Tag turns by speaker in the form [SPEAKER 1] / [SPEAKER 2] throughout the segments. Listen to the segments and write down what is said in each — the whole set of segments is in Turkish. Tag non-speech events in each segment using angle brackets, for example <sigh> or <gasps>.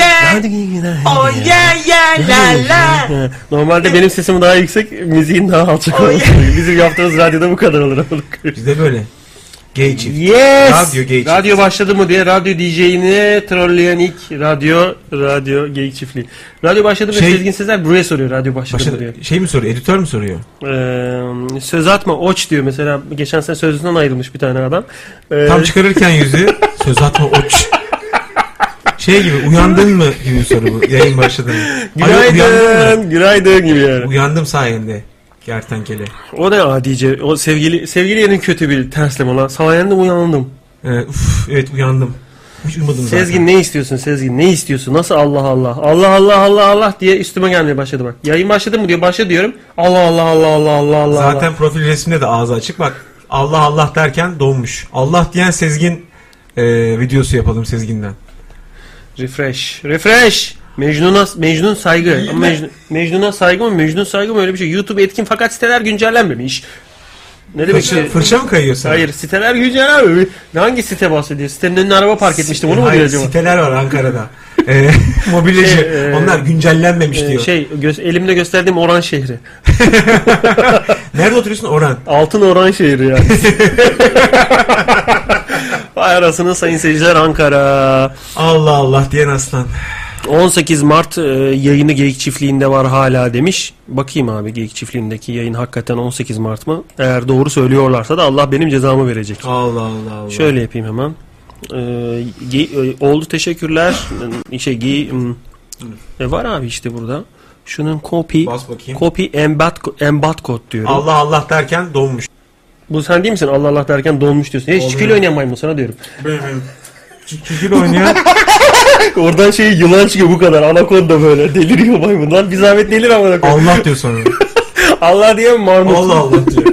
[SPEAKER 1] Hadi
[SPEAKER 2] yeah.
[SPEAKER 1] iyi günler.
[SPEAKER 2] Oh yeah yeah la la. Oh,
[SPEAKER 1] Normalde benim sesim daha yüksek, müziğin daha alçak olması. Bizim yaptığımız radyoda bu kadar olur.
[SPEAKER 2] Bizde böyle. Gay çift.
[SPEAKER 1] Yes!
[SPEAKER 2] Radyo geyik
[SPEAKER 1] Radyo başladı mı diye radyo DJ'ini trolleyen ilk radyo, radyo geyik çiftliği. Radyo başladı mı
[SPEAKER 2] Şey-
[SPEAKER 1] Sezgin Sezer buraya soruyor radyo başladı, mı diye.
[SPEAKER 2] Başladı. Şey mi soruyor? Editör mü soruyor?
[SPEAKER 1] Ee, söz atma oç diyor mesela geçen sene sözünden ayrılmış bir tane adam. Ee,
[SPEAKER 2] Tam çıkarırken yüzü söz atma oç. Şey gibi uyandın mı gibi bir soru bu. Yayın başladı mı? Alo, uyandın mı?
[SPEAKER 1] günaydın, günaydın gibi yani.
[SPEAKER 2] Uyandım sayende. Kertenkele.
[SPEAKER 1] O ne adice, o sevgili sevgiliyenin kötü bir tersleme olan sayende uyandım.
[SPEAKER 2] Ee, uf, evet uyandım. Hiç uyumadım zaten.
[SPEAKER 1] Sezgin ne istiyorsun Sezgin ne istiyorsun nasıl Allah Allah Allah Allah Allah Allah diye üstüme gelmeye başladı bak. Yayın başladı mı diyor başla diyorum Allah Allah Allah Allah Allah Allah.
[SPEAKER 2] Zaten profil resminde de ağzı açık. Bak Allah Allah derken donmuş. Allah diyen Sezgin e, videosu yapalım Sezgin'den.
[SPEAKER 1] Refresh. Refresh. Mecnun'a Mecnun saygı. Ama Mecnun, Mecnun'a saygı mı? Mecnun saygı mı? Öyle bir şey. YouTube etkin fakat siteler güncellenmemiş. Ne demek
[SPEAKER 2] Fırça,
[SPEAKER 1] ki?
[SPEAKER 2] fırça mı kayıyor sana?
[SPEAKER 1] Hayır siteler güncellenmemiş. Hangi site bahsediyor? Sitenin önüne araba park etmiştim. Onu mu
[SPEAKER 2] Hayır,
[SPEAKER 1] diyor acaba?
[SPEAKER 2] siteler var Ankara'da. Ee, <laughs> mobilyacı.
[SPEAKER 1] Şey, e,
[SPEAKER 2] Onlar güncellenmemiş
[SPEAKER 1] Ee,
[SPEAKER 2] diyor.
[SPEAKER 1] şey gö- elimde gösterdiğim Oran şehri.
[SPEAKER 2] Nerede oturuyorsun? Orhan.
[SPEAKER 1] Altın Oran şehri yani. Vay arasını sayın seyirciler Ankara.
[SPEAKER 2] <laughs> Allah Allah diyen aslan.
[SPEAKER 1] 18 Mart e, yayını Geyik Çiftliği'nde var hala demiş. Bakayım abi Geyik Çiftliği'ndeki yayın hakikaten 18 Mart mı? Eğer doğru söylüyorlarsa da Allah benim cezamı verecek.
[SPEAKER 2] Allah Allah Allah.
[SPEAKER 1] Şöyle yapayım hemen. E, ge- e, oldu teşekkürler. E, şey ge- m- e, var abi işte burada. Şunun copy
[SPEAKER 2] Bas bakayım.
[SPEAKER 1] copy embed embed kod diyorum.
[SPEAKER 2] Allah Allah derken donmuş.
[SPEAKER 1] Bu sen değil misin? Allah Allah derken donmuş diyorsun. Hiç
[SPEAKER 2] Oluyor.
[SPEAKER 1] kül oynayan maymun sana diyorum.
[SPEAKER 2] Benim. Kikil oynayan.
[SPEAKER 1] <laughs> Oradan şey yılan çıkıyor bu kadar. Anakonda böyle deliriyor maymunlar. Bir zahmet delir ama.
[SPEAKER 2] Allah diyor sonra.
[SPEAKER 1] <laughs> Allah diye marmut.
[SPEAKER 2] Allah Allah
[SPEAKER 1] <laughs>
[SPEAKER 2] diyor.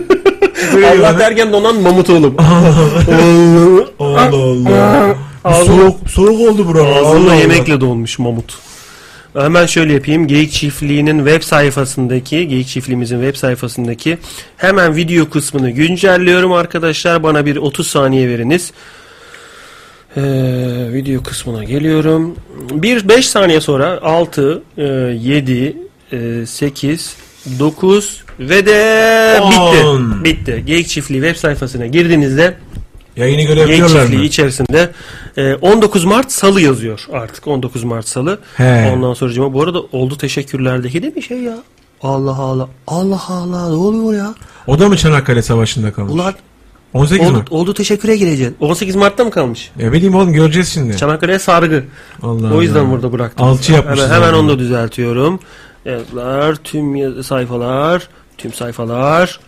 [SPEAKER 1] Allah derken donan mamut oğlum. <laughs>
[SPEAKER 2] Allah Allah. Bir
[SPEAKER 1] Ağzı-
[SPEAKER 2] Soğuk, soğuk oldu bura.
[SPEAKER 1] Ağzında
[SPEAKER 2] Allah Allah.
[SPEAKER 1] yemekle dolmuş mamut. Hemen şöyle yapayım. Geyik Çiftliği'nin web sayfasındaki, Geyik Çiftliğimizin web sayfasındaki hemen video kısmını güncelliyorum arkadaşlar. Bana bir 30 saniye veriniz. Ee, video kısmına geliyorum. Bir 5 saniye sonra e, 6, 7, 8, 9 e, ve de bitti.
[SPEAKER 2] On.
[SPEAKER 1] Bitti. Geyik Çiftliği web sayfasına girdiğinizde
[SPEAKER 2] Yayını
[SPEAKER 1] Yayın
[SPEAKER 2] görebiliyorlar
[SPEAKER 1] çiftliği
[SPEAKER 2] mı?
[SPEAKER 1] içerisinde e, 19 Mart Salı yazıyor artık 19 Mart Salı.
[SPEAKER 2] He.
[SPEAKER 1] Ondan sonra cuma bu arada oldu teşekkürlerdeki de bir şey ya. Allah Allah. Allah Allah ne oluyor ya?
[SPEAKER 2] O da mı Çanakkale Savaşı'nda kalmış?
[SPEAKER 1] Ulan
[SPEAKER 2] 18
[SPEAKER 1] oldu,
[SPEAKER 2] mi?
[SPEAKER 1] oldu teşekküre gireceksin. 18 Mart'ta mı kalmış?
[SPEAKER 2] Ne bileyim oğlum göreceğiz şimdi.
[SPEAKER 1] Çanakkale'ye sargı.
[SPEAKER 2] Allah
[SPEAKER 1] O yüzden
[SPEAKER 2] Allah.
[SPEAKER 1] burada bıraktım.
[SPEAKER 2] Alçı yapmışız
[SPEAKER 1] Hemen, hemen
[SPEAKER 2] abi.
[SPEAKER 1] onu da düzeltiyorum. Yazılar, tüm yaz- sayfalar, tüm sayfalar.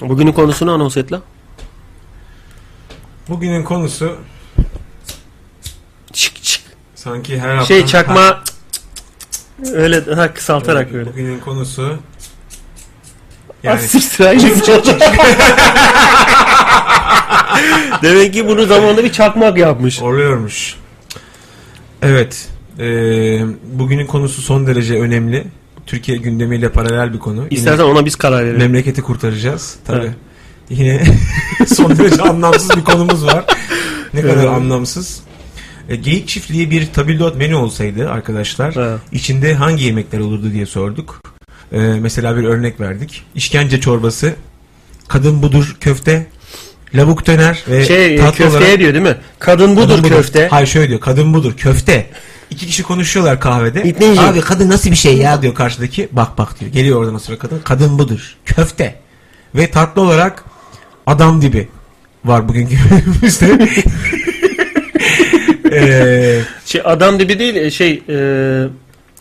[SPEAKER 1] Bugünün konusunu anons et la.
[SPEAKER 2] Bugünün konusu
[SPEAKER 1] Çık çık.
[SPEAKER 2] sanki her hafta...
[SPEAKER 1] Şey çakma
[SPEAKER 2] Ha,
[SPEAKER 1] öyle ha, kısaltarak
[SPEAKER 2] evet,
[SPEAKER 1] öyle.
[SPEAKER 2] Bugünün konusu... Yani
[SPEAKER 1] Siktir
[SPEAKER 2] <laughs>
[SPEAKER 1] aynı <laughs> <laughs> Demek ki bunu zamanında bir çakmak yapmış.
[SPEAKER 2] oluyormuş. Evet. eee, bugünün konusu son derece önemli. Türkiye gündemiyle paralel bir konu. Yine
[SPEAKER 1] İstersen ona biz karar verelim.
[SPEAKER 2] memleketi kurtaracağız. Tabii.
[SPEAKER 1] Evet.
[SPEAKER 2] Yine <laughs> son derece anlamsız bir konumuz var. Ne kadar anlamsız. E, geyik çiftliği bir tabildot menü olsaydı arkadaşlar
[SPEAKER 1] Evet.
[SPEAKER 2] içinde hangi yemekler olurdu diye sorduk. E, mesela bir örnek verdik. İşkence çorbası, kadın budur köfte, lavuk döner ve
[SPEAKER 1] Şey e,
[SPEAKER 2] tatlı
[SPEAKER 1] köfteye
[SPEAKER 2] olarak
[SPEAKER 1] diyor değil mi? Kadın budur
[SPEAKER 2] Kadın
[SPEAKER 1] köfte.
[SPEAKER 2] Hayır şöyle diyor. Kadın budur köfte. İki kişi konuşuyorlar kahvede.
[SPEAKER 1] İtleyici.
[SPEAKER 2] Abi kadın nasıl bir şey ya diyor karşıdaki. Bak bak diyor. Geliyor oradan sonra kadın. Kadın budur. Köfte. Ve tatlı olarak adam dibi var bugünkü <laughs> bölümümüzde. Eee,
[SPEAKER 1] Şey adam dibi değil e, şey e,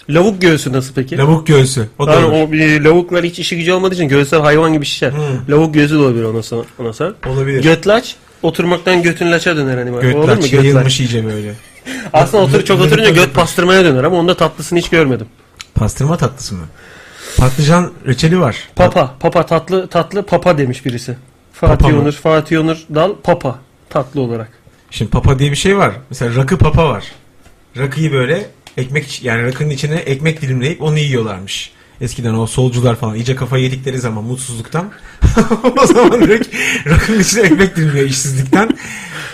[SPEAKER 1] lavuk göğsü nasıl peki?
[SPEAKER 2] lavuk göğsü. O da
[SPEAKER 1] Yani
[SPEAKER 2] olur.
[SPEAKER 1] o e, lavuklar hiç işi gücü olmadığı için göğüsler hayvan gibi şişer.
[SPEAKER 2] Hı.
[SPEAKER 1] Lavuk gözü de olabilir ona sana. Ona sana.
[SPEAKER 2] olabilir.
[SPEAKER 1] Götlaç oturmaktan götün laça döner hani. bak. Olur mu
[SPEAKER 2] Götlaç
[SPEAKER 1] götlaç?
[SPEAKER 2] yayılmış iyice böyle.
[SPEAKER 1] Aslında
[SPEAKER 2] <laughs>
[SPEAKER 1] otur çok oturunca göt pastırmaya döner ama onda tatlısını hiç görmedim.
[SPEAKER 2] Pastırma tatlısı mı? Patlıcan reçeli var.
[SPEAKER 1] Papa, papa tatlı tatlı papa demiş birisi. Fatih
[SPEAKER 2] Papa mı?
[SPEAKER 1] Onur, Fatih Onur dal papa tatlı olarak.
[SPEAKER 2] Şimdi papa diye bir şey var. Mesela rakı papa var. Rakıyı böyle ekmek iç- yani rakının içine ekmek dilimleyip onu yiyorlarmış. Eskiden o solcular falan iyice kafayı yedikleri <laughs> zaman mutsuzluktan o zaman direkt rakının içine ekmek dilimliyor işsizlikten.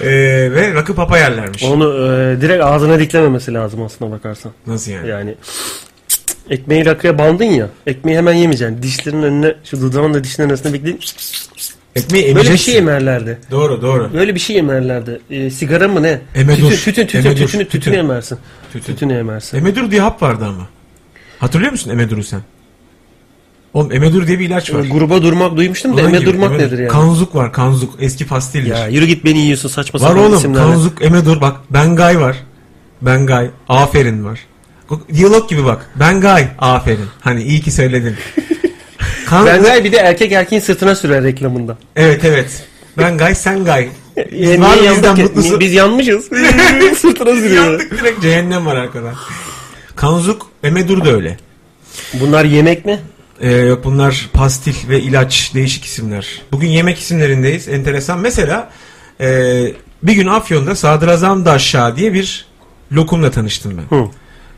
[SPEAKER 2] Ee, ve rakı papa yerlermiş.
[SPEAKER 1] Onu e, direkt ağzına diklememesi lazım aslına bakarsan.
[SPEAKER 2] Nasıl yani?
[SPEAKER 1] Yani ekmeği rakıya bandın ya. Ekmeği hemen yemeyeceksin. Dişlerin önüne şu dudağınla dişlerin arasında bekleyip
[SPEAKER 2] Ekmeği
[SPEAKER 1] böyle bir
[SPEAKER 2] emeceksin.
[SPEAKER 1] şey emerlerdi.
[SPEAKER 2] Doğru doğru.
[SPEAKER 1] Böyle bir şey emerlerdi. E, sigara mı ne?
[SPEAKER 2] Emedur.
[SPEAKER 1] Tütün, tütün, tütün,
[SPEAKER 2] Emedur,
[SPEAKER 1] tütünü,
[SPEAKER 2] tütün.
[SPEAKER 1] tütünü emersin.
[SPEAKER 2] Tütün.
[SPEAKER 1] Tütünü emersin.
[SPEAKER 2] Emedur diye hap vardı ama. Hatırlıyor musun Emedur'u sen? Oğlum Emedur diye bir ilaç var.
[SPEAKER 1] E, gruba durmak duymuştum da
[SPEAKER 2] Onun
[SPEAKER 1] eme
[SPEAKER 2] gibi,
[SPEAKER 1] durmak
[SPEAKER 2] Emedur.
[SPEAKER 1] nedir yani?
[SPEAKER 2] Kanzuk var kanzuk. Eski pastildir.
[SPEAKER 1] Ya yürü git beni yiyorsun saçma
[SPEAKER 2] var
[SPEAKER 1] sapan
[SPEAKER 2] oğlum
[SPEAKER 1] isimlerle.
[SPEAKER 2] kanzuk Emedur bak. Bengay var. Bengay. Aferin var. Diyalog gibi bak. Bengay. Aferin. Hani iyi ki söyledin. Kan-
[SPEAKER 1] Bengay bir de erkek erkeğin sırtına sürer reklamında.
[SPEAKER 2] Evet evet. Bengay sen gay.
[SPEAKER 1] Yani
[SPEAKER 2] var
[SPEAKER 1] niye
[SPEAKER 2] bizden
[SPEAKER 1] yandık <laughs> ya?
[SPEAKER 2] mutlusu.
[SPEAKER 1] Ni- Biz yanmışız. sırtına sürüyor.
[SPEAKER 2] Yandık direkt cehennem var arkadan. Kanzuk Emedur da öyle.
[SPEAKER 1] Bunlar yemek mi?
[SPEAKER 2] Ee, yok bunlar pastil ve ilaç değişik isimler. Bugün yemek isimlerindeyiz. Enteresan. Mesela e, bir gün Afyon'da Sadrazam Daşşa diye bir lokumla tanıştım ben.
[SPEAKER 1] Hı.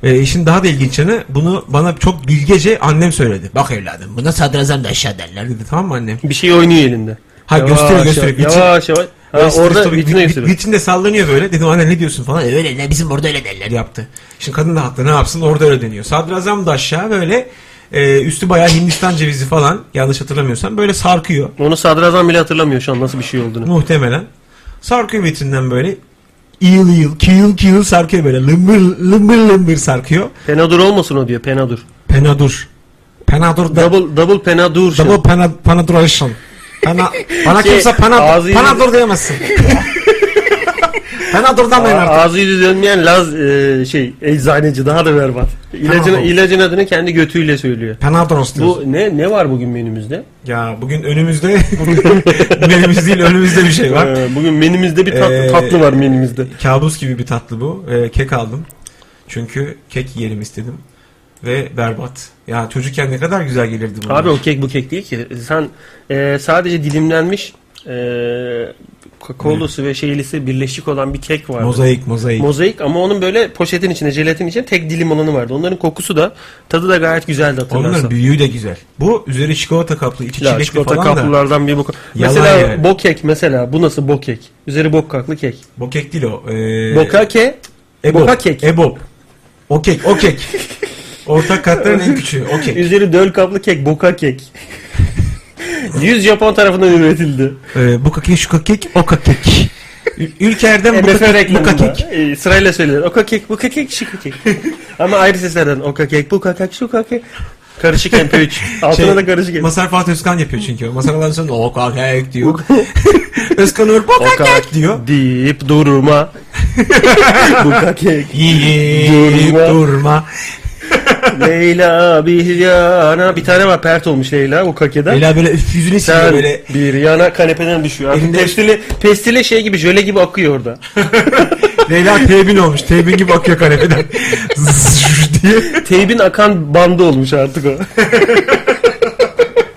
[SPEAKER 2] Ve işin daha da ilginç yanı bunu bana çok bilgece annem söyledi. Bak evladım buna sadrazam da aşağı derler dedi tamam mı annem?
[SPEAKER 1] <laughs> Bir şey oynuyor elinde.
[SPEAKER 2] Ha, gösteriyor, gösteriyor.
[SPEAKER 1] Yavaş
[SPEAKER 2] Vitin-
[SPEAKER 1] yavaş. yavaş. Ha,
[SPEAKER 2] Böyle stres
[SPEAKER 1] orada
[SPEAKER 2] tabii,
[SPEAKER 1] vitine
[SPEAKER 2] vit-
[SPEAKER 1] gösteriyor.
[SPEAKER 2] vitinde sallanıyor böyle. Dedim anne ne diyorsun falan. "E, Öyle ne bizim orada öyle derler yaptı. Şimdi kadın da haklı ne yapsın orada öyle deniyor. Sadrazam da aşağı böyle e, üstü bayağı Hindistan cevizi falan yanlış hatırlamıyorsam böyle sarkıyor.
[SPEAKER 1] Onu sadrazam bile hatırlamıyor şu an nasıl bir şey olduğunu.
[SPEAKER 2] Muhtemelen. Sarkıyor vitrinden böyle. Yıl yıl, kıyıl kıyıl sarkıyor böyle. Lımbır lımbır lımbır sarkıyor.
[SPEAKER 1] Penadur olmasın o diyor penadur.
[SPEAKER 2] Penadur. Penadur da...
[SPEAKER 1] Double double penadur. şey.
[SPEAKER 2] Double pena, penetration. Pena, bana
[SPEAKER 1] <laughs> Şey,
[SPEAKER 2] kimse pena,
[SPEAKER 1] ağzıyla-
[SPEAKER 2] penadur diyemezsin. penadur
[SPEAKER 1] A-
[SPEAKER 2] demeyin artık.
[SPEAKER 1] Ağzı yüzü dönmeyen Laz e, şey eczaneci daha da berbat. İlacın,
[SPEAKER 2] Penadur.
[SPEAKER 1] ilacın adını kendi götüyle söylüyor.
[SPEAKER 2] Penadur diyorsun.
[SPEAKER 1] Bu ne ne var bugün menümüzde?
[SPEAKER 2] Ya bugün önümüzde, <laughs> menümüz değil önümüzde bir şey var.
[SPEAKER 1] Ee, bugün menümüzde bir tatlı,
[SPEAKER 2] Ee,
[SPEAKER 1] tatlı var menümüzde.
[SPEAKER 2] Kabus gibi bir tatlı bu. Ee, kek aldım. Çünkü kek yiyelim istedim. Ve berbat. Ya çocukken ne kadar güzel gelirdi bunlar.
[SPEAKER 1] Abi o kek bu kek değil ki. Sen e, sadece dilimlenmiş e, kolosu ve şeylisi birleşik olan bir kek vardı.
[SPEAKER 2] Mozaik mozaik.
[SPEAKER 1] Mozaik ama onun böyle poşetin içinde jelatin içinde tek dilim olanı vardı. Onların kokusu da tadı da gayet güzeldi hatırlarsan.
[SPEAKER 2] Onların büyüğü de güzel. Bu üzeri çikolata kaplı, içi
[SPEAKER 1] Ya,
[SPEAKER 2] çilekli
[SPEAKER 1] çikolata
[SPEAKER 2] falan da.
[SPEAKER 1] kaplılardan bir bok.
[SPEAKER 2] Yalan
[SPEAKER 1] Mesela
[SPEAKER 2] yani.
[SPEAKER 1] bok kek mesela. Bu nasıl bok kek? Üzeri bok kaklı kek.
[SPEAKER 2] Bu kek değil o. Ee,
[SPEAKER 1] Bokake
[SPEAKER 2] Ebo.
[SPEAKER 1] boka kek.
[SPEAKER 2] Ebo. O kek, o
[SPEAKER 1] <laughs>
[SPEAKER 2] kek. Orta katların en küçüğü, o kek.
[SPEAKER 1] üzeri döl kaplı kek.
[SPEAKER 2] <laughs>
[SPEAKER 1] Boka kek. 100 Japon tarafından üretildi.
[SPEAKER 2] Ee, bu kek, şu kek, o kek. Ül- Ülker'den bu
[SPEAKER 1] MFÖ
[SPEAKER 2] kek, bu
[SPEAKER 1] E, reklamında.
[SPEAKER 2] kek.
[SPEAKER 1] Ee, sırayla söylenir. Oka kek, buka kek, şıka
[SPEAKER 2] <laughs>
[SPEAKER 1] kek. Ama ayrı seslerden oka kek, buka kek, şuka kek. Karışık MP3. <laughs> Altına
[SPEAKER 2] Şey,
[SPEAKER 1] da karışık MP3.
[SPEAKER 2] Masar Fuat Özkan yapıyor çünkü. Masar Alan sonra o kakek
[SPEAKER 1] <laughs>
[SPEAKER 2] diyor. <laughs> Özkan Uğur bu kakek diyor.
[SPEAKER 1] Deyip durma. buka kek.
[SPEAKER 2] Yiyip
[SPEAKER 1] Durma.
[SPEAKER 2] durma.
[SPEAKER 1] Leyla bir yana. Bir tane var pert olmuş Leyla o kakeden.
[SPEAKER 2] Ela böyle üf, yüzünü siliyor
[SPEAKER 1] Sen
[SPEAKER 2] böyle.
[SPEAKER 1] bir yana kanepeden düşüyor. Artık
[SPEAKER 2] Elinde-
[SPEAKER 1] Pestili, pestili şey gibi jöle gibi akıyor orada.
[SPEAKER 2] <laughs> Leyla tebin olmuş. Tebin gibi bakıyor
[SPEAKER 1] <laughs>
[SPEAKER 2] kanepeden. Zzz diye.
[SPEAKER 1] Teybin akan bandı olmuş artık o.
[SPEAKER 2] <laughs>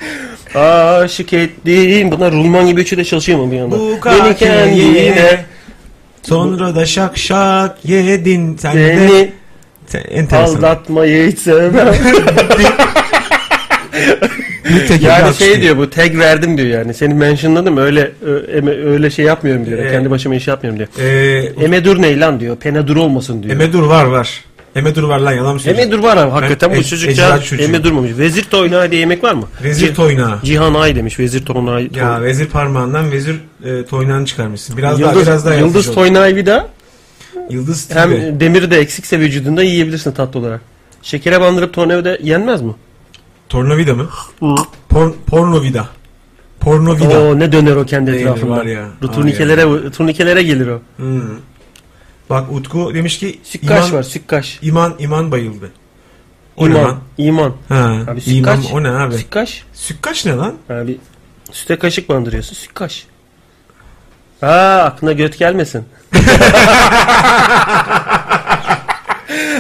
[SPEAKER 1] Aşık ettim. Bunlar rulman gibi üçü de çalışıyor mu bir yandan?
[SPEAKER 2] Bu
[SPEAKER 1] Beni kendine
[SPEAKER 2] kakeye sonra da şak şak yedin sen de.
[SPEAKER 1] seni
[SPEAKER 2] Sen- Enteresan.
[SPEAKER 1] aldatmayı
[SPEAKER 2] <laughs>
[SPEAKER 1] hiç sevmem.
[SPEAKER 2] Bir tek
[SPEAKER 1] yani
[SPEAKER 2] yerde
[SPEAKER 1] şey
[SPEAKER 2] alkışlıyor.
[SPEAKER 1] diyor bu tag verdim diyor yani. Seni mentionladım öyle ö- eme- öyle şey yapmıyorum diyor.
[SPEAKER 2] Ee,
[SPEAKER 1] Kendi başıma iş yapmıyorum diyor.
[SPEAKER 2] Ee,
[SPEAKER 1] Emedur ne lan diyor. Penadur olmasın diyor.
[SPEAKER 2] Emedur var var. Emedur var lan yalan mı söylüyorsun?
[SPEAKER 1] Emedur var abi hakikaten bu
[SPEAKER 2] e-
[SPEAKER 1] çocukça
[SPEAKER 2] eczacı çocuğu.
[SPEAKER 1] Emedur durmamış. Vezir Toyna diye yemek var mı?
[SPEAKER 2] Vezir
[SPEAKER 1] Ci-
[SPEAKER 2] Toyna.
[SPEAKER 1] Cihan Ay demiş. Vezir Toyna.
[SPEAKER 2] Ya vezir parmağından vezir e, toynağını çıkarmışsın. Biraz daha
[SPEAKER 1] Yıldız,
[SPEAKER 2] biraz daha
[SPEAKER 1] Yıldız
[SPEAKER 2] yapmış
[SPEAKER 1] Toyna'yı bir daha
[SPEAKER 2] oldun. Yıldız tipi.
[SPEAKER 1] hem demiri de eksikse vücudunda yiyebilirsin tatlı olarak. Şekere bandırıp tornavida yenmez mi?
[SPEAKER 2] Tornavida mı? Por, pornovida. Pornovida.
[SPEAKER 1] Oo ne döner o kendi
[SPEAKER 2] Peynir
[SPEAKER 1] etrafında.
[SPEAKER 2] var ya.
[SPEAKER 1] Bu turnikelere, turnikelere gelir o.
[SPEAKER 2] Hmm. Bak Utku demiş ki
[SPEAKER 1] Sükkaş
[SPEAKER 2] iman,
[SPEAKER 1] var sükkaş.
[SPEAKER 2] iman iman bayıldı. O ne
[SPEAKER 1] İman.
[SPEAKER 2] lan?
[SPEAKER 1] İman.
[SPEAKER 2] Ha,
[SPEAKER 1] Abi
[SPEAKER 2] iman
[SPEAKER 1] sükkaç.
[SPEAKER 2] o ne abi?
[SPEAKER 1] Sükkaş.
[SPEAKER 2] Sükkaç ne lan?
[SPEAKER 1] Abi süte kaşık bandırıyorsun sükkaş. Aa aklına
[SPEAKER 2] <laughs>
[SPEAKER 1] göt gelmesin.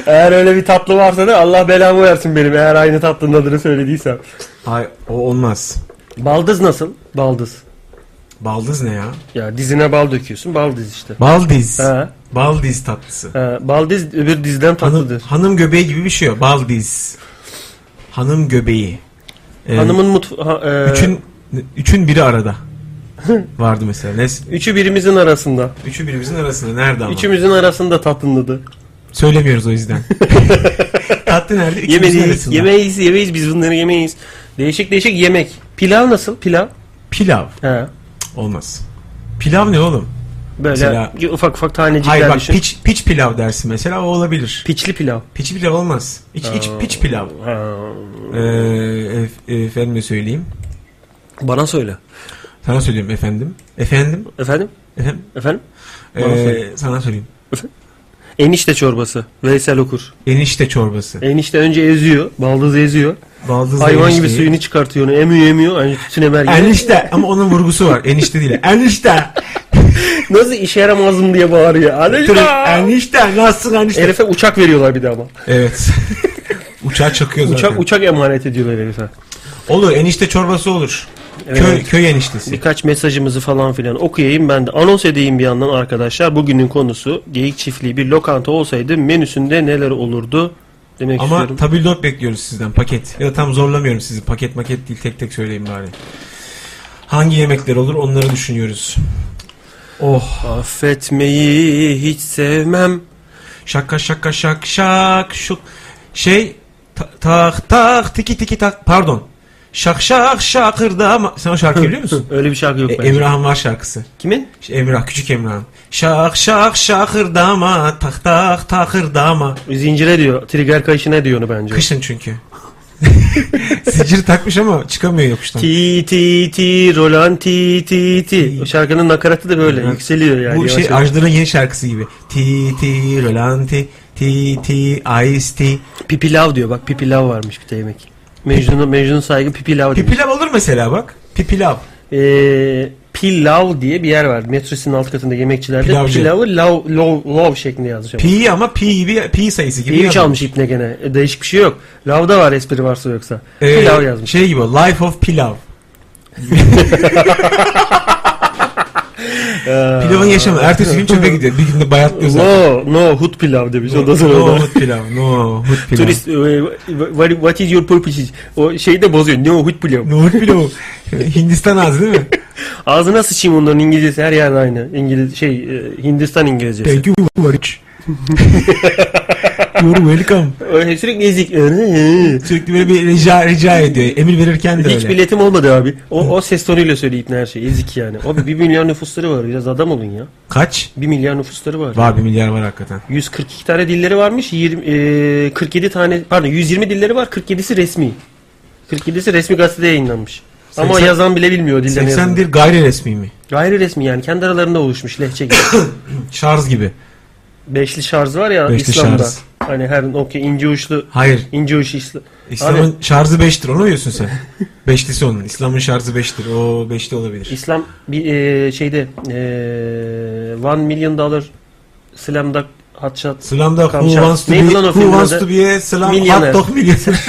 [SPEAKER 1] eğer öyle bir tatlı varsa da Allah belamı versin benim eğer aynı tatlının adını söylediysem.
[SPEAKER 2] Ay o olmaz.
[SPEAKER 1] Baldız nasıl? Baldız.
[SPEAKER 2] Baldız ne ya?
[SPEAKER 1] Ya dizine bal döküyorsun baldız işte.
[SPEAKER 2] Baldiz.
[SPEAKER 1] Ha,
[SPEAKER 2] Baldiz tatlısı.
[SPEAKER 1] ha, baldiz öbür dizden
[SPEAKER 2] Hanım,
[SPEAKER 1] tatlıdır.
[SPEAKER 2] hanım göbeği gibi bir şey o. Baldiz. Hanım göbeği. Ee,
[SPEAKER 1] Hanımın mutfa... Ha, e, <laughs>
[SPEAKER 2] üçün, üçün biri arada. vardı mesela. Ne?
[SPEAKER 1] Üçü birimizin arasında.
[SPEAKER 2] Üçü birimizin arasında. Nerede ama?
[SPEAKER 1] Üçümüzün arasında tatlındadı.
[SPEAKER 2] Söylemiyoruz o
[SPEAKER 1] <laughs>
[SPEAKER 2] yüzden. Tatlı nerede? Üçümüzün
[SPEAKER 1] Yemeyiz,
[SPEAKER 2] arasında.
[SPEAKER 1] yemeyiz, yemeyiz. Biz bunları yemeyiz. Değişik değişik yemek. Pilav nasıl? Pilav.
[SPEAKER 2] Pilav.
[SPEAKER 1] He.
[SPEAKER 2] Olmaz. Pilav ne oğlum?
[SPEAKER 1] Böyle
[SPEAKER 2] Mesela-
[SPEAKER 1] ufak ufak tanecikler
[SPEAKER 2] Hayır bak
[SPEAKER 1] düşün.
[SPEAKER 2] piç, piç pilav dersin mesela o olabilir.
[SPEAKER 1] Piçli pilav.
[SPEAKER 2] Piç pilav olmaz. İç, iç piç pilav.
[SPEAKER 1] Ha.
[SPEAKER 2] Ee, ef- efendime söyleyeyim.
[SPEAKER 1] Bana söyle.
[SPEAKER 2] Sana söyleyeyim efendim. Efendim.
[SPEAKER 1] Efendim?
[SPEAKER 2] Efendim.
[SPEAKER 1] Efendim? Bana
[SPEAKER 2] Ee,
[SPEAKER 1] söyle.
[SPEAKER 2] sana söyleyeyim.
[SPEAKER 1] Enişte çorbası. Veysel Okur.
[SPEAKER 2] Enişte çorbası.
[SPEAKER 1] Enişte önce eziyor. Baldızı eziyor.
[SPEAKER 2] Baldızlı
[SPEAKER 1] Hayvan
[SPEAKER 2] enişteyi-
[SPEAKER 1] gibi suyunu çıkartıyor onu. Emiyor emiyor. Yani tütüne gibi.
[SPEAKER 2] Enişte ama onun vurgusu var. Enişte
[SPEAKER 1] <laughs>
[SPEAKER 2] değil. Enişte.
[SPEAKER 1] Nasıl işe yaramazım diye bağırıyor.
[SPEAKER 2] Direkt
[SPEAKER 1] Enişte.
[SPEAKER 2] enişte. Nasılsın enişte?
[SPEAKER 1] Herife uçak veriyorlar bir de ama.
[SPEAKER 2] Evet. Uçağa çakıyor zaten.
[SPEAKER 1] Uçak uçak emanet ediyorlar herife.
[SPEAKER 2] Olur enişte çorbası olur.
[SPEAKER 1] Evet.
[SPEAKER 2] Köy, köy eniştesi.
[SPEAKER 1] Birkaç mesajımızı falan filan okuyayım ben de anons edeyim bir yandan arkadaşlar. Bugünün konusu geyik çiftliği bir lokanta olsaydı menüsünde neler olurdu demek
[SPEAKER 2] Ama
[SPEAKER 1] istiyorum.
[SPEAKER 2] tabildot bekliyoruz sizden paket. Ya da tam zorlamıyorum sizi paket maket değil tek tek söyleyeyim bari. Hangi yemekler olur onları düşünüyoruz. Oh.
[SPEAKER 1] Affetmeyi hiç sevmem.
[SPEAKER 2] Şaka şaka şak şak şuk. Şey ta- tak tak tiki tiki tak pardon. Şak şak şakırdama. Sen o
[SPEAKER 1] <laughs>
[SPEAKER 2] şarkıyı biliyor musun?
[SPEAKER 1] Öyle bir şarkı yok
[SPEAKER 2] E,
[SPEAKER 1] bence.
[SPEAKER 2] Emrah'ın var şarkısı.
[SPEAKER 1] Kimin?
[SPEAKER 2] İşte Emrah, küçük Emrah. Şak şak şakırdama, tak tak takırdama.
[SPEAKER 1] Zincire diyor. Trigger kayışına diyor onu bence.
[SPEAKER 2] Kışın çünkü. Zincir takmış ama çıkamıyor yokuştan.
[SPEAKER 1] Ti ti ti rolan ti ti ti. O şarkının nakaratı da böyle
[SPEAKER 2] Evet.
[SPEAKER 1] yükseliyor yani.
[SPEAKER 2] Bu
[SPEAKER 1] yavaş
[SPEAKER 2] şey
[SPEAKER 1] yavaş.
[SPEAKER 2] Ajda'nın yeni şarkısı gibi. Ti ti rolanti, ti ti ice ti.
[SPEAKER 1] Pipilav diyor bak pipilav varmış bir de yemek. Mecnun'a Mecnun saygı pipilav diyor.
[SPEAKER 2] Pipilav olur mesela bak. Pipilav.
[SPEAKER 1] Ee, Pilav diye bir yer var. Metrosinin alt katında yemekçilerde
[SPEAKER 2] Pilavcı.
[SPEAKER 1] pilavı lav, lav, lav şeklinde yazmış. ama.
[SPEAKER 2] Pi ama pi gibi pi sayısı gibi.
[SPEAKER 1] İyi
[SPEAKER 2] yazmış.
[SPEAKER 1] çalmış ipne gene. E, Değişik bir şey yok. Lavda var espri varsa yoksa.
[SPEAKER 2] Ee,
[SPEAKER 1] pilav yazmış.
[SPEAKER 2] Şey gibi Life of
[SPEAKER 1] <laughs>
[SPEAKER 2] Pilav. Pilavın yaşamı. Ertesi gün çöpe gidiyor. Bir günde bayatlıyor zaten.
[SPEAKER 1] No, no, hut pilav demiş. o da sonra
[SPEAKER 2] no,
[SPEAKER 1] da.
[SPEAKER 2] hut pilav. No hut pilav.
[SPEAKER 1] Turist, e, what, what is your purpose? O şeyi de bozuyor. No, hut pilav.
[SPEAKER 2] No hut pilav. Hindistan ağzı
[SPEAKER 1] <laughs>
[SPEAKER 2] değil mi?
[SPEAKER 1] Ağzına sıçayım onların İngilizcesi her yerde aynı. İngiliz, şey, e, Hindistan İngilizcesi.
[SPEAKER 2] Thank you very
[SPEAKER 1] <laughs>
[SPEAKER 2] much. You're welcome.
[SPEAKER 1] Öyle sürekli ezik.
[SPEAKER 2] Sürekli böyle bir rica, rica ediyor. Emir verirken de
[SPEAKER 1] Hiç
[SPEAKER 2] öyle.
[SPEAKER 1] biletim olmadı abi. O, o ses tonuyla söyleyip her şeyi. Ezik yani. Abi 1 milyar nüfusları var. Biraz adam olun ya.
[SPEAKER 2] Kaç?
[SPEAKER 1] 1 milyar nüfusları var.
[SPEAKER 2] Var bir milyar var hakikaten.
[SPEAKER 1] 142 tane dilleri varmış. 20, e, 47 tane pardon 120 dilleri var. 47'si resmi. 47'si resmi gazetede yayınlanmış. Ama
[SPEAKER 2] 80
[SPEAKER 1] yazan bile bilmiyor dilden
[SPEAKER 2] 80
[SPEAKER 1] yazan.
[SPEAKER 2] bir gayri resmi mi?
[SPEAKER 1] Gayri resmi yani kendi aralarında oluşmuş lehçe gibi.
[SPEAKER 2] <coughs> Şarj gibi.
[SPEAKER 1] Beşli şarj var ya
[SPEAKER 2] Beşli
[SPEAKER 1] İslam'da.
[SPEAKER 2] şarj.
[SPEAKER 1] Hani her okey ince uçlu
[SPEAKER 2] Hayır.
[SPEAKER 1] ince uçlu Hani İslam.
[SPEAKER 2] İslam'ın şarjı 5'tir onu biliyorsun sen. <laughs> Beşlisi onun. İslam'ın şarjı 5'tir. O 5'li olabilir.
[SPEAKER 1] İslam bir e, şeyde e, One Million Dollar Slam Dunk Hot Shot
[SPEAKER 2] Slam'da who
[SPEAKER 1] Kamçat.
[SPEAKER 2] wants to be,
[SPEAKER 1] Neydi lan o
[SPEAKER 2] who
[SPEAKER 1] filmin
[SPEAKER 2] wants
[SPEAKER 1] adı?
[SPEAKER 2] to be a slam
[SPEAKER 1] Milyoner.
[SPEAKER 2] hot dog milyoner.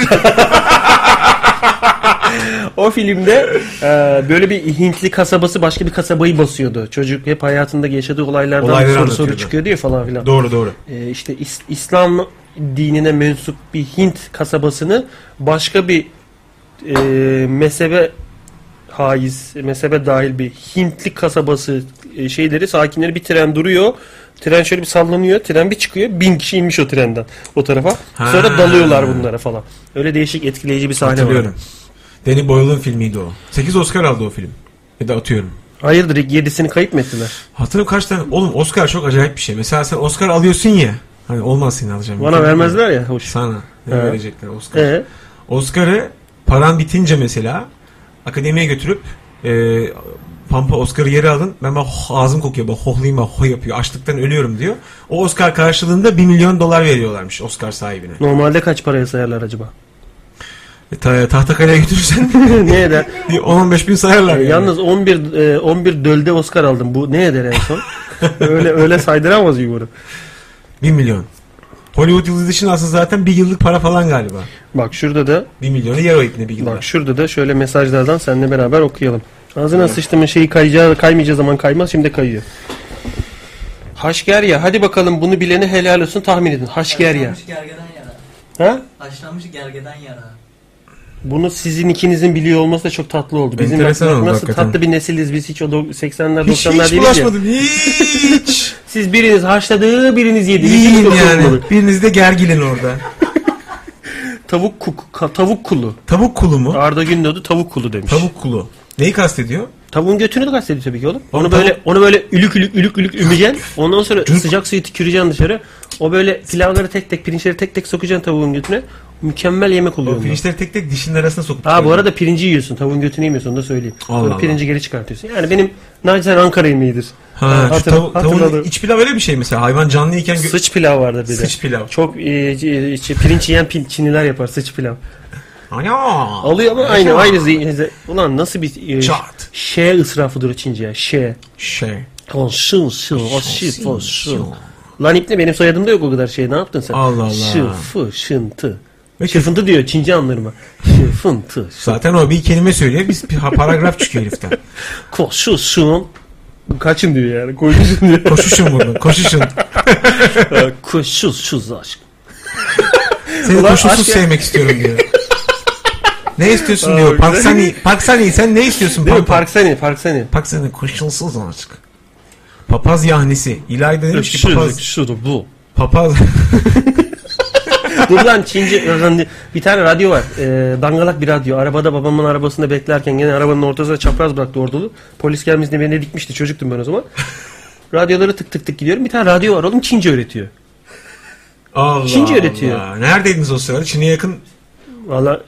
[SPEAKER 1] O filmde e, böyle bir Hintli kasabası başka bir kasabayı basıyordu. Çocuk hep hayatında yaşadığı olaylardan
[SPEAKER 2] Olayları
[SPEAKER 1] soru soru
[SPEAKER 2] anlatıyordu.
[SPEAKER 1] çıkıyor diye falan filan.
[SPEAKER 2] doğru doğru.
[SPEAKER 1] E, işte İslam dinine mensup bir Hint kasabasını başka bir e, mezhebe haiz, mezhebe dahil bir Hintli kasabası e, şeyleri, sakinleri bir tren duruyor. Tren şöyle bir sallanıyor. Tren bir çıkıyor. Bin kişi inmiş o trenden o tarafa. Sonra
[SPEAKER 2] Ha.
[SPEAKER 1] dalıyorlar bunlara falan. Öyle değişik etkileyici bir sahne var.
[SPEAKER 2] Hatırlıyorum. Danny Boyle'ın filmiydi o. 8 Oscar aldı o film. Ya da atıyorum.
[SPEAKER 1] Hayırdır ilk yedisini kayıp mı ettiler?
[SPEAKER 2] Hatırlıyorum kaç tane. Oğlum Oscar çok acayip bir şey. Mesela sen Oscar alıyorsun ya. Hani olmaz seni alacağım.
[SPEAKER 1] Bana vermezler ya hoş.
[SPEAKER 2] Sana. Ne
[SPEAKER 1] Evet.
[SPEAKER 2] verecekler Oscar?
[SPEAKER 1] Ee,
[SPEAKER 2] Oscar'ı paran bitince mesela akademiye götürüp e, pampa Oscar'ı yere alın. Ben bak oh, ağzım kokuyor bak hohlayayım bak ho yapıyor. Açlıktan ölüyorum diyor. O Oscar karşılığında 1 milyon dolar veriyorlarmış Oscar sahibine.
[SPEAKER 1] normalde kaç paraya sayarlar acaba?
[SPEAKER 2] E, ta, tahtakale'ye götürürsen
[SPEAKER 1] <laughs> ne eder?
[SPEAKER 2] bir 10-15 bin sayarlar. Yani.
[SPEAKER 1] Yalnız 11 e, 11 dölde Oscar aldım. Bu ne eder en
[SPEAKER 2] <laughs>
[SPEAKER 1] son? <laughs> öyle öyle saydıramaz yuvarı.
[SPEAKER 2] 1 milyon. Hollywood yıldızı için aslında zaten bir yıllık para falan galiba.
[SPEAKER 1] Bak şurada da
[SPEAKER 2] 1 milyonu yer o ipne bir yılda.
[SPEAKER 1] bak şurada da şöyle mesajlardan seninle beraber okuyalım. Ağzına sıçtığımın şeyi kayacağı, kaymayacağı zaman kaymaz şimdi kayıyor. Haşgerya hadi bakalım bunu bilene helal olsun tahmin edin. Haşgerya.
[SPEAKER 3] Haşlanmış gergeden yara.
[SPEAKER 1] Ha?
[SPEAKER 3] Haşlanmış gergeden yara.
[SPEAKER 1] Bunu sizin ikinizin biliyor olması da çok tatlı oldu. Bizim
[SPEAKER 2] Enteresan
[SPEAKER 1] bak-
[SPEAKER 2] oldu
[SPEAKER 1] nasıl
[SPEAKER 2] hakikaten.
[SPEAKER 1] tatlı bir nesiliz biz hiç o do- 80'ler
[SPEAKER 2] Hiç,
[SPEAKER 1] 90'lar
[SPEAKER 2] hiç
[SPEAKER 1] değiliz ya.
[SPEAKER 2] bulaşmadım. Hiç.
[SPEAKER 1] <laughs> Siz biriniz haşladı, biriniz yedi. Biz hiç
[SPEAKER 2] Yiyin yani.
[SPEAKER 1] dokunmadık.
[SPEAKER 2] Biriniz de gergilin orada.
[SPEAKER 1] Tavuk kuk, ka- tavuk kulu.
[SPEAKER 2] Tavuk kulu mu?
[SPEAKER 1] Arda Gündoğdu tavuk kulu demiş.
[SPEAKER 2] Tavuk kulu. Neyi kastediyor?
[SPEAKER 1] Tavuğun götünü de kastediyor tabii ki oğlum.
[SPEAKER 2] Oğlum
[SPEAKER 1] Onu
[SPEAKER 2] tavuk-
[SPEAKER 1] böyle onu böyle ülük ülük ülük ülük ümeceksin. Ondan sonra
[SPEAKER 2] Cuk.
[SPEAKER 1] sıcak suyu tüküreceksin dışarı. O böyle pilavları tek tek pirinçleri tek tek sokacaksın tavuğun götüne. Mükemmel yemek oluyor.
[SPEAKER 2] O
[SPEAKER 1] ondan.
[SPEAKER 2] pirinçleri tek tek dişinin arasına sokup.
[SPEAKER 1] Ha bu arada pirinci yiyorsun. Tavuğun götünü yemiyorsun onu da söyleyeyim.
[SPEAKER 2] Allah
[SPEAKER 1] Sonra
[SPEAKER 2] Allah.
[SPEAKER 1] pirinci geri çıkartıyorsun. Yani benim nacizane Ankara yemeğidir.
[SPEAKER 2] Ha, şu
[SPEAKER 1] Hatır-
[SPEAKER 2] tav- tavuğun
[SPEAKER 1] hatırladım.
[SPEAKER 2] iç pilav öyle bir şey mesela. Hayvan canlıyken gö-
[SPEAKER 1] Sıç pilav vardır bir de.
[SPEAKER 2] Sıç pilav.
[SPEAKER 1] Çok e, c- e, pirinç yiyen pin- Çinliler yapar sıç pilav.
[SPEAKER 2] Ana!
[SPEAKER 1] Alıyor ama aynı aynı zihninize. Ulan nasıl bir e,
[SPEAKER 2] Çat.
[SPEAKER 1] şey ısrafıdır o Çince ya. Şey.
[SPEAKER 2] Şey.
[SPEAKER 1] Ton şın şın. O şi fo şın. Lan ipne benim soyadım da yok o kadar şey. Ne yaptın sen?
[SPEAKER 2] Allah Allah.
[SPEAKER 1] Şı fı şıntı.
[SPEAKER 2] Ve şey-
[SPEAKER 1] Şıfıntı diyor Çince anlarıma. Şıfıntı.
[SPEAKER 2] Zaten o bir kelime söylüyor. Biz bir paragraf çıkıyor
[SPEAKER 1] <laughs>
[SPEAKER 2] heriften.
[SPEAKER 1] Ko şu şun. Kaçın diyor yani. Koyucusun diyor.
[SPEAKER 2] Koşuşun bunu.
[SPEAKER 1] <laughs>
[SPEAKER 2] Koşuşun.
[SPEAKER 1] Ee, Koşuz şuz aşk.
[SPEAKER 2] Seni
[SPEAKER 1] Ulan
[SPEAKER 2] koşulsuz
[SPEAKER 1] aşk ya.
[SPEAKER 2] sevmek istiyorum diyor.
[SPEAKER 1] <laughs>
[SPEAKER 2] Ne istiyorsun
[SPEAKER 1] Aa,
[SPEAKER 2] diyor.
[SPEAKER 1] güzel.
[SPEAKER 2] Paksani,
[SPEAKER 1] <laughs>
[SPEAKER 2] Paksani sen ne istiyorsun?
[SPEAKER 1] Değil mi?
[SPEAKER 2] Pampa?
[SPEAKER 1] Park seni, park seni.
[SPEAKER 2] Paksani koşulsuz aşk. Papaz yahnisi. İlayda demiş ki
[SPEAKER 1] Şu,
[SPEAKER 2] papaz.
[SPEAKER 1] şu da bu.
[SPEAKER 2] Papaz. <laughs>
[SPEAKER 1] Dur lan Çince. Bir tane radyo var. Ee, dangalak bir radyo. Arabada babamın arabasında beklerken gene arabanın ortasına çapraz bıraktı ordulu. Polis gelmiş diye beni dikmişti. Çocuktum ben o zaman. Radyoları tık tık tık gidiyorum. Bir tane radyo var oğlum Çince öğretiyor.
[SPEAKER 2] Allah
[SPEAKER 1] Çince öğretiyor. e,
[SPEAKER 2] Allah. Neredeydiniz o sırada? Çin'e yakın.
[SPEAKER 1] Valla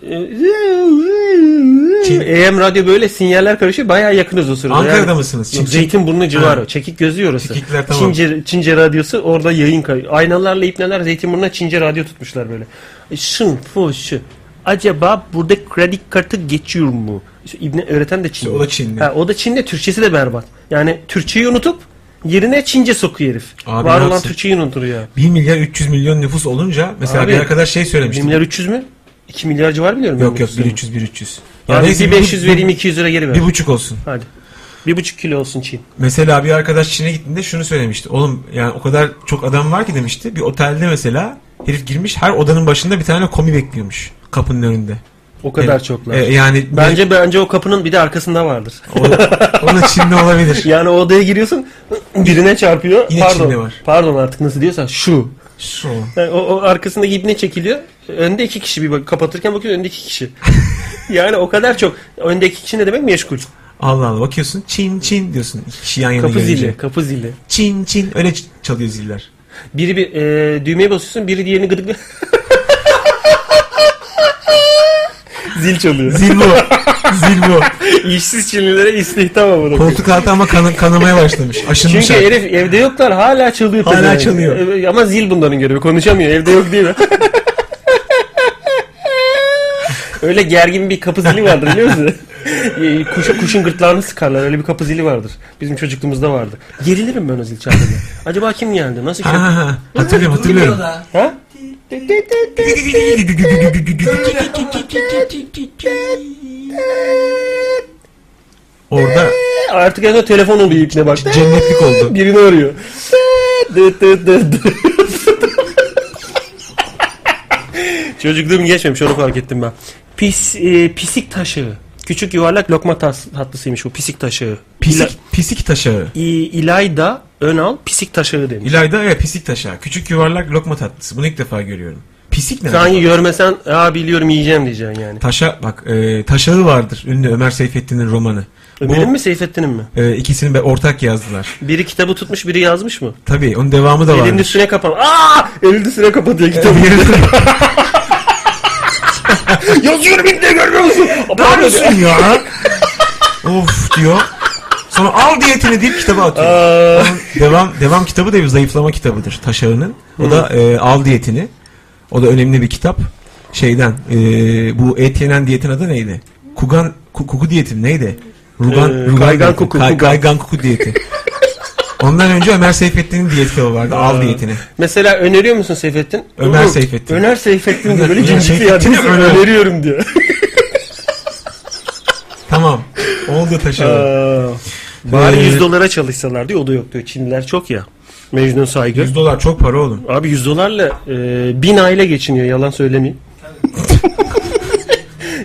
[SPEAKER 1] EM radyo böyle sinyaller karışıyor. Bayağı yakınız o sırada.
[SPEAKER 2] Ankara'da mısınız? Çin-
[SPEAKER 1] Yok, Zeytinburnu civarı.
[SPEAKER 2] Ha.
[SPEAKER 1] Çekik gözü orası.
[SPEAKER 2] Çekikler, tamam.
[SPEAKER 1] Çince, Çince radyosu orada yayın kay. Aynalarla ipneler Zeytinburnu'na Çince radyo tutmuşlar böyle. E, Şın fo şu. Acaba burada kredi kartı geçiyor mu? İşte İbne öğreten de Çinli.
[SPEAKER 2] İşte o da Çinli.
[SPEAKER 1] Ha, o da Çinli. Türkçesi de berbat. Yani Türkçeyi unutup yerine Çince sokuyor herif.
[SPEAKER 2] Abi
[SPEAKER 1] Var
[SPEAKER 2] ne
[SPEAKER 1] olan
[SPEAKER 2] yapsın?
[SPEAKER 1] Türkçeyi unutur ya.
[SPEAKER 2] 1 milyar 300 milyon nüfus olunca mesela
[SPEAKER 1] Abi,
[SPEAKER 2] bir arkadaş şey söylemişti.
[SPEAKER 1] 1 milyar 300 mü? 2 milyar civarı biliyorum. ben
[SPEAKER 2] Yok yok
[SPEAKER 1] nüfusunu.
[SPEAKER 2] 1300 1300.
[SPEAKER 1] Abi
[SPEAKER 2] neyse,
[SPEAKER 1] bir 500
[SPEAKER 2] bir-
[SPEAKER 1] vereyim 200 lira geri ver.
[SPEAKER 2] Bir buçuk olsun.
[SPEAKER 1] Hadi. Bir buçuk kilo olsun Çin.
[SPEAKER 2] Mesela bir arkadaş Çin'e gittiğinde şunu söylemişti. Oğlum yani o kadar çok adam var ki demişti. Bir otelde mesela herif girmiş her odanın başında bir tane komi bekliyormuş kapının önünde.
[SPEAKER 1] O kadar
[SPEAKER 2] Evet.
[SPEAKER 1] çoklar.
[SPEAKER 2] E, yani bence
[SPEAKER 1] Bence bence o kapının bir de arkasında vardır.
[SPEAKER 2] o,
[SPEAKER 1] <laughs>
[SPEAKER 2] o da Çinli olabilir.
[SPEAKER 1] Yani o odaya giriyorsun birine çarpıyor.
[SPEAKER 2] Yine
[SPEAKER 1] pardon.
[SPEAKER 2] Çinli var.
[SPEAKER 1] Pardon artık nasıl diyorsan şu.
[SPEAKER 2] Şu.
[SPEAKER 1] Yani o, o arkasındaki ibne çekiliyor. Önde iki kişi bir bak kapatırken bakıyorsun önde iki
[SPEAKER 2] <laughs>
[SPEAKER 1] kişi. yani o kadar çok. Öndeki kişi ne demek meşgul.
[SPEAKER 2] Allah Allah bakıyorsun Çin Çin diyorsun. İki kişi yan yana
[SPEAKER 1] Kapı
[SPEAKER 2] gelince.
[SPEAKER 1] zili, kapı zili.
[SPEAKER 2] Çin Çin öyle ç- çalıyor ziller.
[SPEAKER 1] Biri bir e, düğmeye basıyorsun, biri diğerini gıdıklıyor. Zil çalıyor.
[SPEAKER 2] Zil bu.
[SPEAKER 1] <laughs>
[SPEAKER 2] Zil bu.
[SPEAKER 1] İşsiz Çinlilere istihdam amına koyayım.
[SPEAKER 2] Koltuk altı ama kanı- kanamaya başlamış. Aşınmış.
[SPEAKER 1] Çünkü
[SPEAKER 2] artık.
[SPEAKER 1] herif evde yoklar hala çalıyor.
[SPEAKER 2] Hala
[SPEAKER 1] pezevenk.
[SPEAKER 2] çalıyor.
[SPEAKER 1] Ee, Ama zil bunların görevi konuşamıyor evde yok değil mi? <laughs> öyle gergin bir kapı zili vardır
[SPEAKER 2] <laughs>
[SPEAKER 1] biliyor musun? Ee, Kuş, kuşun gırtlağını sıkarlar öyle bir kapı zili vardır. Bizim çocukluğumuzda vardı. Gerilirim ben o zil çaldığında. Acaba kim geldi? Nasıl
[SPEAKER 2] Ha,
[SPEAKER 1] kim?
[SPEAKER 2] ha, ha. Hatırlıyorum hatırlıyorum.
[SPEAKER 1] ha?
[SPEAKER 2] Orada
[SPEAKER 1] Ee, Artık en son telefon oluyor ipine bak.
[SPEAKER 2] cennetlik oldu.
[SPEAKER 1] <laughs> Birini arıyor. Dıt dıt dıt dıt. <laughs> Çocukluğum geçmemiş onu fark ettim ben. Pis, e, pisik taşı. Küçük yuvarlak lokma tas, tatlısıymış bu pisik taşı.
[SPEAKER 2] Pisik, pisik taşağı.
[SPEAKER 1] İlayda Önal pisik taşı demiş.
[SPEAKER 2] İlayda evet pisik taşağı. Küçük yuvarlak lokma tatlısı. Bunu ilk defa görüyorum. Pisik ne?
[SPEAKER 1] Sanki görmesen aa biliyorum yiyeceğim diyeceksin yani.
[SPEAKER 2] Taşa bak e, taşağı vardır ünlü Ömer Seyfettin'in romanı.
[SPEAKER 1] Ömer'in mi Seyfettin'in mi?
[SPEAKER 2] e, ikisini be- ortak yazdılar.
[SPEAKER 1] Biri kitabı tutmuş biri yazmış mı?
[SPEAKER 2] Tabii onun devamı da
[SPEAKER 1] Elinin
[SPEAKER 2] vardır.
[SPEAKER 1] üstüne kapan. Aa! Elinin üstüne kapatıyor kitabı. <laughs> Yazıyorum ilk de görmüyor musun?
[SPEAKER 2] ne yapıyorsun ya? of diyor. Sonra al diyetini deyip kitaba atıyor.
[SPEAKER 1] Aa.
[SPEAKER 2] devam devam kitabı da bir zayıflama kitabıdır Taşağı'nın. O da e, Al Diyetini. O da önemli bir kitap. Şeyden e, bu et yenen diyetin adı neydi? Kugan ku- kuku diyeti mi? neydi? Rugan,
[SPEAKER 1] Ee,
[SPEAKER 2] rugan
[SPEAKER 1] kaygan
[SPEAKER 2] diyeti.
[SPEAKER 1] kuku,
[SPEAKER 2] Kay-
[SPEAKER 1] kugan.
[SPEAKER 2] kaygan kuku diyeti. Ondan önce Ömer Seyfettin'in diyet kitabı
[SPEAKER 1] <laughs>
[SPEAKER 2] vardı. Al diyetini.
[SPEAKER 1] Mesela öneriyor musun Seyfettin?
[SPEAKER 2] Ömer
[SPEAKER 1] Oğlum,
[SPEAKER 2] Seyfettin.
[SPEAKER 1] Öner Seyfettin diyor. Böyle
[SPEAKER 2] Ömer
[SPEAKER 1] cincikli ya.
[SPEAKER 2] Seyfettin'i
[SPEAKER 1] Diyorsun,
[SPEAKER 2] öner.
[SPEAKER 1] Öneriyorum diyor.
[SPEAKER 2] Tamam. Oldu taşağı.
[SPEAKER 1] Bari
[SPEAKER 2] Ee,
[SPEAKER 1] 100 dolara çalışsalar diyor. O da yok diyor. Çinliler çok ya. Mecnun Saygı.
[SPEAKER 2] 100 dolar çok para oğlum. <laughs>
[SPEAKER 1] Abi 100 dolarla e, bin aile geçiniyor. Yalan söylemeyeyim.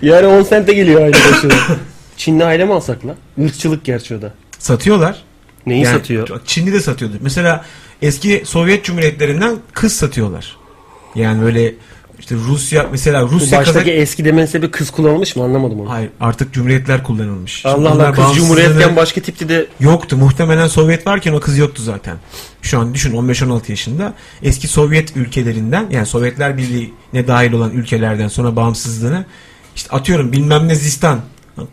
[SPEAKER 1] yani 10 sente geliyor aile başına. Çinli aile mi alsak lan? Irkçılık gerçi o da.
[SPEAKER 2] Satıyorlar.
[SPEAKER 1] Neyi
[SPEAKER 2] Yani
[SPEAKER 1] satıyor?
[SPEAKER 2] Çinli de satıyordu. Mesela eski Sovyet Cumhuriyetlerinden kız satıyorlar. Yani böyle işte Rusya mesela
[SPEAKER 1] Bu
[SPEAKER 2] Rusya
[SPEAKER 1] baştaki
[SPEAKER 2] Kazak...
[SPEAKER 1] eski demenin sebebi kız kullanılmış mı anlamadım onu.
[SPEAKER 2] Hayır artık cumhuriyetler kullanılmış. Şimdi
[SPEAKER 1] Allah Allah
[SPEAKER 2] bunlar
[SPEAKER 1] kız cumhuriyetken
[SPEAKER 2] bağımsızlığını-
[SPEAKER 1] başka tipti de
[SPEAKER 2] Yoktu. Muhtemelen Sovyet varken o kız yoktu zaten. Şu an düşün 15-16 yaşında eski Sovyet ülkelerinden yani Sovyetler Birliği'ne dahil olan ülkelerden sonra bağımsızlığını işte atıyorum bilmem ne Zistan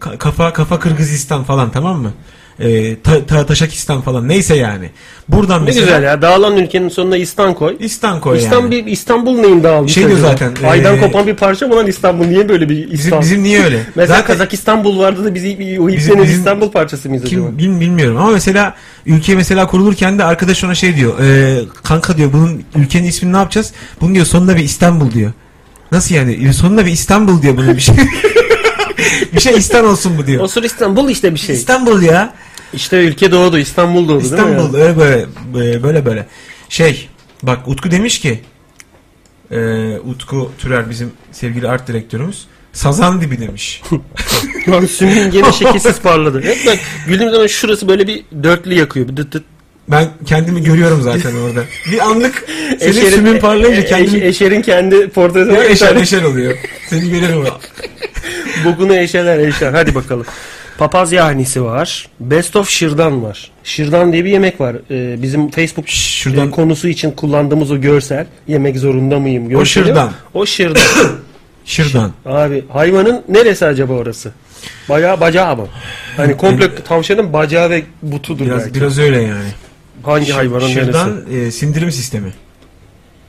[SPEAKER 2] ka- kafa kafa Kırgızistan falan tamam mı? Ee, ta, ta- Taşakistan falan neyse yani. Buradan
[SPEAKER 1] ne
[SPEAKER 2] mesela
[SPEAKER 1] güzel ya. Dağılan ülkenin sonuna İstan koy.
[SPEAKER 2] İstan koy yani.
[SPEAKER 1] İstanbul, İstanbul neyin dağılmış
[SPEAKER 2] Şey diyor
[SPEAKER 1] acaba?
[SPEAKER 2] zaten,
[SPEAKER 1] Aydan
[SPEAKER 2] ee,
[SPEAKER 1] kopan bir parça mı lan İstanbul? Niye böyle bir
[SPEAKER 2] Bizim,
[SPEAKER 1] İstanbul?
[SPEAKER 2] bizim niye öyle?
[SPEAKER 1] <laughs> Mesela
[SPEAKER 2] Zaten-
[SPEAKER 1] Kazak İstanbul vardı da bizi o
[SPEAKER 2] Bizim-
[SPEAKER 1] İplenin
[SPEAKER 2] bizim-
[SPEAKER 1] İstanbul parçası mıyız acaba?
[SPEAKER 2] Kim bil- bilmiyorum ama mesela ülke mesela kurulurken de arkadaş ona şey diyor. "Ee, kanka diyor bunun ülkenin ismini ne yapacağız? Bunun diyor sonunda bir İstanbul diyor. Nasıl yani? E, Sonunda bir İstanbul diyor bunun bir şey. <laughs> bir şey İstan olsun bu diyor.
[SPEAKER 1] Osur İstanbul işte bir şey.
[SPEAKER 2] İstanbul ya.
[SPEAKER 1] İşte ülke doğdu İstanbul doğdu değil mi?
[SPEAKER 2] İstanbul öyle böyle böyle- böyle böyle. Şey bak Utku demiş ki ee, Utku Türer bizim sevgili art direktörümüz. Sazan dibi
[SPEAKER 1] <laughs>
[SPEAKER 2] demiş.
[SPEAKER 1] ya? Lan sümüngeni şekilsiz parladı. Hep ben güldüğüm zaman şurası böyle bir dörtlü yakıyor. Bir dıt dıt.
[SPEAKER 2] Ben kendimi görüyorum
[SPEAKER 1] <laughs>
[SPEAKER 2] zaten orada. Bir anlık senin
[SPEAKER 1] Eşer'in-
[SPEAKER 2] sümün parlayınca
[SPEAKER 1] e-
[SPEAKER 2] kendimi
[SPEAKER 1] Eş- Eşer'in kendi portresi var.
[SPEAKER 2] Eşer
[SPEAKER 1] Bir
[SPEAKER 2] eşer
[SPEAKER 1] tane
[SPEAKER 2] eşer oluyor. Seni görelim
[SPEAKER 1] <laughs>
[SPEAKER 2] o.
[SPEAKER 1] Bokunu eşeler eşer. Hadi bakalım. Papaz yahnisi var. Best of şırdan var. Şırdan diye bir yemek var. Ee, bizim Facebook
[SPEAKER 2] Şırdan-
[SPEAKER 1] e, konusu için kullandığımız o görsel. Yemek zorunda mıyım? görseli.
[SPEAKER 2] şırdan.
[SPEAKER 1] O şırdan.
[SPEAKER 2] <coughs> Şırdan.
[SPEAKER 1] Abi hayvanın neresi acaba orası? Bayağı bacağı mı? Hani komple tavşanın bacağı ve butudur
[SPEAKER 2] Ee, e, Biraz
[SPEAKER 1] belki.
[SPEAKER 2] biraz öyle yani.
[SPEAKER 1] Hangi hayvanın neresi?
[SPEAKER 2] Şırdan e, sindirim sistemi.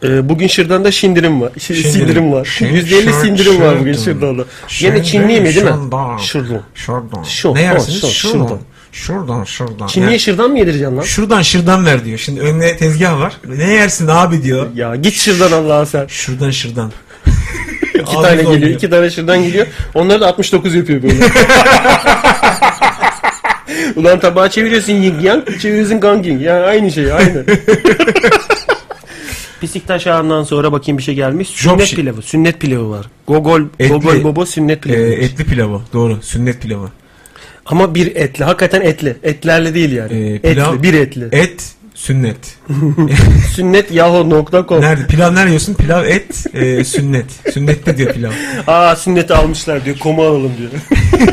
[SPEAKER 1] Ee, bugün şırdanda şindirim var. Şi-
[SPEAKER 2] Şindirim.
[SPEAKER 1] Sindirim var.
[SPEAKER 2] Şin-
[SPEAKER 1] %50
[SPEAKER 2] şır-
[SPEAKER 1] sindirim var bugün
[SPEAKER 2] şırdan.
[SPEAKER 1] şırdanda.
[SPEAKER 2] Şırdan,
[SPEAKER 1] Yine Çinli yemeği değil
[SPEAKER 2] şırdan.
[SPEAKER 1] mi? Şırdan.
[SPEAKER 2] Şırdan.
[SPEAKER 1] Şu-
[SPEAKER 2] ne yersiniz?
[SPEAKER 1] şu-
[SPEAKER 2] şırdan. Şırdan, şırdan.
[SPEAKER 1] Çinliye
[SPEAKER 2] Yani
[SPEAKER 1] şırdan mı yedireceksin lan?
[SPEAKER 2] şuradan şırdan ver diyor. Şimdi önüne tezgah var. Ne yersin abi diyor.
[SPEAKER 1] Ya git şırdan Allah'a sen.
[SPEAKER 2] Şuradan şırdan.
[SPEAKER 1] İki tane geliyor. iki tane şırdan geliyor. Onları da 69 yapıyor <laughs> böyle. Ulan tabağa çeviriyorsun yin yang, çeviriyorsun gang yin. Yani aynı şey <laughs> aynı. Pisiktaş ağından sonra bakayım bir şey gelmiş. Sünnet
[SPEAKER 2] Jobşi.
[SPEAKER 1] pilavı. Sünnet pilavı var. Gogol,
[SPEAKER 2] Etli.
[SPEAKER 1] Gogol Bobo sünnet
[SPEAKER 2] E,
[SPEAKER 1] pilavı. demiş.
[SPEAKER 2] etli pilavı. Doğru. Sünnet pilavı.
[SPEAKER 1] Ama bir etli. Hakikaten etli. Etlerle değil yani.
[SPEAKER 2] E, pilav-
[SPEAKER 1] etli. Bir etli.
[SPEAKER 2] Et
[SPEAKER 1] <laughs>
[SPEAKER 2] sünnet.
[SPEAKER 1] Sünnet yahu.com.
[SPEAKER 2] Nerede? Pilav nerede yiyorsun? Pilav et e, sünnet. Sünnette diyor pilav.
[SPEAKER 1] <laughs> Aa sünneti almışlar diyor. Koma alalım diyor. <laughs>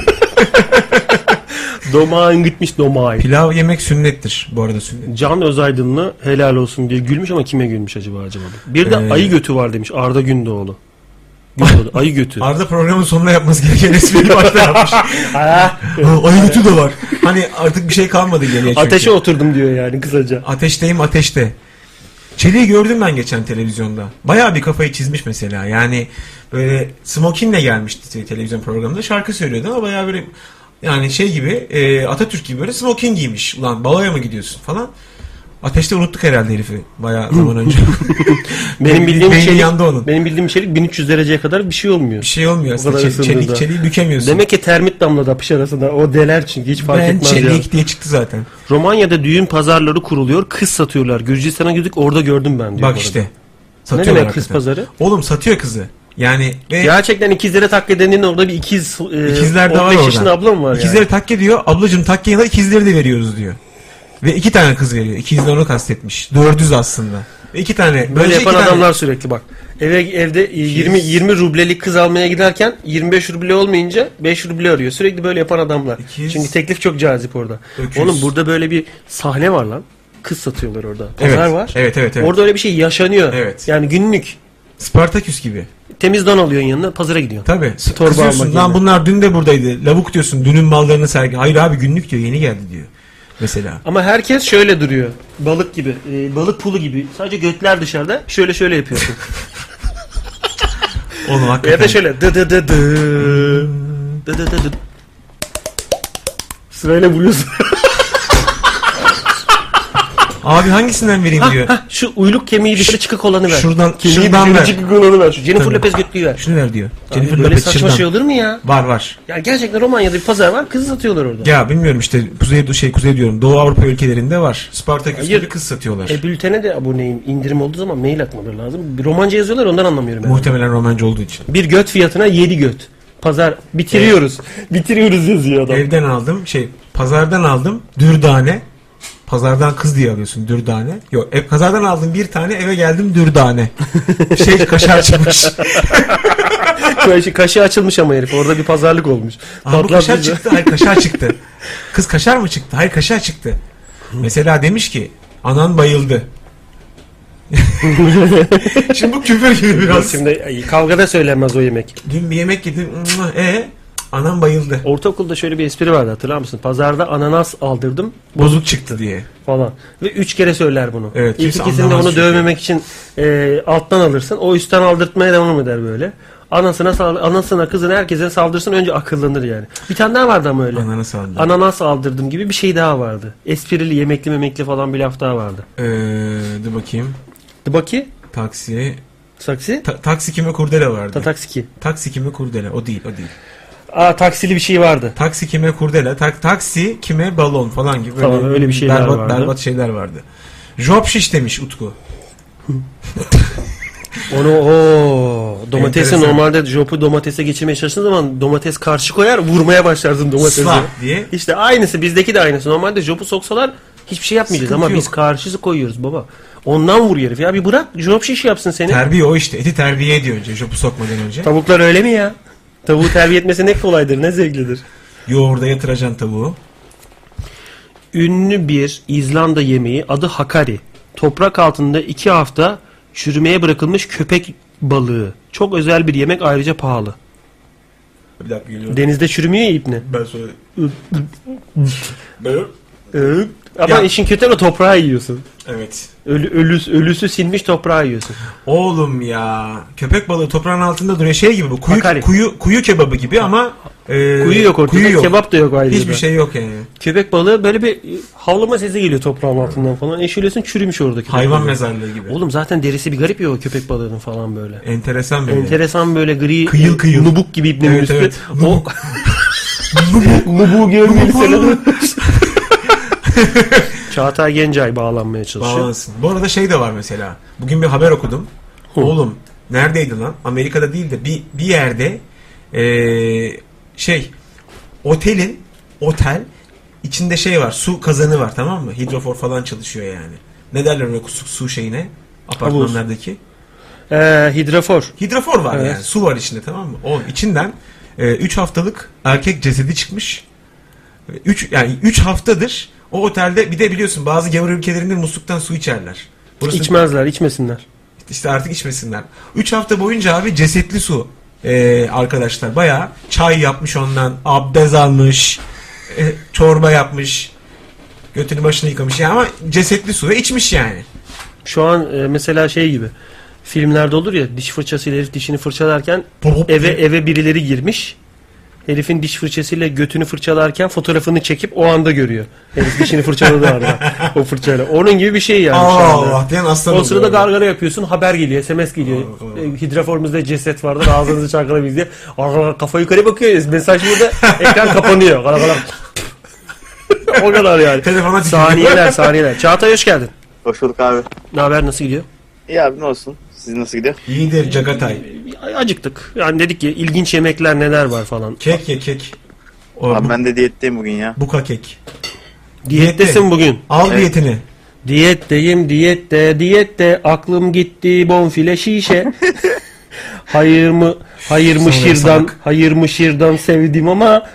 [SPEAKER 1] domağın gitmiş domağın.
[SPEAKER 2] Pilav yemek sünnettir. Bu arada sünnet.
[SPEAKER 1] Can Özaydın'la helal olsun diye gülmüş ama kime gülmüş acaba acaba? Bir de
[SPEAKER 2] Ee,
[SPEAKER 1] ayı götü var demiş Arda Gündoğdu. Gündoğdu ayı götü.
[SPEAKER 2] Arda programın sonuna yapması gereken resmini <laughs> başta yapmış.
[SPEAKER 1] Ah,
[SPEAKER 2] Ayı götü de var. Hani artık bir şey kalmadı geriye çünkü.
[SPEAKER 1] Ateşe oturdum diyor yani kısaca.
[SPEAKER 2] Ateşteyim ateşte. Çeliği gördüm ben geçen televizyonda. Bayağı bir kafayı çizmiş mesela. Yani böyle smokinle gelmişti te- televizyon programında. Şarkı söylüyordu ama bayağı böyle yani şey gibi e, Atatürk gibi böyle smokin giymiş. Ulan baloya mı gidiyorsun falan. Ateşte unuttuk herhalde herifi bayağı zaman önce.
[SPEAKER 1] <laughs> Benim bildiğim
[SPEAKER 2] Beyni
[SPEAKER 1] içerik,
[SPEAKER 2] yandı onun.
[SPEAKER 1] benim bildiğim içerik 1300 dereceye kadar bir şey olmuyor.
[SPEAKER 2] Bir şey olmuyor aslında.
[SPEAKER 1] kadar
[SPEAKER 2] Çe-
[SPEAKER 1] ısındığında.
[SPEAKER 2] çelik çeliği bükemiyorsun.
[SPEAKER 1] Demek ki termit damla da arasında o deler çünkü hiç fark
[SPEAKER 2] ben
[SPEAKER 1] etmez ya.
[SPEAKER 2] çelik diye çıktı zaten.
[SPEAKER 1] Romanya'da düğün pazarları kuruluyor. Kız satıyorlar. Gürcistan'a gidip orada gördüm ben diyor. bu
[SPEAKER 2] Bak
[SPEAKER 1] arada.
[SPEAKER 2] işte.
[SPEAKER 1] Ne
[SPEAKER 2] Satıyorlar
[SPEAKER 1] demek kız
[SPEAKER 2] hakikaten.
[SPEAKER 1] pazarı?
[SPEAKER 2] Oğlum satıyor kızı. Yani ve
[SPEAKER 1] Gerçekten ikizlere tak edenin orada bir ikiz e,
[SPEAKER 2] ikizler de var
[SPEAKER 1] 15
[SPEAKER 2] orada.
[SPEAKER 1] yaşında abla mı var
[SPEAKER 2] İkizleri
[SPEAKER 1] yani?
[SPEAKER 2] takke diyor. Ablacım takkeyi da ikizleri de veriyoruz diyor. Ve iki tane kız veriyor. İkizden onu kastetmiş. Dördüz aslında. Ve iki tane.
[SPEAKER 1] Böyle
[SPEAKER 2] Önce
[SPEAKER 1] yapan
[SPEAKER 2] iki tane.
[SPEAKER 1] adamlar sürekli bak. Eve evde 20 20 rublelik kız almaya giderken 25 ruble olmayınca 5 ruble arıyor. Sürekli böyle yapan adamlar.
[SPEAKER 2] İkiz.
[SPEAKER 1] Çünkü teklif çok cazip orada.
[SPEAKER 2] Öküz.
[SPEAKER 1] Oğlum burada böyle bir sahne var lan. Kız satıyorlar orada.
[SPEAKER 2] Evet.
[SPEAKER 1] Pazar var.
[SPEAKER 2] Evet evet evet.
[SPEAKER 1] Orada öyle bir şey yaşanıyor.
[SPEAKER 2] Evet.
[SPEAKER 1] Yani günlük.
[SPEAKER 2] Spartaküs gibi.
[SPEAKER 1] Temiz don alıyorsun yanına pazara gidiyorsun.
[SPEAKER 2] Tabi.
[SPEAKER 1] Torba
[SPEAKER 2] Kızıyorsun
[SPEAKER 1] almak
[SPEAKER 2] lan
[SPEAKER 1] yerine."
[SPEAKER 2] bunlar dün de buradaydı. Lavuk diyorsun dünün mallarını sergi. Hayır abi günlük diyor yeni geldi diyor. Mesela.
[SPEAKER 1] Ama herkes şöyle duruyor. Balık gibi. e, balık pulu gibi. Sadece götler dışarıda. Şöyle şöyle yapıyorsun.
[SPEAKER 2] Oğlum <laughs> hakikaten.
[SPEAKER 1] ya da şöyle dı dı dı dı. Dı dı dı dı. Sırayla vuruyorsun.
[SPEAKER 2] Abi hangisinden vereyim
[SPEAKER 1] <laughs>
[SPEAKER 2] diyor.
[SPEAKER 1] Hah, şu uyluk kemiği dışarı çıkık olanı ver.
[SPEAKER 2] Şuradan-
[SPEAKER 1] Kemiği
[SPEAKER 2] şuradan
[SPEAKER 1] dışarı
[SPEAKER 2] ver.
[SPEAKER 1] çıkık olanı ver. Şu Jennifer
[SPEAKER 2] Tabii.
[SPEAKER 1] Lopez götlüğü ver.
[SPEAKER 2] Şunu ver diyor.
[SPEAKER 1] Abi
[SPEAKER 2] Jennifer
[SPEAKER 1] böyle
[SPEAKER 2] Lopez
[SPEAKER 1] saçma
[SPEAKER 2] şırdan.
[SPEAKER 1] şey olur mu ya?
[SPEAKER 2] Var var.
[SPEAKER 1] Ya gerçekten Romanya'da bir pazar var. Kızı satıyorlar orada.
[SPEAKER 2] Ya bilmiyorum işte kuzey şey kuzey diyorum Doğu Avrupa ülkelerinde var. Spartaküs
[SPEAKER 1] Hayır.
[SPEAKER 2] gibi kız satıyorlar.
[SPEAKER 1] E bültene de aboneyim. indirim olduğu zaman mail atmaları lazım. Bir romanca yazıyorlar ondan anlamıyorum ben.
[SPEAKER 2] Muhtemelen Romancı olduğu için.
[SPEAKER 1] bir göt fiyatına 7 göt. Pazar bitiriyoruz. Bitiriyoruz yazıyor adam.
[SPEAKER 2] Evden aldım şey pazardan aldım dürdane. Pazardan kız diye alıyorsun dürdane. Yok ev, pazardan aldım bir tane eve geldim
[SPEAKER 1] <laughs>
[SPEAKER 2] dürdane. şey kaşar çıkmış.
[SPEAKER 1] Kaşı, kaşı şey, açılmış ama herif. Orada bir pazarlık olmuş.
[SPEAKER 2] Aa, bu
[SPEAKER 1] Patlar
[SPEAKER 2] kaşar
[SPEAKER 1] bizi.
[SPEAKER 2] çıktı. Hayır kaşar
[SPEAKER 1] <laughs>
[SPEAKER 2] çıktı. Kız kaşar mı çıktı? Hayır kaşar çıktı. Mesela demiş ki anan
[SPEAKER 1] <laughs>
[SPEAKER 2] bayıldı. Şimdi bu küfür gibi biraz.
[SPEAKER 1] Şimdi ay, kavgada söylenmez o yemek.
[SPEAKER 2] Dün bir yemek yedim. mm, E anam bayıldı.
[SPEAKER 1] Ortaokulda şöyle bir espri vardı hatırlar mısın? Pazarda ananas aldırdım
[SPEAKER 2] Bozuk çıktı diye.
[SPEAKER 1] falan. Ve üç kere söyler bunu.
[SPEAKER 2] Evet,
[SPEAKER 1] İlk
[SPEAKER 2] kimse
[SPEAKER 1] ikisinde
[SPEAKER 2] anlamaz
[SPEAKER 1] onu
[SPEAKER 2] çünkü.
[SPEAKER 1] dövmemek için e, alttan alırsın. O üstten aldırtmaya devam eder böyle. Anasına, sal- anasına kızına herkese saldırsın önce akıllanır yani. Bir tane daha vardı ama öyle.
[SPEAKER 2] Ananı sandı.
[SPEAKER 1] Ananas aldırdım gibi bir şey daha vardı. Esprili yemekli memekli falan bir laf daha vardı.
[SPEAKER 2] Ee, dur bakayım.
[SPEAKER 1] Baki,
[SPEAKER 2] Taksi.
[SPEAKER 1] saksi,
[SPEAKER 2] Ta- taksi kime kurdele vardı.
[SPEAKER 1] tataksiki.
[SPEAKER 2] taksi kime kurdele. O değil o değil.
[SPEAKER 1] Aa taksili bir şey vardı.
[SPEAKER 2] Taksi kime kurdele. Tak- taksi kime balon falan gibi.
[SPEAKER 1] Tamam, öyle bir şeyler
[SPEAKER 2] berbat,
[SPEAKER 1] vardı.
[SPEAKER 2] Berbat şeyler vardı. Job şiş demiş Utku.
[SPEAKER 1] Onu o domatesi
[SPEAKER 2] Enteresan.
[SPEAKER 1] normalde jopu domatese geçirmeye çalıştığın zaman domates karşı koyar vurmaya başlarsın domatesi.
[SPEAKER 2] Islah diye.
[SPEAKER 1] İşte aynısı bizdeki de aynısı. Normalde jopu soksalar hiçbir şey yapmayacağız
[SPEAKER 2] Sıkıntı
[SPEAKER 1] ama biz
[SPEAKER 2] yok.
[SPEAKER 1] karşısı koyuyoruz baba. Ondan vur herif ya bir bırak jop şiş yapsın seni.
[SPEAKER 2] Terbiye o işte. Eti terbiye ediyor önce. Jopu sokmadan önce.
[SPEAKER 1] Tavuklar öyle mi ya? Tavuğu terbiye etmesi ne kolaydır ne zevklidir.
[SPEAKER 2] Yoğurda yatıracaksın tavuğu.
[SPEAKER 1] Ünlü bir İzlanda yemeği adı hakari. Toprak altında iki hafta çürümeye bırakılmış köpek balığı. Çok özel bir yemek ayrıca pahalı.
[SPEAKER 2] Bir dakika geliyorum.
[SPEAKER 1] Denizde çürümüyor ya ipne.
[SPEAKER 2] ben sonra... Ben-
[SPEAKER 1] Evet. Ama
[SPEAKER 2] Ya-
[SPEAKER 1] işin kötü ama toprağı yiyorsun.
[SPEAKER 2] evet.
[SPEAKER 1] Ölü, ölüs, ölüsü silmiş toprağı yiyorsun.
[SPEAKER 2] Oğlum ya. Köpek balığı toprağın altında duruyor. Şey gibi bu. Kuyu,
[SPEAKER 1] Akari.
[SPEAKER 2] kuyu, kuyu kebabı gibi ama... e,
[SPEAKER 1] Kuyu yok ortada,
[SPEAKER 2] kuyu yok.
[SPEAKER 1] kebap da yok ayrıca.
[SPEAKER 2] Hiçbir şey yok yani.
[SPEAKER 1] Köpek balığı böyle bir e, havlama sesi geliyor toprağın altından falan. Eşeliyorsun çürümüş oradaki.
[SPEAKER 2] Hayvan mezarlığı gibi.
[SPEAKER 1] Oğlum zaten derisi bir garip ya o köpek balığının falan böyle.
[SPEAKER 2] Enteresan bir Enter-
[SPEAKER 1] Enteresan böyle gri
[SPEAKER 2] Kıyıl kıyıl.
[SPEAKER 1] nubuk gibi ipnenin
[SPEAKER 2] Evet,
[SPEAKER 1] üstü.
[SPEAKER 2] evet.
[SPEAKER 1] O nubuğu görmelisin. <laughs> Çağatay Gencay bağlanmaya çalışıyor.
[SPEAKER 2] Bağlansın. Bu arada şey de var mesela. Bugün bir haber okudum.
[SPEAKER 1] Hı.
[SPEAKER 2] Oğlum neredeydi lan? Amerika'da değil de bir, bir yerde eee, şey otelin otel içinde şey var. Su kazanı var tamam mı? Hidrofor falan çalışıyor yani. Ne derler ona su, su şeyine? Apartmanlardaki.
[SPEAKER 1] Ee, hidrafor.
[SPEAKER 2] Hidrofor var
[SPEAKER 1] Evet.
[SPEAKER 2] yani. Su var içinde tamam mı? Oğlum içinden 3 haftalık erkek cesedi çıkmış. 3 yani 3 haftadır o otelde bir de biliyorsun bazı gavur ülkelerinde musluktan su içerler. Burası
[SPEAKER 1] İçmezler içmesinler.
[SPEAKER 2] işte artık içmesinler. 3 hafta boyunca abi cesetli su e, arkadaşlar. Bayağı çay yapmış ondan, abdest almış, e, çorba yapmış, götünü başını yıkamış. Yani ama cesetli su ve içmiş yani.
[SPEAKER 1] Şu an e, mesela şey gibi. Filmlerde olur ya diş fırçasıyla herif dişini fırçalarken
[SPEAKER 2] Pop
[SPEAKER 1] eve
[SPEAKER 2] diye.
[SPEAKER 1] eve birileri girmiş. Herifin diş fırçasıyla götünü fırçalarken fotoğrafını çekip o anda görüyor. Herif dişini fırçaladı arada o fırçayla. Onun gibi bir şey yani şu
[SPEAKER 2] Allah
[SPEAKER 1] anda.
[SPEAKER 2] Allah diyen aslan
[SPEAKER 1] O
[SPEAKER 2] oluyor
[SPEAKER 1] sırada
[SPEAKER 2] orada.
[SPEAKER 1] gargara yapıyorsun, haber geliyor, SMS geliyor.
[SPEAKER 2] Allah
[SPEAKER 1] E, Hidraformuzda ceset vardır, ağzınızı çalkalamayız diye. Arkalar kafa yukarı bakıyor, mesaj burada, ekran kapanıyor. Kala kala. o kadar yani.
[SPEAKER 2] Telefona titriyor.
[SPEAKER 1] Saniyeler, saniyeler. Çağatay hoş geldin.
[SPEAKER 3] Hoş bulduk abi.
[SPEAKER 1] Ne haber, nasıl gidiyor?
[SPEAKER 3] İyi abi ne olsun? Siz nasıl gidiyor?
[SPEAKER 2] İyidir Cagatay.
[SPEAKER 1] Acıktık. Yani dedik ki ilginç yemekler neler var falan.
[SPEAKER 2] Kek ye kek. O,
[SPEAKER 3] Abi
[SPEAKER 2] bu-
[SPEAKER 3] ben de diyetteyim bugün ya.
[SPEAKER 2] Buka kek.
[SPEAKER 1] Diyettesin
[SPEAKER 2] Diyette.
[SPEAKER 3] <laughs>
[SPEAKER 1] bugün.
[SPEAKER 2] Al
[SPEAKER 3] Evet.
[SPEAKER 2] diyetini.
[SPEAKER 1] Diyetteyim diyette diyette aklım gitti
[SPEAKER 2] <laughs>
[SPEAKER 1] bonfile şişe. hayır mı hayır mı
[SPEAKER 2] Sana
[SPEAKER 1] şirdan
[SPEAKER 2] salak.
[SPEAKER 1] hayır mı şirdan sevdim ama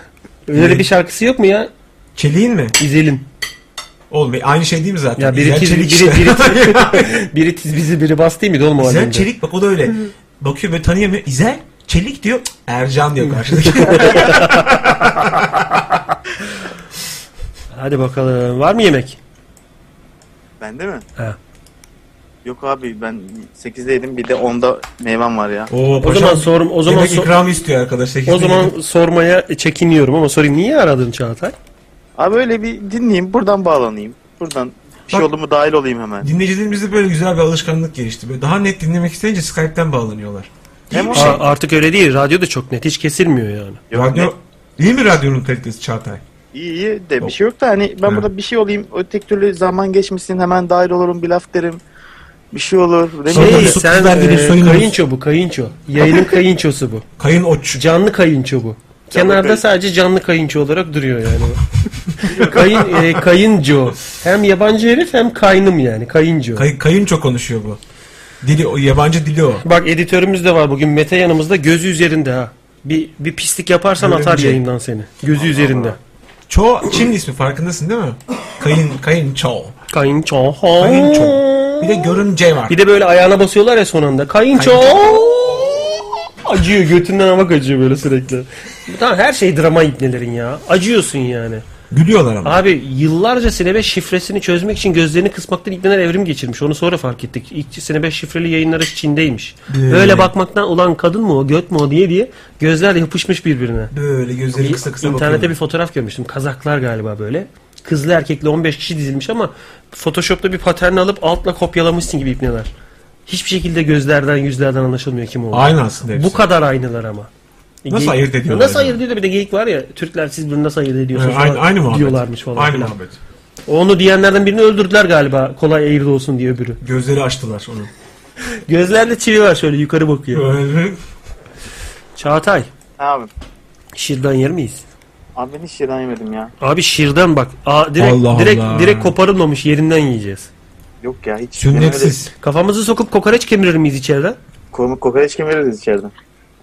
[SPEAKER 1] öyle
[SPEAKER 2] Evet.
[SPEAKER 1] bir şarkısı yok mu ya?
[SPEAKER 2] Çeliğin mi?
[SPEAKER 1] İzelim.
[SPEAKER 2] Oğlum aynı şey değil mi zaten?
[SPEAKER 1] Ya biri
[SPEAKER 2] İzel
[SPEAKER 1] tiz, biri,
[SPEAKER 2] çelik işte. <laughs>
[SPEAKER 1] biri, biri tiz bizi biri bas değil miydi oğlum o
[SPEAKER 2] İzel
[SPEAKER 1] halinde?
[SPEAKER 2] Çelik bak o da öyle. Bakıyor böyle tanıyamıyor. İzel Çelik diyor. "Cık, Ercan diyor karşıdaki.
[SPEAKER 1] <laughs> Hadi bakalım var mı yemek?
[SPEAKER 3] Bende mi?
[SPEAKER 1] He.
[SPEAKER 3] Yok abi ben 8'de yedim bir de 10'da meyvem var ya.
[SPEAKER 2] Oo,
[SPEAKER 1] O
[SPEAKER 2] paşam,
[SPEAKER 1] zaman sorum o zaman
[SPEAKER 2] yemek
[SPEAKER 1] so-
[SPEAKER 2] ikramı istiyor arkadaş.
[SPEAKER 1] o zaman sormaya çekiniyorum ama sorayım niye aradın Çağatay?
[SPEAKER 3] Abi öyle bir dinleyeyim buradan bağlanayım. Buradan bir şey
[SPEAKER 2] Bak-
[SPEAKER 3] oldu mu dahil olayım hemen.
[SPEAKER 2] dinleyicilerimizde böyle güzel bir alışkanlık gelişti. Böyle daha net dinlemek isteyince Skype'ten bağlanıyorlar. Değil
[SPEAKER 3] Hem
[SPEAKER 2] mi?
[SPEAKER 3] o-
[SPEAKER 2] Şey,
[SPEAKER 1] Aa, artık öyle değil radyo da çok net hiç kesilmiyor yani.
[SPEAKER 3] Yok,
[SPEAKER 2] radyo...
[SPEAKER 3] ne-
[SPEAKER 2] İyi mi radyonun kalitesi Çağatay?
[SPEAKER 3] İyi iyi de bir şey yok da hani ben
[SPEAKER 2] He.
[SPEAKER 3] burada bir şey olayım. Öteki türlü zaman geçmesin hemen dahil olurum bir laf derim. bir şey olur. Değil
[SPEAKER 2] Şey-
[SPEAKER 3] mi?
[SPEAKER 1] Hey,
[SPEAKER 2] Su
[SPEAKER 1] sen
[SPEAKER 2] verdi bir
[SPEAKER 1] e,
[SPEAKER 2] soyunuruz.
[SPEAKER 1] kayınço bu kayınço. Yayının kayınçosu bu.
[SPEAKER 2] Kayın oç.
[SPEAKER 1] Canlı kayınço bu. Kenarda
[SPEAKER 3] kayınço.
[SPEAKER 1] sadece canlı kayınço olarak
[SPEAKER 2] <laughs>
[SPEAKER 1] duruyor yani. Kayın, e, kayınco. Hem yabancı herif hem kaynım yani. Kayınco.
[SPEAKER 2] Kay, kayınço konuşuyor bu. Dili o, yabancı dili o.
[SPEAKER 1] Bak editörümüz de var bugün. Mete yanımızda. Gözü üzerinde ha. Bir, bir pislik yaparsan
[SPEAKER 2] Böyle
[SPEAKER 1] atar
[SPEAKER 2] bir şey.
[SPEAKER 1] yayından seni. Gözü üzerinde.
[SPEAKER 2] Ço Çin ismi farkındasın değil mi? Kayın kayınço.
[SPEAKER 1] Kayınço.
[SPEAKER 2] Kayınço. Bir de görümce şey var.
[SPEAKER 1] Bir de böyle ayağına basıyorlar ya son anda. Kayınço. <laughs> Acıyor götünden hamak acıyor böyle sürekli. Tamam her şey drama ipnelerin ya. Acıyorsun yani.
[SPEAKER 2] Gülüyorlar ama.
[SPEAKER 1] Abi yıllarca Sine5 şifresini çözmek için gözlerini kısmaktan ipneler evrim geçirmiş. Onu sonra fark ettik. İlk Sine5 şifreli yayınları Çin'deymiş.
[SPEAKER 2] Ee.
[SPEAKER 1] Böyle bakmaktan ulan kadın mı o göt mü o diye diye gözler yapışmış birbirine.
[SPEAKER 2] Böyle gözleri kısa kısa
[SPEAKER 1] İnternette
[SPEAKER 2] bakıyor.
[SPEAKER 1] bir fotoğraf görmüştüm. Kazaklar galiba böyle. Kızlı erkekli 15 kişi dizilmiş ama Photoshop'ta bir patern alıp altla kopyalamışsın gibi ipneler. Hiçbir şekilde gözlerden yüzlerden anlaşılmıyor kim olduğu.
[SPEAKER 2] Aynı aslında hepsi.
[SPEAKER 1] Bu kadar aynılar ama. E,
[SPEAKER 2] Nasıl ayırt ediyorlar
[SPEAKER 1] Nasıl
[SPEAKER 2] acaba?
[SPEAKER 1] ayırt ediyor? Bir de geyik var ya Türkler siz bunu nasıl ayırt ediyorsunuz
[SPEAKER 2] Ee, aynı,
[SPEAKER 1] falan
[SPEAKER 2] aynı muhabbet.
[SPEAKER 1] diyorlarmış falan.
[SPEAKER 2] Aynı
[SPEAKER 1] filan.
[SPEAKER 2] muhabbet.
[SPEAKER 1] Onu diyenlerden birini öldürdüler galiba kolay ayırt olsun diye öbürü.
[SPEAKER 2] Gözleri açtılar onu.
[SPEAKER 1] <laughs> Gözlerde çivi var şöyle yukarı bakıyor.
[SPEAKER 2] Böyle-
[SPEAKER 1] Çağatay
[SPEAKER 3] Abi,
[SPEAKER 1] şırdan yer miyiz?
[SPEAKER 3] abi ben hiç yerden yemedim ya.
[SPEAKER 1] Abi şırdan bak aa, direkt,
[SPEAKER 2] Allah
[SPEAKER 1] direkt,
[SPEAKER 2] Allah.
[SPEAKER 1] direkt koparılmamış yerinden yiyeceğiz.
[SPEAKER 3] Yok ya hiç.
[SPEAKER 2] Sünnetsiz.
[SPEAKER 1] Kafamızı sokup kokoreç kemirir miyiz içeriden?
[SPEAKER 3] Konu kokoreç kemiririz içeriden.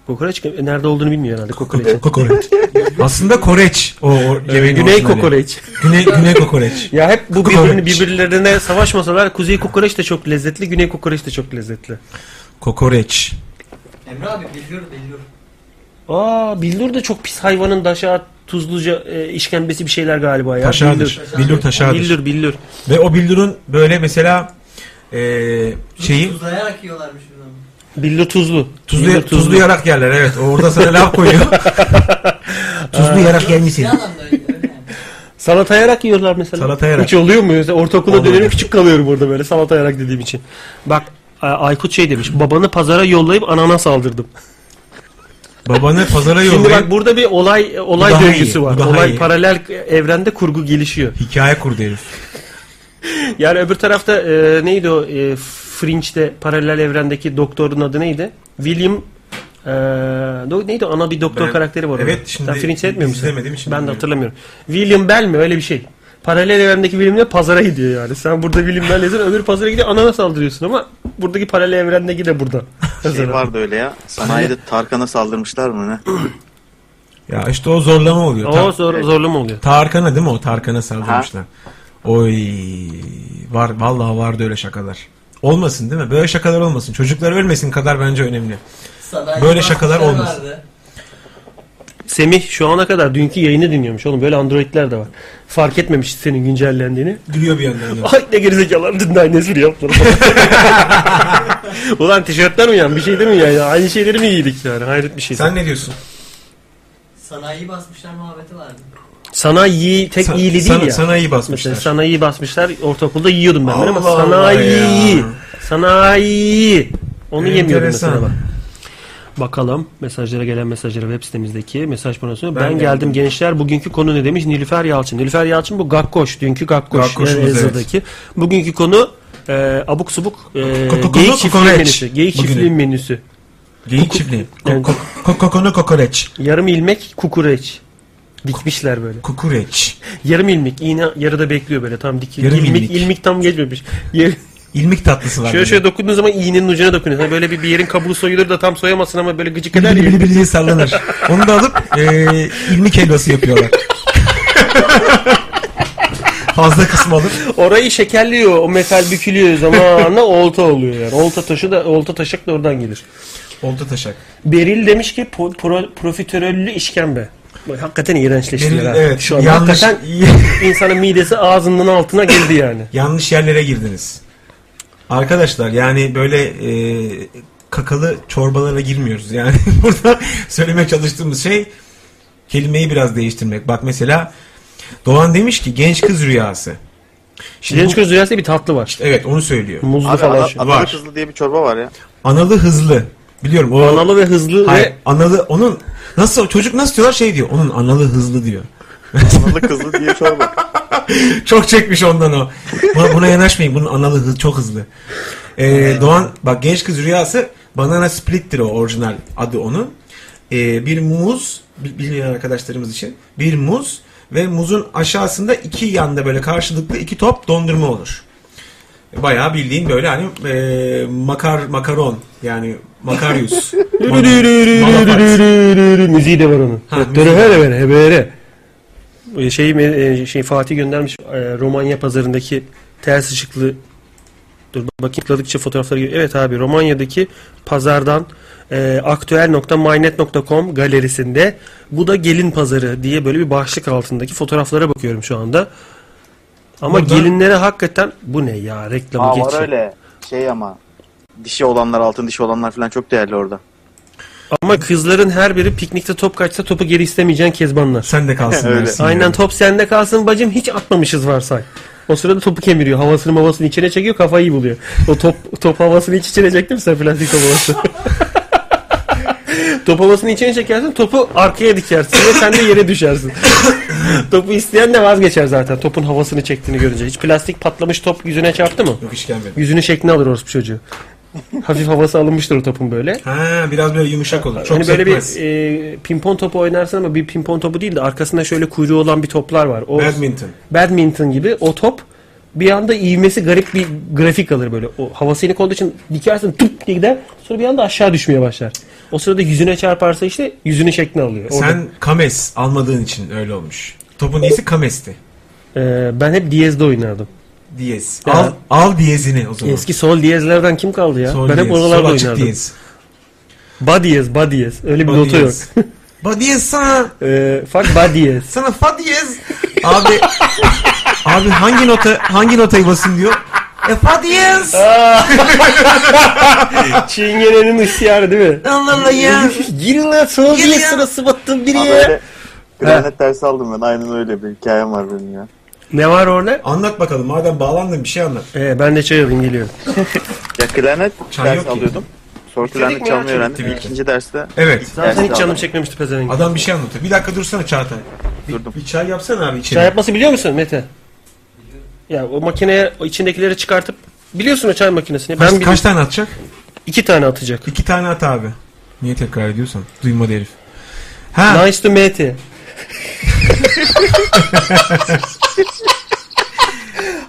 [SPEAKER 1] Kokoreç kem- e, nerede olduğunu bilmiyor herhalde
[SPEAKER 2] <laughs>
[SPEAKER 1] kokoreç.
[SPEAKER 2] Kokoreç. Aslında koreç. O, o yemeğin
[SPEAKER 1] Güney
[SPEAKER 2] orijinali.
[SPEAKER 1] kokoreç.
[SPEAKER 2] Güney, güney kokoreç.
[SPEAKER 1] <laughs> Ya hep bu
[SPEAKER 2] Kokoreç.
[SPEAKER 1] birbirini birbirlerine savaşmasalar kuzey kokoreç de çok lezzetli, güney kokoreç de çok lezzetli.
[SPEAKER 2] Kokoreç.
[SPEAKER 4] Emre abi biliyor biliyor.
[SPEAKER 1] Aa bildur da çok pis hayvanın daşa tuzluca e, işkembesi bir şeyler galiba ya.
[SPEAKER 2] Taşardır. Billur taşardır.
[SPEAKER 1] Bildur bildur.
[SPEAKER 2] Ve o billurun böyle mesela e, şeyi
[SPEAKER 4] Tuzlayarak yiyorlarmış bunu.
[SPEAKER 1] Bildur tuzlu.
[SPEAKER 2] tuzlu,
[SPEAKER 1] Bildur
[SPEAKER 2] tuzlu, yarak yerler evet. Orada sana laf
[SPEAKER 1] <laughs>
[SPEAKER 2] koyuyor. tuzlu yarak
[SPEAKER 4] Bir
[SPEAKER 2] gelmişsin.
[SPEAKER 4] adam da öyle. öyle yani.
[SPEAKER 1] Salata yarak yiyorlar mesela.
[SPEAKER 2] Salata yarak.
[SPEAKER 1] Hiç oluyor mu? Mesela ortaokula
[SPEAKER 2] Olmadı.
[SPEAKER 1] dönerim küçük kalıyorum burada böyle salata yarak dediğim için. Bak A- Aykut şey demiş. Babanı pazara yollayıp ananas aldırdım.
[SPEAKER 2] Babanı pazara
[SPEAKER 1] Şimdi bak
[SPEAKER 2] yollayıp
[SPEAKER 1] burada bir olay olay
[SPEAKER 2] daha
[SPEAKER 1] döngüsü
[SPEAKER 2] iyi,
[SPEAKER 1] var.
[SPEAKER 2] bu daha
[SPEAKER 1] Olay
[SPEAKER 2] iyi.
[SPEAKER 1] paralel evrende kurgu gelişiyor.
[SPEAKER 2] hikaye kurdu herif.
[SPEAKER 1] Yani öbür tarafta e, neydi o e, Fringe'de paralel evrendeki doktorun adı neydi? William e, do- neydi o? ana bir doktor
[SPEAKER 2] Ben-
[SPEAKER 1] karakteri var
[SPEAKER 2] Evet,
[SPEAKER 1] orada.
[SPEAKER 2] şimdi
[SPEAKER 1] Sen Fringe etmiyor musun?
[SPEAKER 2] izlemediğim için
[SPEAKER 1] Ben de
[SPEAKER 2] bilmiyorum.
[SPEAKER 1] hatırlamıyorum. William Bell mi öyle bir şey. Paralel evrendeki William'le pazara gidiyor yani. Sen burada William Bell yazıyorsun öbür pazara gidiyor anana saldırıyorsun ama buradaki paralel evrendeki
[SPEAKER 2] <laughs>
[SPEAKER 1] de burada.
[SPEAKER 3] Şey vardı öyle ya. Sanayide Tarkan'a saldırmışlar
[SPEAKER 2] <clears throat>
[SPEAKER 3] mı ne?
[SPEAKER 2] Ya işte o zorlama oluyor.
[SPEAKER 1] o
[SPEAKER 2] Ta-
[SPEAKER 1] zor, zorlama oluyor.
[SPEAKER 2] Tarkan'a değil mi o? Tarkan'a saldırmışlar. Oy var vallahi vardı öyle şakalar. Olmasın değil mi? Böyle şakalar olmasın. Çocuklar ölmesin kadar bence önemli.
[SPEAKER 4] Sanayi
[SPEAKER 2] Böyle
[SPEAKER 4] baskılar
[SPEAKER 2] şakalar olmasın.
[SPEAKER 4] vardı.
[SPEAKER 1] Semih şu ana kadar dünkü yayını dinliyormuş oğlum. Böyle androidler de var. Fark etmemiş senin güncellendiğini.
[SPEAKER 2] Gülüyor bir
[SPEAKER 1] <laughs>
[SPEAKER 2] yandan. da.
[SPEAKER 1] Ay ne gerizekalı dün de aynı espri yaptılar. <laughs> Ulan tişörtler mi yani bir şey değil mi yani aynı şeyleri mi giydik yani hayret bir şey.
[SPEAKER 2] Sen ne diyorsun?
[SPEAKER 4] Sanayi basmışlar muhabbeti vardı.
[SPEAKER 1] Sanayi tek
[SPEAKER 2] Sa-
[SPEAKER 1] iyili değil
[SPEAKER 2] sana-
[SPEAKER 1] ya.
[SPEAKER 2] Sanayi basmışlar.
[SPEAKER 1] Mesela sanayi basmışlar ortaokulda yiyordum ben böyle ama
[SPEAKER 2] Allah Allah
[SPEAKER 1] sanayi.
[SPEAKER 2] ya.
[SPEAKER 1] Sanayi. Onu yemiyorum
[SPEAKER 2] Enteresan.
[SPEAKER 1] mesela bak. Bakalım mesajlara gelen mesajlara web sitemizdeki mesaj panosuna. Ben,
[SPEAKER 2] Ben
[SPEAKER 1] geldim,
[SPEAKER 2] geldim.
[SPEAKER 1] gençler bugünkü konu ne demiş? Nilüfer Yalçın. Nilüfer Yalçın bu Gakkoş. Dünkü Gakkoş.
[SPEAKER 2] Gakkoş'umuz,
[SPEAKER 1] yani Ezra'daki. Bugünkü konu e, abuk subuk e,
[SPEAKER 2] Kokoreç.
[SPEAKER 1] geyik çiftliği menüsü. Geyik
[SPEAKER 2] Bugünün.
[SPEAKER 1] çiftliği menüsü.
[SPEAKER 2] Geyik çiftliği. Ko-
[SPEAKER 1] Evet.
[SPEAKER 2] ko- ko- Kokonu kokoreç.
[SPEAKER 1] Yarım ilmek kukureç. Dikmişler böyle.
[SPEAKER 2] Kukureç.
[SPEAKER 1] Yarım ilmek. iğne yarıda bekliyor böyle tam dikildi.
[SPEAKER 2] Yarım
[SPEAKER 1] ilmik,
[SPEAKER 2] ilmik.
[SPEAKER 1] ilmik tam geçmemiş. Yer-
[SPEAKER 2] İlmik tatlısı var.
[SPEAKER 1] Şöyle
[SPEAKER 2] bir de.
[SPEAKER 1] şöyle dokunduğun zaman iğnenin ucuna dokunuyorsun. Hani böyle bir, bir yerin kabuğu soyulur da tam soyamazsın ama böyle gıcık eder
[SPEAKER 2] Bili
[SPEAKER 1] ya.
[SPEAKER 2] bili bili diye sallanır. Onu da alıp eee ilmik helvası yapıyorlar. Fazla kısmı alıp
[SPEAKER 1] <laughs> Orayı şekerliyor. O metal bükülüyor zamanla olta oluyor yani. Olta taşı da olta taşak da oradan gelir.
[SPEAKER 2] olta taşak.
[SPEAKER 1] Beril demiş ki po- pro- profiterollü işkembe. Bak, Hakikaten iğrençleştiler
[SPEAKER 2] Beril,
[SPEAKER 1] ha.
[SPEAKER 2] evet,
[SPEAKER 1] Şu an
[SPEAKER 2] yanlış- <laughs>
[SPEAKER 1] hakikaten insanın midesi ağzından altına girdi yani.
[SPEAKER 2] Yanlış yerlere girdiniz. Arkadaşlar yani böyle eee, kakalı çorbalara girmiyoruz. Yani <laughs> burada söylemeye çalıştığımız şey kelimeyi biraz değiştirmek. Bak mesela Doğan demiş ki genç kız rüyası. Şimdi
[SPEAKER 1] Genç
[SPEAKER 2] bu-
[SPEAKER 1] göz rüyası diye bir tatlı var.
[SPEAKER 2] evet onu söylüyor.
[SPEAKER 1] Muzlu
[SPEAKER 3] Abi
[SPEAKER 1] falan.
[SPEAKER 3] Ana-
[SPEAKER 1] şey.
[SPEAKER 2] Var.
[SPEAKER 3] Analı Kızlı diye bir çorba var ya.
[SPEAKER 2] Analı hızlı. Biliyorum o
[SPEAKER 1] Analı ve hızlı
[SPEAKER 2] Hayır,
[SPEAKER 1] ve
[SPEAKER 2] analı onun nasıl çocuk nasıl diyorlar şey diyor. Onun analı hızlı diyor.
[SPEAKER 3] Analı Kızlı diye
[SPEAKER 2] <laughs>
[SPEAKER 3] çorba.
[SPEAKER 2] Çok çekmiş ondan o. Buna, buna yanaşmayın. Bunun analı hız, çok hızlı. Ee, Doğan bak genç kız rüyası banana split'tir o orijinal adı onun. Ee, bir muz bi- bilmeyen arkadaşlarımız için bir muz ve muzun aşağısında iki yanda böyle karşılıklı iki top dondurma olur. Bayağı bildiğin böyle hani e, makar makaron yani makaryus. Malafat.
[SPEAKER 1] Müziği de var onun.
[SPEAKER 2] Ha, müziği de var.
[SPEAKER 1] Dörere vere vere. Şey, mi, e, şey Fatih göndermiş e, Romanya pazarındaki ters ışıklı Dur bakayım tıkladıkça fotoğrafları gö- Evet abi Romanya'daki pazardan e, aktüel.mynet.com galerisinde bu da gelin pazarı diye böyle bir başlık altındaki fotoğraflara bakıyorum şu anda. Ama
[SPEAKER 2] Burada-
[SPEAKER 1] gelinlere hakikaten bu ne ya reklamı
[SPEAKER 3] Aa,
[SPEAKER 1] geç.
[SPEAKER 3] var öyle. Şey ama dişi olanlar altın dişi olanlar falan çok değerli orada.
[SPEAKER 1] Ama kızların her biri piknikte top kaçsa topu geri istemeyeceğin kezbanlar.
[SPEAKER 2] Sen de kalsın
[SPEAKER 3] Öyle.
[SPEAKER 2] dersin.
[SPEAKER 1] Aynen
[SPEAKER 2] yani.
[SPEAKER 1] top sende kalsın bacım hiç atmamışız varsay. O sırada topu kemiriyor. Havasını havasını içine çekiyor kafayı iyi buluyor. O top top havasını iç içine çektin mi sen plastik top havası? top havasını içine çekersin topu arkaya dikersin ve sen de yere düşersin. <laughs> topu isteyen de vazgeçer zaten topun havasını çektiğini görünce. Hiç plastik patlamış top yüzüne çarptı mı?
[SPEAKER 2] Yok hiç gelmedi.
[SPEAKER 1] Yüzünü şeklini alır orospu çocuğu. Hafif havası alınmıştır o topun böyle.
[SPEAKER 2] Ha biraz böyle yumuşak olur. Çok
[SPEAKER 1] Hani böyle
[SPEAKER 2] sekmez.
[SPEAKER 1] bir e, pimpon topu oynarsın ama bir pimpon topu değil de arkasında şöyle kuyruğu olan bir toplar var. O
[SPEAKER 2] Badminton.
[SPEAKER 1] badminton gibi o top bir anda ivmesi garip bir grafik alır böyle. O havası inik olduğu için dikersin tıp diye gider. Sonra bir anda aşağı düşmeye başlar. O sırada yüzüne çarparsa işte yüzünü şeklini alıyor. Orada-
[SPEAKER 2] E, Sen kames almadığın için öyle olmuş. Topun iyisi kamesti.
[SPEAKER 1] E, ben hep diyezde oynardım.
[SPEAKER 2] Diyez.
[SPEAKER 1] Ya.
[SPEAKER 2] Al, al diyezini o zaman.
[SPEAKER 1] Eski sol diyezlerden kim kaldı ya?
[SPEAKER 2] Sol
[SPEAKER 1] ben hep
[SPEAKER 2] diyez,
[SPEAKER 1] oralarda
[SPEAKER 2] sol açık
[SPEAKER 1] oynardım.
[SPEAKER 2] diyez.
[SPEAKER 1] Ba diyez, ba diyez. Öyle bir
[SPEAKER 2] Ba
[SPEAKER 1] nota yok. <laughs>
[SPEAKER 2] diyez. Ba diyez sana.
[SPEAKER 1] E, fuck ba diyez.
[SPEAKER 2] Sana fa diyez.
[SPEAKER 1] <laughs>
[SPEAKER 2] Abi. abi hangi nota hangi notayı basın diyor. E fa diyez.
[SPEAKER 1] <laughs> Çingenenin ihtiyarı değil mi?
[SPEAKER 2] Allah Allah ya.
[SPEAKER 1] Girin lan sol
[SPEAKER 2] Gir
[SPEAKER 1] diyez
[SPEAKER 2] ya.
[SPEAKER 1] sırası battım biri
[SPEAKER 3] Abi
[SPEAKER 1] ya.
[SPEAKER 3] öyle Granet dersi aldım ben. Aynen öyle bir hikayem var benim ya.
[SPEAKER 1] Ne var orada?
[SPEAKER 2] Anlat bakalım madem bağlandın bir şey anlat.
[SPEAKER 1] E, ben de çay alayım geliyorum.
[SPEAKER 3] Ya Granet
[SPEAKER 2] Çay yok
[SPEAKER 3] ders
[SPEAKER 2] ki.
[SPEAKER 3] alıyordum. Sonra
[SPEAKER 1] mi
[SPEAKER 3] Granet
[SPEAKER 1] ya?
[SPEAKER 3] çalmayı öğrendim.
[SPEAKER 2] Bitirdik.
[SPEAKER 3] İkinci derste
[SPEAKER 2] Evet.
[SPEAKER 1] Zaten
[SPEAKER 3] Dersi
[SPEAKER 1] hiç canım
[SPEAKER 3] aldım.
[SPEAKER 1] çekmemişti pezevenk.
[SPEAKER 2] Adam bir şey anlatıyor. Bir dakika dursana Çağatay. Bir,
[SPEAKER 3] Durdum.
[SPEAKER 2] bir çay yapsana abi içeri.
[SPEAKER 1] Çay yapması biliyor musun Mete? Ya o makineye o içindekileri çıkartıp biliyorsun o çay makinesini.
[SPEAKER 2] kaç,
[SPEAKER 1] ben E, bir,
[SPEAKER 2] kaç tane atacak?
[SPEAKER 1] iki tane atacak.
[SPEAKER 2] İki tane at abi. Niye tekrar ediyorsan? Duymadı herif. Ha.
[SPEAKER 1] Nice to Mete.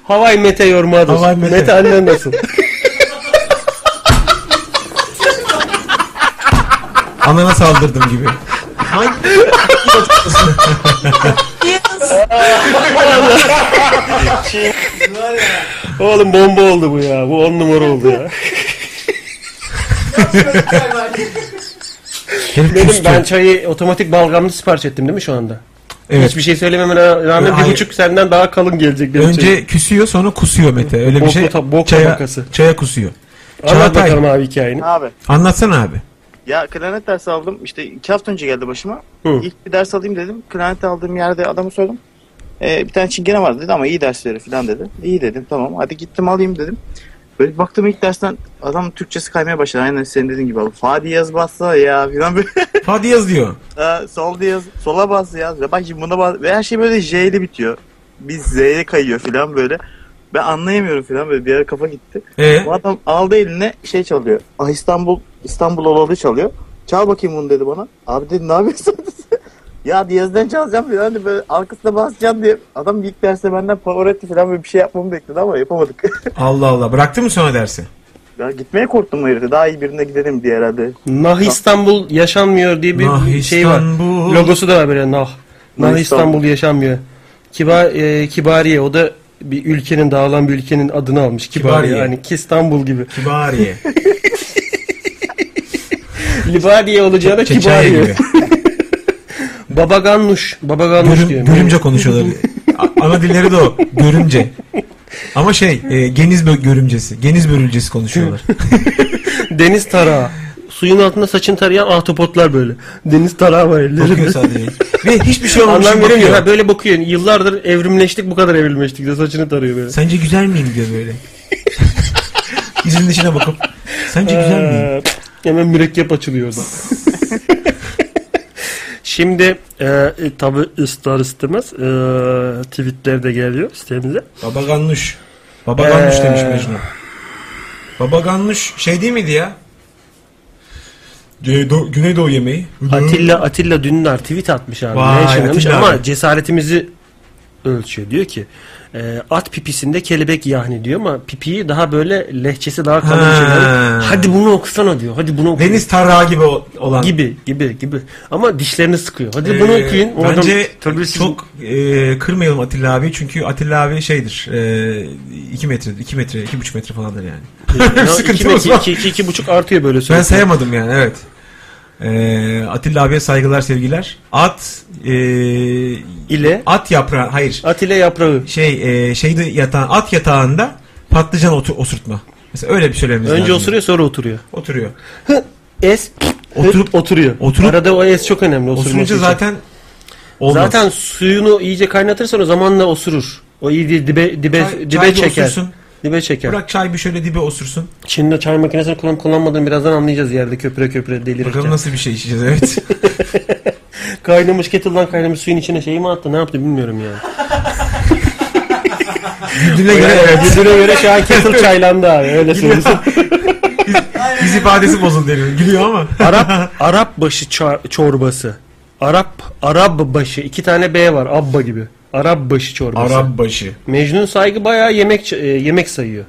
[SPEAKER 1] Havay Mete your mother.
[SPEAKER 2] Havai
[SPEAKER 1] Mete.
[SPEAKER 2] Mete. <laughs>
[SPEAKER 1] annen nasıl?
[SPEAKER 2] Anana saldırdım
[SPEAKER 1] <laughs>
[SPEAKER 2] gibi.
[SPEAKER 4] Var ya.
[SPEAKER 1] Oğlum bomba oldu bu ya. Bu on numara oldu ya.
[SPEAKER 4] Çocuklar var.
[SPEAKER 2] <laughs> Herif
[SPEAKER 1] Benim
[SPEAKER 2] küstü.
[SPEAKER 1] ben çayı otomatik balgamlı sipariş ettim değil mi şu anda?
[SPEAKER 2] evet.
[SPEAKER 1] Hiçbir şey söylememe ra- rağmen bir
[SPEAKER 2] Hayır.
[SPEAKER 1] buçuk senden daha kalın gelecek. benim şey-
[SPEAKER 2] Önce
[SPEAKER 1] çayım.
[SPEAKER 2] küsüyor sonra kusuyor Mete. Öyle
[SPEAKER 1] Bok
[SPEAKER 2] bir şey.
[SPEAKER 1] tab- bok
[SPEAKER 2] çaya,
[SPEAKER 1] tabakası.
[SPEAKER 2] çaya kusuyor.
[SPEAKER 1] Anlat
[SPEAKER 2] Çağatay.
[SPEAKER 1] bakalım abi hikayeni.
[SPEAKER 3] Ne abi?
[SPEAKER 2] Anlatsana abi.
[SPEAKER 3] Ya Granet dersi aldım. İşte iki hafta önce geldi başıma.
[SPEAKER 1] Hı.
[SPEAKER 3] İlk bir ders alayım dedim. Granet aldığım yerde adamı sordum. Ee, bir tane çingene vardı dedi ama iyi ders verir falan dedi. İyi dedim tamam. Hadi gittim alayım dedim. Böyle baktım ilk dersten adam Türkçesi kaymaya başladı. Aynen senin dediğin gibi abi. Fa diyez bassa ya falan böyle.
[SPEAKER 2] Hadi yaz diyor.
[SPEAKER 3] Ha, sol diyez, sola bas yaz. Ve bak şimdi buna bas. Ve her şey böyle J ile bitiyor. Biz Z'ye kayıyor falan böyle. Ben anlayamıyorum falan böyle bir ara kafa gitti.
[SPEAKER 2] Ee,
[SPEAKER 3] Bu adam aldı eline şey çalıyor. Ah İstanbul, İstanbul olalı çalıyor. Çal bakayım bunu dedi bana. Abi dedi ne yapıyorsun? <laughs> ya diyezden çalacağım falan dedi. Hani Böyle arkasına basacağım diye. Adam ilk derste benden favoretti falan böyle bir şey yapmamı bekledi ama yapamadık. <laughs>
[SPEAKER 2] Allah Allah. Bıraktı mı sonra
[SPEAKER 1] <laughs>
[SPEAKER 2] dersi?
[SPEAKER 3] ya gitmeye korktum bu herife. Daha iyi birine gidelim diye herhalde.
[SPEAKER 1] Nah İstanbul yaşanmıyor diye bir
[SPEAKER 2] Nah
[SPEAKER 1] şey var.
[SPEAKER 2] İstanbul.
[SPEAKER 1] Logosu da var böyle nah. Nah
[SPEAKER 3] Nah
[SPEAKER 1] İstanbul,
[SPEAKER 3] İstanbul.
[SPEAKER 1] yaşanmıyor. Kiba, e, Kibariye o da bir ülkenin dağılan bir ülkenin adını almış. Kibariye,
[SPEAKER 2] Kibariye.
[SPEAKER 1] yani İstanbul gibi.
[SPEAKER 2] Kibariye.
[SPEAKER 1] <laughs> Libariye olacağına
[SPEAKER 2] Çeçenye
[SPEAKER 1] Kibariye.
[SPEAKER 2] gibi.
[SPEAKER 1] Babagannuş. Babagannuş
[SPEAKER 2] Görüm,
[SPEAKER 1] diyor.
[SPEAKER 2] görümce
[SPEAKER 1] <laughs>
[SPEAKER 2] konuşuyorlar. A- Ana dilleri de o. Görümce. Ama şey, e, geniz bö- görümcesi, geniz börülcesi konuşuyorlar.
[SPEAKER 1] Deniz tarağı. Suyun altında saçını tarayan ahtapotlar böyle. Deniz tarağı var
[SPEAKER 2] Bakıyor
[SPEAKER 1] ellerinde.
[SPEAKER 2] sadece. Ve hiçbir şey olmamış
[SPEAKER 1] Anlam
[SPEAKER 2] gibi
[SPEAKER 1] veremiyor. Ha,
[SPEAKER 2] bakıyor.
[SPEAKER 1] böyle bakıyor. Yıllardır evrimleştik bu kadar evrimleştik de saçını tarıyor böyle.
[SPEAKER 2] Sence güzel miyim diyor
[SPEAKER 1] <laughs>
[SPEAKER 2] böyle. İzin dışına bakıp. Sence güzel miyim?
[SPEAKER 1] Ee, Hemen mürekkep açılıyor orada. <laughs> Şimdi e, e, tabi ister istemez e, tweetler de geliyor sitemize.
[SPEAKER 2] Baba Gannuş. Baba Gannuş
[SPEAKER 1] Ee,
[SPEAKER 2] demiş Mecnun. Baba Ganoush şey değil miydi ya? Güneydoğu, Güneydoğu yemeği.
[SPEAKER 1] Atilla Atilla Dündar tweet atmış abi.
[SPEAKER 2] Vay,
[SPEAKER 1] Mention demiş
[SPEAKER 2] Atilla
[SPEAKER 1] ama
[SPEAKER 2] abi.
[SPEAKER 1] cesaretimizi ölçüyor. Diyor ki e, at pipisinde kelebek yahni diyor ama pipiyi daha böyle lehçesi daha kalın
[SPEAKER 2] Ha.
[SPEAKER 1] şeyler. Hadi bunu okusana diyor. Hadi bunu oku.
[SPEAKER 2] Deniz tarrağı gibi o- olan.
[SPEAKER 1] gibi gibi gibi. Ama dişlerini sıkıyor. Hadi
[SPEAKER 2] Ee,
[SPEAKER 1] bunu okuyun. O adam-
[SPEAKER 2] bence
[SPEAKER 1] tabii siz-
[SPEAKER 2] çok e, kırmayalım Atilla abi çünkü Atilla abi şeydir 2 metre 2 metre 2,5 metre falandır yani. <laughs>
[SPEAKER 1] <laughs> Ya
[SPEAKER 2] sıkıntı
[SPEAKER 1] iki,
[SPEAKER 2] o
[SPEAKER 1] iki,
[SPEAKER 2] zaman.
[SPEAKER 1] iki, iki, iki buçuk artıyor böyle
[SPEAKER 2] Ben
[SPEAKER 1] sürekli.
[SPEAKER 2] sayamadım yani evet. E, Atilla abiye saygılar sevgiler. At e,
[SPEAKER 1] ile
[SPEAKER 2] at yaprağı hayır
[SPEAKER 1] Atilla yaprağı.
[SPEAKER 2] şey e, şeyde yatağın at yatağında patlıcan otur, osurtma. Mesela öyle bir söylememiz lazım.
[SPEAKER 1] Önce osuruyor sonra oturuyor.
[SPEAKER 2] Oturuyor.
[SPEAKER 1] Es
[SPEAKER 2] Oturup-
[SPEAKER 1] oturup oturuyor.
[SPEAKER 2] oturup-
[SPEAKER 1] Arada o es çok önemli. osurması
[SPEAKER 2] Osurunca
[SPEAKER 1] için.
[SPEAKER 2] zaten olmaz.
[SPEAKER 1] Zaten suyunu iyice kaynatırsan o zamanla osurur. O iyi değil, dibe dibe
[SPEAKER 2] Çay-
[SPEAKER 1] dibe
[SPEAKER 2] çayda
[SPEAKER 1] çeker.
[SPEAKER 2] osursun.
[SPEAKER 1] Dibe çeker.
[SPEAKER 2] Bırak çay bir şöyle dibe osursun.
[SPEAKER 1] Çin'de çay makinesini kullanıp kullanmadığını birazdan anlayacağız yerde köpüre köpüre
[SPEAKER 2] Bakalım
[SPEAKER 1] delirirken.
[SPEAKER 2] nasıl bir şey içeceğiz evet.
[SPEAKER 1] <laughs> Kaynamış kettle'dan kaynamış suyun içine şeyi mi attı ne yaptı bilmiyorum yani.
[SPEAKER 2] <laughs> Güldüğüne göre evet.
[SPEAKER 1] Güldüğüne göre şu an kettle çaylandı abi öyle söyleyeyim.
[SPEAKER 2] Biz ifadesi bozuldu herifin. Gülüyor ama.
[SPEAKER 1] Arap Arap başı ça- çorbası. Arap Arap başı iki tane B var abba gibi. Arap başı çorbası.
[SPEAKER 2] başı.
[SPEAKER 1] Mecnun saygı bayağı yemek ç- e, yemek sayıyor.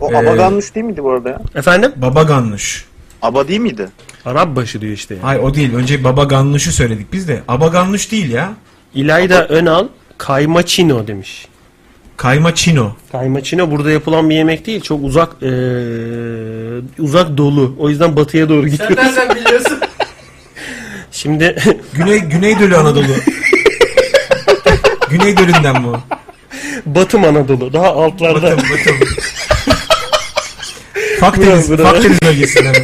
[SPEAKER 3] O
[SPEAKER 2] Ee,
[SPEAKER 3] Abaganmış değil miydi bu arada ya?
[SPEAKER 1] Efendim?
[SPEAKER 2] Baba Gannuş.
[SPEAKER 3] Aba değil miydi?
[SPEAKER 1] Arap başı diyor işte.
[SPEAKER 2] Hayır o değil. Önce Baba Gannuş'u söyledik biz de. Aba Gannuş değil ya.
[SPEAKER 1] İlayda Önal kaymaçino demiş.
[SPEAKER 2] Kayma Çino.
[SPEAKER 1] Kaymaçino burada yapılan bir yemek değil. Çok uzak eee, uzak dolu. O yüzden batıya doğru gidiyor.
[SPEAKER 4] Zaten sen biliyorsun.
[SPEAKER 1] Şimdi
[SPEAKER 2] <laughs> Güney, Güneydoğu
[SPEAKER 1] <laughs>
[SPEAKER 2] Anadolu. Güneydoğu'ndan bu.
[SPEAKER 1] Batım Anadolu. Daha altlarda.
[SPEAKER 2] Batım batım.
[SPEAKER 1] <laughs>
[SPEAKER 2] Fakdeniz,
[SPEAKER 1] Bravo, bravo.
[SPEAKER 2] Fakdeniz bölgesinden.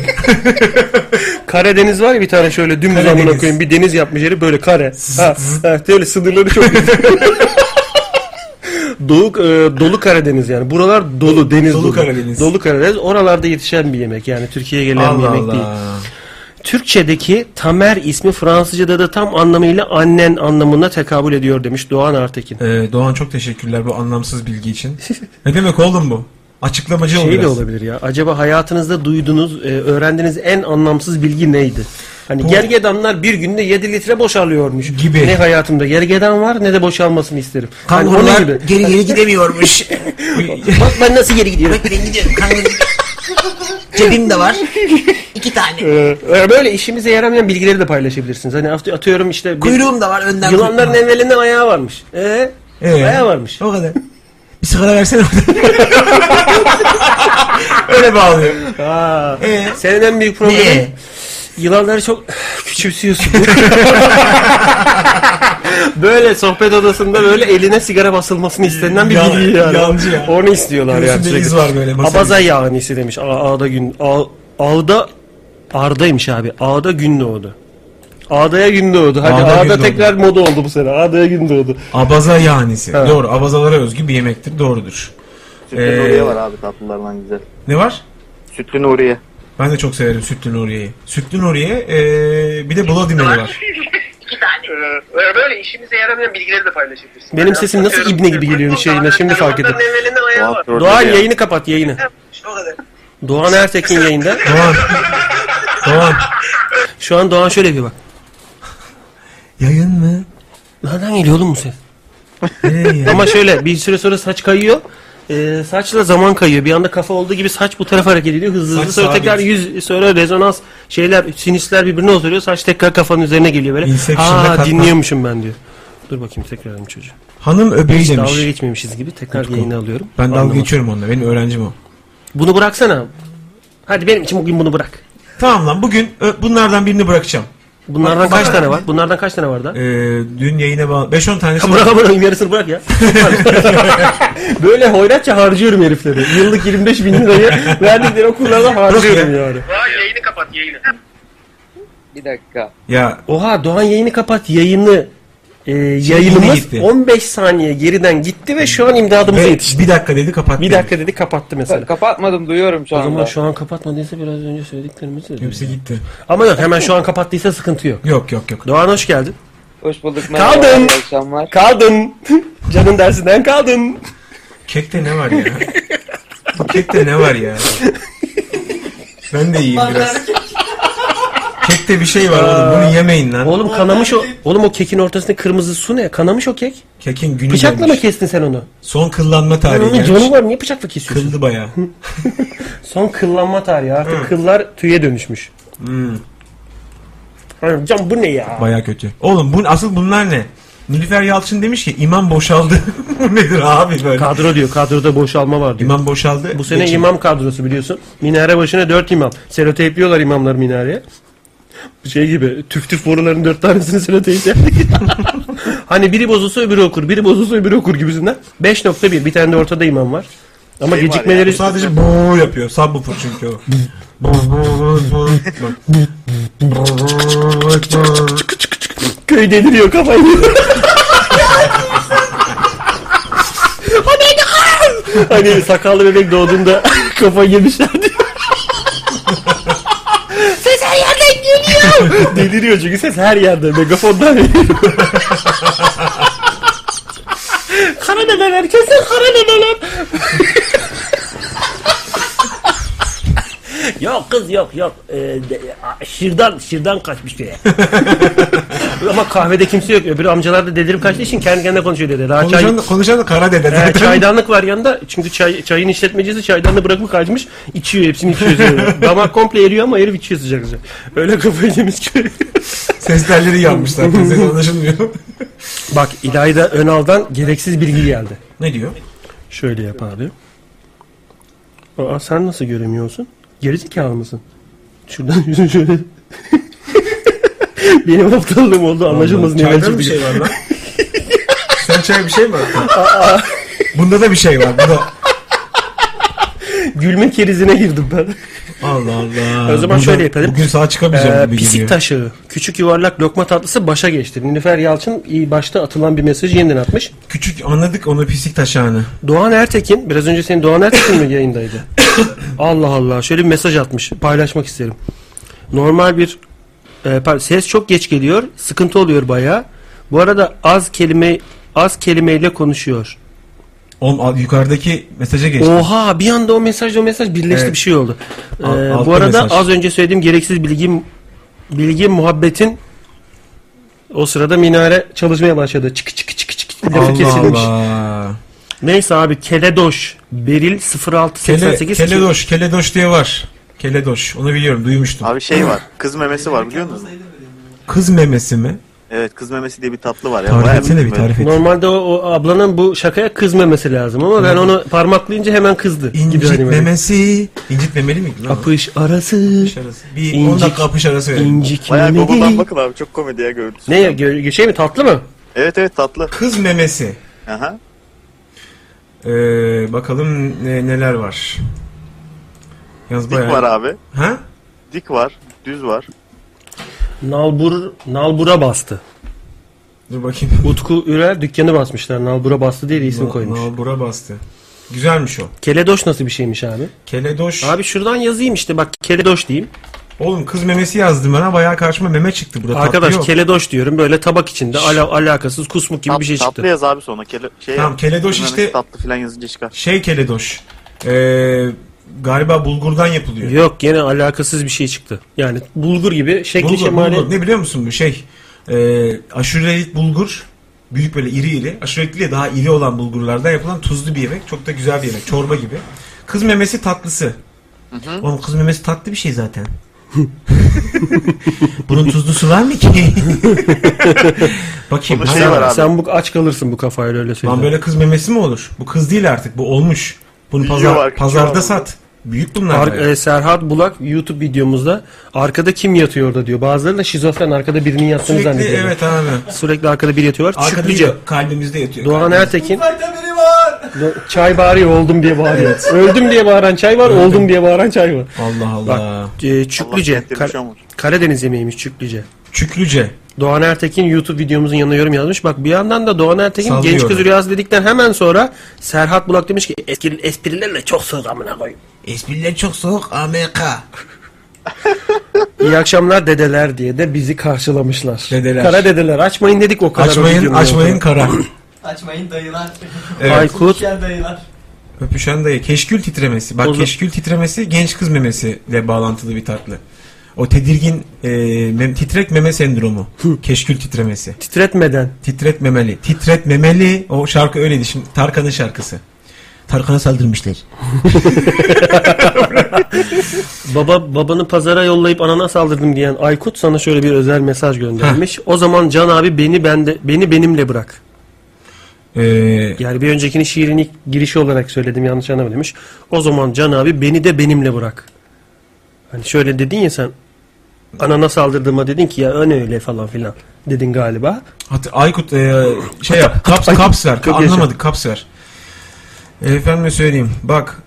[SPEAKER 1] <laughs> Karadeniz var ya bir tane şöyle dümdüz
[SPEAKER 2] Karadeniz.
[SPEAKER 1] amına koyayım. Bir deniz yapmış yeri böyle kare. Ha, ha, böyle sınırları çok güzel. Doğu, eee, dolu Karadeniz yani. Buralar dolu deniz
[SPEAKER 2] Dolu
[SPEAKER 1] dolu.
[SPEAKER 2] Karadeniz.
[SPEAKER 1] Dolu Karadeniz. Oralarda yetişen bir yemek yani Türkiye'ye gelen bir
[SPEAKER 2] Allah
[SPEAKER 1] yemek değil.
[SPEAKER 2] Allah.
[SPEAKER 1] Türkçedeki Tamer ismi Fransızca'da da tam anlamıyla annen anlamına tekabül ediyor demiş Doğan Artekin.
[SPEAKER 2] Ee, Doğan çok teşekkürler bu anlamsız bilgi için.
[SPEAKER 1] <laughs>
[SPEAKER 2] ne demek oğlum bu? Açıklamacı ol
[SPEAKER 1] Şey de
[SPEAKER 2] biraz.
[SPEAKER 1] olabilir ya. Acaba hayatınızda duyduğunuz, e, öğrendiğiniz en anlamsız bilgi neydi? Hani
[SPEAKER 2] Bu-
[SPEAKER 1] gergedanlar bir günde 7 litre boşalıyormuş.
[SPEAKER 2] Gibi.
[SPEAKER 1] Ne hayatımda gergedan var ne de boşalmasını isterim. Hani onun
[SPEAKER 2] Kangurular
[SPEAKER 1] gibi.
[SPEAKER 2] geri geri gidemiyormuş.
[SPEAKER 1] <laughs> Bak ben nasıl geri gidiyorum.
[SPEAKER 5] Ben gidiyorum. Kanka. Cebim de var. İki tane.
[SPEAKER 1] Ee,
[SPEAKER 5] e,
[SPEAKER 1] böyle işimize yaramayan bilgileri de paylaşabilirsiniz. Hani at- atıyorum işte bir-
[SPEAKER 5] Kuyruğum da var önden.
[SPEAKER 1] yılanların evvelinden ayağı varmış. Ee,
[SPEAKER 2] Ee?
[SPEAKER 1] Ayağı varmış.
[SPEAKER 2] O kadar. Bir sigara versene. <laughs> Öyle bağlıyor.
[SPEAKER 1] Aa,
[SPEAKER 2] Ee?
[SPEAKER 1] Senin en büyük problemin
[SPEAKER 5] Niye?
[SPEAKER 1] Yılanları çok
[SPEAKER 5] <laughs>
[SPEAKER 1] küçümsüyorsun. böyle sohbet odasında böyle eline sigara basılmasını istenilen bir
[SPEAKER 2] Ya-
[SPEAKER 1] bilgi yani.
[SPEAKER 2] yancı ya.
[SPEAKER 1] Onu istiyorlar yani
[SPEAKER 2] Göğsünde iz var böyle, masaya
[SPEAKER 1] Abaza yanisi demiş. A- Ağda gün. A- Ağda Arda'ymış abi. Ağda gün doğdu. Ağda'ya gün doğdu. Hadi
[SPEAKER 2] Ağda
[SPEAKER 1] Ağda,
[SPEAKER 2] gün doğdu.
[SPEAKER 1] tekrar moda oldu bu sene. Ağda'ya gün doğdu.
[SPEAKER 2] Abaza yanisi.
[SPEAKER 1] Evet.
[SPEAKER 2] Doğru. Abazalara özgü bir yemektir. Doğrudur.
[SPEAKER 3] Sütlü
[SPEAKER 2] Ee,
[SPEAKER 3] Nuriye var abi tatlılardan güzel.
[SPEAKER 2] Ne var?
[SPEAKER 3] Sütlü Nuriye.
[SPEAKER 2] Ben de çok severim sütlü Nuriye'yi. Sütlü Nuriye ee, bir de Bloody Mary var.
[SPEAKER 6] Ee, e, böyle işimize yaramayan bilgileri de paylaşabilirsin.
[SPEAKER 1] Benim sesim nasıl ibne gibi geliyor bir şeyine şimdi fark ettim. Doğan yayını kapat yayını. Doğan Ertekin yayında.
[SPEAKER 2] Doğan. Doğan.
[SPEAKER 1] Şu an Doğan şöyle bir bak.
[SPEAKER 2] Yayın mı?
[SPEAKER 1] Nereden geliyor oğlum bu ses?
[SPEAKER 2] Nereye yayın?
[SPEAKER 1] <laughs> Ama şöyle bir süre sonra saç kayıyor. Ee, saçla zaman kayıyor. Bir anda kafa olduğu gibi saç bu tarafa hareket ediyor. Hızlı
[SPEAKER 2] Saç
[SPEAKER 1] hızlı sonra
[SPEAKER 2] sağa
[SPEAKER 1] tekrar yüz sonra rezonans şeyler sinüsler birbirine oturuyor. Saç tekrar kafanın üzerine geliyor böyle.
[SPEAKER 2] Inception'da
[SPEAKER 1] Ha
[SPEAKER 2] katman.
[SPEAKER 1] dinliyormuşum ben diyor. Dur bakayım tekrar alayım çocuğu.
[SPEAKER 2] Hanım öbeği
[SPEAKER 1] Hiç
[SPEAKER 2] demiş.
[SPEAKER 1] dalga geçmemişiz gibi tekrar yayını alıyorum.
[SPEAKER 2] Ben dalga
[SPEAKER 1] Anlamadım.
[SPEAKER 2] geçiyorum onunla. Benim öğrencim o.
[SPEAKER 1] Bunu bıraksana. Hadi benim için bugün bunu bırak.
[SPEAKER 2] Tamam lan bugün ö- bunlardan birini bırakacağım.
[SPEAKER 1] Bunlardan
[SPEAKER 2] Bak,
[SPEAKER 1] kaç
[SPEAKER 2] bak.
[SPEAKER 1] tane var? Bunlardan kaç tane var da?
[SPEAKER 2] Ee, dün yayına bağlı. 5-10 tanesi var.
[SPEAKER 1] Bırak bırak yarısını
[SPEAKER 2] <laughs>
[SPEAKER 1] bırak ya. Böyle hoyratça harcıyorum herifleri. Yıllık 25 bin lirayı verdikleri okullarda harcıyorum yani.
[SPEAKER 6] yayını kapat yayını.
[SPEAKER 7] Bir dakika.
[SPEAKER 2] Ya
[SPEAKER 1] Oha Doğan yayını kapat yayını e,
[SPEAKER 2] yine
[SPEAKER 1] yayınımız
[SPEAKER 2] gitti.
[SPEAKER 1] 15 saniye geriden gitti ve şu an imdadımıza
[SPEAKER 2] ve
[SPEAKER 1] yetişti.
[SPEAKER 2] bir dakika dedi kapattı.
[SPEAKER 1] Bir dakika dedi kapattı mesela.
[SPEAKER 7] Kapatmadım duyuyorum şu
[SPEAKER 1] O zaman
[SPEAKER 7] anda.
[SPEAKER 1] şu an kapatmadıysa biraz önce söylediklerimizi de-
[SPEAKER 2] Hepsi gitti.
[SPEAKER 1] Ama yok hemen şu an kapattıysa sıkıntı yok.
[SPEAKER 2] Yok yok yok.
[SPEAKER 1] Doğan hoş geldin.
[SPEAKER 7] Hoş bulduk. merhabalar,
[SPEAKER 1] Kaldım.
[SPEAKER 7] iyi akşamlar.
[SPEAKER 1] Kaldın. Canın dersinden kaldın.
[SPEAKER 2] Kekte ne var ya? Bu kekte ne var ya? Ben de yiyeyim biraz.
[SPEAKER 4] Bakarak
[SPEAKER 2] Kekte bir şey var oğlum bunu yemeyin lan.
[SPEAKER 1] Oğlum kanamış o. Oğlum o kekin ortasında kırmızı su ne? Kanamış o kek.
[SPEAKER 2] Kekin günü
[SPEAKER 1] Bıçakla mı
[SPEAKER 2] gelmiş.
[SPEAKER 1] kestin sen onu?
[SPEAKER 2] Son kıllanma
[SPEAKER 1] Sen
[SPEAKER 2] tarihi
[SPEAKER 1] onun
[SPEAKER 2] gelmiş.
[SPEAKER 1] canı var niye bıçakla kesiyorsun?
[SPEAKER 2] Kıldı bayağı.
[SPEAKER 1] <laughs> Son kıllanma tarihi artık
[SPEAKER 2] Hı.
[SPEAKER 1] kıllar tüye dönüşmüş.
[SPEAKER 2] Hmm,
[SPEAKER 1] Ay, Can bu ne ya?
[SPEAKER 2] bayağı kötü. Oğlum bu, asıl bunlar ne? Nilüfer Yalçın demiş ki imam boşaldı. <laughs> bu nedir abi böyle?
[SPEAKER 1] Kadro diyor kadroda boşalma var diyor.
[SPEAKER 2] İmam boşaldı.
[SPEAKER 1] Bu sene
[SPEAKER 2] Geçin.
[SPEAKER 1] imam kadrosu biliyorsun. Minare başına dört imam. Selotepliyorlar imamlar minareye. Şey gibi tüf tüf boruların dört tanesini seloteyplerdik. <laughs> hani biri bozulsa öbürü okur, biri bozulsa öbürü okur gibisinden. 5.1 bir tane de ortada imam var. Ama
[SPEAKER 6] Şey var
[SPEAKER 1] gecikmeleri...
[SPEAKER 2] Bu sadece bu yapıyor. Subwoofer çünkü o.
[SPEAKER 1] Köy deliriyor kafayı. <laughs> hani sakallı bebek doğduğunda <laughs> kafa yemişler diyor. ses her yerden geliyor. <laughs> Deliriyor çünkü ses her yerde. Megafondan geliyor. kara dedeler kesin kara dedeler. <laughs> yok kız yok yok. Ee, de- a- şırdan şırdan
[SPEAKER 2] <laughs>
[SPEAKER 1] kaçmış diye. Ama kahvede kimse yok. Öbür amcalar da delirip kaçtığı için kendi kendine konuşuyor dedi. Daha çay,
[SPEAKER 2] konuşan, konuşan da kara dede.
[SPEAKER 1] ee,
[SPEAKER 2] zaten.
[SPEAKER 1] çaydanlık var yanında. Çünkü çay, çayın işletmecisi çaydanlığı bırakıp kaçmış. İçiyor hepsini içiyor.
[SPEAKER 2] <laughs>
[SPEAKER 1] sonra. Damak komple eriyor ama herif içiyor sıcak sıcak. Öyle kafayı yemiş ki.
[SPEAKER 2] Ses telleri yanmış
[SPEAKER 1] <laughs>
[SPEAKER 2] zaten. Ses anlaşılmıyor.
[SPEAKER 1] Bak İlayda Önal'dan gereksiz bilgi geldi.
[SPEAKER 2] ne diyor?
[SPEAKER 1] Şöyle yap abi. Aa sen nasıl göremiyorsun? Gerizekalı mısın? Şuradan <laughs> yüzün şöyle. Benim aptallığım oldu anlaşılmasın.
[SPEAKER 2] Çayda
[SPEAKER 1] evvelce
[SPEAKER 2] mı bir
[SPEAKER 1] bir-
[SPEAKER 2] şey var lan? Sen çaya bir şey mi attın? Bunda da bir şey var. Bunda...
[SPEAKER 1] Gülme kerizine girdim ben.
[SPEAKER 2] Allah Allah.
[SPEAKER 1] O zaman
[SPEAKER 2] Bunda-
[SPEAKER 1] şöyle yapalım.
[SPEAKER 2] Bugün sağa çıkamayacağım
[SPEAKER 1] Ee,
[SPEAKER 2] gibi
[SPEAKER 1] pisik
[SPEAKER 2] geliyor.
[SPEAKER 1] taşı. Küçük yuvarlak lokma tatlısı başa geçti. Nilüfer Yalçın iyi başta atılan bir mesajı yeniden atmış.
[SPEAKER 2] Küçük anladık onu pisik taşağını.
[SPEAKER 1] Doğan Ertekin, biraz önce senin Doğan Ertekin
[SPEAKER 2] <coughs>
[SPEAKER 1] mi yayındaydı? Allah Allah. Şöyle bir mesaj atmış. Paylaşmak isterim. Normal bir e, par- ses çok geç geliyor. Sıkıntı oluyor bayağı. Bu arada az kelime az kelimeyle konuşuyor.
[SPEAKER 2] Oğlum al- yukarıdaki mesaja geçti.
[SPEAKER 1] Oha bir anda o mesaj o mesaj birleşti
[SPEAKER 2] Evet.
[SPEAKER 1] bir şey oldu. Ee,
[SPEAKER 2] Al-
[SPEAKER 1] bu
[SPEAKER 2] altta
[SPEAKER 1] arada
[SPEAKER 2] mesaj.
[SPEAKER 1] az önce söylediğim gereksiz bilgi bilgi muhabbetin o sırada minare çalışmaya başladı. Çıkı çıkı çıkı çıkı lafı
[SPEAKER 2] Allah
[SPEAKER 1] kesilmiş.
[SPEAKER 2] Allah.
[SPEAKER 1] Neyse abi Keledoş Beril 0688
[SPEAKER 2] Kele, keledoş, keledoş diye var. Keledoş. Onu biliyorum, duymuştum.
[SPEAKER 3] Abi
[SPEAKER 2] <laughs>
[SPEAKER 3] şey var. Kız memesi var biliyor musun?
[SPEAKER 2] <gasps> Kız memesi mi?
[SPEAKER 3] Evet kız memesi diye bir tatlı var ya.
[SPEAKER 2] Tarif
[SPEAKER 3] bayağı
[SPEAKER 2] etsene bir
[SPEAKER 3] böyle-
[SPEAKER 2] tarif et.
[SPEAKER 1] Normalde o, o ablanın bu şakaya kızmaması lazım ama ben onu parmaklayınca hemen kızdı. Gibi
[SPEAKER 2] İncit
[SPEAKER 1] hani böyle.
[SPEAKER 2] memesi. İncit memeli miydi lan? o?
[SPEAKER 1] Apış arası
[SPEAKER 2] Apış arası. Bir
[SPEAKER 1] İncik.
[SPEAKER 2] 10 dakika apış arası verelim.
[SPEAKER 1] incik
[SPEAKER 3] Bayağı Google'dan
[SPEAKER 1] memeli.
[SPEAKER 3] bakın abi çok komedi ya görüntüsü.
[SPEAKER 1] Ne ya, gö- şey mi tatlı mı?
[SPEAKER 3] Evet evet tatlı.
[SPEAKER 2] Kız memesi.
[SPEAKER 3] Aha.
[SPEAKER 2] Ee, bakalım ne- neler var. Yalnız
[SPEAKER 3] Dik var abi.
[SPEAKER 2] Ha?
[SPEAKER 3] Dik var. Düz var.
[SPEAKER 1] Nalbur nalbura bastı.
[SPEAKER 2] Dur bakayım. <laughs>
[SPEAKER 1] Utku Ürer dükkanı basmışlar. Nalbura bastı diye de isim
[SPEAKER 2] Na-
[SPEAKER 1] koymuş.
[SPEAKER 2] Nalbura bastı. Güzelmiş o.
[SPEAKER 1] Keledoş nasıl bir şeymiş abi?
[SPEAKER 2] Keledoş.
[SPEAKER 1] Abi şuradan yazayım işte bak keledoş diyeyim.
[SPEAKER 2] Oğlum kız memesi yazdım bana. Bayağı karşıma meme çıktı burada.
[SPEAKER 1] Arkadaş
[SPEAKER 2] tatlı yok.
[SPEAKER 1] keledoş diyorum böyle tabak içinde ala- alakasız kusmuk gibi
[SPEAKER 3] Tat-
[SPEAKER 1] bir şey
[SPEAKER 3] tatlı
[SPEAKER 1] çıktı.
[SPEAKER 3] yaz abi sonra. Kele, şey
[SPEAKER 2] Tamam,
[SPEAKER 3] yap.
[SPEAKER 2] keledoş
[SPEAKER 3] Kız
[SPEAKER 2] işte-
[SPEAKER 3] memesi Tatlı falan yazınca çıkar.
[SPEAKER 2] Şey keledoş. Ee, galiba bulgurdan yapılıyor.
[SPEAKER 1] Yok gene alakasız bir şey çıktı. Yani bulgur gibi şekli
[SPEAKER 2] bulgur,
[SPEAKER 1] şemali.
[SPEAKER 2] bulgur. Ne biliyor musun bu şey? Ee, aşurelik bulgur. Büyük böyle iri iri. Aşurelikli daha iri olan bulgurlardan yapılan tuzlu bir yemek. Çok da güzel bir yemek. Çorba gibi. Kız memesi tatlısı. Oğlum kız memesi tatlı bir şey zaten. <laughs> Bunun tuzlusu var mı ki? <laughs> Bakayım.
[SPEAKER 3] Bunun
[SPEAKER 2] hayır.
[SPEAKER 3] şey var
[SPEAKER 1] Sen,
[SPEAKER 3] abi.
[SPEAKER 1] sen bu aç kalırsın bu kafayla öyle söyleyeyim.
[SPEAKER 2] Lan böyle kız memesi mi olur? Bu kız değil artık. Bu olmuş. Bunu
[SPEAKER 3] Büyüyor
[SPEAKER 2] pazar,
[SPEAKER 3] var,
[SPEAKER 2] pazarda
[SPEAKER 3] küçüyor
[SPEAKER 2] sat. Büyük bunlar.
[SPEAKER 1] Ar-
[SPEAKER 2] bayağı.
[SPEAKER 1] e, Serhat Bulak YouTube videomuzda arkada kim yatıyor orada diyor. Bazıları da şizofren arkada birinin yattığını
[SPEAKER 2] Sürekli
[SPEAKER 1] zannediyorlar.
[SPEAKER 2] evet abi.
[SPEAKER 1] Sürekli arkada biri yatıyorlar.
[SPEAKER 2] Arkada
[SPEAKER 1] Çüklüce.
[SPEAKER 2] yatıyor, kalbimizde yatıyor.
[SPEAKER 1] Doğan
[SPEAKER 2] Kalbimizde.
[SPEAKER 1] Ertekin
[SPEAKER 4] Ufakta biri var.
[SPEAKER 1] do- çay bağırıyor <laughs> oldum diye bağırıyor. Öldüm diye bağıran çay var, oldum diye bağıran çay var.
[SPEAKER 2] Allah Allah.
[SPEAKER 1] Bak e, Çüklüce.
[SPEAKER 3] Allah getirmiş
[SPEAKER 1] Kar-
[SPEAKER 3] ama.
[SPEAKER 1] Karadeniz yemeğiymiş Çüklüce.
[SPEAKER 2] Çüklüce.
[SPEAKER 1] Doğan Ertekin YouTube videomuzun yanına yorum yazmış. Bak bir yandan da Doğan Ertekin
[SPEAKER 2] Sallıyor
[SPEAKER 1] genç kız
[SPEAKER 2] onu.
[SPEAKER 1] rüyası dedikten hemen sonra Serhat Bulak demiş ki eski esprilerle çok soğuk amına koyayım.
[SPEAKER 2] Espriler çok soğuk Amerika.
[SPEAKER 1] İyi akşamlar dedeler diye de bizi karşılamışlar.
[SPEAKER 2] Dedeler.
[SPEAKER 1] Kara dedeler açmayın dedik o kadar. o
[SPEAKER 2] Açmayın,
[SPEAKER 1] videonun
[SPEAKER 2] açmayın
[SPEAKER 1] altına.
[SPEAKER 2] kara.
[SPEAKER 4] Açmayın dayılar.
[SPEAKER 2] Evet.
[SPEAKER 1] Aykut
[SPEAKER 4] İşler dayılar.
[SPEAKER 2] Öpüşen dayı. Keşkül titremesi. Bak
[SPEAKER 1] O zaman-
[SPEAKER 2] keşkül titremesi genç kız memesiyle bağlantılı bir tatlı. O tedirgin e, mem- titrek meme sendromu. keşkül titremesi.
[SPEAKER 1] Titretmeden.
[SPEAKER 2] Titretmemeli. Titretmemeli. O şarkı öyleydi. Şimdi Tarkan'ın şarkısı. Tarkan'a saldırmışlar.
[SPEAKER 1] Baba babanı pazara yollayıp anana saldırdım diyen Aykut sana şöyle bir özel mesaj göndermiş. O zaman Can abi beni bende beni benimle bırak.
[SPEAKER 2] Ee,
[SPEAKER 1] Yani bir öncekini şiirin ilk girişi olarak söyledim yanlış anlama demiş. O zaman Can abi beni de benimle bırak. Hani şöyle dedin ya sen anana saldırdığıma dedin ki ya ön öyle falan filan dedin galiba.
[SPEAKER 2] Hat Aykut e, şey yap. Kaps,
[SPEAKER 1] Aykut,
[SPEAKER 2] kaps ver.
[SPEAKER 1] çok
[SPEAKER 2] Anlamadık kaps ver. E, Efendime söyleyeyim. Bak.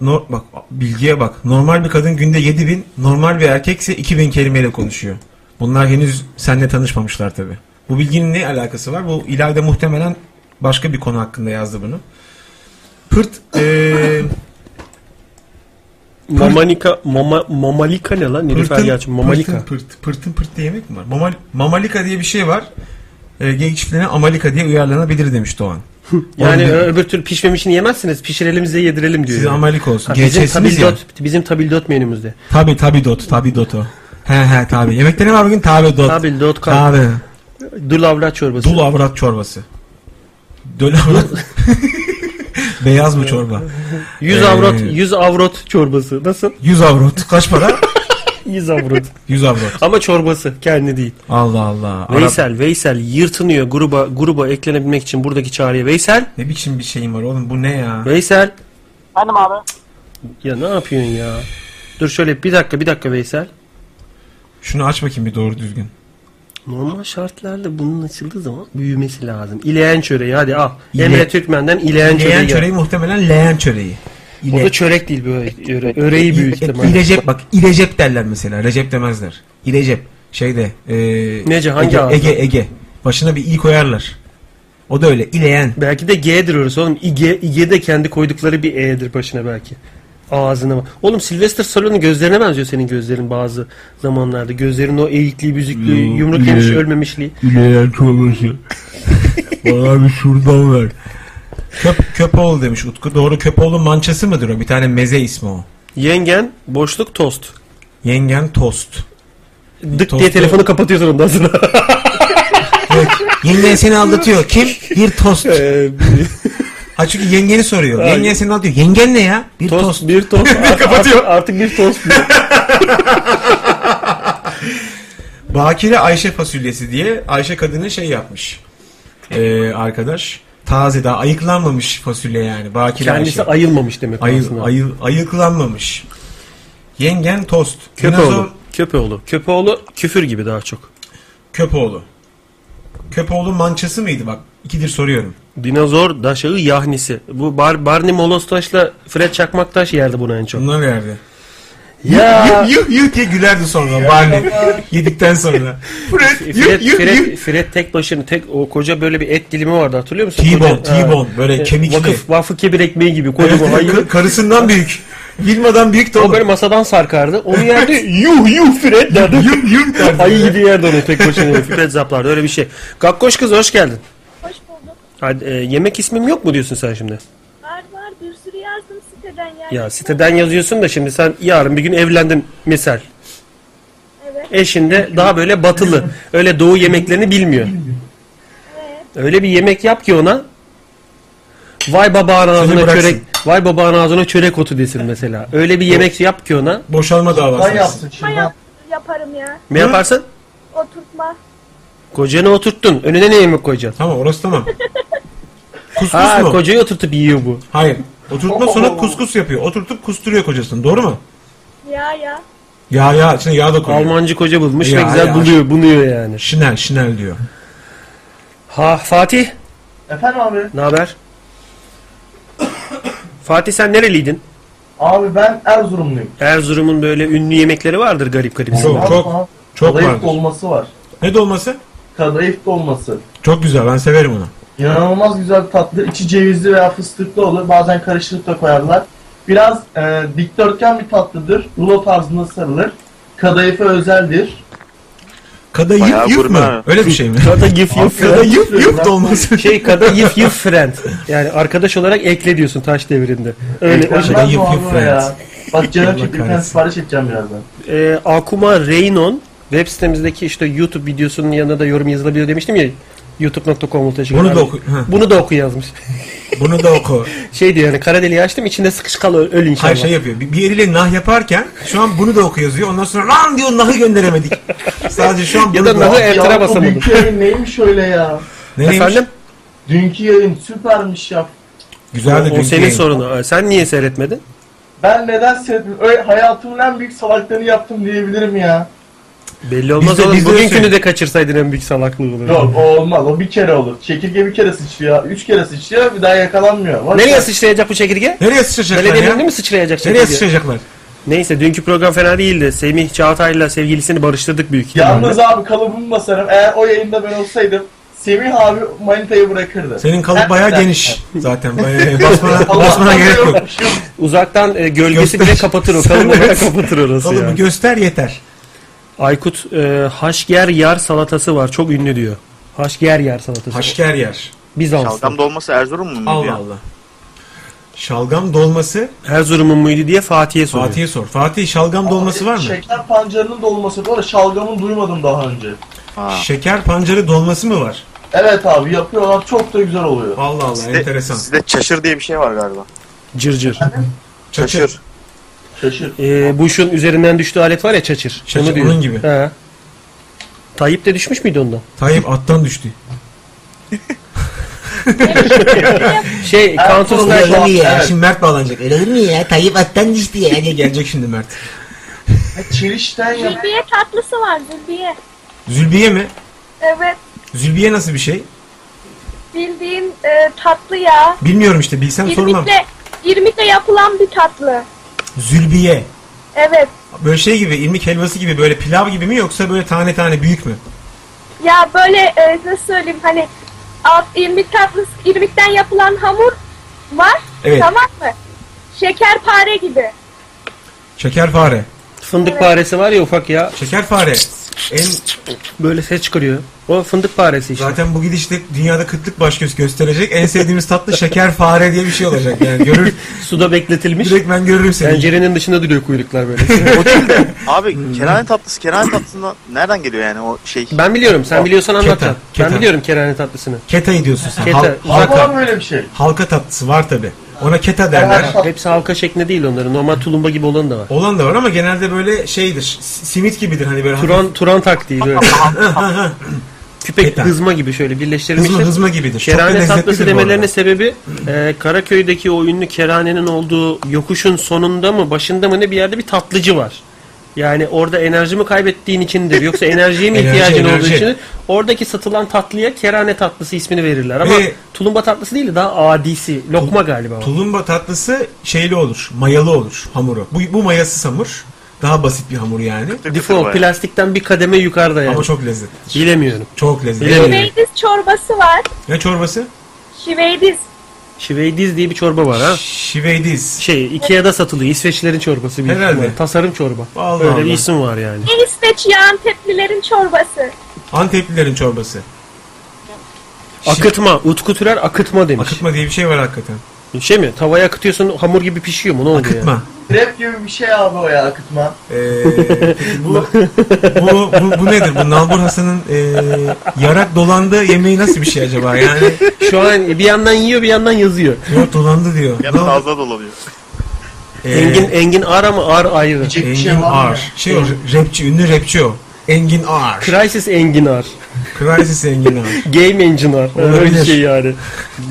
[SPEAKER 2] No, bak bilgiye bak. Normal bir kadın günde 7000, normal bir erkekse 2000 kelimeyle konuşuyor. Bunlar henüz seninle tanışmamışlar tabi. Bu bilginin ne alakası var? Bu ileride muhtemelen başka bir konu hakkında yazdı bunu. Pırt e,
[SPEAKER 1] Mamalika mama, mamalika ne lan? Nilüfer Yalçın, mamalika.
[SPEAKER 2] Pırtın pırt, pırtın pırt diye yemek mi var? Mamal, mamalika diye bir şey var. E, geyik çiftliğine amalika diye uyarlanabilir demiş
[SPEAKER 1] <laughs>
[SPEAKER 2] Doğan.
[SPEAKER 1] Yani
[SPEAKER 2] Olabilir.
[SPEAKER 1] öbür türlü pişmemişini yemezsiniz. Pişirelim size yedirelim diyor.
[SPEAKER 2] Siz
[SPEAKER 1] yani.
[SPEAKER 2] amalik olsun.
[SPEAKER 1] Ha, bizim
[SPEAKER 2] Geçesiniz ya.
[SPEAKER 1] tabildot, bizim tabildot menümüzde.
[SPEAKER 2] Tabi tabi dot. Tabi doto. He he tabi. Yemekte ne var bugün? Tabi dot. Tabi.
[SPEAKER 1] Tabildot kan.
[SPEAKER 2] tabi.
[SPEAKER 1] Dul avrat çorbası.
[SPEAKER 2] Dul avrat çorbası. Döl <laughs> avrat. Beyaz bu
[SPEAKER 1] <laughs>
[SPEAKER 2] çorba.
[SPEAKER 1] 100
[SPEAKER 2] Ee,
[SPEAKER 1] avrat, 100 avrat çorbası. Nasıl?
[SPEAKER 2] 100 avrat. Kaç
[SPEAKER 1] <laughs>
[SPEAKER 2] para?
[SPEAKER 1] 100 avrat.
[SPEAKER 2] 100 avrat.
[SPEAKER 1] Ama çorbası kendi değil.
[SPEAKER 2] Allah Allah. Arap-
[SPEAKER 1] Veysel, Veysel yırtınıyor gruba gruba eklenebilmek için buradaki çağrıya. Veysel,
[SPEAKER 2] Ne biçim bir şeyim var oğlum bu ne ya?
[SPEAKER 1] Veysel.
[SPEAKER 8] Benim abi.
[SPEAKER 1] Ya ne yapıyorsun ya? Dur şöyle bir dakika, bir dakika Veysel.
[SPEAKER 2] Şunu aç bakayım bir doğru düzgün.
[SPEAKER 1] Normal şartlarda bunun açıldığı zaman büyümesi lazım. İleyen çöreği hadi al.
[SPEAKER 2] İle-
[SPEAKER 1] Emre Türkmen'den ileyen,
[SPEAKER 2] Leğen
[SPEAKER 1] çöreği. gel.
[SPEAKER 2] çöreği muhtemelen leğen çöreği.
[SPEAKER 1] O
[SPEAKER 2] İle-
[SPEAKER 1] da çörek değil böyle. öre- Öreği büyük
[SPEAKER 2] İle-
[SPEAKER 1] ihtimalle.
[SPEAKER 2] İlecep bak İlecep derler mesela. Recep demezler. İlecep. Şeyde. E,
[SPEAKER 1] Nece, hangi
[SPEAKER 2] Ege,
[SPEAKER 1] ağızda?
[SPEAKER 2] Ege Ege. Başına bir i koyarlar. O da öyle. İleyen.
[SPEAKER 1] Belki de G'dir orası oğlum. İge, İge de kendi koydukları bir E'dir başına belki. Ağzına bak. Oğlum Sylvester Stallone'un gözlerine benziyor senin gözlerin bazı zamanlarda. Gözlerin o eğikliği, büzüklüğü,
[SPEAKER 2] Yo,
[SPEAKER 1] yumruk yemiş
[SPEAKER 2] yo.
[SPEAKER 1] ölmemişliği.
[SPEAKER 2] İleyen çorbası. Bana bir şuradan ver. Köp, köpoğlu demiş Utku. Doğru köpoğlu mançası mıdır o? Bir tane meze ismi o.
[SPEAKER 1] Yengen boşluk tost.
[SPEAKER 2] Yengen tost.
[SPEAKER 1] Dık diye
[SPEAKER 2] Tostu-
[SPEAKER 1] telefonu kapatıyorsun ondan sonra.
[SPEAKER 2] Evet. Yengen seni aldatıyor. Kim? Bir tost.
[SPEAKER 1] Ee,
[SPEAKER 2] Ha çünkü yengeni soruyor.
[SPEAKER 1] Ay.
[SPEAKER 2] Yengen seni aldatıyor. Yengen ne ya? Bir tost.
[SPEAKER 1] tost, bir
[SPEAKER 2] <laughs>
[SPEAKER 1] tost. kapatıyor. Artık bir tost. diyor.
[SPEAKER 2] Bakire Ayşe fasulyesi diye Ayşe kadını şey yapmış. Ee, arkadaş. Taze daha ayıklanmamış fasulye yani. Bakire
[SPEAKER 1] Kendisi
[SPEAKER 2] Ayşe.
[SPEAKER 1] ayılmamış demek
[SPEAKER 2] Ayı,
[SPEAKER 1] aslında.
[SPEAKER 2] ayı, ayıklanmamış. Yengen tost. Dinozor-
[SPEAKER 1] Köpeoğlu. Köpeoğlu. Köpeoğlu küfür gibi daha çok.
[SPEAKER 2] Köpoğlu. Köpoğlu mançası mıydı bak? İkidir soruyorum.
[SPEAKER 1] Dinozor daşağı yahnisi. Bu Bar Barney Molostaş'la Fred Çakmaktaş yerdi bunu en çok.
[SPEAKER 2] Bunlar nerede?
[SPEAKER 1] Ya
[SPEAKER 2] Yuh yuh diye gülerdi sonra Barney. Yedikten sonra. Fred
[SPEAKER 1] E, Fred, Fred, Fred tek başına tek o koca böyle bir et dilimi vardı hatırlıyor musun?
[SPEAKER 2] T-bone,
[SPEAKER 1] Koca- ha. e,
[SPEAKER 2] T-bone böyle kemikli.
[SPEAKER 1] Vakıf, vakıf kebir ekmeği gibi
[SPEAKER 2] Evet,
[SPEAKER 1] kocaman. hayır.
[SPEAKER 2] kar- karısından büyük. Bilmadan büyük de
[SPEAKER 1] O böyle
[SPEAKER 2] olur.
[SPEAKER 1] masadan sarkardı. Onu
[SPEAKER 2] <laughs>
[SPEAKER 1] yerde yuh yuh Fred derdi.
[SPEAKER 2] Yuh yuh derdi.
[SPEAKER 1] Ayı gibi yerdi onu tek başına. Fred zaplardı öyle bir şey. Gakkoş kız hoş geldin.
[SPEAKER 9] Hoş bulduk.
[SPEAKER 1] Hadi, e, yemek ismim yok mu diyorsun sen şimdi?
[SPEAKER 9] Var var bir sürü yazdım siteden yani.
[SPEAKER 1] Ya siteden yazıyorsun da şimdi sen yarın bir gün evlendin misal.
[SPEAKER 9] Evet.
[SPEAKER 1] Eşin de daha böyle batılı. Öyle doğu yemeklerini bilmiyor.
[SPEAKER 9] Evet.
[SPEAKER 1] Öyle bir yemek yap ki ona. Vay babağın ağzına
[SPEAKER 2] bıraksın.
[SPEAKER 1] çörek, vay babağın ağzına çörek otu desin mesela. Öyle bir yemek yap ki ona.
[SPEAKER 2] Boşanma
[SPEAKER 8] Ben
[SPEAKER 2] davası.
[SPEAKER 8] yaptım şimdi.
[SPEAKER 9] Ama yap- yaparım ya.
[SPEAKER 1] Ne yaparsın?
[SPEAKER 9] Oturtma.
[SPEAKER 1] Kocanı oturttun. Önüne ne yemek koyacaksın?
[SPEAKER 2] Tamam orası
[SPEAKER 1] <laughs>
[SPEAKER 2] tamam. Kuskus
[SPEAKER 1] Ha
[SPEAKER 2] mu?
[SPEAKER 1] kocayı oturtup yiyor bu.
[SPEAKER 2] Hayır. Oturtma sonra kuskus yapıyor. Oturtup kusturuyor kocasını. Doğru mu?
[SPEAKER 9] Ya ya.
[SPEAKER 2] Ya ya. içine yağ da koyuyor.
[SPEAKER 1] Almancı koca bulmuş ve
[SPEAKER 2] Ya,
[SPEAKER 1] güzel
[SPEAKER 2] ya.
[SPEAKER 1] buluyor, bunuyor yani.
[SPEAKER 2] Şinel şinel diyor.
[SPEAKER 1] Ha Fatih,
[SPEAKER 8] Efendim abi.
[SPEAKER 1] ne haber? Fatih sen nereliydin?
[SPEAKER 8] Abi ben Erzurumluyum.
[SPEAKER 1] Erzurum'un böyle ünlü yemekleri vardır garip garip.
[SPEAKER 2] Çok çok. Çok
[SPEAKER 8] Kadayıf
[SPEAKER 2] vardır.
[SPEAKER 8] dolması var.
[SPEAKER 2] Ne dolması?
[SPEAKER 8] Kadayıf dolması.
[SPEAKER 2] Çok güzel. Ben severim onu.
[SPEAKER 8] İnanılmaz güzel bir tatlı. İçi cevizli veya fıstıklı olur. Bazen karıştırıp da koyarlar. Biraz e, dikdörtgen bir tatlıdır. Rulo tarzında sarılır. Kadayıfa özeldir.
[SPEAKER 2] Kada
[SPEAKER 3] Bayağı
[SPEAKER 2] yıf yıf
[SPEAKER 3] gurme
[SPEAKER 2] mı?
[SPEAKER 3] ha.
[SPEAKER 2] Öyle bir şey mi?
[SPEAKER 1] Kada yıf yıf
[SPEAKER 2] Kada yıf yıf dolması.
[SPEAKER 8] <laughs>
[SPEAKER 1] şey kada yıf yıf friend. Yani arkadaş olarak ekle diyorsun taş devrinde. Öyle o
[SPEAKER 2] Yıp,
[SPEAKER 1] şey.
[SPEAKER 8] Eklemez
[SPEAKER 2] yıp,
[SPEAKER 8] mi oğlum
[SPEAKER 2] friends.
[SPEAKER 8] ya? Bak
[SPEAKER 2] Allah
[SPEAKER 8] canım çekti. Bir tane
[SPEAKER 2] kahretsin.
[SPEAKER 8] sipariş edeceğim birazdan.
[SPEAKER 1] Ee, Akuma Reynon web sitemizdeki işte YouTube videosunun yanına da yorum yazılabiliyor demiştim ya youtube.com ultaşı.
[SPEAKER 2] Bunu da oku. ha,
[SPEAKER 1] Bunu da oku yazmış.
[SPEAKER 2] Bunu da
[SPEAKER 1] <laughs>
[SPEAKER 2] oku.
[SPEAKER 1] Şey diyor yani kara deliği açtım içinde sıkışkalı öl, öl inşallah.
[SPEAKER 2] Hayır şey yapıyor. Bir, bir eliyle nah yaparken şu an bunu da oku yazıyor. Ondan sonra lan diyor nahı
[SPEAKER 1] <laughs>
[SPEAKER 2] gönderemedik. Sadece şu an
[SPEAKER 1] Ya
[SPEAKER 2] bunu
[SPEAKER 1] da
[SPEAKER 2] da
[SPEAKER 1] nahı
[SPEAKER 2] oku.
[SPEAKER 1] enter'a
[SPEAKER 8] Ya, o
[SPEAKER 1] basamadım.
[SPEAKER 8] Dünkü yayın neymiş öyle ya?
[SPEAKER 2] Nereymiş?
[SPEAKER 1] Efendim?
[SPEAKER 8] Dünkü yayın süpermiş ya.
[SPEAKER 2] Güzel de
[SPEAKER 1] o senin
[SPEAKER 2] dünkü yayın.
[SPEAKER 1] sorunu. Aa, Sen niye seyretmedin?
[SPEAKER 8] Ben neden sevdim? Öyle hayatımın en büyük salaklığını yaptım diyebilirim ya.
[SPEAKER 1] Belli olmaz
[SPEAKER 2] Biz de-
[SPEAKER 1] oğlum.
[SPEAKER 2] biz de şey-
[SPEAKER 1] Bugünkünü
[SPEAKER 2] söyle-
[SPEAKER 1] de kaçırsaydın en büyük salaklığı olur.
[SPEAKER 8] Yok o olmaz. O bir kere olur. Çekirge bir kere sıçrıyor. Üç kere sıçrıyor. Bir daha yakalanmıyor. Var
[SPEAKER 1] Nereye
[SPEAKER 8] ya.
[SPEAKER 1] sıçrayacak bu çekirge?
[SPEAKER 2] Nereye sıçrayacaklar
[SPEAKER 1] Belediyenin önüne
[SPEAKER 2] ya?
[SPEAKER 1] mi sıçrayacak
[SPEAKER 2] Nereye
[SPEAKER 1] çekirge?
[SPEAKER 2] sıçrayacaklar?
[SPEAKER 1] Neyse dünkü program fena değildi. Semih Çağatay'la sevgilisini barıştırdık büyük ihtimalle.
[SPEAKER 8] Yalnız abi kalıbımı basarım. Eğer o yayında ben olsaydım Semih abi manitayı bırakırdı.
[SPEAKER 2] Senin kalıp
[SPEAKER 8] Her-
[SPEAKER 2] bayağı
[SPEAKER 8] Her-
[SPEAKER 2] geniş zaten.
[SPEAKER 1] <laughs>
[SPEAKER 2] Bayağı- basmana,
[SPEAKER 8] Allah
[SPEAKER 2] basmana
[SPEAKER 8] Allah,
[SPEAKER 2] gerek yok.
[SPEAKER 8] yokmuş, yok.
[SPEAKER 1] Uzaktan e, gölgesi
[SPEAKER 2] Göster.
[SPEAKER 1] bile kapatır o. Kalın bile kapatır orası
[SPEAKER 2] Oğlum
[SPEAKER 1] yani.
[SPEAKER 2] göster yeter.
[SPEAKER 1] Aykut e, haşger yar salatası var. Çok ünlü diyor. Haşger yar salatası.
[SPEAKER 2] Haşker yer.
[SPEAKER 1] Bizanslı.
[SPEAKER 3] Şalgam dolması Erzurum mu? muydu
[SPEAKER 2] Allah
[SPEAKER 3] ya?
[SPEAKER 2] Allah. Şalgam dolması
[SPEAKER 1] Erzurum'un muydu diye Fatih'e soruyor.
[SPEAKER 2] Fatih'e sor. Fatih şalgam dolması var mı?
[SPEAKER 8] Şeker pancarının dolması var. Şalgamın duymadım daha önce.
[SPEAKER 3] Ha.
[SPEAKER 2] Şeker pancarı dolması mı var?
[SPEAKER 8] Evet abi yapıyorlar çok da güzel oluyor.
[SPEAKER 2] Allah Allah
[SPEAKER 3] Sizde-
[SPEAKER 2] enteresan.
[SPEAKER 3] Sizde çaşır diye bir şey var galiba.
[SPEAKER 1] Cırcır.
[SPEAKER 2] Çaçır.
[SPEAKER 3] Çaşır.
[SPEAKER 8] Şaşır.
[SPEAKER 1] E, bu şun üzerinden düştüğü alet var ya çaçır.
[SPEAKER 2] Çaçır,
[SPEAKER 1] Onu diyor.
[SPEAKER 2] onun gibi.
[SPEAKER 1] He. Tayyip de düşmüş müydü ondan?
[SPEAKER 2] Tayyip
[SPEAKER 5] <laughs>
[SPEAKER 2] attan düştü.
[SPEAKER 1] Şey Counter
[SPEAKER 8] Ertuğrul
[SPEAKER 1] Strike
[SPEAKER 8] Hoca-
[SPEAKER 5] Öyle mi ya?
[SPEAKER 8] Evet.
[SPEAKER 2] Şimdi Mert bağlanacak.
[SPEAKER 5] Öyle mi ya? Tayyip Attan düştü ya.
[SPEAKER 2] Öyle gelecek şimdi Mert.
[SPEAKER 8] Çelişten ya.
[SPEAKER 9] Zülbiye tatlısı var Zülbiye.
[SPEAKER 2] Zülbiye mi?
[SPEAKER 9] Evet
[SPEAKER 2] Zülbiye nasıl bir şey?
[SPEAKER 9] bildiğin e, tatlı ya.
[SPEAKER 2] Bilmiyorum işte bilsem sormam.
[SPEAKER 9] İrmikle, irmikle yapılan bir tatlı.
[SPEAKER 2] Zülbiye.
[SPEAKER 9] Evet.
[SPEAKER 2] Böyle şey gibi irmik helvası gibi böyle pilav gibi mi yoksa böyle tane tane büyük mü?
[SPEAKER 9] Ya böyle e, nasıl söyleyeyim hani alt irmik tatlısı, irmikten yapılan hamur var.
[SPEAKER 2] Evet.
[SPEAKER 9] Tamam mı? Şekerpare gibi.
[SPEAKER 2] Şekerfare.
[SPEAKER 1] fındık faresi var ya ufak ya.
[SPEAKER 2] Şekerfare. En
[SPEAKER 1] Böyle ses çıkarıyor. O fındık faresi işte.
[SPEAKER 2] Zaten bu gidişle dünyada kıtlık baş göz gösterecek. En sevdiğimiz tatlı şeker fare diye bir şey olacak. Yani görür,
[SPEAKER 1] <laughs> Suda bekletilmiş.
[SPEAKER 2] direkt ben görürüm seni.
[SPEAKER 1] Pencerenin dışında duruyor
[SPEAKER 2] <laughs>
[SPEAKER 1] kuyruklar böyle.
[SPEAKER 3] o değil de <laughs>
[SPEAKER 1] Hmm.
[SPEAKER 3] abi kerane tatlısı kerane tatlısından nereden geliyor yani o şey?
[SPEAKER 1] ben biliyorum. Sen biliyorsan
[SPEAKER 2] Keten,
[SPEAKER 1] anlat. Ben
[SPEAKER 2] keten.
[SPEAKER 1] biliyorum kerane tatlısını.
[SPEAKER 2] Keta'yı diyorsun sen.
[SPEAKER 1] Keta,
[SPEAKER 2] Hal-
[SPEAKER 8] Var
[SPEAKER 2] halka,
[SPEAKER 8] mı öyle bir şey?
[SPEAKER 2] halka tatlısı var tabi. Ona keta derler.
[SPEAKER 8] Tat-
[SPEAKER 1] Hepsi halka şeklinde değil onların. Normal tulumba gibi olan da var.
[SPEAKER 2] Olan da var ama genelde böyle şeydir. s- Simit gibidir hani böyle. hafif
[SPEAKER 1] Turan, Turan taktiği
[SPEAKER 2] <laughs>
[SPEAKER 1] böyle. Küpek
[SPEAKER 2] Keten.
[SPEAKER 1] hızma gibi şöyle birleştirilmiş.
[SPEAKER 2] hızma hızma gibidir. Çok da
[SPEAKER 1] Kerane
[SPEAKER 2] lezzetlidir
[SPEAKER 1] tatlısı
[SPEAKER 2] bu arada.
[SPEAKER 1] demelerinin sebebi e, Karaköy'deki o ünlü keranenin olduğu yokuşun sonunda mı başında mı ne bir yerde bir tatlıcı var. Yani orada enerjimi kaybettiğin
[SPEAKER 2] <laughs>
[SPEAKER 1] içindir. Yoksa enerjiye mi
[SPEAKER 2] Enerji,
[SPEAKER 1] ihtiyacın olduğu
[SPEAKER 2] enerji.
[SPEAKER 1] için oradaki satılan tatlıya kerane tatlısı ismini verirler. Ama
[SPEAKER 2] Ve-
[SPEAKER 1] tulumba tatlısı değil de daha adisi. Lokma galiba. o.
[SPEAKER 2] Tulumba tatlısı şeyli olur. Mayalı olur hamuru. Bu, bu mayasız hamur. Daha basit bir hamur yani.
[SPEAKER 1] Default plastikten bir kademe yukarıda yani.
[SPEAKER 2] Ama çok lezzetli.
[SPEAKER 1] Bilemiyorum.
[SPEAKER 2] Çok lezzetli.
[SPEAKER 1] Bilemiyorum.
[SPEAKER 9] Şiveydiz çorbası var.
[SPEAKER 2] Ne çorbası?
[SPEAKER 9] Şiveydiz.
[SPEAKER 1] Şiveydiz diye bir çorba var ha.
[SPEAKER 2] Şiveydiz.
[SPEAKER 1] Şey Ikea'da satılıyor. İsveçlilerin çorbası bir
[SPEAKER 2] Herhalde.
[SPEAKER 1] ihtimal. Tasarım çorba.
[SPEAKER 2] Allah
[SPEAKER 1] Öyle
[SPEAKER 2] Allah.
[SPEAKER 1] bir isim var yani.
[SPEAKER 9] En İsveçli Anteplilerin çorbası.
[SPEAKER 2] Anteplilerin çorbası.
[SPEAKER 1] Akıtma. Utku Türer akıtma demiş.
[SPEAKER 2] Akıtma diye bir şey var hakikaten.
[SPEAKER 1] Şey mi? Tavaya akıtıyorsun hamur gibi pişiyor mu? Ne oluyor? yani?
[SPEAKER 2] Akıtma.
[SPEAKER 8] Krep gibi bir şey abi o ya akıtma.
[SPEAKER 2] Ee, peki bu, bu, bu, bu nedir? Bu Nalbur Hasan'ın ee, yarak dolandığı yemeği nasıl bir şey acaba? Yani
[SPEAKER 1] Şu an bir yandan yiyor bir yandan yazıyor.
[SPEAKER 2] yok dolandı diyor.
[SPEAKER 3] Yanında
[SPEAKER 2] Nal-
[SPEAKER 3] ağzına dolanıyor.
[SPEAKER 2] Ee,
[SPEAKER 1] Engin Engin Ar ama Ar ayrı.
[SPEAKER 8] Yiyecek bir şey
[SPEAKER 2] Engin
[SPEAKER 8] var mı?
[SPEAKER 2] Ar. Şey o rapçi, ünlü rapçi o. Engin Ar.
[SPEAKER 1] Crisis Engin Ar.
[SPEAKER 2] Crisis Engin Ar.
[SPEAKER 1] <laughs> Game Engine Ar. Öyle bir
[SPEAKER 2] Olabilir.
[SPEAKER 1] şey yani.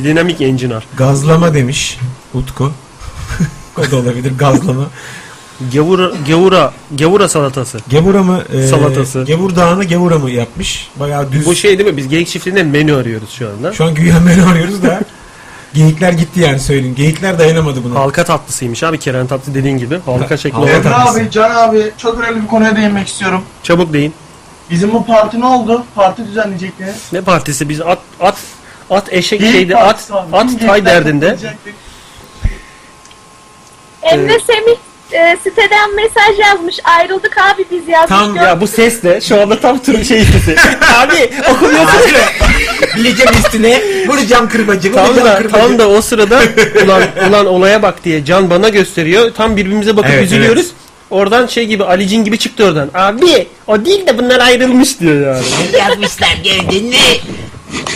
[SPEAKER 1] Dinamik Engine Ar.
[SPEAKER 2] Gazlama demiş Utku. o da olabilir gazlama.
[SPEAKER 1] Gavura, gavura, gavura salatası.
[SPEAKER 2] Gevura mı? ee,
[SPEAKER 1] Salatası.
[SPEAKER 2] Gevur Dağı'nı Gevura mı yapmış? Bayağı düz.
[SPEAKER 1] Bu şey değil mi? Biz geyik çiftliğinden menü arıyoruz şu anda.
[SPEAKER 2] Şu an güya menü arıyoruz
[SPEAKER 1] <laughs>
[SPEAKER 2] da. Geyikler gitti yani söyleyeyim. Geyikler dayanamadı buna.
[SPEAKER 1] Halka tatlısıymış abi. Kerem tatlı dediğin gibi. Halka
[SPEAKER 2] Ha-
[SPEAKER 1] şekli
[SPEAKER 2] halka
[SPEAKER 1] olan.
[SPEAKER 8] Emre
[SPEAKER 2] tatlısın.
[SPEAKER 8] abi, Can abi çok önemli bir konuya değinmek istiyorum.
[SPEAKER 1] Çabuk deyin.
[SPEAKER 8] Bizim bu parti ne oldu? Parti düzenleyecektiniz.
[SPEAKER 1] Ne partisi? Biz at at at eşek
[SPEAKER 8] Geyik
[SPEAKER 1] şeydi. At
[SPEAKER 8] partisi abi. Bizim
[SPEAKER 1] at tay
[SPEAKER 8] geyikler
[SPEAKER 1] derdinde.
[SPEAKER 8] toplanacaktık.
[SPEAKER 9] Emre Semih e, siteden mesaj yazmış. Ayrıldık abi biz yazmış.
[SPEAKER 2] Tam
[SPEAKER 9] Gör-
[SPEAKER 10] Ya bu ses de şu anda tam tur şey sesi. Abi
[SPEAKER 1] <laughs>
[SPEAKER 10] okumuyorsun ki.
[SPEAKER 5] Bileceğim üstüne. Vuracağım kırbacı.
[SPEAKER 1] Tam
[SPEAKER 5] Vuracağım
[SPEAKER 1] da,
[SPEAKER 5] kırbacı.
[SPEAKER 1] tam da o sırada ulan, ulan olaya bak diye Can bana gösteriyor. Tam birbirimize bakıp
[SPEAKER 2] Evet,
[SPEAKER 1] üzülüyoruz. Oradan şey gibi Alicin gibi çıktı oradan. Abi o değil de bunlar ayrılmış diyor yani.
[SPEAKER 5] Yazmışlar gördün mü?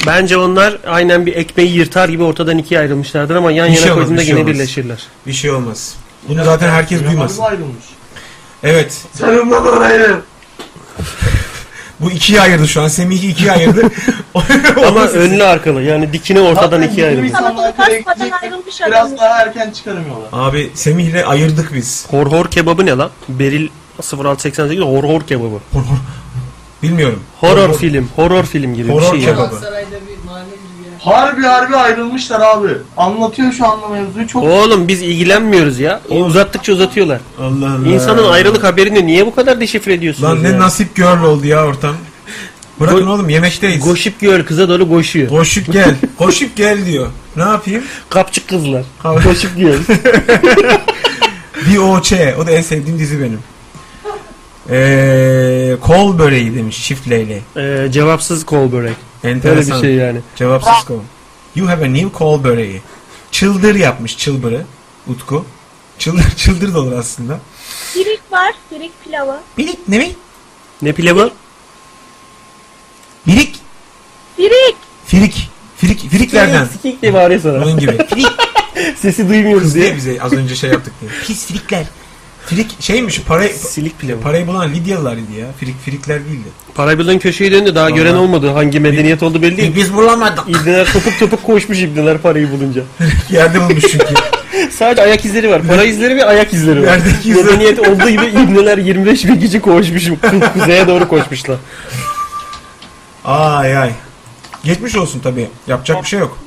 [SPEAKER 1] Bence onlar aynen bir ekmeği yırtar gibi ortadan ikiye ayrılmışlardır ama yan
[SPEAKER 2] Bir şey
[SPEAKER 1] yana
[SPEAKER 2] olmaz,
[SPEAKER 1] koyduğunda
[SPEAKER 2] bir şey
[SPEAKER 1] yine
[SPEAKER 2] olmaz.
[SPEAKER 1] birleşirler.
[SPEAKER 2] Bir şey olmaz. Bunu zaten herkes duymasın.
[SPEAKER 8] ayrılmış.
[SPEAKER 2] Evet.
[SPEAKER 8] Sarılmadan ayrı.
[SPEAKER 2] Bu ikiye ayırdı şu an. Semih'i ikiye ayırdı. <laughs>
[SPEAKER 1] Ama önlü arkalı yani dikine ortadan
[SPEAKER 8] Zaten
[SPEAKER 1] ikiye ayrılmış.
[SPEAKER 8] birbirimizi
[SPEAKER 9] Ama
[SPEAKER 8] anlamak
[SPEAKER 9] Doğukan
[SPEAKER 8] gerekecek.
[SPEAKER 9] Spa'dan ayrılmış
[SPEAKER 8] Biraz
[SPEAKER 9] adam.
[SPEAKER 8] daha erken çıkarmıyorlar.
[SPEAKER 2] Abi Semih'le ayırdık biz.
[SPEAKER 1] Hor hor kebabı ne lan? Beril 0688 hor hor kebabı.
[SPEAKER 2] Bilmiyorum.
[SPEAKER 1] Horror film, horror film gibi
[SPEAKER 2] Horror
[SPEAKER 1] bir şey. Yani.
[SPEAKER 2] kebabı.
[SPEAKER 4] Sarayda bir mahalle gibi ya.
[SPEAKER 8] Harbi harbi ayrılmışlar abi. Anlatıyor şu anda mevzuyu çok
[SPEAKER 1] Oğlum biz ilgilenmiyoruz ya. Uzattıkça uzatıyorlar.
[SPEAKER 2] Allah Allah.
[SPEAKER 1] İnsanın ayrılık haberini niye bu kadar deşifre ediyorsunuz?
[SPEAKER 2] Lan ne
[SPEAKER 1] ya?
[SPEAKER 2] nasip girl oldu ya ortam. Bırakın
[SPEAKER 1] Go-
[SPEAKER 2] oğlum yemekteyiz.
[SPEAKER 1] Goşip göl kıza doğru koşuyor.
[SPEAKER 2] Koşup
[SPEAKER 1] <laughs>
[SPEAKER 2] gel. Koşup gel diyor. Ne yapayım?
[SPEAKER 1] Kapçık kızlar.
[SPEAKER 2] Kap-
[SPEAKER 1] Goşip
[SPEAKER 2] <laughs>
[SPEAKER 1] göl.
[SPEAKER 2] D.O.Ç. O da en sevdiğim dizi benim. Ee, kol böreği demiş çiftleyle.
[SPEAKER 1] Ee, cevapsız kol börek. Öyle
[SPEAKER 2] Enteresan.
[SPEAKER 1] bir şey yani.
[SPEAKER 2] Cevapsız kol. You have a new kol böreği. Çıldır yapmış çılbırı. Utku. Çıldır, çıldır da olur aslında.
[SPEAKER 9] Pirik var. Pirik pilava.
[SPEAKER 2] Birik ne mi?
[SPEAKER 1] Ne pilavı?
[SPEAKER 2] Birik.
[SPEAKER 9] Pirik.
[SPEAKER 2] Firik. Firik. Firiklerden.
[SPEAKER 1] Sikik diye bağırıyor sana.
[SPEAKER 2] Onun gibi.
[SPEAKER 1] <laughs> Sesi duymuyoruz
[SPEAKER 2] Kız
[SPEAKER 1] diye.
[SPEAKER 2] diye bize az önce şey yaptık diye.
[SPEAKER 5] Pis filikler.
[SPEAKER 2] Firik şeymiş parayı
[SPEAKER 1] Silik pilavı.
[SPEAKER 2] parayı bulan Lidyalılar idi ya. Firik firikler değildi.
[SPEAKER 1] Paraybulan köşeyi döndü daha gören olmadı. Hangi medeniyet oldu belli değil.
[SPEAKER 5] Biz bulamadık.
[SPEAKER 1] İbneler topuk topuk koşmuş ibneler parayı bulunca.
[SPEAKER 2] <laughs> Yerde bulmuş çünkü.
[SPEAKER 1] <laughs> Sadece ayak izleri var. Para izleri ve ayak izleri var.
[SPEAKER 2] Yerdeki izler.
[SPEAKER 1] Medeniyet olduğu gibi ibneler 25 bin kişi
[SPEAKER 2] <laughs>
[SPEAKER 1] koşmuş. ku- Kuzeye doğru koşmuşlar.
[SPEAKER 2] Ay ay. Geçmiş olsun tabii. Yapacak bir şey yok.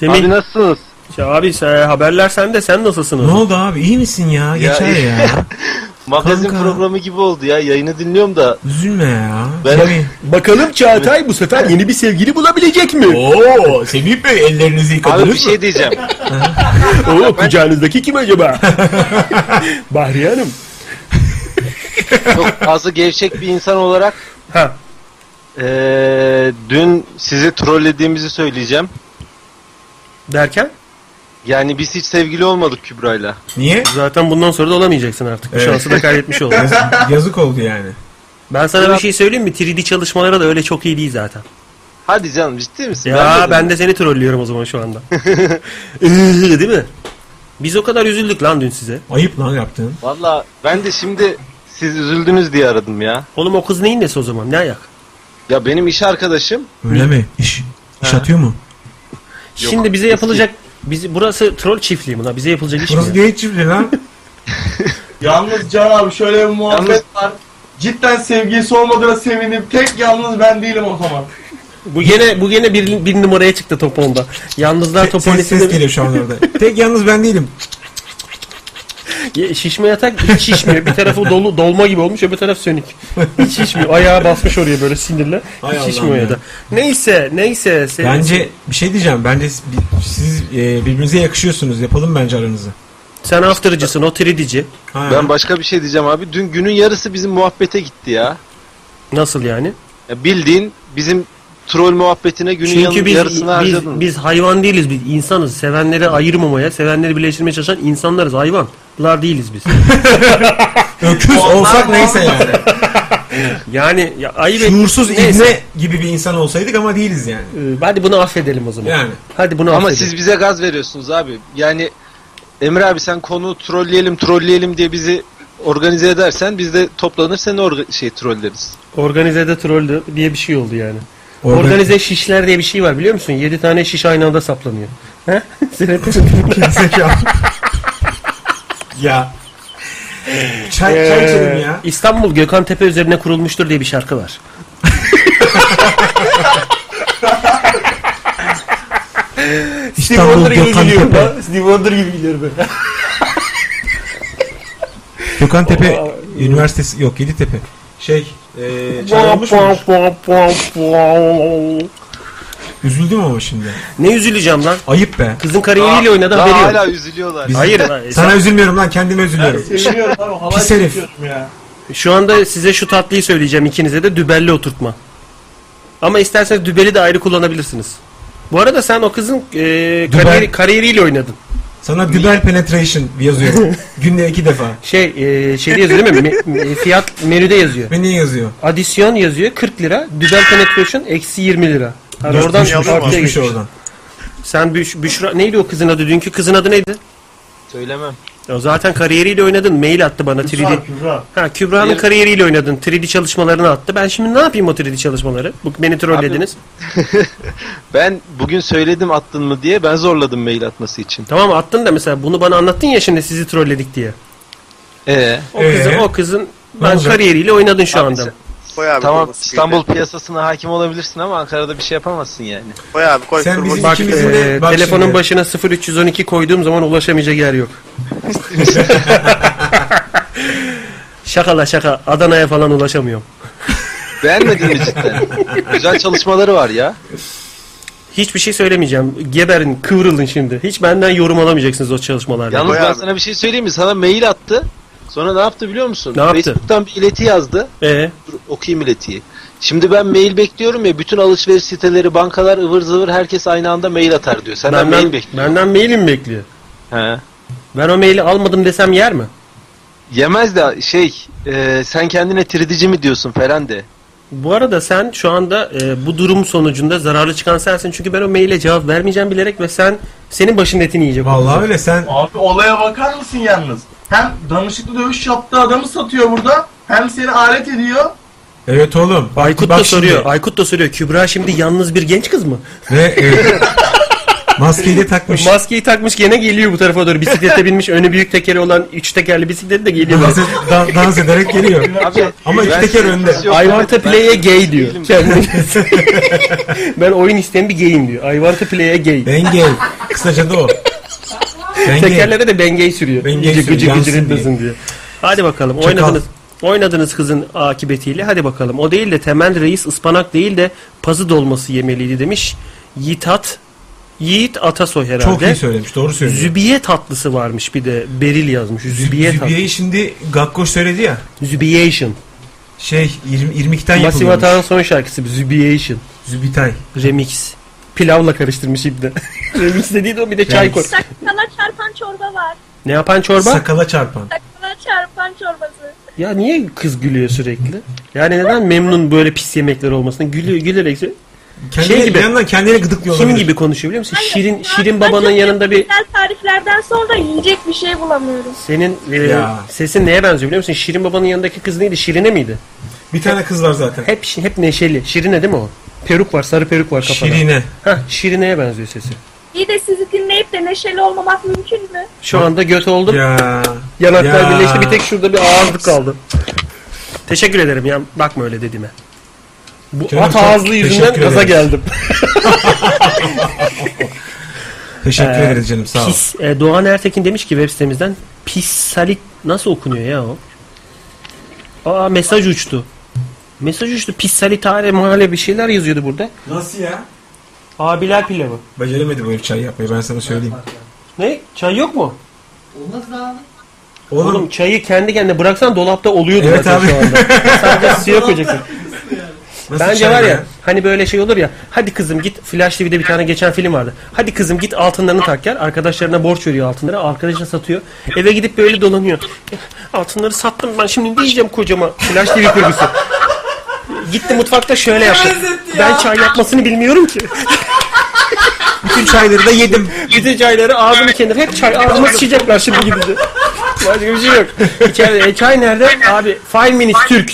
[SPEAKER 1] Semih,
[SPEAKER 7] Abi
[SPEAKER 1] abi,
[SPEAKER 7] nasılsınız?
[SPEAKER 1] abi sen, haberler sende sen nasılsın?
[SPEAKER 2] Ne oldu abi? İyi misin ya? Geçer ya.
[SPEAKER 11] <laughs> Magazin
[SPEAKER 2] Kanka.
[SPEAKER 11] programı gibi oldu ya. Yayını dinliyorum da.
[SPEAKER 2] Üzülme ya.
[SPEAKER 11] Ben-
[SPEAKER 2] Tabii.
[SPEAKER 1] Bakalım Çağatay bu sefer yeni bir sevgili bulabilecek mi?
[SPEAKER 2] Oo, Semih Bey ellerinizi
[SPEAKER 11] Abi bir şey diyeceğim.
[SPEAKER 1] <laughs> Oo, kucağınızdaki kim acaba? Bahriye Hanım.
[SPEAKER 11] <laughs> Çok fazla gevşek bir insan olarak
[SPEAKER 1] Ha.
[SPEAKER 11] eee, dün sizi trollediğimizi söyleyeceğim.
[SPEAKER 1] Derken?
[SPEAKER 11] Yani biz hiç sevgili olmadık Kübra'yla.
[SPEAKER 2] Niye?
[SPEAKER 1] Zaten bundan sonra da olamayacaksın artık. Bu
[SPEAKER 2] Evet.
[SPEAKER 1] şansı
[SPEAKER 2] <laughs>
[SPEAKER 1] da kaybetmiş oldun.
[SPEAKER 2] Yaz- Yazık oldu yani.
[SPEAKER 1] Ben sana bir şey söyleyeyim mi? 3D çalışmalara da öyle çok iyi değil zaten.
[SPEAKER 11] Hadi canım ciddi misin?
[SPEAKER 1] Ya
[SPEAKER 11] de-
[SPEAKER 1] ben de seni trollüyorum o zaman şu anda. <laughs> Iıı, değil mi? Biz o kadar üzüldük lan dün size.
[SPEAKER 2] Ayıp lan yaptığın.
[SPEAKER 11] Valla ben de şimdi siz üzüldünüz diye aradım ya.
[SPEAKER 1] Oğlum o kız neyin nesi o zaman? Ne ayak?
[SPEAKER 11] Ya benim iş arkadaşım
[SPEAKER 2] Öyle mi? İş, iş atıyor mu?
[SPEAKER 1] Şimdi bize yapılacak... Biz, burası troll çiftliği mi lan? Bize yapılacak iş mi?
[SPEAKER 2] Burası değil çiftli
[SPEAKER 11] <laughs>
[SPEAKER 2] lan.
[SPEAKER 8] Yalnız Can abi şöyle bir muhabbet
[SPEAKER 11] Yalnız-
[SPEAKER 8] var. Cidden sevgisi olmadığına sevindim. Tek yalnız ben değilim o zaman.
[SPEAKER 1] Bu gene bu gene bir, bir numaraya çıktı top 10'da. Yalnızlar top
[SPEAKER 2] ses, ses
[SPEAKER 1] 10'da
[SPEAKER 2] geliyor şu an orada. Tek yalnız ben değilim.
[SPEAKER 1] Ye- Şişme yatak hiç şişmiyor. Bir tarafı dolu dolma gibi olmuş, öbür taraf sönük. Hiç şişmiyor. Ayağı basmış oraya böyle sinirle.
[SPEAKER 2] Hay
[SPEAKER 1] hiç
[SPEAKER 2] Allah'ım
[SPEAKER 1] şişmiyor ya
[SPEAKER 2] ya.
[SPEAKER 1] da. Neyse, neyse. Sen,
[SPEAKER 2] Bence bir şey diyeceğim. Bence siz, bi- siz e, birbirinize yakışıyorsunuz. Yapalım bence aranızı.
[SPEAKER 1] sen after'cısın, o 3D'ci.
[SPEAKER 2] Ha.
[SPEAKER 11] ben başka bir şey diyeceğim abi. Dün günün yarısı bizim muhabbete gitti ya.
[SPEAKER 1] Nasıl yani?
[SPEAKER 11] ya bildiğin bizim troll muhabbetine günün
[SPEAKER 1] Çünkü
[SPEAKER 11] yan-
[SPEAKER 1] biz,
[SPEAKER 11] yarısını harcadın.
[SPEAKER 1] biz, biz hayvan değiliz biz. insanız. Sevenleri ayırmamaya, sevenleri birleştirmeye çalışan insanlarız. Hayvanlar değiliz biz.
[SPEAKER 2] <laughs> Öküz olsak neyse yani.
[SPEAKER 1] Yani ya, ayıp et-
[SPEAKER 2] Şuursuz
[SPEAKER 1] Neyse.
[SPEAKER 2] ibne gibi bir insan olsaydık ama değiliz yani.
[SPEAKER 1] Ee, Hadi bunu affedelim o zaman.
[SPEAKER 2] Yani.
[SPEAKER 1] Hadi bunu
[SPEAKER 11] Ama
[SPEAKER 1] affedelim.
[SPEAKER 11] siz bize gaz veriyorsunuz abi. Yani Emre abi sen konu trolleyelim trolleyelim diye bizi organize edersen biz de toplanır seni orga- şey trolleriz.
[SPEAKER 1] Organize'de troll diye bir şey oldu yani.
[SPEAKER 2] Orada-
[SPEAKER 1] Organize şişler diye bir şey var biliyor musun? 7 tane şiş aynı anda saplanıyor. He? Seyrettin mi? <laughs>
[SPEAKER 2] Gerizekalı. <laughs> ya. Çay,
[SPEAKER 1] Ee,
[SPEAKER 2] çay içelim ya.
[SPEAKER 1] İstanbul Gökhan Tepe üzerine kurulmuştur diye bir şarkı var.
[SPEAKER 2] İstanbul Gökhan Tepe.
[SPEAKER 1] Steve Wonder gibi geliyor <laughs> böyle.
[SPEAKER 2] Gökhan Tepe Üniversitesi yok Yeditepe. Ee, Şey, eee çalınmış mı? Üzüldüm ama şimdi.
[SPEAKER 1] Ne üzüleceğim lan?
[SPEAKER 2] Ayıp be.
[SPEAKER 1] Kızın kariyeriyle oynadı haberi yok. Hayır lan.
[SPEAKER 2] Sana
[SPEAKER 1] sen-
[SPEAKER 2] üzülmüyorum lan kendime üzülüyorum.
[SPEAKER 8] Ben seviniyorum abi, halay
[SPEAKER 2] Pis herif.
[SPEAKER 8] çekiyorum ya.
[SPEAKER 1] Şu anda size şu tatlıyı söyleyeceğim ikinize de dübelli oturtma. Ama isterseniz dübeli de ayrı kullanabilirsiniz. Bu arada sen o kızın e, kariyeri- kariyeriyle oynadın.
[SPEAKER 2] Sana dübel penetration
[SPEAKER 1] <laughs>
[SPEAKER 2] yazıyorum. Günde iki defa.
[SPEAKER 1] Şey, e, şeyde yazıyor değil mi? Me- me- fiyat menüde yazıyor.
[SPEAKER 2] Menü yazıyor.
[SPEAKER 1] Adisyon yazıyor 40 lira. Dübel penetration eksi 20 lira. Ha,
[SPEAKER 2] Dört
[SPEAKER 1] oradan
[SPEAKER 2] düşmüş,
[SPEAKER 1] artıya
[SPEAKER 2] düşmüş
[SPEAKER 1] geçmiş.
[SPEAKER 2] oradan.
[SPEAKER 1] Sen Büş- Büşra neydi o kızın adı? Dünkü kızın adı neydi?
[SPEAKER 11] Söylemem.
[SPEAKER 1] Ya zaten kariyeriyle oynadın. Mail attı bana 3D.
[SPEAKER 8] Kübra.
[SPEAKER 1] Ha Kübra'nın
[SPEAKER 11] Benim-
[SPEAKER 1] kariyeriyle oynadın. 3D çalışmalarını attı. Ben şimdi ne yapayım o 3D çalışmaları? Bu beni trollediniz.
[SPEAKER 11] <laughs> Ben bugün söyledim attın mı diye ben zorladım mail atması için.
[SPEAKER 1] Tamam attın da mesela bunu bana anlattın ya şimdi sizi trolledik diye.
[SPEAKER 11] Ee,
[SPEAKER 1] O kızın o kızın
[SPEAKER 11] Ne
[SPEAKER 1] ben
[SPEAKER 11] olacak?
[SPEAKER 1] kariyeriyle oynadın şu
[SPEAKER 11] Abi
[SPEAKER 1] anda.
[SPEAKER 11] sen- tamam İstanbul piyasasına hakim olabilirsin ama Ankara'da bir şey yapamazsın yani.
[SPEAKER 6] Koy abi koy.
[SPEAKER 11] Sen
[SPEAKER 1] Bak, e, telefonun başına 0312 koyduğum zaman ulaşamayacak yer yok. şaka la şaka. Adana'ya falan ulaşamıyorum.
[SPEAKER 11] Beğenmedin mi cidden? Güzel çalışmaları var ya.
[SPEAKER 1] Hiçbir şey söylemeyeceğim. Geberin, kıvrılın şimdi. Hiç benden yorum alamayacaksınız o çalışmalarda.
[SPEAKER 11] Yalnız ben sana bir şey söyleyeyim mi? Sana mail attı. Sonra ne yaptı biliyor musun?
[SPEAKER 1] Ne yaptı?
[SPEAKER 11] Facebook'tan bir ileti yazdı.
[SPEAKER 1] Ee?
[SPEAKER 11] Dur, okuyayım iletiyi. Şimdi ben mail bekliyorum ya bütün alışveriş siteleri, bankalar ıvır zıvır herkes aynı anda mail atar diyor. Senden
[SPEAKER 1] benden,
[SPEAKER 11] mail bekliyor.
[SPEAKER 1] benden maili mi bekliyor?
[SPEAKER 11] He.
[SPEAKER 1] Ben o maili almadım desem yer mi?
[SPEAKER 11] Yemez de şey e, sen kendine tridici mi diyorsun falan de.
[SPEAKER 1] Bu arada sen şu anda e, bu durum sonucunda zararlı çıkan sensin. Çünkü ben o maile cevap vermeyeceğim bilerek ve sen senin başın etini yiyecek.
[SPEAKER 2] Vallahi öyle sen
[SPEAKER 8] Abi olaya bakar mısın yalnız? Hem danışıklı dövüş yaptığı adamı satıyor burada. Hem seni alet ediyor.
[SPEAKER 2] Evet oğlum. Bak,
[SPEAKER 1] Aykut
[SPEAKER 2] bak
[SPEAKER 1] da soruyor.
[SPEAKER 2] şimdi.
[SPEAKER 1] Aykut da soruyor. Kübra şimdi yalnız bir genç kız mı?
[SPEAKER 2] Ve e, <laughs> maskeyi de takmış.
[SPEAKER 1] Maskeyi takmış gene geliyor bu tarafa doğru. Bisiklete binmiş. Önü büyük tekeri olan üç tekerli bisikleti de geliyor.
[SPEAKER 2] dans, dan- dans ederek geliyor.
[SPEAKER 11] Abi,
[SPEAKER 2] Ama iki
[SPEAKER 1] ben-
[SPEAKER 2] teker önde.
[SPEAKER 1] I want to play a gay diyor. Kendine. <laughs> ben oyun isteyen bir gayim diyor. I want to play a gay.
[SPEAKER 2] Ben gay. Kısaca da o. Ben gay.
[SPEAKER 1] Tekerlere de ben gay sürüyor.
[SPEAKER 2] Ben gay
[SPEAKER 1] İyice
[SPEAKER 2] sürüyor,
[SPEAKER 1] gıcır
[SPEAKER 2] yansın
[SPEAKER 1] gıcır etmesin diye. Hadi bakalım.
[SPEAKER 2] Çakal.
[SPEAKER 1] Oynadınız. Oynadınız kızın akıbetiyle. Hadi bakalım. O değil de temel reis ıspanak değil de pazı dolması yemeliydi demiş. Yiğitat Yiğit Atasoy herhalde.
[SPEAKER 2] Çok iyi söylemiş. Doğru söylüyor.
[SPEAKER 1] Zübiye tatlısı varmış bir de beril yazmış. Zübiye tatlısı.
[SPEAKER 2] Zübiye'yi şimdi Gakkoş söyledi ya.
[SPEAKER 1] Zübiyation.
[SPEAKER 2] Şey 20, 22'den
[SPEAKER 1] Massive
[SPEAKER 2] yapılıyormuş.
[SPEAKER 1] Atak'ın son şarkısı Zübiyation.
[SPEAKER 2] Zübitay.
[SPEAKER 1] Remix. Pilavla karıştırmış ibne. <laughs> Remix dediği de o bir de çay koy.
[SPEAKER 9] Sakala çarpan çorba var.
[SPEAKER 1] Ne yapan çorba?
[SPEAKER 2] Sakala çarpan.
[SPEAKER 9] Sakala çarpan çorbası.
[SPEAKER 1] Ya niye kız gülüyor sürekli? Yani neden memnun böyle pis yemekler olmasına? Gülüyor, gülerek sö-
[SPEAKER 2] Kendine- bir yandan kendini gıdıklıyor
[SPEAKER 1] Kim
[SPEAKER 2] olabilir.
[SPEAKER 1] gibi konuşuyor biliyor musun? Şirin Şirin
[SPEAKER 9] Ben
[SPEAKER 1] babanın
[SPEAKER 9] çok
[SPEAKER 1] yanında bir
[SPEAKER 9] Güzel tariflerden sonra yiyecek bir şey bulamıyorum.
[SPEAKER 1] senin e,
[SPEAKER 2] Ya.
[SPEAKER 1] sesin neye benziyor biliyor musun? Şirin babanın yanındaki kız neydi? Şirine miydi?
[SPEAKER 2] Bir tane kız var zaten.
[SPEAKER 1] Hep şi- hep neşeli. Şirine değil mi o? Peruk var, sarı peruk var kafada.
[SPEAKER 2] Şirine.
[SPEAKER 1] Hah, Şirine'ye benziyor sesi.
[SPEAKER 9] İyi de sizi dinleyip de neşeli olmamak mümkün mü?
[SPEAKER 1] Şu anda göt oldum.
[SPEAKER 2] Ya.
[SPEAKER 1] Yanaklar
[SPEAKER 2] Ya.
[SPEAKER 1] birleşti. Bir tek şurada bir ağızlık kaldı. Teşekkür ederim ya. Bakma öyle dediğime. Bu
[SPEAKER 2] Canım,
[SPEAKER 1] at
[SPEAKER 2] çok
[SPEAKER 1] ağızlı yüzünden
[SPEAKER 2] teşekkür
[SPEAKER 1] gaza
[SPEAKER 2] ederiz.
[SPEAKER 1] geldim.
[SPEAKER 2] <laughs> Teşekkür
[SPEAKER 1] Ee,
[SPEAKER 2] ederiz canım sağ ol.
[SPEAKER 1] Pis, e, Doğan Ertekin demiş ki web sitemizden pisalik nasıl okunuyor ya o? Aa mesaj uçtu. Mesaj uçtu. Pisalitare mahalle bir şeyler yazıyordu burada.
[SPEAKER 2] Nasıl ya?
[SPEAKER 1] Abiler pilavı.
[SPEAKER 2] Beceremedi bu herif çay yapmayı ben sana söyleyeyim.
[SPEAKER 1] Ne? Çay yok mu?
[SPEAKER 4] Olmaz abi.
[SPEAKER 1] Oğlum,
[SPEAKER 2] Oğlum
[SPEAKER 1] çayı kendi kendine bıraksan dolapta oluyordu
[SPEAKER 2] Evet
[SPEAKER 1] zaten
[SPEAKER 2] abi.
[SPEAKER 1] şu
[SPEAKER 2] <laughs>
[SPEAKER 1] anda. Sadece suya koyacaksın.
[SPEAKER 2] nasıl
[SPEAKER 1] Bence
[SPEAKER 2] çay
[SPEAKER 1] var ya hani böyle şey olur ya hadi kızım git Flash TV'de bir tane geçen film vardı. Hadi kızım git altınlarını tak yer. Arkadaşlarına borç veriyor altınları. Arkadaşına satıyor. Eve gidip böyle dolanıyor. Altınları sattım ben şimdi ne diyeceğim kocama. Flash TV kurgusu. Gitti mutfakta şöyle yaptı. Ben çay yapmasını bilmiyorum ki.
[SPEAKER 2] Bütün çayları da yedim.
[SPEAKER 1] Bütün çayları ağzımı kendim. Hep çay ağzıma sıçacaklar şimdi gidince. Başka bir şey yok. İçeride, e, çay nerede? Abi five minutes Türk.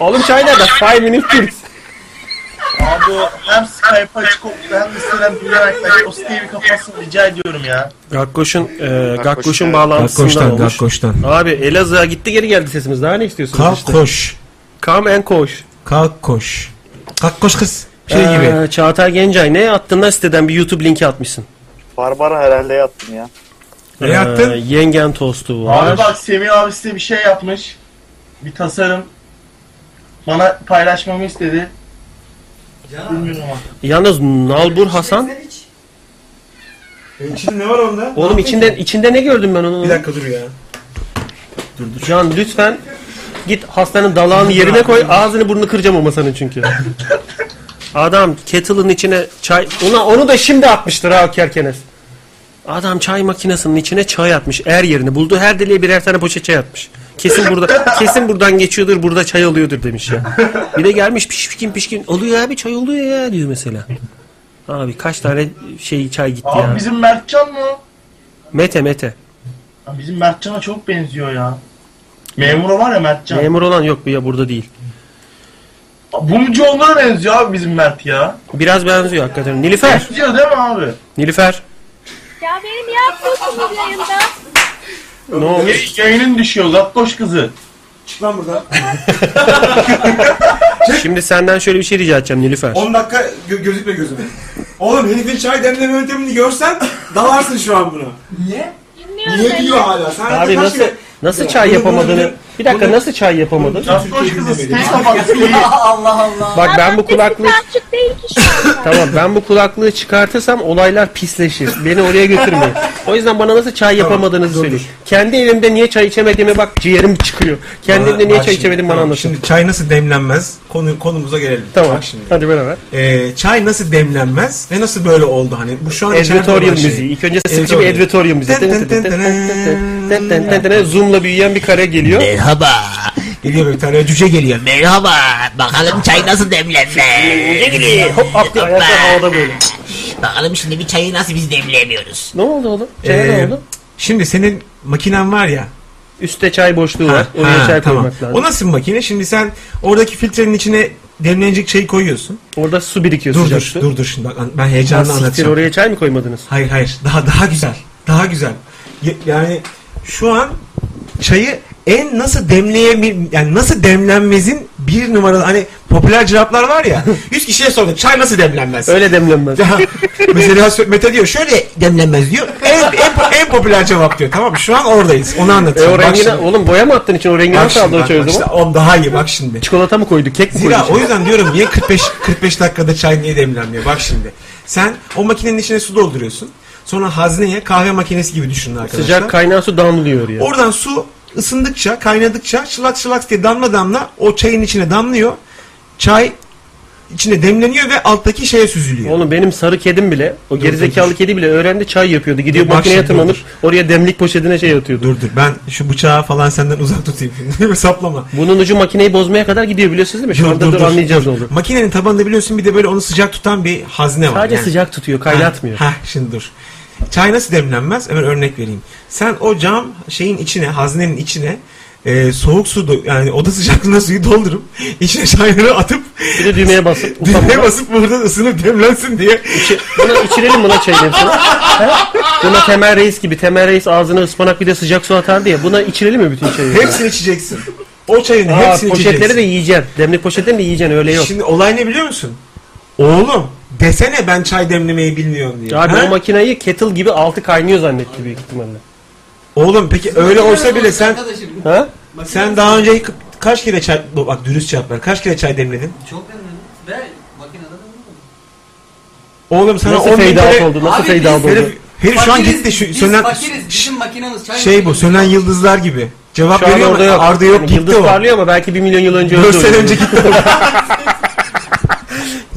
[SPEAKER 1] Oğlum çay nerede? Five minutes Türk.
[SPEAKER 8] Abi o hem Skype açık olup hem Instagram bilerek o siteyi bir kapatsın rica ediyorum ya.
[SPEAKER 1] Gakkoş'un e,
[SPEAKER 8] Gakkoş'un
[SPEAKER 1] Gakkoş'un bağlantısından
[SPEAKER 2] Gakkoş'tan,
[SPEAKER 1] olmuş.
[SPEAKER 2] Gakkoş'tan.
[SPEAKER 1] Abi Elazığ'a gitti geri geldi sesimiz. Daha ne istiyorsunuz işte?
[SPEAKER 2] Kalkoş.
[SPEAKER 1] Come and koş.
[SPEAKER 2] Kalkoş. Kalkoş kız. Şey
[SPEAKER 1] Ee,
[SPEAKER 2] gibi.
[SPEAKER 1] Çağatay Gencay ne attın lan siteden bir YouTube linki atmışsın.
[SPEAKER 3] Barbara herhalde yattım ya.
[SPEAKER 2] Ne attın?
[SPEAKER 1] Ee, yengen tostu var.
[SPEAKER 8] Abi bak Semih abi size bir şey yapmış. Bir tasarım. Bana paylaşmamı istedi. Bilmiyorum ama.
[SPEAKER 1] Yalnız Nalbur Hasan.
[SPEAKER 2] içinde ne var onda?
[SPEAKER 1] Oğlum içinde içinde ne gördüm ben onu?
[SPEAKER 2] Bir dakika dur ya.
[SPEAKER 1] Dur dur. Can lütfen git hastanın dalağını yerine koy. Ağzını burnunu kıracağım o masanın çünkü. Adam kettle'ın içine çay... Ona, onu da şimdi atmıştır ha kerkenes. Adam çay makinesinin içine çay atmış. Er yerini buldu. Her deliğe birer tane poşet çay atmış. Kesin burada kesin buradan geçiyordur. Burada çay alıyordur demiş ya. Bir de gelmiş pişkin pişkin. Oluyor abi çay oluyor ya diyor mesela. Abi kaç tane şey çay gitti
[SPEAKER 8] Abi
[SPEAKER 1] ya.
[SPEAKER 8] bizim Mertcan mı?
[SPEAKER 1] Mete Mete.
[SPEAKER 8] Ya Bizim Mertcan'a çok benziyor ya. Memuru var ya Mertcan.
[SPEAKER 1] Memur olan yok bu ya burada değil.
[SPEAKER 8] Bumcu onlara benziyor abi bizim Mert ya.
[SPEAKER 1] Biraz benziyor hakikaten. Nilüfer.
[SPEAKER 8] Benziyor değil mi abi?
[SPEAKER 1] Nilüfer.
[SPEAKER 9] Ya benim ne yapıyorsunuz yayında?
[SPEAKER 1] Ne olmuş?
[SPEAKER 8] Yayının düşüyor. Zattoş kızı.
[SPEAKER 2] Çık lan buradan.
[SPEAKER 1] Şimdi senden şöyle bir şey rica edeceğim Nilüfer.
[SPEAKER 2] 10 dakika gö- gözükme gözüme. Oğlum herifin çay demleme yöntemini görsen dalarsın şu an buna. Niye? Niye diyor hala? Sen
[SPEAKER 1] Abi
[SPEAKER 2] kaç
[SPEAKER 1] nasıl
[SPEAKER 2] kere-
[SPEAKER 1] nasıl
[SPEAKER 2] Ya,
[SPEAKER 1] çay
[SPEAKER 2] bunu-
[SPEAKER 1] yapamadığını
[SPEAKER 2] bunu-
[SPEAKER 1] bir dakika nasıl çay yapamadın?
[SPEAKER 8] <laughs>
[SPEAKER 5] Allah Allah.
[SPEAKER 1] Bak ben bu kulaklığı
[SPEAKER 9] Açık değil ki şu an.
[SPEAKER 1] tamam ben bu kulaklığı çıkartırsam olaylar pisleşir. Beni oraya götürmeyin. O yüzden bana nasıl çay yapamadığınızı söyleyin. Kendi evimde niye çay içemediğimi bak ciğerim çıkıyor. Kendi evimde niye
[SPEAKER 2] Bak
[SPEAKER 1] çay
[SPEAKER 2] şimdi,
[SPEAKER 1] içemedim bana
[SPEAKER 2] tamam,
[SPEAKER 1] anlatın.
[SPEAKER 2] Şimdi çay nasıl demlenmez? Konu, konumuza gelelim.
[SPEAKER 1] Tamam.
[SPEAKER 2] Bak şimdi.
[SPEAKER 1] Hadi beraber.
[SPEAKER 2] Ee, çay nasıl demlenmez ve nasıl böyle oldu hani? Bu şu an içeride
[SPEAKER 1] Advertorial
[SPEAKER 2] olan şey.
[SPEAKER 1] müziği. İlk önce sıkıcı bir
[SPEAKER 2] Advertorial.
[SPEAKER 1] advertorial müziği.
[SPEAKER 2] Tın tın tın tın
[SPEAKER 1] Ten ten ten ten. Zoom'la büyüyen bir kare geliyor.
[SPEAKER 5] Merhaba.
[SPEAKER 2] Geliyor böyle bir tane cüce geliyor.
[SPEAKER 5] Merhaba. Bakalım çay nasıl demlenme.
[SPEAKER 1] Hop atlıyor ayaklar havada böyle.
[SPEAKER 5] Bakalım şimdi bir çayı nasıl biz demleyemiyoruz.
[SPEAKER 1] Ne oldu oğlum? Çaya ne
[SPEAKER 2] Ee,
[SPEAKER 1] oldu?
[SPEAKER 2] Şimdi senin makinen var ya.
[SPEAKER 1] Üste çay boşluğu var. Oraya çay koymak lazım.
[SPEAKER 2] O nasıl bir makine? Şimdi sen oradaki filtrenin içine demlenecek çayı koyuyorsun.
[SPEAKER 1] Orada su birikiyor
[SPEAKER 2] Dur
[SPEAKER 1] sıcak
[SPEAKER 2] dur
[SPEAKER 1] su.
[SPEAKER 2] dur dur şimdi bak ben heyecanla
[SPEAKER 1] Lan siktir,
[SPEAKER 2] anlatacağım.
[SPEAKER 1] oraya çay mı koymadınız?
[SPEAKER 2] Hayır hayır daha daha güzel. Daha güzel. Ye- Yani şu an çayı en nasıl demleyemi yani nasıl demlenmezin bir numaralı hani popüler cevaplar var
[SPEAKER 1] <laughs>
[SPEAKER 2] ya 100 kişiye sordum çay nasıl demlenmez?
[SPEAKER 1] Öyle demlenmez. <laughs>
[SPEAKER 2] Ya, mesela sö- Mete diyor şöyle demlenmez diyor. En, en, en popüler cevap diyor. Tamam mı? Şu an oradayız. Onu
[SPEAKER 1] E
[SPEAKER 2] anlatıyorum.
[SPEAKER 1] o
[SPEAKER 2] Bak
[SPEAKER 1] rengine,
[SPEAKER 2] şimdi.
[SPEAKER 1] oğlum boya mı attın için o rengi
[SPEAKER 2] Bak
[SPEAKER 1] nasıl
[SPEAKER 2] şimdi,
[SPEAKER 1] aldı o
[SPEAKER 2] bak,
[SPEAKER 1] çay o
[SPEAKER 2] bak
[SPEAKER 1] zaman?
[SPEAKER 2] işte, on daha iyi bak şimdi.
[SPEAKER 1] Çikolata mı koydu, kek mi
[SPEAKER 2] Zira
[SPEAKER 1] koydu?
[SPEAKER 2] o yüzden diyorum niye 45 45 dakikada çay niye demlenmiyor? Bak şimdi. Sen o makinenin içine su dolduruyorsun. Sonra hazneye kahve makinesi gibi düşünün arkadaşlar.
[SPEAKER 1] Sıcak kaynayan su damlıyor ya.
[SPEAKER 2] Oradan su ısındıkça, kaynadıkça şılak şılak diye damla damla o çayın içine damlıyor. Çay içine demleniyor ve alttaki şeye süzülüyor.
[SPEAKER 1] Oğlum benim sarı kedim bile, o
[SPEAKER 2] Dur,
[SPEAKER 1] gerizekalı kedi bile öğrendi çay yapıyordu. Gidiyor
[SPEAKER 2] Dur, bak
[SPEAKER 1] makineye
[SPEAKER 2] şimdi, dur,
[SPEAKER 1] tırmanıp oraya demlik poşetine şey atıyordu.
[SPEAKER 2] Dur dur ben şu bıçağı falan senden uzak tutayım. <laughs> Saplama.
[SPEAKER 1] Bunun ucu makineyi bozmaya kadar gidiyor biliyorsunuz değil mi? Şu anda dur, anlayacağız ne olur.
[SPEAKER 2] Makinenin tabanında biliyorsun bir de böyle onu sıcak tutan bir hazne var.
[SPEAKER 1] Sadece
[SPEAKER 2] yani.
[SPEAKER 1] sıcak tutuyor, kaynatmıyor.
[SPEAKER 2] Ha, ha, şimdi dur. Çay nasıl demlenmez? Hemen örnek vereyim. Sen o cam şeyin içine, haznenin içine e, soğuk su do- yani oda sıcaklığında suyu doldurup içine çayları atıp
[SPEAKER 1] Bir de düğmeye
[SPEAKER 2] <laughs>
[SPEAKER 1] basıp
[SPEAKER 2] düğmeye
[SPEAKER 1] utanmadan-
[SPEAKER 2] basıp buradan ısınıp demlensin diye.
[SPEAKER 1] Buna içirelim buna çayını hepsini. He? Buna Temel Reis gibi. Temel Reis ağzına ıspanak bir de sıcak su atardı ya. Buna içirelim mi bütün çayı?
[SPEAKER 2] Hepsini içeceksin. O çayın
[SPEAKER 1] Aa,
[SPEAKER 2] hepsini
[SPEAKER 1] poşetleri
[SPEAKER 2] içeceksin.
[SPEAKER 1] de yiyeceksin. Demlik poşetlerini de yiyeceksin öyle yok.
[SPEAKER 2] Şimdi olay ne biliyor musun? Oğlum desene ben çay demlemeyi bilmiyorum diye.
[SPEAKER 1] Abi
[SPEAKER 2] Ha?
[SPEAKER 1] o makineyi kettle gibi altı kaynıyor zannetti büyük ihtimalle.
[SPEAKER 2] Oğlum peki öyle olsa bile sen
[SPEAKER 10] Arkadaşım.
[SPEAKER 1] Ha?
[SPEAKER 2] sen daha önce ka- kaç kere çay bak dürüst cevap ver. Kaç kere çay demledin?
[SPEAKER 10] Çok önemli. Ve makinede de
[SPEAKER 2] Oğlum sana
[SPEAKER 1] Nasıl
[SPEAKER 2] 10 bin
[SPEAKER 1] fade out
[SPEAKER 2] kere-
[SPEAKER 1] oldu? Nasıl
[SPEAKER 10] Abi
[SPEAKER 1] fade
[SPEAKER 10] biz-
[SPEAKER 1] out oldu?
[SPEAKER 2] Herif, herif şu an gitti şu
[SPEAKER 10] Biz
[SPEAKER 2] sönen
[SPEAKER 10] fakiriz. Bizim makinamız çay
[SPEAKER 2] şey bu
[SPEAKER 10] makinamız.
[SPEAKER 2] sönen yıldızlar gibi. Cevap
[SPEAKER 1] Şu an
[SPEAKER 2] veriyor
[SPEAKER 1] orada
[SPEAKER 2] ama
[SPEAKER 1] yok.
[SPEAKER 2] Arda yok
[SPEAKER 1] Yani
[SPEAKER 2] gitti
[SPEAKER 1] Yıldız
[SPEAKER 2] o.
[SPEAKER 1] parlıyor ama belki bir milyon yıl önce
[SPEAKER 2] 4
[SPEAKER 1] öldü.
[SPEAKER 2] sene
[SPEAKER 1] o.
[SPEAKER 2] önce gitti o.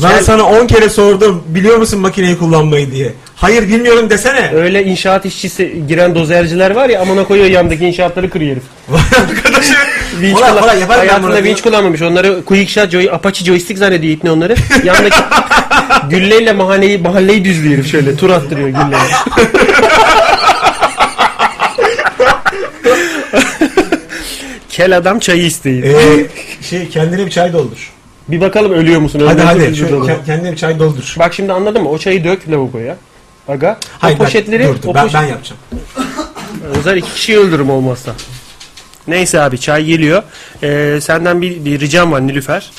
[SPEAKER 2] Lan sana 10 kere sordum biliyor musun makineyi kullanmayı diye. Hayır bilmiyorum desene.
[SPEAKER 1] Öyle inşaat işçisi giren dozerciler var ya amına koyuyor yandaki inşaatları kırıyor
[SPEAKER 2] <laughs>
[SPEAKER 1] herif. Vinç
[SPEAKER 2] Kolay,
[SPEAKER 1] kullan-
[SPEAKER 2] kolay, yaparım ben
[SPEAKER 1] Hayatında
[SPEAKER 2] bunu.
[SPEAKER 1] vinç kullanmamış. Onları quick shot, joy, apache joystick zannediyor ipne onları.
[SPEAKER 2] <laughs>
[SPEAKER 1] Yandaki gülleyle mahalleyi, mahalleyi düzlüyor herif şöyle. Tur attırıyor gülleyle.
[SPEAKER 2] <laughs>
[SPEAKER 1] Kel adam çayı isteyin.
[SPEAKER 2] Ee, şey kendine bir çay doldur.
[SPEAKER 1] Bir bakalım ölüyor musun?
[SPEAKER 2] Hadi
[SPEAKER 1] ölmüyor
[SPEAKER 2] hadi
[SPEAKER 1] musun?
[SPEAKER 2] şöyle ke- kendine bir çay doldur.
[SPEAKER 1] Bak şimdi anladın mı? O çayı dök lavaboya. Aga.
[SPEAKER 2] Hayır
[SPEAKER 1] o
[SPEAKER 2] bak,
[SPEAKER 1] poşetleri...
[SPEAKER 2] dur, dur,
[SPEAKER 1] o
[SPEAKER 2] ben,
[SPEAKER 1] poşet-
[SPEAKER 2] ben yapacağım.
[SPEAKER 1] Özel iki kişiyi öldürüm olmazsa. Neyse abi çay geliyor. Ee, senden bir, bir ricam var Nilüfer.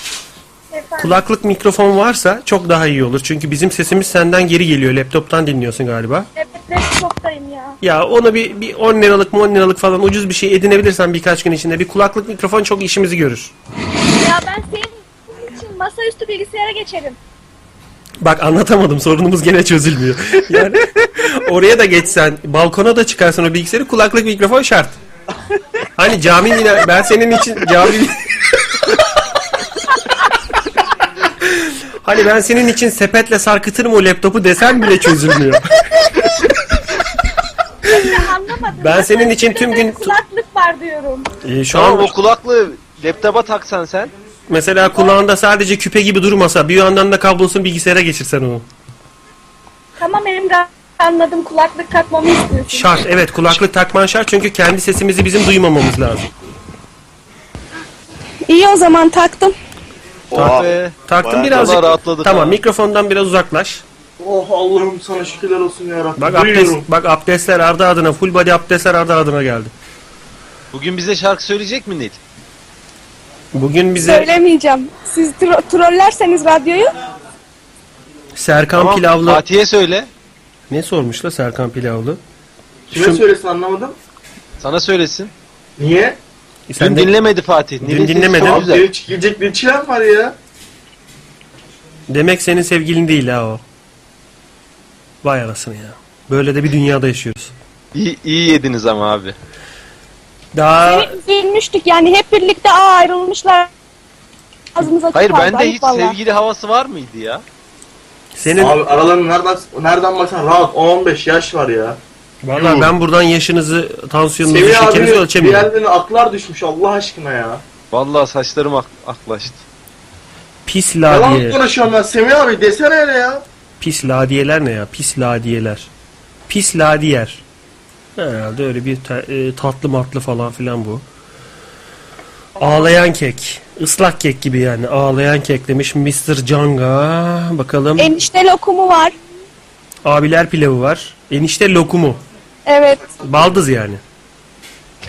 [SPEAKER 9] Efendim,
[SPEAKER 1] Kulaklık mikrofon varsa çok daha iyi olur. Çünkü bizim sesimiz senden geri geliyor. Laptop'tan dinliyorsun galiba.
[SPEAKER 9] evet laptoptayım ya.
[SPEAKER 1] Ya ona bir, bir 10 liralık mı 10 liralık falan ucuz bir şey edinebilirsen birkaç gün içinde bir kulaklık mikrofon çok işimizi görür.
[SPEAKER 9] Ya ben senin için masaüstü bilgisayara geçerim.
[SPEAKER 1] Bak anlatamadım sorunumuz gene <laughs> çözülmüyor. Yani oraya da geçsen balkona da çıkarsan o bilgisayarı kulaklık mikrofon şart. Hani cami mina ben senin için cami Hani ben senin için sepetle sarkıtırım o laptopu desem bile çözülmüyor.
[SPEAKER 9] Anlamadım.
[SPEAKER 1] Ben senin için tüm gün
[SPEAKER 9] kulaklık var diyorum.
[SPEAKER 1] Ee, şu
[SPEAKER 11] Tamam
[SPEAKER 1] an
[SPEAKER 11] o kulaklığı laptopa taksan sen.
[SPEAKER 1] mesela kulağında sadece küpe gibi durmasa bir yandan da kablosunu bilgisayara geçirsen onu.
[SPEAKER 9] Tamam Emre anladım kulaklık takmamı istiyorsun.
[SPEAKER 1] Şart evet kulaklık takman şart çünkü kendi sesimizi bizim duymamamız lazım.
[SPEAKER 12] İyi o zaman taktım.
[SPEAKER 1] Tak, taktım
[SPEAKER 8] Bayağı
[SPEAKER 1] birazcık.
[SPEAKER 8] kadar rahatladık
[SPEAKER 1] tamam
[SPEAKER 8] ha.
[SPEAKER 1] mikrofondan biraz uzaklaş.
[SPEAKER 8] Oh Allah'ım sana şükürler olsun ya Rabbim.
[SPEAKER 1] Bak abdest,
[SPEAKER 8] Duyuyorum.
[SPEAKER 1] bak abdestler Arda adına full body abdestler Arda adına geldi.
[SPEAKER 11] Bugün bize şarkı söyleyecek mi Nil?
[SPEAKER 1] Bugün bize
[SPEAKER 12] Söylemeyeceğim. Siz tro- trollerseniz radyoyu.
[SPEAKER 1] Serkan
[SPEAKER 11] Tamam,
[SPEAKER 1] Pilavlı
[SPEAKER 11] Fatih'e söyle.
[SPEAKER 1] Ne sormuş la Serkan Pilavlı?
[SPEAKER 11] Kime
[SPEAKER 8] söylesin anlamadım.
[SPEAKER 11] Sana söylesin.
[SPEAKER 8] Niye?
[SPEAKER 11] Dün
[SPEAKER 1] Sen de-
[SPEAKER 11] dinlemedi Fatih.
[SPEAKER 1] Dün
[SPEAKER 11] Nil'in sesi
[SPEAKER 1] dinlemedin.
[SPEAKER 11] çok
[SPEAKER 1] Abi,
[SPEAKER 11] güzel.
[SPEAKER 1] deli
[SPEAKER 8] Gelecek ne çilem var ya.
[SPEAKER 1] Demek senin sevgilin değil ha o. Vay anasını ya. Böyle de bir dünyada yaşıyoruz.
[SPEAKER 11] İyi, iyi yediniz ama abi.
[SPEAKER 1] Daha
[SPEAKER 12] Hani Üzülmüştük yani hep birlikte aa ayrılmışlar. Ağzımız açık
[SPEAKER 11] Hayır
[SPEAKER 12] kaldı,
[SPEAKER 11] bende
[SPEAKER 12] ayıp
[SPEAKER 11] hiç
[SPEAKER 12] vallahi.
[SPEAKER 11] sevgili havası var mıydı ya?
[SPEAKER 1] senin
[SPEAKER 8] Abi aralarında nereden, nereden baksan rahat 10-15 yaş var ya.
[SPEAKER 1] Vallahi ben buradan yaşınızı, tansiyonunuzu,
[SPEAKER 8] Semih
[SPEAKER 1] şekerinizi
[SPEAKER 8] abinin bir
[SPEAKER 1] ölçemiyorum.
[SPEAKER 8] yerden aklar düşmüş Allah aşkına ya.
[SPEAKER 11] Vallahi saçlarım ak- aklaştı.
[SPEAKER 1] Pis
[SPEAKER 8] Yalan
[SPEAKER 1] ladiye.
[SPEAKER 8] konuşuyorum ben Semih abi desene hele ya.
[SPEAKER 1] Pis ladiyeler ne ya? Pis ladiyeler. Pis ladiyer. Herhalde öyle bir ta- e, tatlı matlı falan filan bu. Ağlayan kek. Islak kek gibi yani. Ağlayan kek demiş Mr. Canga. Bakalım.
[SPEAKER 12] Enişte lokumu var.
[SPEAKER 1] Abiler pilavı var. Enişte lokumu.
[SPEAKER 12] Evet.
[SPEAKER 1] Baldız yani.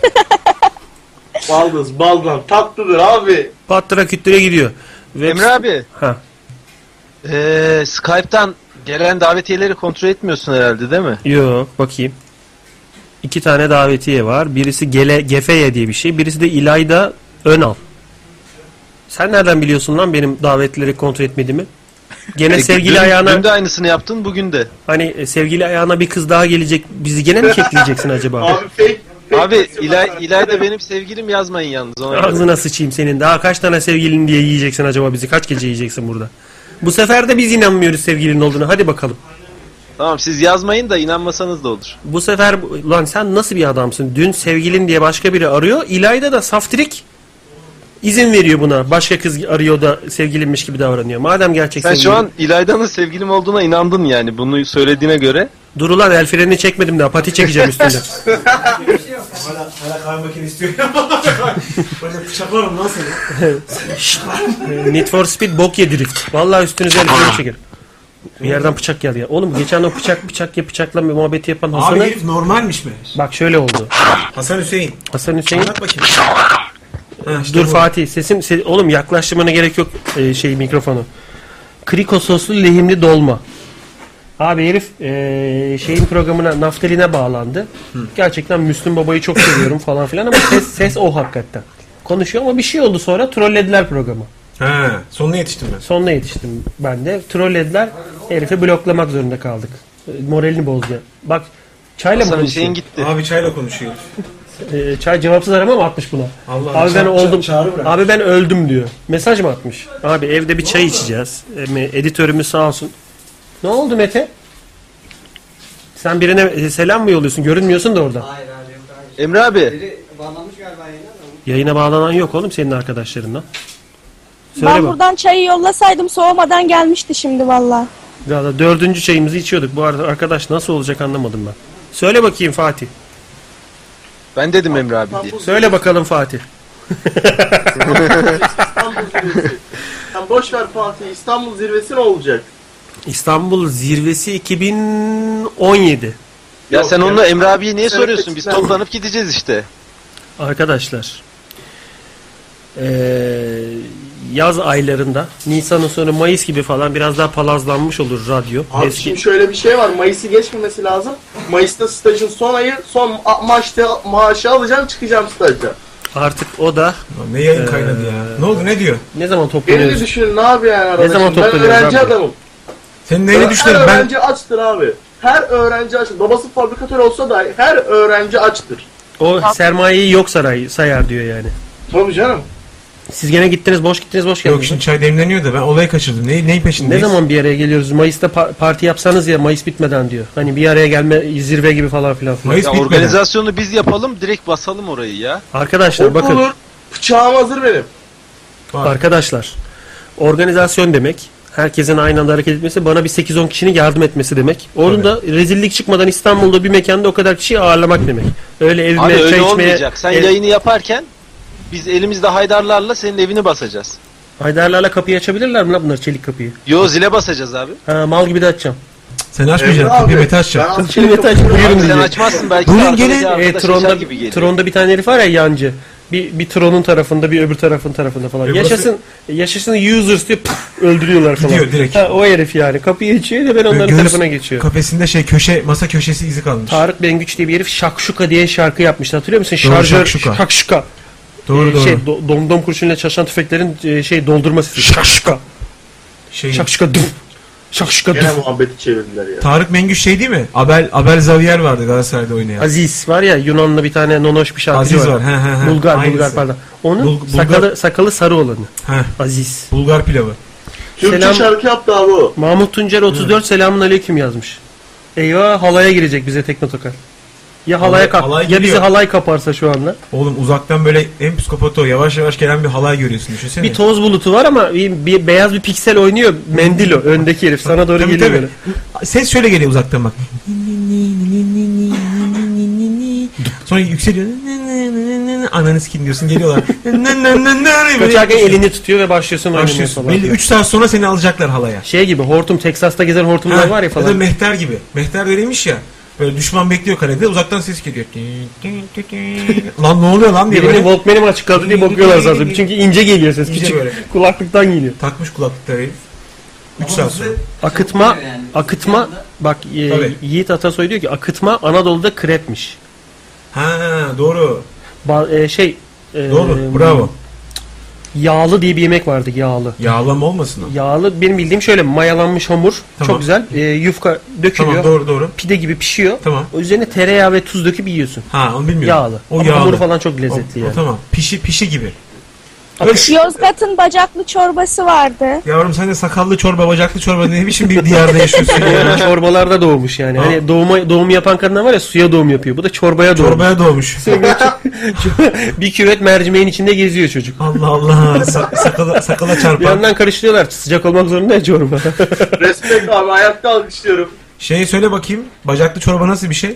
[SPEAKER 8] <laughs> Baldız baldan tatlıdır abi.
[SPEAKER 1] Pattıra küttüre gidiyor. Web-
[SPEAKER 11] Emre abi.
[SPEAKER 1] Ha.
[SPEAKER 11] Ee, Skype'tan gelen davetiyeleri kontrol etmiyorsun herhalde değil mi?
[SPEAKER 1] Yo bakayım. İki tane davetiye var. Birisi Gele Gefeye diye bir şey. Birisi de İlayda Önal. Sen nereden biliyorsun lan benim davetleri kontrol etmediğimi? Gene
[SPEAKER 11] E,
[SPEAKER 1] sevgili
[SPEAKER 11] dün-
[SPEAKER 1] ayağına
[SPEAKER 11] Dün de aynısını yaptın bugün de.
[SPEAKER 1] hani e, sevgili ayağına bir kız daha gelecek. Bizi gene mi kekleyeceksin acaba?
[SPEAKER 11] Abi İlay, İlayda benim sevgilim yazmayın yalnız ona. göre.
[SPEAKER 1] Ağzına sıçayım senin. Daha kaç tane sevgilin diye yiyeceksin acaba bizi? Kaç gece yiyeceksin burada? Bu sefer de biz inanmıyoruz sevgilinin olduğunu. Hadi bakalım.
[SPEAKER 11] Tamam siz yazmayın da inanmasanız da olur.
[SPEAKER 1] Bu sefer bu- lan sen nasıl bir adamsın? Dün sevgilin diye başka biri arıyor. İlayda da saftirik izin veriyor buna. Başka kız arıyor da sevgilinmiş gibi davranıyor. Madem gerçek
[SPEAKER 11] Sen şu
[SPEAKER 1] sevgilin-
[SPEAKER 11] an İlayda'nın sevgilim olduğuna inandın yani bunu söylediğine göre.
[SPEAKER 1] Dur ulan el frenini çekmedim daha pati şey
[SPEAKER 2] <laughs>
[SPEAKER 1] çekeceğim üstünde.
[SPEAKER 2] şey Hala, hala kahve makinesi istiyor. <laughs> Böyle bıçaklarım lan seni.
[SPEAKER 1] Şşt! e, Need for Speed bok ye drift. Vallahi üstünüze el freni çekerim. Bir yerden bıçak geldi ya. Oğlum geçen o bıçak bıçak ya bıçakla muhabbeti yapan
[SPEAKER 2] Abi
[SPEAKER 1] Hasan'ı...
[SPEAKER 2] herif normalmiş mi?
[SPEAKER 1] Bak şöyle oldu.
[SPEAKER 2] Hasan Hüseyin.
[SPEAKER 1] Hasan Hüseyin...
[SPEAKER 2] Anlat bakayım. Ha, işte
[SPEAKER 1] Dur
[SPEAKER 2] bu.
[SPEAKER 1] Fatih sesim se- oğlum yaklaştırmana gerek yok e, şey mikrofonu. Kriko soslu lehimli dolma. Abi herif e, şeyin programına naftaline bağlandı. Gerçekten Müslüm Baba'yı çok
[SPEAKER 2] <laughs>
[SPEAKER 1] seviyorum falan filan ama ses, ses o hakikaten. Konuşuyor ama bir şey oldu sonra trollediler programı.
[SPEAKER 2] Ha, sonuna yetiştim ben.
[SPEAKER 1] Sonuna yetiştim ben de. Trollediler. Herifi bloklamak zorunda kaldık. E, moralini bozdu. Bak çayla mı
[SPEAKER 11] Hasan
[SPEAKER 1] konuşuyor?
[SPEAKER 11] Hüseyin gitti.
[SPEAKER 2] Abi çayla konuşuyor.
[SPEAKER 1] E, çay cevapsız arama mı atmış buna?
[SPEAKER 2] Allah
[SPEAKER 1] Abi ben
[SPEAKER 2] ça-
[SPEAKER 1] oldum.
[SPEAKER 2] ça- çağrı bırak.
[SPEAKER 1] Abi ben öldüm diyor. Mesaj mı atmış? Abi evde bir çay içeceğiz. E, Editörümüz sağ olsun. Ne oldu Mete? Sen birine e, selam mı yolluyorsun? Görünmüyorsun da orada.
[SPEAKER 11] Emre abi
[SPEAKER 10] Biri bağlanmış galiba yayına da.
[SPEAKER 1] Yayına bağlanan yok oğlum senin arkadaşlarından. Söyle
[SPEAKER 12] ben
[SPEAKER 1] bak.
[SPEAKER 12] buradan çayı yollasaydım soğumadan gelmişti şimdi valla.
[SPEAKER 1] Daha da dördüncü çayımızı içiyorduk. Bu arada arkadaş nasıl olacak anlamadım ben. Söyle bakayım Fatih.
[SPEAKER 11] ben dedim Emre abi diye.
[SPEAKER 1] Söyle
[SPEAKER 11] <laughs>
[SPEAKER 1] bakalım Fatih.
[SPEAKER 8] İstanbul zirvesi. Sen boş ver Fatih İstanbul zirvesi ne olacak?
[SPEAKER 1] İstanbul zirvesi 2017.
[SPEAKER 11] Ya
[SPEAKER 8] Yok
[SPEAKER 11] sen
[SPEAKER 8] ya.
[SPEAKER 11] onunla Emre abiye niye
[SPEAKER 8] Sen
[SPEAKER 11] soruyorsun? Biz
[SPEAKER 8] sen-
[SPEAKER 11] toplanıp gideceğiz işte.
[SPEAKER 1] Arkadaşlar eee, yaz aylarında Nisan'ın sonu Mayıs gibi falan biraz daha palazlanmış olur radyo.
[SPEAKER 8] Abi
[SPEAKER 1] Eski-
[SPEAKER 8] şimdi şöyle bir şey var. Mayıs'ı geçmemesi lazım. Mayıs'ta stajın son ayı. Son a- maçta maaşı alacağım çıkacağım stajda.
[SPEAKER 1] Artık o da Ee,
[SPEAKER 2] Lan Ne yayın kaynadı ya. Ne oldu ne diyor?
[SPEAKER 1] ne zaman
[SPEAKER 8] Beni de
[SPEAKER 1] toplanıyoruz?
[SPEAKER 8] düşünün ne abi yani arada.
[SPEAKER 1] Ne zaman
[SPEAKER 8] şimdi? Ben
[SPEAKER 1] toplanıyoruz
[SPEAKER 8] öğrenci
[SPEAKER 1] abi?
[SPEAKER 8] adamım.
[SPEAKER 2] Senin neyi düşünüyorsun?
[SPEAKER 8] Her
[SPEAKER 2] Ben
[SPEAKER 8] öğrenci açtır abi. Her öğrenci açtır. Babası fabrikatör olsa da her öğrenci açtır.
[SPEAKER 1] O sermayeyi yok saray, sayar diyor yani.
[SPEAKER 8] Tabii canım.
[SPEAKER 1] Siz gene gittiniz boş gittiniz boş geldiniz.
[SPEAKER 2] Yok şimdi çay demleniyor da ben olayı kaçırdım. Ne, neyin
[SPEAKER 1] Ne
[SPEAKER 2] peşindeyiz?
[SPEAKER 1] zaman bir araya geliyoruz? Mayıs'ta pa- parti yapsanız ya Mayıs bitmeden diyor. Hani bir araya gelme zirve gibi falan filan. filan.
[SPEAKER 11] Ya organizasyonu biz yapalım direkt basalım orayı ya.
[SPEAKER 1] Arkadaşlar bakın.
[SPEAKER 11] olur.
[SPEAKER 8] Bıçağım hazır benim.
[SPEAKER 1] Arkadaşlar organizasyon demek herkesin aynı anda hareket etmesi bana bir 8-10 kişinin yardım etmesi demek. Onun da rezillik çıkmadan İstanbul'da bir mekanda o kadar kişiyi ağırlamak demek. Öyle evime
[SPEAKER 11] Abi
[SPEAKER 1] çay
[SPEAKER 11] öyle
[SPEAKER 1] içmeye-
[SPEAKER 11] olmayacak. Sen
[SPEAKER 1] ev-
[SPEAKER 11] yayını yaparken biz elimizde haydarlarla senin evini basacağız.
[SPEAKER 1] Haydarlarla kapıyı açabilirler mi lan bunlar çelik kapıyı?
[SPEAKER 11] Yo zile basacağız abi.
[SPEAKER 1] Ha, mal gibi de açacağım.
[SPEAKER 2] Sen açmayacaksın. Kapıyı Mete açacak.
[SPEAKER 1] Kapıyı Mete açacağım. Buyurun
[SPEAKER 11] Abi sen
[SPEAKER 1] diyecek.
[SPEAKER 11] açmazsın belki
[SPEAKER 1] Bugün
[SPEAKER 11] de arkadaki
[SPEAKER 1] gene
[SPEAKER 11] arkadaş
[SPEAKER 1] e,
[SPEAKER 11] açar
[SPEAKER 1] Tron'da,
[SPEAKER 11] gibi geliyor.
[SPEAKER 1] Tron'da bir tane herif var ya yancı. Bir, bir Tron'un tarafında bir öbür tarafın tarafında falan.
[SPEAKER 2] E,
[SPEAKER 1] yaşasın yaşasın users diye püf, öldürüyorlar falan.
[SPEAKER 2] Gidiyor direkt. E,
[SPEAKER 1] Ha, o herif yani. Kapıyı açıyor da ben onların
[SPEAKER 2] Göğüs
[SPEAKER 1] tarafına geçiyor.
[SPEAKER 2] Kafesinde şey köşe masa köşesi izi kalmış.
[SPEAKER 1] Tarık Bengüç diye bir herif Şakşuka diye şarkı yapmıştı. Hatırlıyor musun?
[SPEAKER 2] Doğru,
[SPEAKER 1] Şarjör
[SPEAKER 2] Şakşuka.
[SPEAKER 1] Şakşuka.
[SPEAKER 2] Doğru,
[SPEAKER 1] Ee,
[SPEAKER 2] doğru.
[SPEAKER 1] Şey, do- domdom kurşunuyla çalışan tüfeklerin e, şey doldurma sesi. Şakşuka.
[SPEAKER 2] Şey,
[SPEAKER 1] Şakşuka duf. Şakşuka
[SPEAKER 8] Gene
[SPEAKER 1] duf.
[SPEAKER 8] muhabbeti çevirdiler ya.
[SPEAKER 2] Tarık Mengüş şey değil mi? Abel Abel Xavier vardı Galatasaray'da oynayan.
[SPEAKER 1] Aziz var ya Yunanlı bir tane nonoş bir şarkıcı
[SPEAKER 2] Aziz var, he, he, he.
[SPEAKER 1] Bulgar,
[SPEAKER 2] Aynısı.
[SPEAKER 1] Bulgar pardon. Onun
[SPEAKER 2] Bul- Bulgar-
[SPEAKER 1] sakalı, sakalı sarı olanı.
[SPEAKER 2] Heh.
[SPEAKER 1] Aziz.
[SPEAKER 2] Bulgar pilavı.
[SPEAKER 8] Türkçe şarkı yaptı abi o.
[SPEAKER 1] Mahmut Tuncer 34 selamun aleyküm yazmış. Eyvah halaya girecek bize teknotokar. Ya halaya kap
[SPEAKER 2] Halay
[SPEAKER 1] ya
[SPEAKER 2] geliyor.
[SPEAKER 1] bizi halay kaparsa şu anda.
[SPEAKER 2] Oğlum uzaktan böyle en psikopat o. Yavaş yavaş gelen bir halay görüyorsun düşünsene.
[SPEAKER 1] Bir toz bulutu var ama bir, bir beyaz bir piksel oynuyor. Mendilo öndeki herif sana doğru
[SPEAKER 2] Tabii,
[SPEAKER 1] geliyor
[SPEAKER 2] tabii.
[SPEAKER 1] böyle.
[SPEAKER 2] Ses şöyle geliyor uzaktan bak. Sonra yükseliyor. Ananı sikin diyorsun
[SPEAKER 1] <laughs>
[SPEAKER 2] geliyorlar.
[SPEAKER 1] Kaçarken elini tutuyor ve başlıyorsun oynamaya
[SPEAKER 2] Başlıyorsun.
[SPEAKER 1] falan.
[SPEAKER 2] Belli 3 saat sonra seni alacaklar halaya.
[SPEAKER 1] Şey gibi hortum Teksas'ta gezen hortumlar
[SPEAKER 2] Ha,
[SPEAKER 1] var ya
[SPEAKER 2] Ya da
[SPEAKER 1] falan.
[SPEAKER 2] mehter gibi. Mehter verilmiş ya. Böyle düşman bekliyor kalede uzaktan ses geliyor.
[SPEAKER 1] <laughs>
[SPEAKER 2] lan ne oluyor lan diye
[SPEAKER 1] Birinin
[SPEAKER 2] böyle.
[SPEAKER 1] Walkman'i mi açık kaldı diye bakıyorlar zaten. Çünkü ince geliyor ses.
[SPEAKER 2] İnce
[SPEAKER 1] Küçük
[SPEAKER 2] böyle.
[SPEAKER 1] kulaklıktan geliyor.
[SPEAKER 2] Takmış kulaklıkları. 3 saat sonra.
[SPEAKER 1] Akıtma, akıtma bak e,
[SPEAKER 2] Tabii.
[SPEAKER 1] Yiğit Atasoy diyor ki akıtma Anadolu'da krepmiş.
[SPEAKER 2] Ha doğru.
[SPEAKER 1] Ba- e, şey e,
[SPEAKER 2] Doğru, bravo.
[SPEAKER 1] Yağlı diye bir yemek vardı yağlı.
[SPEAKER 2] Yağlama olmasın o.
[SPEAKER 1] Yağlı benim bildiğim şöyle mayalanmış hamur çok güzel e, yufka dökülüyor.
[SPEAKER 2] Tamam, doğru, doğru.
[SPEAKER 1] Pide gibi pişiyor.
[SPEAKER 2] Tamam.
[SPEAKER 1] O üzerine tereyağı ve tuz döküp yiyorsun.
[SPEAKER 2] Ha onu bilmiyorum.
[SPEAKER 1] Yağlı.
[SPEAKER 2] O
[SPEAKER 1] Ama
[SPEAKER 2] yağlı.
[SPEAKER 1] hamuru falan çok lezzetli
[SPEAKER 2] o,
[SPEAKER 1] yani.
[SPEAKER 2] O, tamam. Pişi pişi gibi.
[SPEAKER 12] Yozgat'ın bacaklı çorbası vardı.
[SPEAKER 2] Yavrum sen de sakallı çorba, bacaklı çorba ne biçim bir diyarda
[SPEAKER 1] <laughs>
[SPEAKER 2] yaşıyorsun
[SPEAKER 1] Yani
[SPEAKER 2] ya.
[SPEAKER 1] çorbalarda doğmuş yani. Hani doğuma doğum yapan kadınlar var ya suya doğum yapıyor. Bu da çorbaya doğmuş.
[SPEAKER 2] Çorbaya
[SPEAKER 1] <laughs>
[SPEAKER 2] doğmuş.
[SPEAKER 1] bir küvet mercimeğin içinde geziyor çocuk.
[SPEAKER 2] Allah Allah. Sa- sakala, sakala
[SPEAKER 1] Bir
[SPEAKER 2] çarpan.
[SPEAKER 1] yandan karıştırıyorlar. Sıcak olmak zorunda ya çorba.
[SPEAKER 8] Respekt abi ayakta alkışlıyorum.
[SPEAKER 2] Şey söyle bakayım. Bacaklı çorba nasıl bir şey?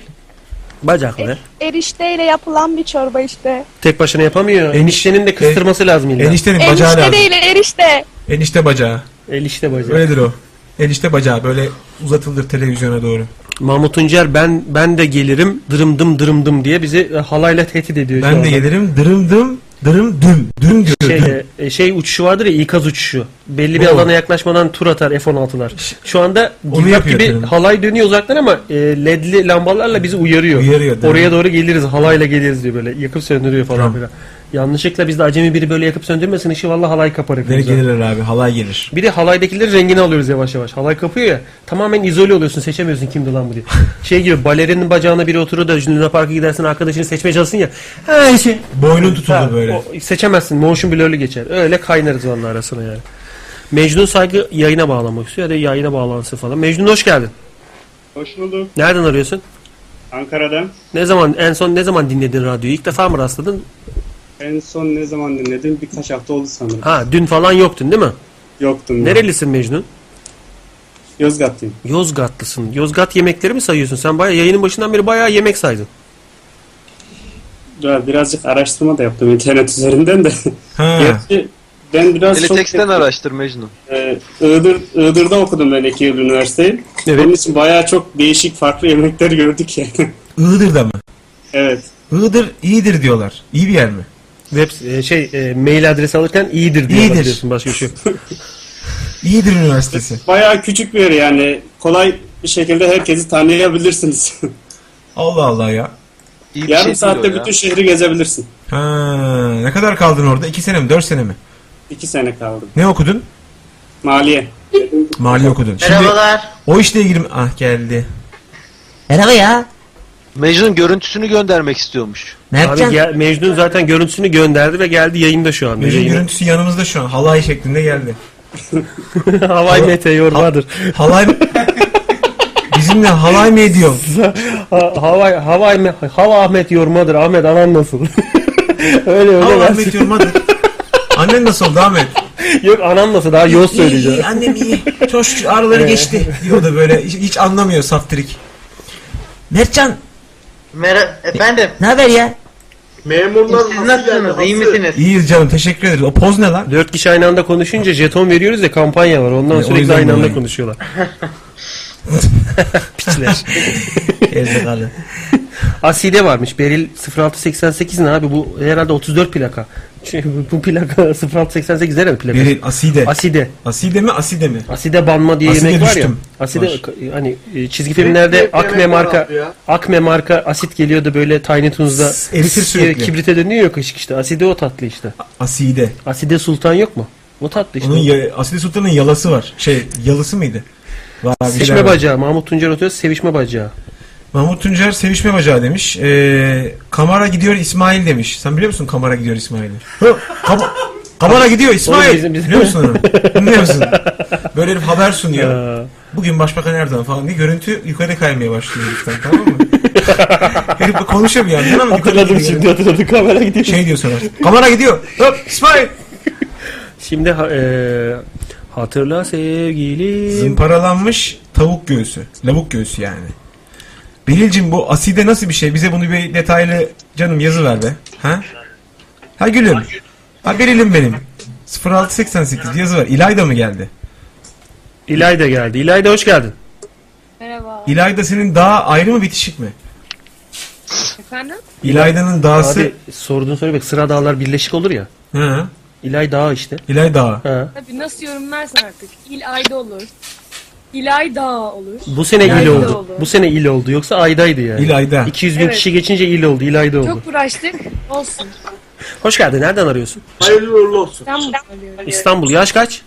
[SPEAKER 1] Bacaklı.
[SPEAKER 12] Erişteyle yapılan bir çorba işte.
[SPEAKER 1] Tek başına yapamıyor. Eniştenin de kıstırması lazım illa.
[SPEAKER 2] Eniştenin bacağı
[SPEAKER 12] Erişte
[SPEAKER 2] lazım.
[SPEAKER 12] değil erişte.
[SPEAKER 2] Enişte bacağı.
[SPEAKER 1] Enişte bacağı.
[SPEAKER 2] Öyledir o. Enişte bacağı böyle uzatılır televizyona doğru.
[SPEAKER 1] Mahmut Tuncer ben ben de gelirim dırım dım dırım dım diye bizi e, halayla tehdit ediyor. şu
[SPEAKER 2] Ben
[SPEAKER 1] anda.
[SPEAKER 2] de gelirim dırım dım dırım düm. Düm diyor.
[SPEAKER 1] Şey,
[SPEAKER 2] düm.
[SPEAKER 1] e, e, şey uçuşu vardır ya ikaz uçuşu. Belli bir
[SPEAKER 2] Doğru.
[SPEAKER 1] alana yaklaşmadan tur atar F-16'lar. Şu anda
[SPEAKER 2] Onu
[SPEAKER 1] girdap
[SPEAKER 2] yapıyor
[SPEAKER 1] gibi
[SPEAKER 2] tabii.
[SPEAKER 1] halay dönüyor uzaktan ama e, ledli lambalarla bizi uyarıyor.
[SPEAKER 2] Uyarıyor, değil
[SPEAKER 1] Oraya
[SPEAKER 2] mi?
[SPEAKER 1] doğru geliriz halayla geliriz diyor böyle yakıp söndürüyor falan
[SPEAKER 2] Tamam.
[SPEAKER 1] filan. Yanlışlıkla bizde acemi biri böyle yakıp söndürmesin işi valla halay kapar
[SPEAKER 2] Deri
[SPEAKER 1] hepimize.
[SPEAKER 2] gelirler abi halay gelir.
[SPEAKER 1] Bir de halaydakileri rengini alıyoruz yavaş yavaş. Halay kapıyor ya. Tamamen izole oluyorsun. Seçemiyorsun kimdi lan
[SPEAKER 2] <laughs>
[SPEAKER 1] bu diye. Şey gibi balerinin bacağına biri oturur da Luna Park'a gidersin arkadaşını seçmeye çalışsın ya. Ha şey.
[SPEAKER 2] Boynun tutuldu böyle.
[SPEAKER 1] o- seçemezsin. Motion blur'lü geçer. Öyle kaynarız vallahi arasına yani. Mecnun saygı yayına bağlamak istiyor. Hadi yayına bağlansın falan. Mecnun hoş geldin.
[SPEAKER 13] Hoş bulduk
[SPEAKER 1] Nereden arıyorsun?
[SPEAKER 13] Ankara'dan.
[SPEAKER 1] Ne zaman en son ne zaman dinledin radyoyu? İlk defa mı rastladın?
[SPEAKER 13] En son ne zaman dinledim? Birkaç hafta oldu sanırım.
[SPEAKER 1] Ha dün falan yoktun değil mi?
[SPEAKER 13] Yoktum.
[SPEAKER 1] Nerelisin Mecnun?
[SPEAKER 13] Yozgatlıyım.
[SPEAKER 1] Yozgatlısın. Yozgat yemekleri mi sayıyorsun? Sen bayağı yayının başından beri bayağı yemek saydın.
[SPEAKER 13] Ya Birazcık araştırma da yaptım internet üzerinden de. <laughs> Gerçi ben biraz çok... şey-
[SPEAKER 11] Teleteksten araştır Mecnun.
[SPEAKER 13] Ee, Iğdır, Iğdır'da okudum ben iki yıl üniversiteyi. Onun için bayağı çok değişik farklı yemekler gördük yani. <laughs>
[SPEAKER 2] Iğdır'da mı?
[SPEAKER 13] evet.
[SPEAKER 2] Iğdır iyidir diyorlar. İyi bir yer mi?
[SPEAKER 1] Web e, şey e, mail adresi alırken iyidir diye
[SPEAKER 2] İyidir.
[SPEAKER 1] bakıyorsun başka bir şey. yok.
[SPEAKER 2] İyidir üniversitesi.
[SPEAKER 13] Bayağı küçük bir yer yani. Kolay bir şekilde herkesi tanıyabilirsiniz.
[SPEAKER 2] Allah Allah ya.
[SPEAKER 13] <laughs>
[SPEAKER 2] İyi bir
[SPEAKER 13] Yarım
[SPEAKER 2] şey
[SPEAKER 13] saatte
[SPEAKER 2] değil o ya.
[SPEAKER 13] bütün şehri gezebilirsin.
[SPEAKER 2] Ha, ne kadar kaldın orada? 2 sene mi? 4 sene mi?
[SPEAKER 13] İki sene kaldım.
[SPEAKER 2] Ne okudun?
[SPEAKER 13] Maliye.
[SPEAKER 2] Mahalle okudun.
[SPEAKER 11] Merhabalar.
[SPEAKER 2] o işle ilgili... Ah geldi.
[SPEAKER 11] Merhaba ya. <laughs> Mecnun görüntüsünü göndermek istiyormuş.
[SPEAKER 1] Abi gel- Mecnun zaten görüntüsünü gönderdi ve geldi yayında şu anda.
[SPEAKER 2] Müziğin
[SPEAKER 1] Yayına-
[SPEAKER 2] görüntüsü yanımızda şu an. Halay şeklinde
[SPEAKER 1] <laughs>
[SPEAKER 2] geldi.
[SPEAKER 1] Havai meteor vardır.
[SPEAKER 2] Halay... Bizimle halay mı
[SPEAKER 1] <laughs>
[SPEAKER 2] ediyorsun?
[SPEAKER 1] Havai, havai, me- hava Ahmet yormadır. Ahmet anan nasıl? <laughs> öyle öyle.
[SPEAKER 2] Hava
[SPEAKER 1] versin.
[SPEAKER 2] Ahmet
[SPEAKER 1] <laughs>
[SPEAKER 2] yormadır. Annen nasıl oldu Ahmet?
[SPEAKER 1] Yok anam nasıl daha yoz
[SPEAKER 2] İyi,
[SPEAKER 1] söyleyeceğim.
[SPEAKER 2] iyi, annem iyi. Çok şükür ağrıları geçti diyor da böyle. Hiç, hiç anlamıyor saftirik. Mertcan.
[SPEAKER 14] Merhaba efendim.
[SPEAKER 2] Ne haber ya?
[SPEAKER 14] Memurlar Siz nasılsınız? İyi misiniz?
[SPEAKER 2] İyiyiz canım teşekkür ederiz. O poz ne lan?
[SPEAKER 1] Dört kişi aynı anda konuşunca jeton veriyoruz ya kampanya var. Ondan
[SPEAKER 2] E, o
[SPEAKER 1] sürekli
[SPEAKER 2] yüzden
[SPEAKER 1] aynı anda
[SPEAKER 2] dolayı. <laughs>
[SPEAKER 1] konuşuyorlar. Piçler.
[SPEAKER 2] Gerizekalı.
[SPEAKER 1] Aside varmış. Beril 0688 ne abi? Bu herhalde 34 plaka. Çünkü bu plaka <laughs> 0688 nerede plaka?
[SPEAKER 2] Beril, Aside.
[SPEAKER 1] Aside.
[SPEAKER 2] Aside mi Aside mi?
[SPEAKER 1] Aside banma diye
[SPEAKER 2] Aside
[SPEAKER 1] yemek var ya.
[SPEAKER 2] düştüm.
[SPEAKER 1] Aside
[SPEAKER 2] Var.
[SPEAKER 1] hani e, çizgi filmlerde
[SPEAKER 2] Yemek- yemek
[SPEAKER 1] Akme marka
[SPEAKER 2] vardı ya.
[SPEAKER 1] Akme marka asit geliyordu böyle Tiny Toons'da
[SPEAKER 2] S- eritir
[SPEAKER 1] s-
[SPEAKER 2] sürekli.
[SPEAKER 1] kibrite dönüyor ya kaşık işte. Aside o tatlı işte.
[SPEAKER 2] Aside.
[SPEAKER 1] Aside Sultan yok mu? O tatlı işte.
[SPEAKER 2] Onun ya- Aside Sultan'ın yalası var. Şey yalısı mıydı? Var, bir şeyler
[SPEAKER 1] Sevişme
[SPEAKER 2] var.
[SPEAKER 1] bacağı. Mahmut Tuncer atıyor. Sevişme bacağı.
[SPEAKER 2] Mahmut Tuncer sevişme bacağı demiş. Ee, kamera gidiyor İsmail demiş. Sen biliyor musun kamera gidiyor İsmail'i? Hı, kam- kamera gidiyor İsmail.
[SPEAKER 1] Oğlum bizim- bizim-
[SPEAKER 2] Biliyor musun onu? Biliyor musun? Böyle herif haber sunuyor. Bugün Başbakan Erdoğan falan diye görüntü yukarı kaymaya başlıyor heriften tamam
[SPEAKER 1] <laughs>
[SPEAKER 2] mı? herif konuşamıyor yani. Tamam mı? Yukarı
[SPEAKER 1] Hatırladım
[SPEAKER 2] gidiyor.
[SPEAKER 1] şimdi hatırladım. Kamera gidiyor.
[SPEAKER 2] Şey diyor sonra. Kamera gidiyor. Hop İsmail.
[SPEAKER 1] <laughs> Şimdi ha- e, hatırla sevgili.
[SPEAKER 2] Zımparalanmış tavuk göğsü. Lavuk göğsü yani. Belilcim bu aside nasıl bir şey? Bize bunu bir detaylı canım yazı ver be. Ha? Ha gülüm. Ha Belil'im benim. 0688 yazı var. İlayda mı geldi?
[SPEAKER 1] İlayda geldi. İlayda hoş geldin.
[SPEAKER 15] Merhaba.
[SPEAKER 2] İlayda senin daha ayrı mı bitişik mi?
[SPEAKER 15] Efendim?
[SPEAKER 2] İlayda'nın dağısı-
[SPEAKER 1] Abi sorduğun soruya bak sıra dağlar birleşik olur ya.
[SPEAKER 2] Hı.
[SPEAKER 1] İlay dağı işte.
[SPEAKER 2] İlay dağı.
[SPEAKER 1] Ha.
[SPEAKER 15] Tabii nasıl yorumlarsan artık. İlayda olur. İlayda olur.
[SPEAKER 1] Bu sene il
[SPEAKER 15] İlayda
[SPEAKER 1] oldu. Bu sene il oldu. Yoksa aydaydı yani.
[SPEAKER 2] İlayda.
[SPEAKER 1] 200 bin
[SPEAKER 15] Evet.
[SPEAKER 1] kişi geçince il oldu. İlayda oldu.
[SPEAKER 15] Çok uğraştık. Olsun.
[SPEAKER 1] Hoş geldin. Nereden arıyorsun?
[SPEAKER 8] Hayırlı uğurlu olsun.
[SPEAKER 15] İstanbul arıyorum.
[SPEAKER 1] İstanbul. Yaş kaç?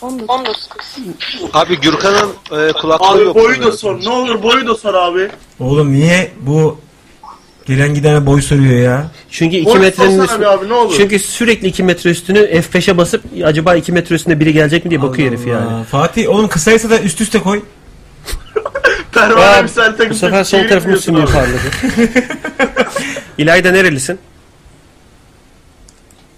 [SPEAKER 15] 19.
[SPEAKER 11] Abi Gürkan'ın e, kulaklığı
[SPEAKER 8] Abi
[SPEAKER 11] yok.
[SPEAKER 8] boyu da sor. Ne olur boyu da sor abi.
[SPEAKER 2] Oğlum niye bu gelen gidene boy soruyor ya?
[SPEAKER 1] Çünkü 2
[SPEAKER 8] Boş
[SPEAKER 1] metrenin
[SPEAKER 8] sorsana be abi, ne olur.
[SPEAKER 1] Çünkü sürekli 2 metre üstünü F5'e basıp acaba 2 metre üstünde biri gelecek mi diye bakıyor herif yani.
[SPEAKER 2] Aa, Fatih oğlum kısaysa da üst üste koy.
[SPEAKER 1] Aa,
[SPEAKER 8] <laughs> Pervane misal takım
[SPEAKER 1] bu sefer sol tarafımın
[SPEAKER 8] çevirmiyorsun
[SPEAKER 1] üstünlüğü
[SPEAKER 8] abi.
[SPEAKER 1] parladı.
[SPEAKER 2] <laughs>
[SPEAKER 1] İlayda nerelisin?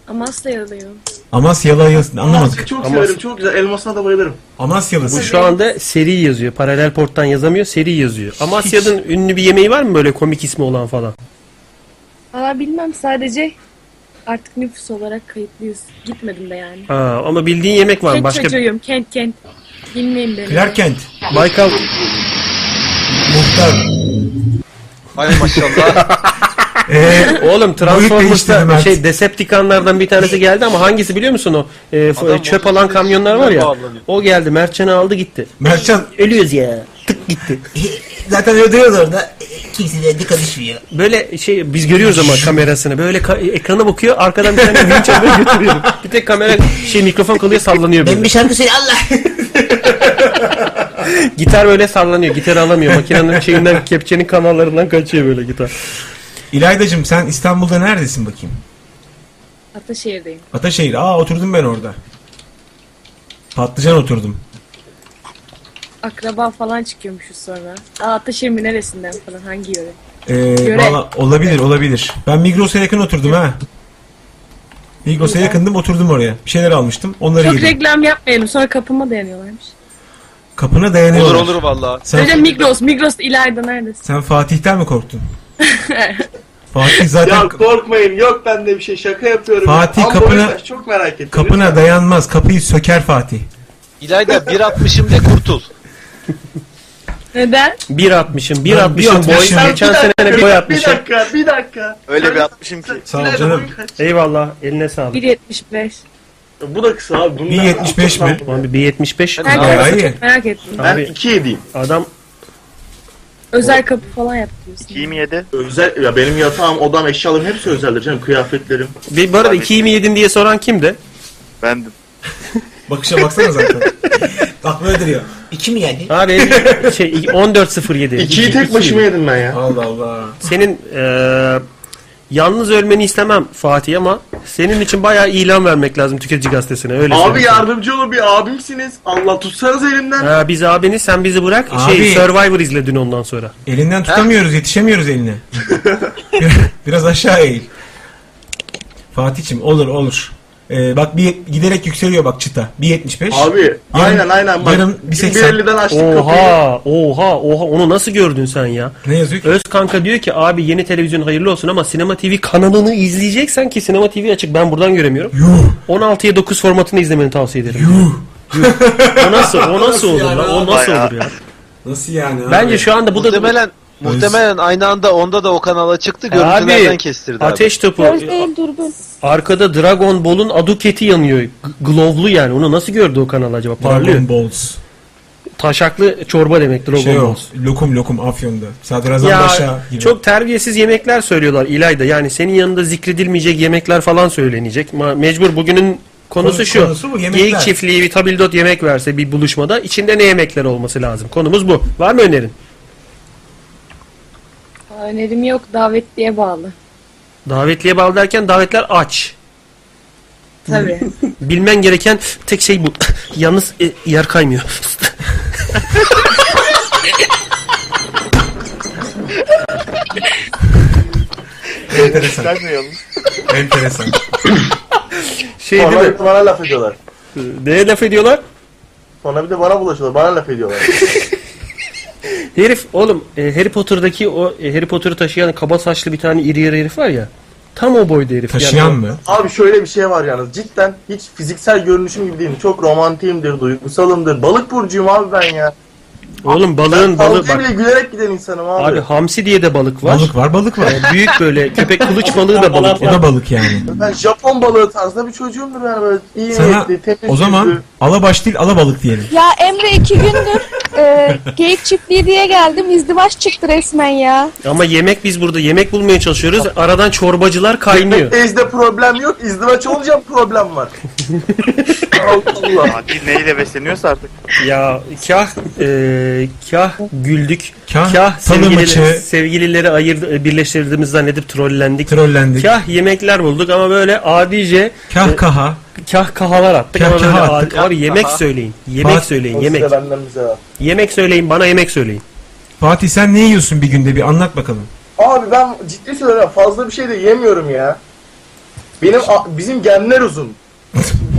[SPEAKER 15] Amasya'lıyım.
[SPEAKER 2] Amasyalı yazsın. Anlamadık.
[SPEAKER 8] Çok severim çok güzel. Elmasına da bayılırım.
[SPEAKER 2] Amasyalısın.
[SPEAKER 1] Bu şu anda seri yazıyor. Paralel porttan yazamıyor. Seri yazıyor. Amasya'nın ünlü bir yemeği var mı böyle komik ismi olan falan?
[SPEAKER 15] Valla bilmem sadece artık nüfus olarak kayıtlıyız. Gitmedim de yani.
[SPEAKER 1] Aa, ama bildiğin yemek var mı?
[SPEAKER 15] Kent
[SPEAKER 1] Başka
[SPEAKER 15] çocuğuyum. Kent kent. Bilmeyin beni.
[SPEAKER 2] Kent.
[SPEAKER 1] Baykal.
[SPEAKER 2] Muhtar.
[SPEAKER 11] Hay maşallah.
[SPEAKER 1] Oğlum
[SPEAKER 11] değiştirdim
[SPEAKER 1] Transformers'ta
[SPEAKER 11] artık.
[SPEAKER 1] şey Decepticonlardan bir tanesi geldi ama hangisi biliyor musun o? E, f- çöp alan kamyonlar var ya.
[SPEAKER 2] bağlanıyor.
[SPEAKER 1] O geldi. Mertcan'ı aldı gitti.
[SPEAKER 2] Mertcan.
[SPEAKER 1] Ölüyoruz ya. Tık gitti.
[SPEAKER 5] Zaten ödüyoruz orada. e, Kimse de elini karışmıyor.
[SPEAKER 1] Böyle şey biz görüyoruz ama kamerasını. Böyle ka- ekrana bakıyor. Arkadan bir tane wheelchair böyle götürüyor. Bir tek kamera şey mikrofon kalıyor sallanıyor böyle.
[SPEAKER 5] Ben bir şarkı söyle Allah.
[SPEAKER 1] <laughs> Gitar böyle sallanıyor. Gitar alamıyor. Makinenin şeyinden kepçenin kanallarından kaçıyor böyle gitar.
[SPEAKER 2] İlaydacığım sen İstanbul'da neredesin bakayım?
[SPEAKER 15] Ataşehir'deyim.
[SPEAKER 2] Ataşehir. Aa oturdum ben orada. Patlıcan oturdum.
[SPEAKER 15] Akraba falan çıkıyormuşuz sonra. Aa Ataşehir mi neresinden falan hangi yöre?
[SPEAKER 2] Ee,
[SPEAKER 15] Göre-
[SPEAKER 2] valla olabilir olabilir. Ben Migros'a yakın oturdum ha. Migros'a yakındım oturdum oraya. Bir şeyler almıştım. Onları
[SPEAKER 15] Çok
[SPEAKER 2] yedim.
[SPEAKER 15] reklam yapmayalım sonra kapıma dayanıyorlarmış.
[SPEAKER 2] Kapına dayanıyorlar.
[SPEAKER 11] Olur olur valla.
[SPEAKER 15] Önce
[SPEAKER 2] Sen,
[SPEAKER 15] Migros, Migros İlayda neredesin?
[SPEAKER 2] sen Fatih'ten mi korktun? Fatih <laughs> zaten
[SPEAKER 15] <laughs>
[SPEAKER 8] Ya korkmayın yok bende bir şey şaka yapıyorum.
[SPEAKER 2] Fatih,
[SPEAKER 8] Ama
[SPEAKER 2] kapına-
[SPEAKER 8] boş ver, çok merak ettim.
[SPEAKER 2] kapına dayanmaz. Kapıyı söker Fatih.
[SPEAKER 11] İlayda <laughs> 1.60'ım de kurtul.
[SPEAKER 15] Neden?
[SPEAKER 1] 1.60'ım,
[SPEAKER 2] Ben
[SPEAKER 1] 1.60'ım boy.
[SPEAKER 2] 1.60'ım.
[SPEAKER 1] Geçen sene
[SPEAKER 8] bir,
[SPEAKER 1] bir boy
[SPEAKER 8] bir
[SPEAKER 1] atmışım.
[SPEAKER 8] dakika bir dakika.
[SPEAKER 11] Öyle bir atmışım ki.
[SPEAKER 2] Sağ ol canım.
[SPEAKER 1] Eyvallah. Eline sağlık.
[SPEAKER 15] 1.75.
[SPEAKER 8] Bu da kısa abi. Bundan
[SPEAKER 2] 1.75 mi?
[SPEAKER 1] Abi 1.75.
[SPEAKER 15] Ben
[SPEAKER 1] Abi,
[SPEAKER 15] çok merak ettim.
[SPEAKER 8] Ben 2.7'yim.
[SPEAKER 1] Adam
[SPEAKER 15] Özel kapı falan yapıyorsun.
[SPEAKER 8] 27. Özel ya benim yatağım, odam, eşyalarım hepsi özeldir canım kıyafetlerim.
[SPEAKER 1] bir bu arada 2'yi mi yedin diye soran kimdi?
[SPEAKER 8] Bendim.
[SPEAKER 2] Bakışa baksana zaten. Aklıma ödülüyor.
[SPEAKER 16] 2 mi yedin?
[SPEAKER 1] Abi şey 14.07.
[SPEAKER 8] İkiyi tek başıma yedim ben ya.
[SPEAKER 2] Allah Allah.
[SPEAKER 1] Senin eee, yalnız ölmeni istemem Fatih ama senin için bayağı ilan vermek lazım tüketici gazetesine. Öyle
[SPEAKER 8] Abi
[SPEAKER 1] söyleyeyim.
[SPEAKER 8] yardımcı olun bir abimsiniz. Allah tutsanız elimden.
[SPEAKER 1] Ha, biz abini sen bizi bırak. Şey
[SPEAKER 2] Abi.
[SPEAKER 1] Survivor izle dün ondan sonra.
[SPEAKER 2] Elinden tutamıyoruz, yetişemiyoruz
[SPEAKER 8] <laughs>
[SPEAKER 2] eline. Biraz aşağı eğil. Fatih'im olur olur. Ee, bak bir giderek yükseliyor bak çıta. 1.75.
[SPEAKER 8] Abi, aynen, aynen, bak.
[SPEAKER 2] Yarın 1.80.
[SPEAKER 8] 1.50'den açtık
[SPEAKER 1] Oha oha oha onu nasıl gördün sen ya?
[SPEAKER 2] Ne yazıyor
[SPEAKER 1] Öz kanka diyor ki abi yeni televizyon hayırlı olsun ama Sinema TV kanalını izleyeceksen ki Sinema TV açık ben buradan göremiyorum. 16'ya 9 formatını izlemeni tavsiye ederim. Yuh. o nasıl o nasıl olur lan? O nasıl
[SPEAKER 11] Bayağı.
[SPEAKER 1] olur ya?
[SPEAKER 2] Nasıl yani?
[SPEAKER 1] Bence şu anda bu da
[SPEAKER 11] muhtemelen muhtemelen aynı anda onda da o kanala çıktı görüntülerden kestirdi.
[SPEAKER 1] E ateş
[SPEAKER 11] abi.
[SPEAKER 1] topu arkada Dragon Ball'un aduketi yanıyor. G- Glow'lu yani. Onu nasıl gördü o kanal acaba? Parlıyor.
[SPEAKER 2] Dragon Balls.
[SPEAKER 1] Taşaklı çorba demek Dragon
[SPEAKER 2] Şey o,
[SPEAKER 1] Balls.
[SPEAKER 2] lokum lokum Afyon'da. Sadrazam
[SPEAKER 1] Ya
[SPEAKER 2] Paşa gibi.
[SPEAKER 1] çok terbiyesiz yemekler söylüyorlar İlayda. Yani senin yanında zikredilmeyecek yemekler falan söylenecek. Ma- Mecbur bugünün konusu
[SPEAKER 2] Konu-
[SPEAKER 1] şu.
[SPEAKER 2] konusu bu, yemekler.
[SPEAKER 1] Geyik çiftliği Vitabildot yemek verse bir buluşmada içinde ne yemekler olması lazım? Konumuz bu. Var mı önerin?
[SPEAKER 15] Önerim yok davetliye bağlı.
[SPEAKER 1] Davetliye bağlı derken davetler aç.
[SPEAKER 15] Tabii.
[SPEAKER 1] <laughs> Bilmen gereken tek şey bu. <laughs> Yalnız e, yer kaymıyor. <laughs>
[SPEAKER 8] <laughs>
[SPEAKER 2] Enteresan. <laughs> Enteresan.
[SPEAKER 1] <laughs> Şey
[SPEAKER 8] Sonra
[SPEAKER 1] değil
[SPEAKER 8] bir de bana laf ediyorlar.
[SPEAKER 1] Neye laf ediyorlar?
[SPEAKER 8] Sonra bir de bana bulaşıyorlar. Bana
[SPEAKER 2] <laughs>
[SPEAKER 8] laf ediyorlar.
[SPEAKER 1] Herif oğlum e, Harry Potter'daki o e, Harry Potter'ı taşıyan kaba saçlı bir tane iri yarı herif var ya. Tam o boyda herif. Yani o-
[SPEAKER 8] Abi şöyle bir şey var yalnız. Cidden hiç fiziksel görünüşüm gibi değilim. Çok romantiğimdir, duygusalımdır. Balık burcuyum abi ben ya.
[SPEAKER 1] Oğlum balığın balığı
[SPEAKER 8] Kavgaya bile
[SPEAKER 1] bak.
[SPEAKER 8] gülerek giden insanım abi.
[SPEAKER 1] Abi hamsi diye de balık var.
[SPEAKER 2] Balık var balık var.
[SPEAKER 1] E, büyük böyle köpek kılıç balığı da
[SPEAKER 2] <laughs>
[SPEAKER 1] balık.
[SPEAKER 2] O da balık yani.
[SPEAKER 8] Ben Japon balığı tarzında bir çocuğumdur yani böyle iyi
[SPEAKER 2] Sana
[SPEAKER 8] niyetli, temiz
[SPEAKER 2] o zaman
[SPEAKER 8] yüzlü.
[SPEAKER 2] alabaş değil alabalık diyelim.
[SPEAKER 9] Ya Emre
[SPEAKER 12] <laughs>
[SPEAKER 9] iki gündür e, geyik çiftliği diye geldim. İzdivaç çıktı resmen ya.
[SPEAKER 1] Ama yemek biz burada yemek bulmaya çalışıyoruz. Aradan
[SPEAKER 2] <laughs>
[SPEAKER 1] çorbacılar kaynıyor.
[SPEAKER 8] Ezde problem yok, izdivaç olunca
[SPEAKER 1] <laughs>
[SPEAKER 8] problem var.
[SPEAKER 3] Allah. neyle besleniyorsa artık.
[SPEAKER 1] Ya kah e, kah güldük.
[SPEAKER 2] Kah
[SPEAKER 1] sevgilileri-
[SPEAKER 2] tanımıcı.
[SPEAKER 1] sevgilileri ayır birleştirdiğimiz zannedip trollendik.
[SPEAKER 2] Trollendik.
[SPEAKER 1] Kah yemekler bulduk ama böyle adice
[SPEAKER 2] Kahkaha.
[SPEAKER 1] kahkahalar attık ama böyle
[SPEAKER 2] Kahkaha
[SPEAKER 1] adi-
[SPEAKER 2] attık.
[SPEAKER 1] Abi yemek
[SPEAKER 2] Kahkaha.
[SPEAKER 1] söyleyin. Yemek
[SPEAKER 2] Fatih-
[SPEAKER 1] söyleyin.
[SPEAKER 2] O
[SPEAKER 1] Yemek.
[SPEAKER 2] size
[SPEAKER 1] Yemek söyleyin. Bana yemek söyleyin.
[SPEAKER 2] Fatih sen ne yiyorsun bir günde bir anlat bakalım.
[SPEAKER 8] Abi ben ciddi söylüyorum fazla bir şey de yemiyorum ya. Benim a- bizim genler uzun.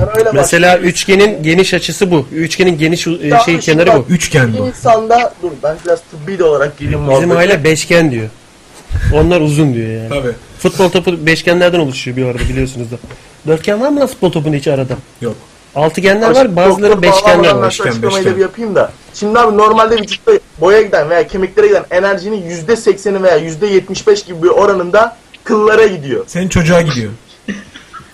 [SPEAKER 8] Ben öyle
[SPEAKER 1] <laughs> Mesela üçgenin geniş açısı bu. Üçgenin geniş e,
[SPEAKER 8] Ya
[SPEAKER 1] şey
[SPEAKER 8] işte
[SPEAKER 1] kenarı
[SPEAKER 8] bak,
[SPEAKER 1] bu.
[SPEAKER 8] bir insanda dur ben biraz tıbbi de olarak gireyim
[SPEAKER 1] Bizim
[SPEAKER 8] muhabbete.
[SPEAKER 1] aile beşgen diyor. Onlar uzun diyor yani.
[SPEAKER 2] Tabii.
[SPEAKER 1] Futbol topu beşgenlerden oluşuyor bir arada biliyorsunuz da. Dörtgen var mı lan futbol topunun içi arada?
[SPEAKER 2] Yok.
[SPEAKER 1] Altıgenler var bazıları
[SPEAKER 8] Doktor
[SPEAKER 1] beşgenler
[SPEAKER 8] bağlamdan ben
[SPEAKER 1] var.
[SPEAKER 8] şu açıklamayı da bir yapayım da. Şimdi abi normalde vücutta boya giden veya kemiklere giden enerjinin yüzde sekseni veya yüzde yetmiş beş gibi bir oranında kıllara gidiyor.
[SPEAKER 2] Senin çocuğa gidiyor.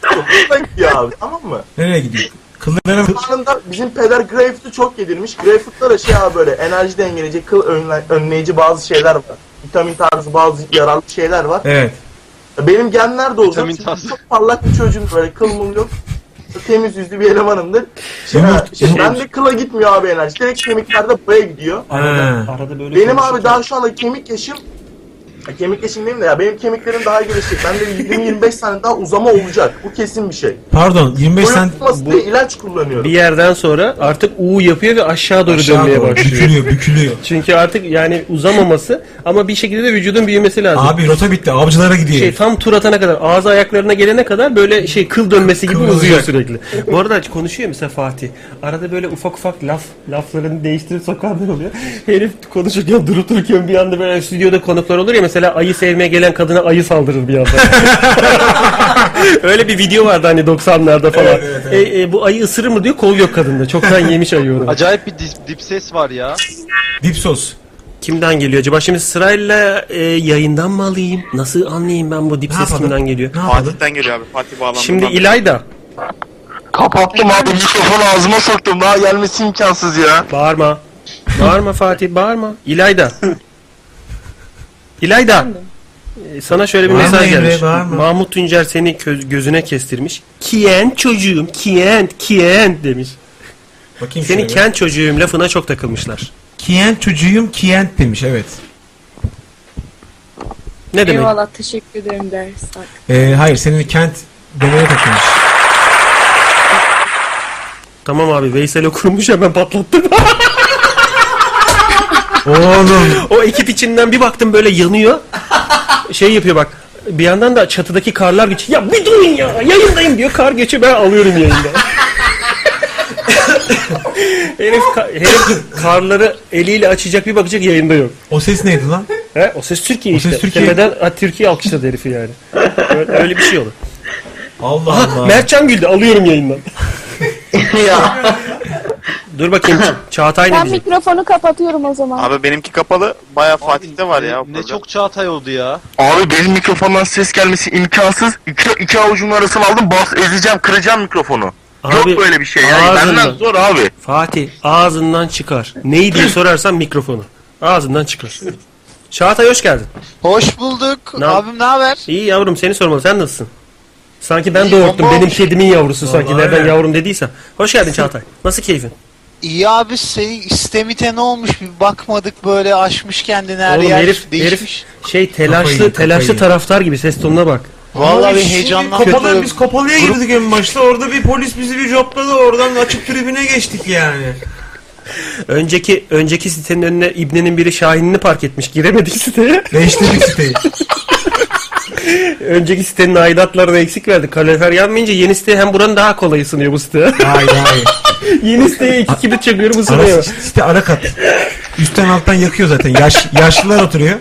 [SPEAKER 8] Kıllara gidiyor abi tamam mı?
[SPEAKER 2] Nereye gidiyor? Kıllara mı?
[SPEAKER 8] Zamanında bizim peder Greyfurt'u çok yedirmiş. Greyfurt'ta da şey abi böyle enerji dengeleyici, kıl önle- önleyici bazı şeyler var. Vitamin tarzı bazı yararlı şeyler var.
[SPEAKER 2] Evet.
[SPEAKER 8] Benim genler de olacak. Çünkü Çok parlak bir çocuğum böyle kıl mıl yok. Temiz yüzlü bir elemanımdır. Şey,
[SPEAKER 2] Yumurt-
[SPEAKER 8] şey,
[SPEAKER 2] yumurt-
[SPEAKER 8] ben de kıla gitmiyor abi enerji. Direkt kemiklerde boya gidiyor.
[SPEAKER 2] Arada- He.
[SPEAKER 1] böyle
[SPEAKER 8] benim abi daha şu anda kemik yaşım Ya kemik yaşım değil de ya benim kemiklerim daha gelişecek. Ben de 20-25 sene daha uzama olacak. Bu kesin bir şey.
[SPEAKER 2] Pardon 25
[SPEAKER 8] Boyun
[SPEAKER 2] sen
[SPEAKER 8] tutması diye ilaç kullanıyorum.
[SPEAKER 1] Bir yerden sonra artık U yapıyor ve aşağı doğru
[SPEAKER 2] Aşağı
[SPEAKER 1] dönmeye
[SPEAKER 2] doğru,
[SPEAKER 1] başlıyor.
[SPEAKER 2] bükülüyor, bükülüyor.
[SPEAKER 1] Çünkü artık yani uzamaması ama bir şekilde de vücudun büyümesi lazım.
[SPEAKER 2] Abi rota bitti avcılara gidiyor.
[SPEAKER 1] Şey tam tur atana kadar ağzı ayaklarına gelene kadar böyle şey kıl dönmesi gibi
[SPEAKER 2] Kıl
[SPEAKER 1] uzuyor
[SPEAKER 2] olacak.
[SPEAKER 1] sürekli. Bu arada konuşuyor mesela Fatih. Arada böyle ufak ufak laf laflarını değiştirip sokanlar oluyor. Herif konuşurken durup dururken bir anda böyle stüdyoda konuklar olur ya mesela ayı sevmeye gelen kadına ayı saldırır <laughs> bir anda. Öyle bir video vardı hani 90'larda falan. E, e, bu ayı ısırır mı diyor kol yok kadında. Çoktan yemiş ayı onu.
[SPEAKER 11] Acayip bir dip, dip ses var ya.
[SPEAKER 2] Dip sos.
[SPEAKER 1] Kimden geliyor acaba? Şimdi sırayla e, yayından mı alayım? Nasıl anlayayım ben bu dip ses kimden geliyor?
[SPEAKER 3] Fatih'ten geliyor abi. Fatih bağlandı.
[SPEAKER 1] Şimdi İlayda.
[SPEAKER 8] Kapattım abi mikrofonu ağzıma soktum. Daha gelmesi imkansız ya.
[SPEAKER 1] Bağırma. Bağırma Fatih bağırma. İlayda. İlayda. Ee, Sana şöyle bir
[SPEAKER 2] Bağırma
[SPEAKER 1] mesaj
[SPEAKER 2] Emre,
[SPEAKER 1] gelmiş.
[SPEAKER 2] bağırma.
[SPEAKER 1] Mahmut Tuncer seni kö- gözüne kestirmiş. Kient çocuğum kient kient demiş.
[SPEAKER 2] Bakayım
[SPEAKER 1] Senin
[SPEAKER 2] şöyle.
[SPEAKER 1] kent çocuğum lafına çok takılmışlar.
[SPEAKER 2] Kient çocuğum Kient demiş evet.
[SPEAKER 1] Ne demek?
[SPEAKER 15] Eyvallah teşekkür ederim ders.
[SPEAKER 2] Ee, hayır senin kent demeye takılmış.
[SPEAKER 1] Tamam abi Veysel okurmuş hemen patlattım.
[SPEAKER 2] <laughs> Oğlum.
[SPEAKER 1] O ekip içinden bir baktım böyle yanıyor. Şey yapıyor bak. Bir yandan da çatıdaki karlar geçiyor. Ya bir durun ya yayındayım diyor. Kar geçiyor ben alıyorum yayında. <laughs> herif, ka- herif karları eliyle açacak bir bakacak yayında yok.
[SPEAKER 2] O ses neydi lan?
[SPEAKER 1] He, o ses Türkiye
[SPEAKER 2] O
[SPEAKER 1] işte.
[SPEAKER 2] ses Türkiye.
[SPEAKER 1] Tepeden ha, Türkiye alkışladı herifi yani. Öyle, öyle bir şey olur.
[SPEAKER 2] Allah Allah.
[SPEAKER 1] Mertcan güldü alıyorum yayından.
[SPEAKER 5] <laughs>
[SPEAKER 1] Dur bakayım Ç- Çağatay ne
[SPEAKER 12] Ben
[SPEAKER 1] diyecek?
[SPEAKER 12] mikrofonu kapatıyorum o zaman.
[SPEAKER 17] Abi benimki kapalı. Baya Fatih'te var ya. Ne çok Çağatay oldu ya. Abi benim mikrofondan ses gelmesi imkansız. İki, iki avucumun arasını aldım. Bas ezeceğim, kıracağım mikrofonu. Yok böyle bir şey. Yani benden
[SPEAKER 1] ağzından-
[SPEAKER 17] zor abi.
[SPEAKER 1] Fatih ağzından çıkar. Neyi diye sorarsan mikrofonu. Ağzından çıkar. Çağatay hoş geldin. Hoş bulduk. Abim ne haber? İyi yavrum seni sormalı. Sen nasılsın? Sanki ben
[SPEAKER 18] İyi,
[SPEAKER 1] doğurttum.
[SPEAKER 18] baba.
[SPEAKER 1] Benim kedimin yavrusu sanki.
[SPEAKER 18] Vallahi
[SPEAKER 1] Nereden
[SPEAKER 18] öyle.
[SPEAKER 1] yavrum dediysen. Hoş geldin Çağatay. Nasıl keyfin?
[SPEAKER 18] İyi abi şey istemite ne olmuş bir bakmadık böyle aşmış kendini her
[SPEAKER 1] Oğlum
[SPEAKER 18] yer
[SPEAKER 1] herif,
[SPEAKER 18] değişmiş.
[SPEAKER 1] herif şey telaşlı
[SPEAKER 2] Kafayı yedi,
[SPEAKER 1] telaşlı
[SPEAKER 2] kafayı.
[SPEAKER 1] taraftar gibi ses tonuna bak.
[SPEAKER 18] Vallahi bir
[SPEAKER 2] Abi,
[SPEAKER 18] heyecanlandım.
[SPEAKER 2] Kapalı, biz kapalıya girdik en başta. Orada bir polis bizi bir jopladı. Oradan açık tribüne geçtik yani.
[SPEAKER 1] Önceki önceki sitenin önüne İbne'nin biri Şahin'ini park etmiş. Giremedik siteye.
[SPEAKER 2] <laughs> Değiştirdik siteyi.
[SPEAKER 1] <laughs> önceki sitenin aidatlarını eksik verdik. Kalorifer yanmayınca yeni site hem buranın daha kolay ısınıyor bu site.
[SPEAKER 2] Hayır hayır.
[SPEAKER 1] <laughs> yeni siteye iki kibrit çakıyorum
[SPEAKER 2] Ara,
[SPEAKER 1] ısınıyor.
[SPEAKER 2] site ara kat. Üstten alttan yakıyor zaten. Yaş, yaşlılar oturuyor.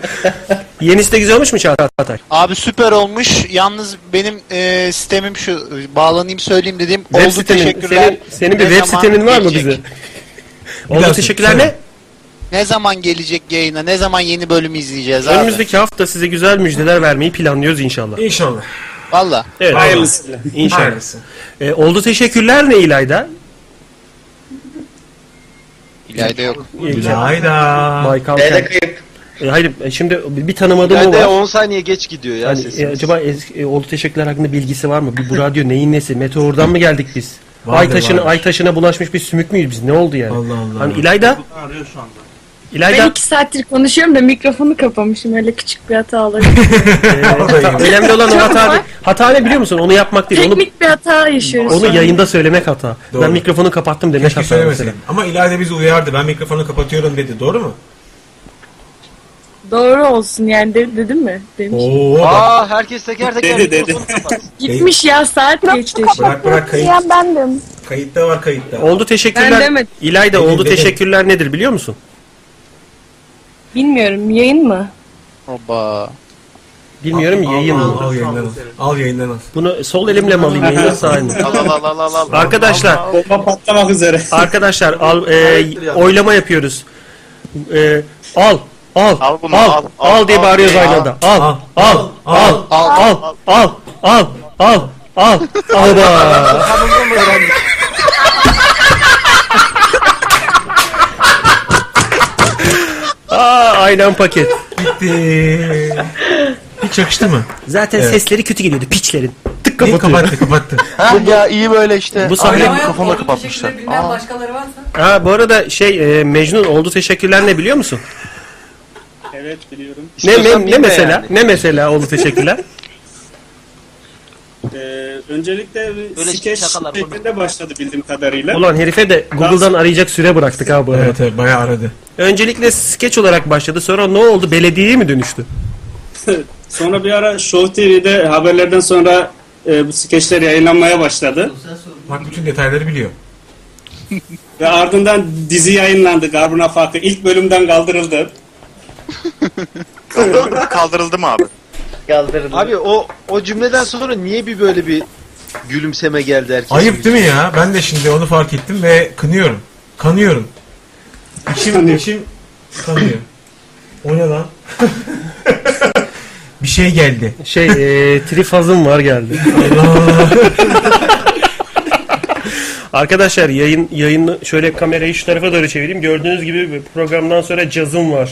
[SPEAKER 1] Yeni site güzel olmuş mu Çağatay?
[SPEAKER 18] Abi süper olmuş. Yalnız benim e, sistemim şu bağlanayım söyleyeyim dediğim
[SPEAKER 1] Web
[SPEAKER 18] oldu
[SPEAKER 1] sitenin-
[SPEAKER 18] teşekkürler.
[SPEAKER 1] senin- senin bir
[SPEAKER 18] Ne
[SPEAKER 1] web
[SPEAKER 18] zaman
[SPEAKER 1] sitenin var mı
[SPEAKER 18] gelecek?
[SPEAKER 1] bize? Oldu teşekkürler ne?
[SPEAKER 18] Ne zaman gelecek yayına? Ne zaman yeni bölümü izleyeceğiz abi?
[SPEAKER 1] Önümüzdeki hafta size güzel müjdeler vermeyi planlıyoruz inşallah.
[SPEAKER 2] İnşallah.
[SPEAKER 18] Valla.
[SPEAKER 1] Evet.
[SPEAKER 18] Hayırlısı.
[SPEAKER 1] İnşallah.
[SPEAKER 18] Hayırlısı.
[SPEAKER 1] Ee, oldu teşekkürler ne İlayda?
[SPEAKER 18] İlayda yok.
[SPEAKER 2] İlayda.
[SPEAKER 1] Baykal
[SPEAKER 11] İlayda
[SPEAKER 1] Kent. E, hayır e, şimdi bir tanımadığım mı
[SPEAKER 11] Ben
[SPEAKER 1] var?
[SPEAKER 11] de 10 saniye geç gidiyor ya
[SPEAKER 1] Hani, e,
[SPEAKER 11] sesimiz.
[SPEAKER 1] acaba es- e, oldu teşekkürler hakkında bilgisi var mı? Bu, bu radyo neyin nesi? Meteordan mı geldik biz?
[SPEAKER 11] Vardır,
[SPEAKER 1] ay taşına
[SPEAKER 11] vardır.
[SPEAKER 1] ay taşına bulaşmış bir sümük müyüz biz? Ne oldu yani? Allah Allah. Hani İlayda?
[SPEAKER 8] Arıyor şu anda.
[SPEAKER 1] İlayda
[SPEAKER 15] Ben iki saattir konuşuyorum da mikrofonu kapamışım. Öyle küçük bir
[SPEAKER 2] <laughs>
[SPEAKER 15] hata olabilir.
[SPEAKER 1] Ta- e, önemli olan o
[SPEAKER 15] Çok
[SPEAKER 1] hata
[SPEAKER 15] var.
[SPEAKER 1] değil. Hata ne biliyor musun? Onu yapmak değil. Onu
[SPEAKER 15] Teknik bir hata yaşıyoruz. şu
[SPEAKER 1] onu
[SPEAKER 15] an.
[SPEAKER 1] yayında söylemek hata.
[SPEAKER 2] Doğru.
[SPEAKER 1] Ben mikrofonu kapattım demek
[SPEAKER 2] Keşke
[SPEAKER 1] hata mesela.
[SPEAKER 2] söylemeseydin. Ama İlayda bizi uyardı. Ben mikrofonu kapatıyorum dedi. Doğru mu?
[SPEAKER 15] Doğru olsun yani de, dedim mi? Demiş.
[SPEAKER 2] Oo, bak.
[SPEAKER 11] Aa herkes teker teker
[SPEAKER 2] Dedi, dedi.
[SPEAKER 11] mikrofonu kapat.
[SPEAKER 15] Gitmiş ya saat geçti.
[SPEAKER 2] Bırak bırak kayıt.
[SPEAKER 12] Diyen bendim.
[SPEAKER 2] Kayıtta var kayıtta.
[SPEAKER 1] Oldu teşekkürler.
[SPEAKER 15] Ben demedim.
[SPEAKER 1] İlayda
[SPEAKER 2] Dedim,
[SPEAKER 1] oldu
[SPEAKER 2] dedim.
[SPEAKER 1] teşekkürler nedir biliyor musun?
[SPEAKER 15] Bilmiyorum yayın mı?
[SPEAKER 18] Oba.
[SPEAKER 1] Bilmiyorum yayın mı?
[SPEAKER 2] Al yayından al. Al yayından al.
[SPEAKER 1] Bunu sol elimle mi alayım yayına sağ elimle?
[SPEAKER 2] Al, al, al, al, al.
[SPEAKER 1] Arkadaşlar. Bomba patlamak üzere. Arkadaşlar al, e, oylama yapıyoruz. E, al. Al, al,
[SPEAKER 17] bunu,
[SPEAKER 1] al,
[SPEAKER 17] al, al,
[SPEAKER 1] diye
[SPEAKER 17] al,
[SPEAKER 1] bağırıyoruz
[SPEAKER 17] al,
[SPEAKER 1] aynada. Al, al, al, al, al, al, al, al, al, al, Aba. Aa, aynen paket.
[SPEAKER 2] Bitti. Hiç yakıştı mı?
[SPEAKER 1] Zaten
[SPEAKER 2] Evet.
[SPEAKER 1] sesleri kötü geliyordu piçlerin. Tık
[SPEAKER 2] Niye
[SPEAKER 1] kapatıyor.
[SPEAKER 2] kapattı kapattı.
[SPEAKER 17] Ha ya iyi böyle işte.
[SPEAKER 1] Bu sahne-
[SPEAKER 17] Aynen mikrofonla kapatmışlar.
[SPEAKER 4] Bilmem başkaları varsa.
[SPEAKER 1] Ha bu arada şey e, Mecnun oldu teşekkürler ne biliyor musun?
[SPEAKER 13] Evet biliyorum.
[SPEAKER 1] Ne ne, ne mesela? Ne mesela oldu
[SPEAKER 17] <laughs>
[SPEAKER 1] teşekkürler?
[SPEAKER 13] Ee, öncelikle bir
[SPEAKER 11] Böyle
[SPEAKER 13] skeç
[SPEAKER 11] şakalar,
[SPEAKER 13] şeklinde başladı bildiğim kadarıyla.
[SPEAKER 1] Ulan herife de Google'dan arayacak süre bıraktık ha bu arada.
[SPEAKER 2] Evet evet bayağı aradı.
[SPEAKER 1] Öncelikle skeç olarak başladı. Sonra ne oldu? Belediyeye mi dönüştü?
[SPEAKER 13] <laughs> sonra bir ara Show TV'de haberlerden sonra e, bu skeçler yayınlanmaya başladı.
[SPEAKER 2] Bak bütün detayları biliyor.
[SPEAKER 13] Ve ardından dizi yayınlandı Garbun Afak'ı. İlk bölümden kaldırıldı.
[SPEAKER 17] Kaldırıldı mı abi?
[SPEAKER 7] Kaldırdı.
[SPEAKER 11] Abi o o cümleden sonra niye bir böyle bir gülümseme geldi herkes?
[SPEAKER 2] Ayıp değil mi ya? Ben de şimdi onu fark ettim ve kınıyorum. Kanıyorum. İçim, içim kanıyor. O ne lan? Bir şey geldi.
[SPEAKER 1] Şey e, trifazım var geldi. Arkadaşlar yayın yayını şöyle kamerayı şu tarafa doğru çevireyim. Gördüğünüz gibi programdan sonra cazım var.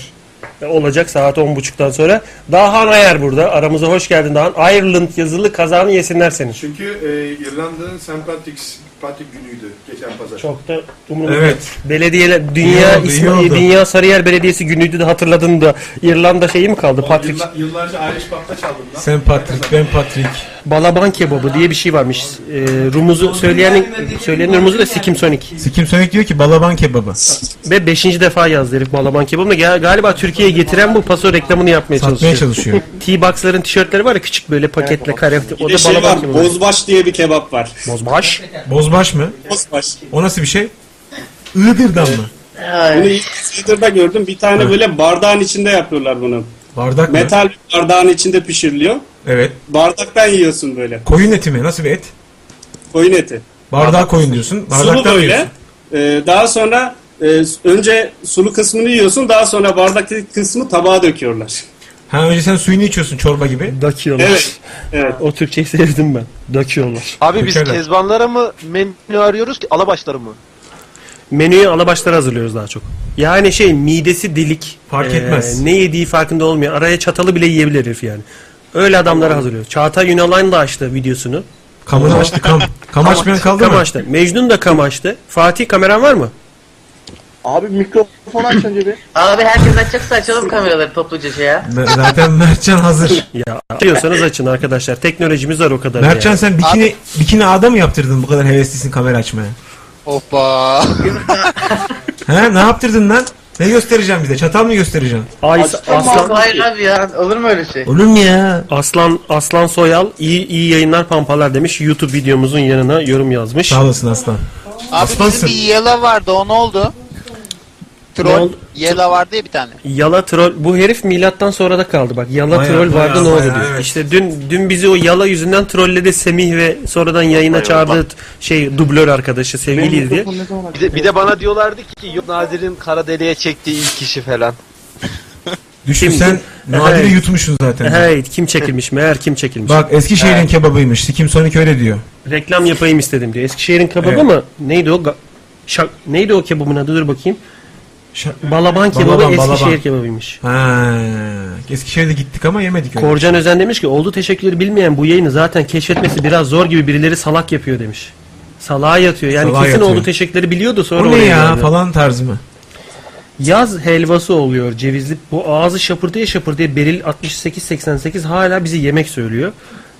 [SPEAKER 1] e, olacak saat 10.30'dan sonra. Dahan Ayer burada. Aramıza hoş geldin Dahan. Ireland yazılı kazanı yesinler senin.
[SPEAKER 19] Çünkü e, İrlanda'nın St. Patrick's Patrick günüydü geçen pazar.
[SPEAKER 1] Çok da Umurumda. Belediyeler dünya
[SPEAKER 19] İyi oldu, iyi
[SPEAKER 1] İsmail
[SPEAKER 19] oldu.
[SPEAKER 1] Dünya Sarıyer Belediyesi günüydü de hatırladın da İrlanda şeyi mi kaldı? Patrick
[SPEAKER 19] Yılla- yıllarca Irish Pub'da çaldım lan.
[SPEAKER 1] Sen Patrick, ben Patrick. Balaban kebabı diye bir şey varmış. Ee, rumuzu söyleyen söyleyen rumuzu da Sikim Sonic.
[SPEAKER 2] Sikim Sönük diyor ki balaban kebabı.
[SPEAKER 1] Ve beşinci defa yazdı herif Balaban kebabını. Gal- Galiba Türkiye'ye getiren bu paso reklamını yapmaya
[SPEAKER 2] Satmaya
[SPEAKER 1] çalışıyor.
[SPEAKER 2] çalışıyor.
[SPEAKER 1] <laughs> T-Box'ların tişörtleri var ya küçük böyle paketle kare.
[SPEAKER 13] Bir de şey
[SPEAKER 1] Balaban
[SPEAKER 13] var,
[SPEAKER 1] kebabı.
[SPEAKER 13] bozbaş diye bir kebap var.
[SPEAKER 1] Bozbaş?
[SPEAKER 2] Bozbaş mı?
[SPEAKER 13] Bozbaş.
[SPEAKER 2] O nasıl bir şey? Iğdır'dan mı?
[SPEAKER 13] Bunu ilk Twitter'da gördüm. Bir tane
[SPEAKER 2] Evet.
[SPEAKER 13] böyle bardağın içinde yapıyorlar bunu.
[SPEAKER 2] Bardak mı?
[SPEAKER 13] Metal bir bardağın içinde pişiriliyor.
[SPEAKER 2] Evet.
[SPEAKER 13] Bardaktan yiyorsun böyle.
[SPEAKER 2] Koyun eti mi? Nasıl bir et?
[SPEAKER 13] Koyun eti.
[SPEAKER 2] Bardağa koyun diyorsun.
[SPEAKER 13] Sulu
[SPEAKER 2] Bardaktan
[SPEAKER 13] böyle.
[SPEAKER 2] yiyorsun.
[SPEAKER 13] Ee, daha sonra e, önce sulu kısmını yiyorsun. Daha sonra bardaktaki kısmı tabağa döküyorlar.
[SPEAKER 2] Ha önce sen suyunu içiyorsun çorba gibi.
[SPEAKER 1] Dakiyorlar.
[SPEAKER 13] Evet.
[SPEAKER 1] O Türkçeyi sevdim ben. Döküyorlar.
[SPEAKER 11] Abi biz kezbanlara mı menü arıyoruz ki alabaşları mı?
[SPEAKER 1] Menüyü alabaşlara hazırlıyoruz daha çok. Yani şey midesi delik.
[SPEAKER 2] Fark
[SPEAKER 1] Ee,
[SPEAKER 2] etmez.
[SPEAKER 1] Ne yediği farkında olmuyor. Araya çatalı bile yiyebilir herif yani. Öyle adamlara hazırlıyor. Çağatay Ünalan da açtı videosunu.
[SPEAKER 2] Kamını açtı, kam. Kam açmayan kaldı mı?
[SPEAKER 1] Kam açtı. Mecnun da kam açtı. Fatih kameran var mı?
[SPEAKER 14] Abi mikrofonu aç önce bir.
[SPEAKER 5] Abi herkes açıksa açalım kameraları topluca şey ya.
[SPEAKER 2] Ne- Zaten Mertcan hazır.
[SPEAKER 1] Ya açıyorsanız açın arkadaşlar. Teknolojimiz var o kadar.
[SPEAKER 2] Mertcan
[SPEAKER 1] yani.
[SPEAKER 2] sen bikini, bikini ağda mı yaptırdın bu kadar heveslisin kamera açmaya?
[SPEAKER 18] Hoppa.
[SPEAKER 2] He ne yaptırdın lan? Ne göstereceğim bize? Çatal mı göstereceğim?
[SPEAKER 1] Ay,
[SPEAKER 5] Aslan. Hayır abi ya olur mu öyle şey?
[SPEAKER 2] Olur mu ya?
[SPEAKER 1] Aslan Aslan Soyal iyi iyi yayınlar pampalar demiş. YouTube videomuzun yanına yorum yazmış.
[SPEAKER 2] Sağ olasın Aslan.
[SPEAKER 18] Abi bizim bir yela vardı o ne oldu?
[SPEAKER 1] Ne
[SPEAKER 18] Troll
[SPEAKER 1] oldu?
[SPEAKER 18] yela vardı ya bir tane.
[SPEAKER 1] Yala troll bu herif milattan sonra da kaldı bak. Yala
[SPEAKER 18] Bayağı,
[SPEAKER 1] troll
[SPEAKER 18] bayağı,
[SPEAKER 1] vardı ne oldu
[SPEAKER 18] bayağı,
[SPEAKER 1] diyor.
[SPEAKER 18] evet.
[SPEAKER 1] İşte dün dün bizi o yala yüzünden trolledi Semih ve sonradan yayına çağırdığı şey dublör arkadaşı sevgiliyiz diye.
[SPEAKER 11] Bir de, bir de bana diyorlardı ki yok Nadir'in kara deliğe çektiği ilk kişi falan.
[SPEAKER 2] Düşün sen Nadir'i
[SPEAKER 1] Evet.
[SPEAKER 2] yutmuşsun zaten.
[SPEAKER 1] Evet kim çekilmiş meğer kim çekilmiş.
[SPEAKER 2] Bak Eskişehir'in
[SPEAKER 1] Evet.
[SPEAKER 2] kebabıymış. Sikim Sonic öyle diyor.
[SPEAKER 1] Reklam yapayım istedim diyor. Eskişehir'in kebabı
[SPEAKER 2] Evet.
[SPEAKER 1] mı? Neydi o? Ga- Şak, neydi o kebabın adı? Dur bakayım. Balaban kebabı
[SPEAKER 2] Balaban,
[SPEAKER 1] Eskişehir
[SPEAKER 2] balaban.
[SPEAKER 1] kebabıymış.
[SPEAKER 2] Ha, Eskişehir'de gittik ama yemedik öyle.
[SPEAKER 1] Korcan Özen demiş ki oldu teşekkürleri bilmeyen bu yayını zaten keşfetmesi biraz zor gibi birileri salak yapıyor demiş. Salağa yatıyor. Yani
[SPEAKER 2] Salağa
[SPEAKER 1] kesin
[SPEAKER 2] yatıyor.
[SPEAKER 1] oldu teşekkürleri biliyordu sonra
[SPEAKER 2] o ne
[SPEAKER 1] oraya
[SPEAKER 2] ya
[SPEAKER 1] geldi.
[SPEAKER 2] falan tarzı mı?
[SPEAKER 1] Yaz helvası oluyor cevizli. Bu ağzı şapırtıya şapırtıya Beril 68-88 hala bizi yemek söylüyor.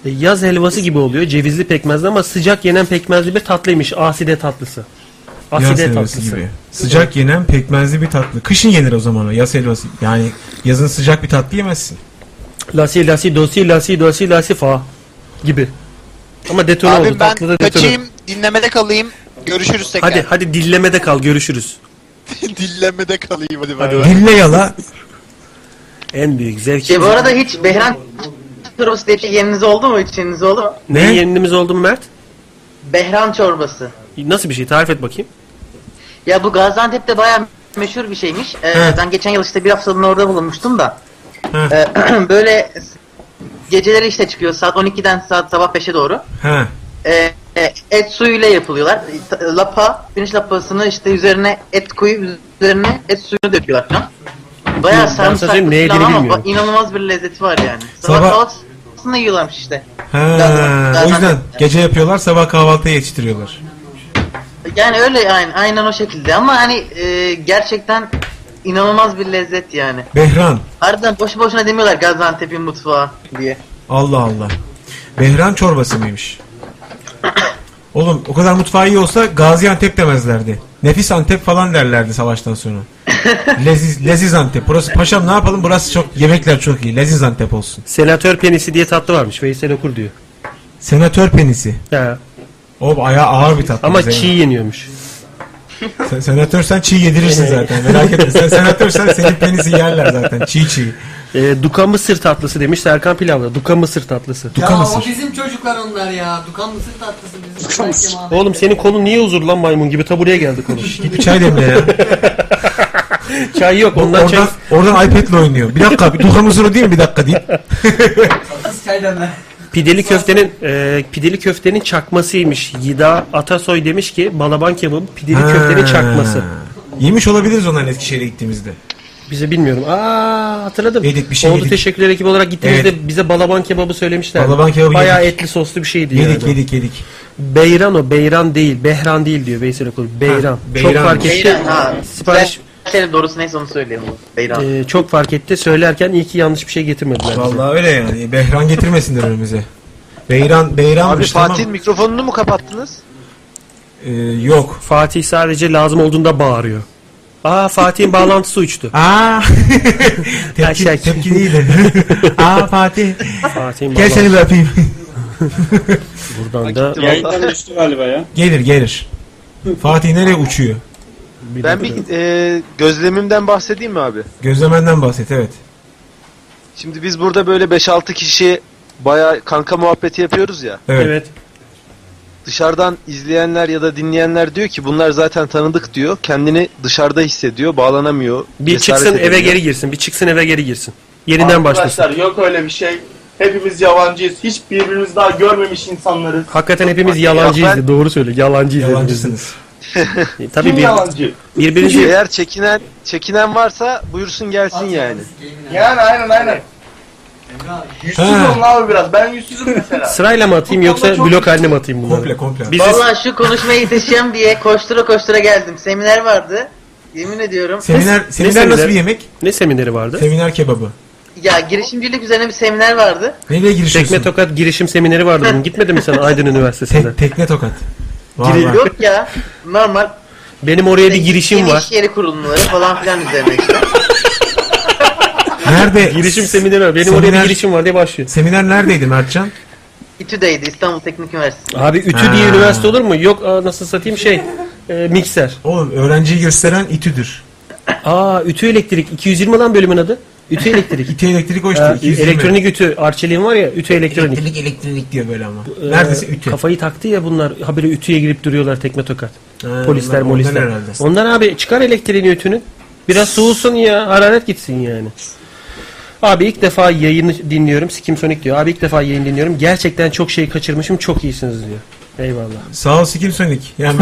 [SPEAKER 1] E, Yaz helvası gibi oluyor cevizli pekmezli ama sıcak yenen pekmezli bir tatlıymış. Aside tatlısı.
[SPEAKER 2] Yaz
[SPEAKER 1] Aside
[SPEAKER 2] helvası
[SPEAKER 1] tatlısı.
[SPEAKER 2] gibi. Sıcak yenen pekmezli bir tatlı. Kışın yenir o zaman o yaz helvası. Yani yazın sıcak bir tatlı yemezsin.
[SPEAKER 1] Lasi lasi dosi lasi dosi lasi fa gibi. Ama detone oldu.
[SPEAKER 18] Abi
[SPEAKER 1] tatlı
[SPEAKER 18] ben
[SPEAKER 1] da detone.
[SPEAKER 18] kaçayım dinlemede kalayım. Görüşürüz tekrar.
[SPEAKER 1] Hadi hadi dillemede kal görüşürüz.
[SPEAKER 18] <laughs> dinlemede kalayım hadi.
[SPEAKER 1] Hadi
[SPEAKER 18] bay.
[SPEAKER 1] bay.
[SPEAKER 2] Dille yala.
[SPEAKER 1] En büyük zevk.
[SPEAKER 18] E,
[SPEAKER 5] Şey bu arada hiç Behran çorbası diye bir şey yeriniz oldu mu? İçiniz oldu mu?
[SPEAKER 1] ne yenilimiz oldu mu Mert?
[SPEAKER 5] Behran çorbası.
[SPEAKER 1] Nasıl bir şey tarif et bakayım.
[SPEAKER 5] Ya bu Gaziantep'te bayağı meşhur bir şeymiş. Ee,
[SPEAKER 1] Evet.
[SPEAKER 5] ben geçen yıl işte bir haftalığına orada bulunmuştum da.
[SPEAKER 2] Heh.
[SPEAKER 5] Ee, <clears throat> böyle geceleri işte çıkıyor saat 12'den saat sabah 5'e doğru.
[SPEAKER 2] Ha.
[SPEAKER 5] Ee, e, et suyuyla yapılıyorlar. Ta- Lapa, pirinç lapasını işte üzerine et koyup üzerine et suyunu döküyorlar falan.
[SPEAKER 1] Ben
[SPEAKER 5] Bayağı
[SPEAKER 1] sana söyleyeyim,
[SPEAKER 5] sarımsaklı
[SPEAKER 1] ne yediğini
[SPEAKER 5] falan ama
[SPEAKER 1] bilmiyorum.
[SPEAKER 5] ba- inanılmaz bir lezzeti var yani.
[SPEAKER 2] Sabah-
[SPEAKER 5] Sabah salatasını yiyorlarmış işte.
[SPEAKER 2] Ha. O yüzden gece yapıyorlar sabah kahvaltıya yetiştiriyorlar.
[SPEAKER 5] Yani öyle aynen, aynen o şekilde ama hani e, gerçekten inanılmaz bir lezzet yani.
[SPEAKER 2] Behran.
[SPEAKER 5] Harbiden boş boşuna demiyorlar Gaziantep'in mutfağı diye.
[SPEAKER 2] Allah Allah. Behran çorbası mıymış? Oğlum o kadar mutfağı iyi olsa Gaziantep demezlerdi. Nefis Antep falan derlerdi savaştan sonra. Leziz, Leziz Antep. Burası paşam ne yapalım burası çok yemekler çok iyi. Leziz Antep olsun.
[SPEAKER 1] Senatör penisi diye tatlı varmış. Veysel Okur diyor.
[SPEAKER 2] Senatör penisi.
[SPEAKER 1] Ya.
[SPEAKER 2] O ayağı ağır bir tatlı.
[SPEAKER 1] Ama
[SPEAKER 2] bize.
[SPEAKER 1] çiğ yeniyormuş.
[SPEAKER 2] Sen, senatör sen çiğ
[SPEAKER 1] Ee,
[SPEAKER 2] yedirirsin zaten. Merak etme. Sen senatörsen
[SPEAKER 1] <laughs>
[SPEAKER 2] senin penisi yerler zaten. Çiğ çiğ.
[SPEAKER 1] E, duka mısır tatlısı demiş Serkan Pilav'da. Duka mısır tatlısı.
[SPEAKER 4] ya o bizim çocuklar onlar ya. Dukan mısır tatlısı bizim. Dukan
[SPEAKER 1] Oğlum senin kolun niye uzur lan maymun gibi? Ta buraya geldi kolun.
[SPEAKER 2] Bir çay demle ya.
[SPEAKER 1] <laughs> çay yok. Ondan çay...
[SPEAKER 2] oradan, oradan iPad'le oynuyor. Bir dakika. Bir duka mısırı değil mi? Bir dakika deyip.
[SPEAKER 4] Kız çay demler.
[SPEAKER 1] Pideli köftenin e, pideli köftenin çakmasıymış. Yida Atasoy demiş ki balaban kebabı pideli köftenin
[SPEAKER 2] Ha.
[SPEAKER 1] çakması.
[SPEAKER 2] Yemiş olabiliriz onların Eskişehir'e gittiğimizde.
[SPEAKER 1] Bize bilmiyorum. Aa hatırladım.
[SPEAKER 2] Yedik, bir şey
[SPEAKER 1] Oldu
[SPEAKER 2] yedik.
[SPEAKER 1] teşekkürler ekip olarak gittiğimizde
[SPEAKER 2] Evet.
[SPEAKER 1] bize balaban kebabı söylemişler.
[SPEAKER 2] Balaban kebabı
[SPEAKER 1] Bayağı
[SPEAKER 2] yedik.
[SPEAKER 1] etli soslu bir şeydi
[SPEAKER 2] Yedik
[SPEAKER 1] yani.
[SPEAKER 2] yedik yedik.
[SPEAKER 1] Beyran o beyran değil. Behran değil diyor Veysel Okur. Beyran. Çok fark etti.
[SPEAKER 5] Beyran, ha.
[SPEAKER 1] Sipariş
[SPEAKER 5] Senin doğrusu neyse onu söyleyelim. Beyran.
[SPEAKER 1] Ee, çok fark etti. Söylerken iyi ki yanlış bir şey getirmediler. bize.
[SPEAKER 2] Vallahi öyle yani. Behran getirmesinler önümüze. Beyran, Beyran
[SPEAKER 11] Abi Fatih'in mikrofonunu mu kapattınız?
[SPEAKER 2] Ee, yok.
[SPEAKER 1] Fatih sadece lazım olduğunda bağırıyor.
[SPEAKER 2] <laughs>
[SPEAKER 1] Aa Fatih'in bağlantısı uçtu. <laughs> şey.
[SPEAKER 2] Aa. tepki, tepki değildi. Aa Fatih.
[SPEAKER 1] Fatih'in
[SPEAKER 2] Gel seni bir
[SPEAKER 1] bağlantısı.
[SPEAKER 2] öpeyim.
[SPEAKER 1] <laughs> Buradan da
[SPEAKER 13] Yayından düştü galiba ya.
[SPEAKER 2] Gelir gelir. Fatih nereye uçuyor?
[SPEAKER 11] Ben bir e, gözlemimden bahsedeyim mi abi?
[SPEAKER 2] Gözlemenden bahset evet.
[SPEAKER 11] Şimdi biz burada böyle 5-6 kişi bayağı kanka muhabbeti yapıyoruz ya.
[SPEAKER 2] Evet.
[SPEAKER 11] Dışarıdan izleyenler ya da dinleyenler diyor ki bunlar zaten tanıdık diyor. Kendini dışarıda hissediyor, bağlanamıyor.
[SPEAKER 1] Bir
[SPEAKER 11] cesaret
[SPEAKER 1] çıksın eve
[SPEAKER 11] edemiyor.
[SPEAKER 1] geri girsin. Bir çıksın eve geri girsin. Yeniden başlasın.
[SPEAKER 8] Arkadaşlar yok öyle bir şey. Hepimiz yabancıyız. Hiç birbirimizi daha görmemiş insanlarız.
[SPEAKER 1] Hakikaten hepimiz yalancıyız. Doğru söyle. Yalancıyız. Yalancısınız. E, Tabii
[SPEAKER 2] <laughs>
[SPEAKER 11] Kim
[SPEAKER 1] bir,
[SPEAKER 11] yalancı?
[SPEAKER 1] birbirinizi
[SPEAKER 11] Eğer çekinen çekinen varsa buyursun gelsin yani.
[SPEAKER 8] Yani aynen aynen. Yüzsüz olun abi biraz. Ben yüzsüzüm mesela.
[SPEAKER 1] sırayla mı atayım yoksa blok haline mi atayım bunları?
[SPEAKER 2] Komple komple.
[SPEAKER 1] Biziz.
[SPEAKER 5] Valla şu konuşmaya yetişeceğim diye koştura koştura geldim. Seminer vardı. Yemin ediyorum.
[SPEAKER 2] Seminer,
[SPEAKER 1] Ne
[SPEAKER 2] seminer nasıl
[SPEAKER 1] seminer?
[SPEAKER 2] bir yemek?
[SPEAKER 1] Ne semineri vardı?
[SPEAKER 2] Seminer kebabı.
[SPEAKER 5] Ya girişimcilik üzerine bir seminer vardı.
[SPEAKER 2] Neyle girişiyorsun?
[SPEAKER 1] Tekme tokat girişim semineri vardı
[SPEAKER 2] <laughs>
[SPEAKER 1] bunun. Gitmedin mi sen Aydın Üniversitesi'nde?
[SPEAKER 2] tekne tokat.
[SPEAKER 1] Giri-
[SPEAKER 5] Yok ya normal
[SPEAKER 1] Benim oraya bir girişim
[SPEAKER 5] yeni
[SPEAKER 1] var.
[SPEAKER 5] iş yeri kurulumları falan filan üzerine işte.
[SPEAKER 2] Nerede?
[SPEAKER 1] Girişim semineri var. Benim oraya
[SPEAKER 2] Seminer-
[SPEAKER 1] bir girişim var diye başlıyor.
[SPEAKER 2] Seminer neredeydi Mertcan?
[SPEAKER 5] İTÜ'deydi İstanbul Teknik Üniversitesi.
[SPEAKER 1] Abi ütü
[SPEAKER 2] Ha.
[SPEAKER 1] diye üniversite olur mu? Yok aa, nasıl satayım şey e, mikser.
[SPEAKER 2] Oğlum öğrenciyi gösteren itüdür.
[SPEAKER 1] Aa ütü elektrik 220 lan bölümün adı. Ütü elektrik.
[SPEAKER 2] İtü elektrik o işte,
[SPEAKER 1] Ha,
[SPEAKER 2] 220.
[SPEAKER 1] Ee, elektronik ütü. Arçeliğin var ya ütü elektronik.
[SPEAKER 2] Elektrik elektrik diyor böyle ama.
[SPEAKER 1] Ee,
[SPEAKER 2] Neredeyse ütü.
[SPEAKER 1] Kafayı taktı ya bunlar. Habire ütüye girip duruyorlar tekme tokat.
[SPEAKER 2] Ha,
[SPEAKER 1] Polisler
[SPEAKER 2] onlar-
[SPEAKER 1] molisler.
[SPEAKER 2] ondan herhalde.
[SPEAKER 1] Ondan abi çıkar elektriğini ütünün. Biraz soğusun ya hararet gitsin yani. Abi ilk defa yayını dinliyorum. Sikim Sonic diyor. Abi ilk defa yayın dinliyorum. Gerçekten çok şey kaçırmışım. Çok iyisiniz diyor. Eyvallah.
[SPEAKER 2] Sağ ol sikim sönük. Yani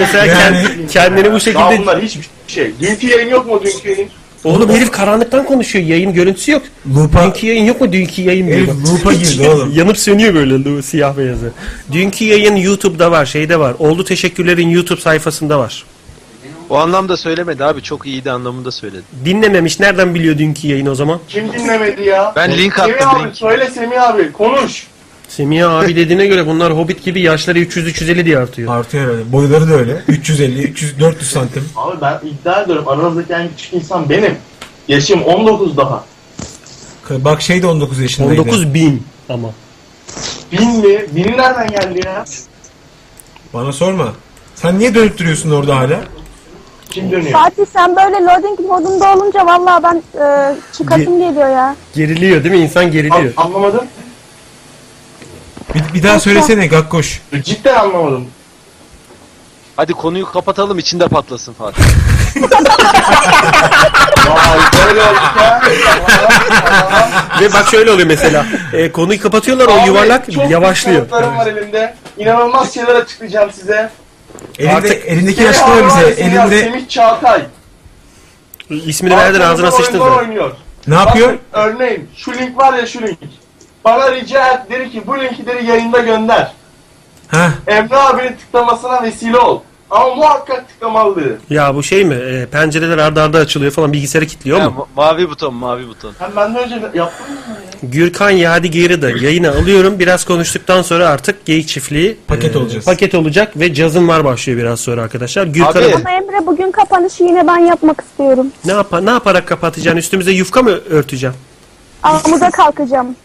[SPEAKER 1] Mesela kend- kendini bu
[SPEAKER 8] Daha
[SPEAKER 1] şekilde...
[SPEAKER 8] bunlar hiçbir şey. Dünkü yayın yok mu dünkü yayın?
[SPEAKER 1] Oğlum herif karanlıktan konuşuyor. Yayın görüntüsü yok. Dünkü yayın yok mu? Dünkü yayın diyor.
[SPEAKER 2] Herif
[SPEAKER 1] bak.
[SPEAKER 2] loop'a girdi oğlum.
[SPEAKER 1] Yanıp sönüyor böyle lu- siyah beyazı. Dünkü yayın YouTube'da var. Şeyde var. Oldu teşekkürlerin YouTube sayfasında var.
[SPEAKER 11] O anlamda söylemedi abi çok iyiydi anlamında söyledi.
[SPEAKER 1] Dinlememiş. Nereden biliyor dünkü yayını o zaman?
[SPEAKER 8] Kim dinlemedi ya?
[SPEAKER 11] Ben link
[SPEAKER 8] Semih
[SPEAKER 11] attım,
[SPEAKER 8] abi söyle Semih abi konuş.
[SPEAKER 1] Semih abi dediğine göre bunlar Hobbit gibi yaşları 300-350 diye artıyor.
[SPEAKER 2] Artıyor herhalde. Boyları da öyle. 350, 300, 400 santim.
[SPEAKER 8] Abi ben iddia ediyorum aranızdaki en küçük insan benim. Yaşım 19 daha.
[SPEAKER 2] <laughs> Bak şey de 19 yaşındaydı.
[SPEAKER 1] 19 bin ama.
[SPEAKER 8] Bin mi? Bini nereden geldi ya?
[SPEAKER 2] Bana sorma. Sen niye dönüp duruyorsun orada hala?
[SPEAKER 8] Kim dönüyor?
[SPEAKER 12] Fatih sen böyle loading modunda olunca vallahi ben e, çıkasım geliyor ya.
[SPEAKER 1] Geriliyor değil mi? İnsan geriliyor.
[SPEAKER 8] anlamadım.
[SPEAKER 2] Bir, bir daha söylesene Gakkoş.
[SPEAKER 8] Cidden anlamadım.
[SPEAKER 11] Hadi konuyu kapatalım içinde patlasın Fatih.
[SPEAKER 1] Ve bak şöyle oluyor mesela. E, konuyu kapatıyorlar o
[SPEAKER 8] Abi,
[SPEAKER 1] yuvarlak
[SPEAKER 8] çok
[SPEAKER 1] yavaşlıyor.
[SPEAKER 8] büyük kanıtlarım var elimde. İnanılmaz şeyler açıklayacağım size.
[SPEAKER 2] Elinde,
[SPEAKER 1] Artık-
[SPEAKER 2] elindeki
[SPEAKER 8] Semih
[SPEAKER 2] yaşlılar
[SPEAKER 8] abi var
[SPEAKER 2] bize.
[SPEAKER 8] ya, Semih abi,
[SPEAKER 2] Elinde
[SPEAKER 8] Semih Çağatay.
[SPEAKER 1] İsmini verdin ağzına
[SPEAKER 8] Oyunlar
[SPEAKER 1] sıçtın.
[SPEAKER 8] oynuyor,
[SPEAKER 1] da.
[SPEAKER 8] oynuyor.
[SPEAKER 2] Ne yapıyor?
[SPEAKER 8] Bakın, örneğin şu link var ya şu link. Bana rica et dedi ki bu linki dedi yayında gönder. Emre abinin tıklamasına vesile ol. Ama muhakkak tıklamalı.
[SPEAKER 1] Ya bu şey mi? E, pencereler arda arda açılıyor falan bilgisayarı kilitliyor
[SPEAKER 11] Ya,
[SPEAKER 1] mu?
[SPEAKER 11] ma- mavi buton mavi buton.
[SPEAKER 8] Hem benden önce de- yaptın mı?
[SPEAKER 1] Gürkan Yadigar'ı da yayına alıyorum. Biraz konuştuktan sonra artık geyik çiftliği
[SPEAKER 2] Paket
[SPEAKER 1] e,
[SPEAKER 2] olacağız.
[SPEAKER 1] Paket olacak ve cazın var başlıyor biraz sonra arkadaşlar. Gürkan
[SPEAKER 12] Ama Emre bugün kapanışı yine ben yapmak istiyorum.
[SPEAKER 1] ne yapa ne yaparak kapatacaksın? Üstümüze yufka mı örteceğim?
[SPEAKER 12] Amuda kalkacağım.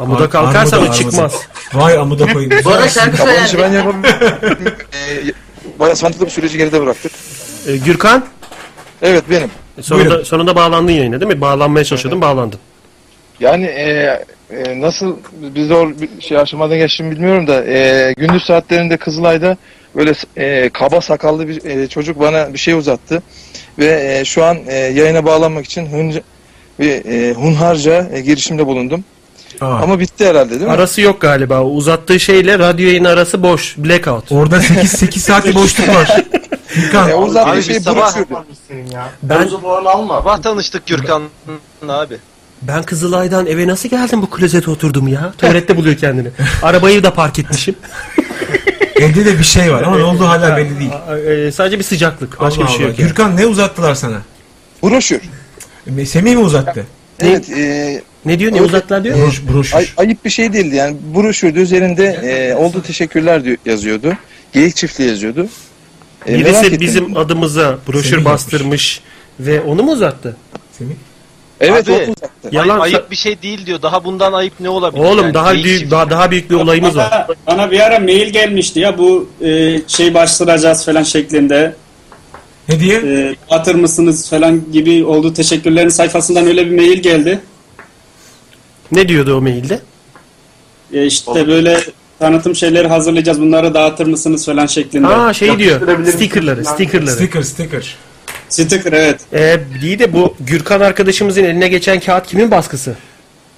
[SPEAKER 1] Amuda
[SPEAKER 2] Ar-
[SPEAKER 1] kalkarsan
[SPEAKER 2] armuda,
[SPEAKER 1] o çıkmaz.
[SPEAKER 2] Vay amuda koy.
[SPEAKER 12] Bu arada şarkı
[SPEAKER 1] söylendi.
[SPEAKER 10] Kapanışı ben yapamıyorum. Bayağı sıkıntılı bir süreci geride bıraktık.
[SPEAKER 1] E, Gürkan? E,
[SPEAKER 10] Evet benim.
[SPEAKER 1] Sonunda,
[SPEAKER 10] Buyurun.
[SPEAKER 1] sonunda bağlandın yayına değil mi? Bağlanmaya çalışıyordun, bağlandın.
[SPEAKER 10] Yani e, e, nasıl bir zor bir şey aşamadan geçtim bilmiyorum da e, gündüz saatlerinde Kızılay'da böyle e, kaba sakallı bir e, çocuk bana bir şey uzattı ve e, şu an e, yayına bağlanmak için hınca, bir e, hunharca e, girişimde bulundum. Ama bitti herhalde değil mi?
[SPEAKER 1] Arası yok galiba. O Uzattığı şeyle radyo yayını arası boş. Blackout.
[SPEAKER 2] Orada 8 8 saat E, bir şey boşluk var.
[SPEAKER 1] E,
[SPEAKER 2] Gürkan.
[SPEAKER 11] Abi
[SPEAKER 1] şey
[SPEAKER 11] biz sabah...
[SPEAKER 1] Ben-
[SPEAKER 11] Oğuz'u
[SPEAKER 8] falan alma.
[SPEAKER 11] Sabah tanıştık Gürkan'la abi.
[SPEAKER 1] Ben Kızılay'dan eve nasıl geldim bu klozete oturdum ya? Tuvalette buluyor kendini. Arabayı da park etmişim.
[SPEAKER 2] <laughs> Evde de bir şey var ama ne olduğu hala belli değil.
[SPEAKER 1] Ee, e, sadece bir sıcaklık. Başka
[SPEAKER 2] Allah
[SPEAKER 1] bir şey
[SPEAKER 2] Allah.
[SPEAKER 1] yok. yani.
[SPEAKER 2] Gürkan ne uzattılar sana? E,
[SPEAKER 10] Broşür.
[SPEAKER 2] Semih mi uzattı?
[SPEAKER 10] Evet. e,
[SPEAKER 1] Ne diyor, ne
[SPEAKER 10] öyle-
[SPEAKER 1] uzattılar diyor?
[SPEAKER 2] Broş- broşür.
[SPEAKER 10] Ay- ayıp bir şey değildi yani. Broşürde üzerinde e, oldu teşekkürler diyor, yazıyordu. Geyik çiftliği yazıyordu. E, merak
[SPEAKER 1] Birisi
[SPEAKER 10] ettim.
[SPEAKER 1] bizim adımıza broşür
[SPEAKER 10] Semih
[SPEAKER 1] bastırmış ve onu mu uzattı?
[SPEAKER 11] Evet,
[SPEAKER 1] Abi, Yalan
[SPEAKER 11] Yalan ayıp bir şey değil diyor. Daha bundan ayıp ne olabilir?
[SPEAKER 1] Oğlum
[SPEAKER 11] yani?
[SPEAKER 1] daha
[SPEAKER 11] Değil
[SPEAKER 1] büyük daha, daha büyük bir olayımız var.
[SPEAKER 13] Bana, bana bir ara mail gelmişti ya bu e, şey başlayacağız falan şeklinde.
[SPEAKER 2] Ne diye?
[SPEAKER 13] atır mısınız falan gibi oldu. Teşekkürlerin sayfasından öyle bir mail geldi.
[SPEAKER 1] Ne diyordu o mailde?
[SPEAKER 13] E, işte böyle tanıtım şeyleri hazırlayacağız. Bunları dağıtır mısınız falan şeklinde.
[SPEAKER 1] Aa şey diyor. Stickerları, stickerları.
[SPEAKER 2] sticker.
[SPEAKER 13] Sticker evet.
[SPEAKER 1] Ee, iyi de bu Gürkan arkadaşımızın eline geçen kağıt kimin baskısı?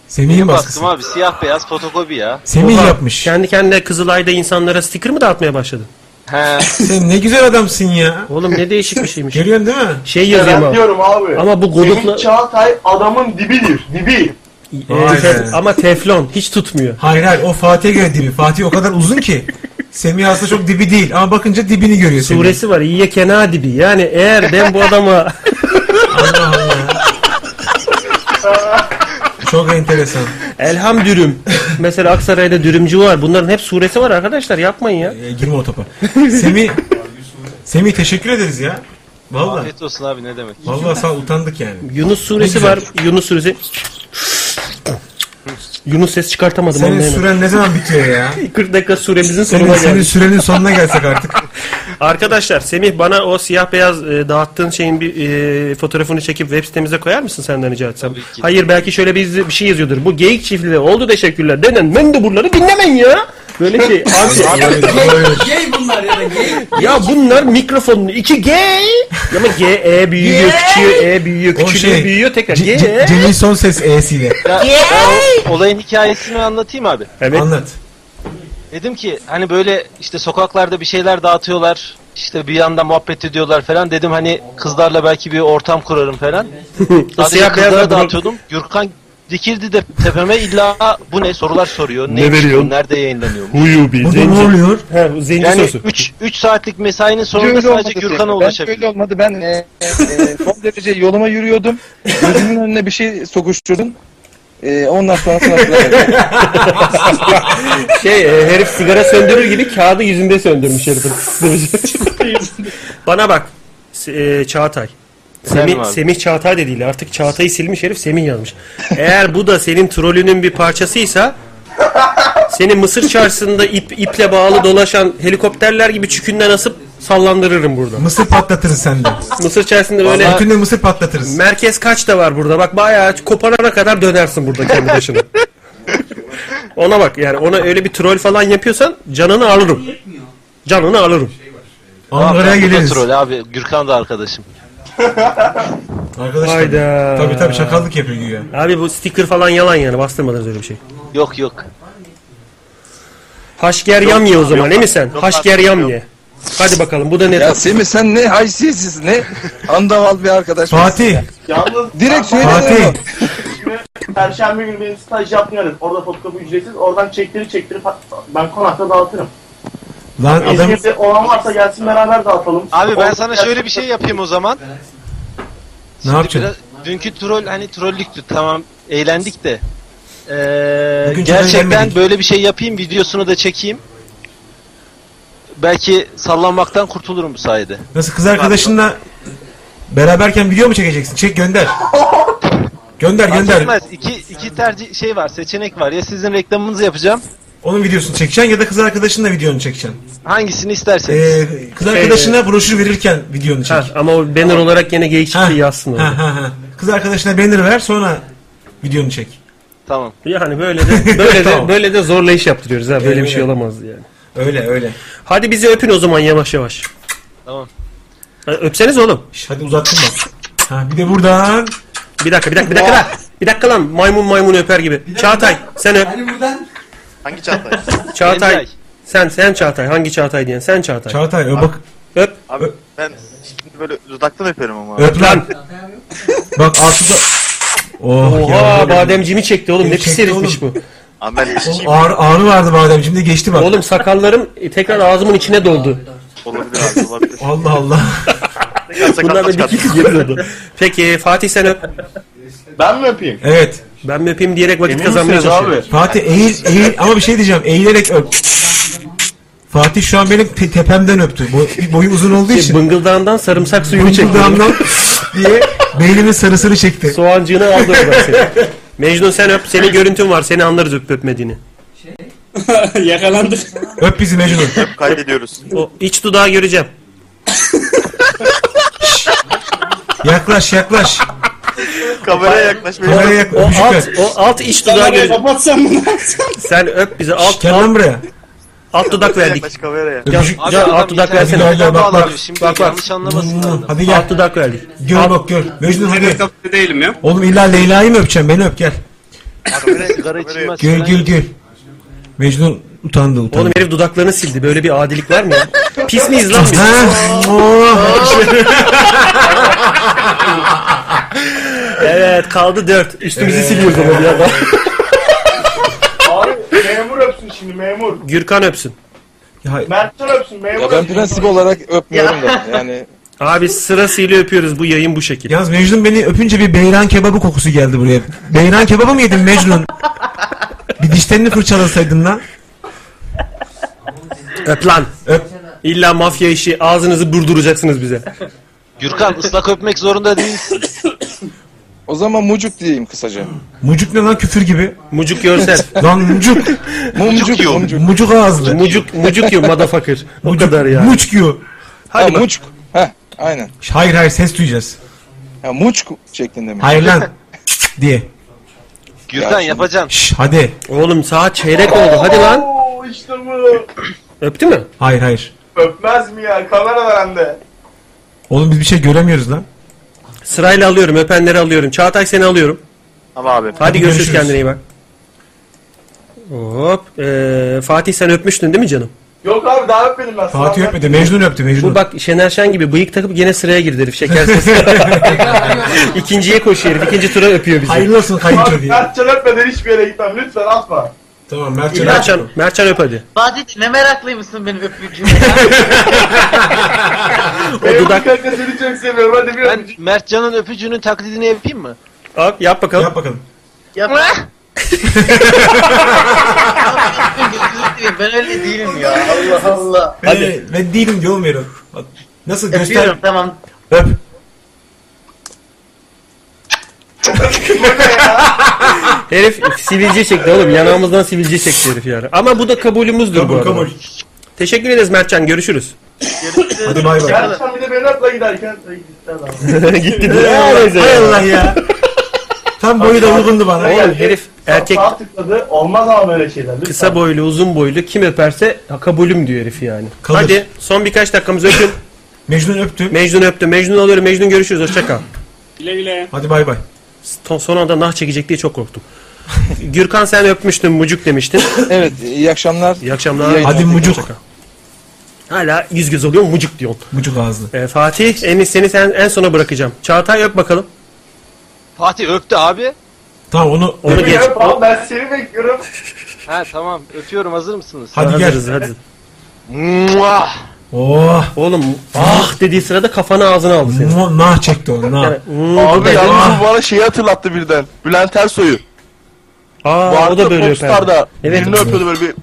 [SPEAKER 2] Semih'in
[SPEAKER 11] şey Baktım abi siyah beyaz fotokopi ya.
[SPEAKER 1] Semih yapmış. Kendi kendine Kızılay'da insanlara sticker mı dağıtmaya başladı?
[SPEAKER 11] He.
[SPEAKER 2] Sen ne güzel adamsın ya.
[SPEAKER 1] Oğlum ne değişik bir şeymiş.
[SPEAKER 2] Görüyorsun değil mi?
[SPEAKER 1] Şey
[SPEAKER 8] Ya
[SPEAKER 1] yazıyor
[SPEAKER 8] ben
[SPEAKER 1] ama.
[SPEAKER 8] diyorum abi.
[SPEAKER 1] Ama bu
[SPEAKER 8] Emin
[SPEAKER 1] Goduk'la
[SPEAKER 8] Çağatay adamın dibidir. Dibi.
[SPEAKER 1] Ee, tef- ama teflon hiç tutmuyor.
[SPEAKER 2] Hayır hayır o Fatih'e göre dibi. Fatih o kadar uzun ki. Semih aslında çok dibi değil ama bakınca dibini görüyor Semih.
[SPEAKER 1] suresi var. İyiye kena dibi. Yani eğer ben
[SPEAKER 2] <laughs>
[SPEAKER 1] bu adama
[SPEAKER 2] Çok enteresan.
[SPEAKER 1] Elham dürüm. Mesela Aksaray'da dürümcü var. Bunların hep suresi var arkadaşlar. Yapmayın ya.
[SPEAKER 2] E, girme o topa. Semih, Semih teşekkür ederiz ya. Vallahi.
[SPEAKER 11] Afiyet olsun abi ne demek.
[SPEAKER 2] Vallahi sağ ol, utandık yani.
[SPEAKER 1] Yunus suresi
[SPEAKER 2] güzel.
[SPEAKER 1] var. Yunus suresi. Yunus ses çıkartamadım.
[SPEAKER 2] Senin
[SPEAKER 1] anlayamadım.
[SPEAKER 2] süren ne zaman bitiyor ya?
[SPEAKER 1] 40 dakika süremizin
[SPEAKER 2] Senin,
[SPEAKER 1] sonuna
[SPEAKER 2] senin
[SPEAKER 1] geldik.
[SPEAKER 2] sürenin sonuna gelsek artık.
[SPEAKER 1] <laughs> Arkadaşlar Semih bana o siyah beyaz e, dağıttığın şeyin bir e, fotoğrafını çekip web sitemize koyar mısın senden rica etsem? Hayır belki şöyle bir, bir şey yazıyordur. Bu geyik çiftliği oldu teşekkürler denen ben de buraları dinlemeyin ya. Böyle
[SPEAKER 2] <laughs>
[SPEAKER 1] şey. Abi,
[SPEAKER 4] Gay bunlar ya da gay.
[SPEAKER 1] ya bunlar mikrofonlu iki G. Ama G E büyüyor küçüyor E büyüyor
[SPEAKER 2] O
[SPEAKER 1] küçülüyor
[SPEAKER 2] şey,
[SPEAKER 1] büyüyor tekrar
[SPEAKER 2] C-
[SPEAKER 1] G.
[SPEAKER 2] C- Cemil son ses E'siyle.
[SPEAKER 11] Ya, o- olayın hikayesini anlatayım abi.
[SPEAKER 2] Anlat.
[SPEAKER 11] Dedim ki hani böyle işte sokaklarda bir şeyler dağıtıyorlar. işte bir yanda muhabbet ediyorlar falan. Dedim hani kızlarla belki bir ortam kurarım falan.
[SPEAKER 1] <laughs>
[SPEAKER 11] Sadece
[SPEAKER 1] Siyah beyaz
[SPEAKER 11] kızlara
[SPEAKER 1] da bunu-
[SPEAKER 11] dağıtıyordum. Gürkan dikildi de tepeme illa bu ne sorular soruyor.
[SPEAKER 1] Ne
[SPEAKER 11] Neymiş bu,
[SPEAKER 1] veriyorsun?
[SPEAKER 11] Nerede yayınlanıyor? bu?
[SPEAKER 1] Huyu bir zenci.
[SPEAKER 2] ne oluyor?
[SPEAKER 1] He, bu zenci
[SPEAKER 11] Yani
[SPEAKER 1] sosu.
[SPEAKER 11] 3 saatlik mesainin sonunda
[SPEAKER 10] Öyle
[SPEAKER 11] sadece
[SPEAKER 10] olmadı
[SPEAKER 11] Gürkan'a
[SPEAKER 10] diyor. Ben
[SPEAKER 11] ulaşabiliyor.
[SPEAKER 10] öyle olmadı. Ben e, e, son derece yoluma yürüyordum. Gözümün önüne bir şey sokuşturdum. E, ondan sonra
[SPEAKER 1] <laughs> şey e, herif sigara söndürür gibi kağıdı yüzünde söndürmüş herifin. <laughs> Bana bak S- e, Çağatay.
[SPEAKER 11] Efendim
[SPEAKER 1] Semih,
[SPEAKER 11] abi?
[SPEAKER 1] Semih Çağatay de değil artık Çağatay'ı silmiş herif Semih yazmış. Eğer bu da senin trolünün bir parçasıysa seni Mısır çarşısında ip, iple bağlı dolaşan helikopterler gibi çükünden asıp sallandırırım burada.
[SPEAKER 2] Mısır patlatırız senden.
[SPEAKER 1] Mısır çarşısında böyle
[SPEAKER 2] Vallahi... Bütün de mısır patlatırız.
[SPEAKER 1] merkez kaç da var burada bak bayağı koparana kadar dönersin burada kendi başına. ona bak yani ona öyle bir troll falan yapıyorsan canını alırım. Canını alırım.
[SPEAKER 11] Abi, bu da troll abi. Gürkan da arkadaşım.
[SPEAKER 2] Arkadaşlar.
[SPEAKER 1] Hayda.
[SPEAKER 2] Tabii tabii şakallık yapıyor güya.
[SPEAKER 1] Abi bu sticker falan yalan yani bastırmadınız öyle bir şey.
[SPEAKER 11] Yok yok.
[SPEAKER 1] Haşger yam ye o zaman değil mi sen? Haşger yam ye. Hadi bakalım bu da ne
[SPEAKER 10] Ya
[SPEAKER 1] tat?
[SPEAKER 10] Semih sen ne haysiyetsiz ne andaval bir arkadaş.
[SPEAKER 2] Fatih.
[SPEAKER 8] Yalnız
[SPEAKER 10] Direkt
[SPEAKER 8] ben-
[SPEAKER 10] söyle. Fatih.
[SPEAKER 8] Perşembe günü benim staj yapmıyorum. Orada fotokopi ücretsiz. Oradan çektirip çektirip ben konakta dağıtırım.
[SPEAKER 2] Lan adam
[SPEAKER 8] İzmir'de olan varsa gelsin beraber dağıtalım.
[SPEAKER 11] Abi ben
[SPEAKER 8] Olmayan-
[SPEAKER 11] sana şöyle bir şey yapayım o zaman.
[SPEAKER 2] ne yapacak?
[SPEAKER 11] Biraz- dünkü troll hani trollüktü tamam eğlendik de. Ee,
[SPEAKER 2] Bugün çok
[SPEAKER 11] gerçekten
[SPEAKER 2] eğlenmedik.
[SPEAKER 11] böyle bir şey yapayım videosunu da çekeyim. Belki sallanmaktan kurtulurum bu sayede.
[SPEAKER 2] Nasıl kız arkadaşınla beraberken video mu çekeceksin? Çek gönder. Gönder
[SPEAKER 11] Fark
[SPEAKER 2] gönder.
[SPEAKER 11] etmez. İki, iki tercih şey var seçenek var ya sizin reklamınızı yapacağım.
[SPEAKER 2] Onun videosunu çekeceksin ya da kız arkadaşınla videonu çekeceksin.
[SPEAKER 11] Hangisini isterseniz.
[SPEAKER 2] Ee,
[SPEAKER 1] Şey,
[SPEAKER 2] kız arkadaşına broşür verirken videonu çek.
[SPEAKER 1] ama o banner olarak yine geyik
[SPEAKER 2] Ha.
[SPEAKER 1] yazsın orada.
[SPEAKER 2] Ha, <laughs> ha, ha. Kız arkadaşına banner ver sonra videonu çek.
[SPEAKER 11] Tamam.
[SPEAKER 1] Yani böyle de böyle
[SPEAKER 2] <laughs>
[SPEAKER 1] de
[SPEAKER 2] Tamam.
[SPEAKER 1] böyle de zorlayış yaptırıyoruz ha. Böyle
[SPEAKER 2] Öyle.
[SPEAKER 1] bir şey olamazdı yani.
[SPEAKER 2] Öyle öyle.
[SPEAKER 1] Hadi bizi öpün o zaman yavaş yavaş.
[SPEAKER 11] Tamam.
[SPEAKER 1] Ha, Öpseniz oğlum.
[SPEAKER 2] Şş, Hadi uzattın bak. Ha, bir de buradan.
[SPEAKER 1] Bir dakika bir dakika bir dakika lan. Bir dakika lan maymun maymun öper gibi. Çağatay sen öp.
[SPEAKER 4] Hani buradan
[SPEAKER 17] Hangi çantayı?
[SPEAKER 1] Çağatay
[SPEAKER 11] Emre.
[SPEAKER 1] sen sen Çağatay hangi Çağatay diyen sen
[SPEAKER 2] <laughs>
[SPEAKER 1] Çağatay.
[SPEAKER 2] Çağatay ö, bak. Öp.
[SPEAKER 20] Abi ben şimdi böyle dudaktan öperim ama.
[SPEAKER 2] Öp lan. Bak altı da... Oh,
[SPEAKER 1] Oha
[SPEAKER 2] ya.
[SPEAKER 1] bademcimi çekti oğlum. Ne
[SPEAKER 2] Çekti
[SPEAKER 1] pis herifmiş bu.
[SPEAKER 20] Abi ben
[SPEAKER 2] Oğlum, ağrı, ağrı vardı bademcim de geçti bak.
[SPEAKER 1] Oğlum sakallarım e, tekrar ağzımın içine doldu.
[SPEAKER 20] Olabilir abi olabilir.
[SPEAKER 2] Allah Allah.
[SPEAKER 1] Bunlar da bir kez yapıyordu. Peki Fatih sen öp.
[SPEAKER 8] Ben mi öpeyim?
[SPEAKER 2] Evet.
[SPEAKER 1] Ben mi öpeyim diyerek vakit
[SPEAKER 2] Emin
[SPEAKER 1] kazanmaya
[SPEAKER 2] misiniz
[SPEAKER 11] şey.
[SPEAKER 1] çalışıyorum.
[SPEAKER 2] abi? Fatih eğil, eğil ama bir şey diyeceğim. Eğilerek öp. Fatih şu an benim te- tepemden öptü. Boy- boyu uzun olduğu için.
[SPEAKER 1] E, Bıngıldağından sarımsak suyunu çekti.
[SPEAKER 2] Bıngıldağından <laughs> diye beynimin sarısını çekti.
[SPEAKER 1] Soğancığını aldı oradan seni. Mecnun sen öp. Senin görüntün var. Seni anlarız öp öpmediğini.
[SPEAKER 13] Yakalandık.
[SPEAKER 2] Öp bizi Mecnun.
[SPEAKER 20] Kaydediyoruz.
[SPEAKER 1] O iç dudağı göreceğim.
[SPEAKER 2] Yaklaş yaklaş.
[SPEAKER 20] Kameraya yaklaşma.
[SPEAKER 2] Kameraya yak-
[SPEAKER 1] O
[SPEAKER 2] öpücük
[SPEAKER 1] alt,
[SPEAKER 2] ver.
[SPEAKER 1] o alt iç dudağı
[SPEAKER 13] Kamerayı
[SPEAKER 1] göreceğim.
[SPEAKER 13] kapatsan bunu.
[SPEAKER 1] Sen öp bize alt,
[SPEAKER 2] Gel lan
[SPEAKER 1] alt,
[SPEAKER 2] buraya.
[SPEAKER 1] alt dudak verdik.
[SPEAKER 20] Yaklaş kameraya.
[SPEAKER 1] Can,
[SPEAKER 11] Abi
[SPEAKER 1] can
[SPEAKER 11] adam
[SPEAKER 1] alt dudak
[SPEAKER 11] internet
[SPEAKER 1] versene.
[SPEAKER 11] bağlanıyor.
[SPEAKER 2] bak, bak.
[SPEAKER 11] Şimdi
[SPEAKER 2] Bak, bak.
[SPEAKER 11] yanlış anlamasınlar. da.
[SPEAKER 2] Hadi gel.
[SPEAKER 1] Alt dudak verdik.
[SPEAKER 2] Gör bak gör. Mecnun hadi.
[SPEAKER 13] Kapıda değilim ya.
[SPEAKER 2] Oğlum illa Leyla'yı mı öpeceğim? Beni öp gel.
[SPEAKER 11] Sigara içilmez.
[SPEAKER 2] Gül gül gül. Mecnun utandı utandı.
[SPEAKER 1] Oğlum herif dudaklarını sildi. Böyle bir adilik var mı? ya? Pis miyiz lan biz?
[SPEAKER 2] Ha, oh.
[SPEAKER 1] <laughs> evet kaldı dört. Üstümüzü siliyoruz ama bir yandan.
[SPEAKER 8] Abi memur öpsün şimdi memur.
[SPEAKER 1] Gürkan öpsün.
[SPEAKER 8] Mertcan öpsün memur.
[SPEAKER 10] Ya ben prensip olarak öpmüyorum da. Yani
[SPEAKER 1] Abi sırasıyla öpüyoruz. Bu yayın bu şekilde.
[SPEAKER 2] Yalnız Mecnun beni öpünce bir beyran kebabı kokusu geldi buraya. Beyran kebabı mı yedin Mecnun? bir dişlerini fırçalasaydın lan.
[SPEAKER 1] Öp lan.
[SPEAKER 2] Öp.
[SPEAKER 1] İlla mafya işi ağzınızı burduracaksınız bize.
[SPEAKER 11] Gürkan ıslak öpmek zorunda değilsin.
[SPEAKER 10] o zaman mucuk diyeyim kısaca.
[SPEAKER 2] Mucuk ne lan küfür gibi.
[SPEAKER 1] Mucuk görsel.
[SPEAKER 2] <laughs> Lan mucuk.
[SPEAKER 10] Mumcuk yiyor. Mumcuk.
[SPEAKER 2] Mucuk ağızlı.
[SPEAKER 1] mucuk, mucuk yo motherfucker. O kadar ya.
[SPEAKER 2] Muçk yiyor.
[SPEAKER 1] Hadi
[SPEAKER 10] ha,
[SPEAKER 1] bak.
[SPEAKER 10] mucuk. Heh, aynen.
[SPEAKER 2] Hayır hayır ses duyacağız.
[SPEAKER 10] Ya muçk şeklinde mi?
[SPEAKER 2] Hayır lan. diye.
[SPEAKER 11] Gürkan yapacaksın.
[SPEAKER 2] Şş, hadi.
[SPEAKER 1] Oğlum saat çeyrek oldu. Hadi lan.
[SPEAKER 8] Oo işte bu.
[SPEAKER 1] Öptü mü?
[SPEAKER 2] Hayır hayır.
[SPEAKER 8] Öpmez mi ya? Kamera var hende.
[SPEAKER 2] Oğlum biz bir şey göremiyoruz lan.
[SPEAKER 1] Sırayla alıyorum. Öpenleri alıyorum. Çağatay seni alıyorum.
[SPEAKER 20] Ama abi.
[SPEAKER 1] Hadi görüşürüz,
[SPEAKER 2] görüşürüz.
[SPEAKER 1] kendine iyi bak. Hop. Ee, Fatih sen öpmüştün değil mi canım?
[SPEAKER 8] Yok abi daha öpmedim ben.
[SPEAKER 2] Fatih
[SPEAKER 8] Sana-
[SPEAKER 2] öpmedi. Mecnun öptü. Mecnun.
[SPEAKER 1] Bu bak Şener Şen gibi bıyık takıp gene sıraya girdi herif. Şekersiz.
[SPEAKER 2] <laughs>
[SPEAKER 1] İkinciye koşuyor herif. İkinci tura öpüyor bizi.
[SPEAKER 2] Hayırlı olsun kayınço
[SPEAKER 8] Abi
[SPEAKER 2] diye.
[SPEAKER 8] Mertcan öpmeden hiçbir yere gitmem. Lütfen atma.
[SPEAKER 2] Tamam Mertcan.
[SPEAKER 1] Mertcan, Mertcan öp hadi.
[SPEAKER 5] Fatih ne meraklıymışsın benim öpücüğüme.
[SPEAKER 8] Memur
[SPEAKER 1] dudak-
[SPEAKER 8] kanka seni çok seviyorum. Hadi bir
[SPEAKER 11] Ben Mertcan'ın öpücüğünün taklidini yapayım mı?
[SPEAKER 1] Yap, yap bakalım.
[SPEAKER 2] Yap bakalım.
[SPEAKER 5] Yapma. ben öyle değilim ya. Allah Allah.
[SPEAKER 2] Hadi. Ve, ve Ee, değilim diyor oğlum herif. Bak, Nasıl göster.
[SPEAKER 5] Öpüyorum tamam.
[SPEAKER 2] Öp.
[SPEAKER 1] Herif sivilce çekti oğlum. Yanağımızdan sivilce çekti herif yani. Ama bu da kabulümüzdür bu
[SPEAKER 2] Kabul
[SPEAKER 1] arada.
[SPEAKER 2] kabul.
[SPEAKER 1] Teşekkür ederiz Mertcan. Görüşürüz.
[SPEAKER 2] Hadi bay bay.
[SPEAKER 8] Mertcan bir de beni öpme giderken. Gitti
[SPEAKER 1] <laughs>
[SPEAKER 8] adam.
[SPEAKER 1] Gitti. Neyse
[SPEAKER 2] Hay
[SPEAKER 1] ya.
[SPEAKER 2] Allah ya. Tam boyu da uygundu bana.
[SPEAKER 1] Oğlum herif erkek
[SPEAKER 8] Sağ tıkladı. Olmaz ama böyle şeyler. Lütfen.
[SPEAKER 1] kısa boylu uzun boylu kim öperse ha, kabulüm diyor herif yani.
[SPEAKER 2] Kalır.
[SPEAKER 1] Hadi son birkaç dakikamız öpün.
[SPEAKER 2] Mecnun öptü.
[SPEAKER 1] Mecnun öptü. Mecnun alıyorum. Mecnun görüşürüz. Hoşça kal.
[SPEAKER 13] Güle güle.
[SPEAKER 2] Hadi bay bay.
[SPEAKER 1] Son, son anda nah çekecek diye çok korktum. <laughs> Gürkan sen öpmüştün mucuk demiştin.
[SPEAKER 10] Evet iyi akşamlar.
[SPEAKER 1] İyi akşamlar.
[SPEAKER 2] Hadi mucuk.
[SPEAKER 1] Hoşça kal. Hala yüz göz oluyor mucuk diyorsun.
[SPEAKER 2] Mucuk ağızlı.
[SPEAKER 1] Ee, Fatih en seni sen en sona bırakacağım. Çağatay öp bakalım.
[SPEAKER 11] Fatih öptü abi.
[SPEAKER 2] Tamam onu.
[SPEAKER 1] Onu
[SPEAKER 8] Beni
[SPEAKER 1] geç.
[SPEAKER 8] öp abi, ben seni bekliyorum.
[SPEAKER 11] Ha tamam öpüyorum hazır mısınız?
[SPEAKER 2] Hadi
[SPEAKER 1] Hazırız,
[SPEAKER 2] gel.
[SPEAKER 1] hadi.
[SPEAKER 11] Mua!
[SPEAKER 2] Oh.
[SPEAKER 1] Oğlum ah dediği sırada kafanı ağzına aldı seni.
[SPEAKER 2] mu- Nah çekti onu. Nah.
[SPEAKER 1] Yani, hmm,
[SPEAKER 20] Abi yalnız
[SPEAKER 2] Ah.
[SPEAKER 20] bu bana şeyi hatırlattı birden. Bülent Ersoy'u.
[SPEAKER 1] Aa, o
[SPEAKER 20] Vardı
[SPEAKER 1] da böyle öper.
[SPEAKER 20] Popstar'da.
[SPEAKER 1] Evet.
[SPEAKER 20] Birini öpüyordu böyle bir.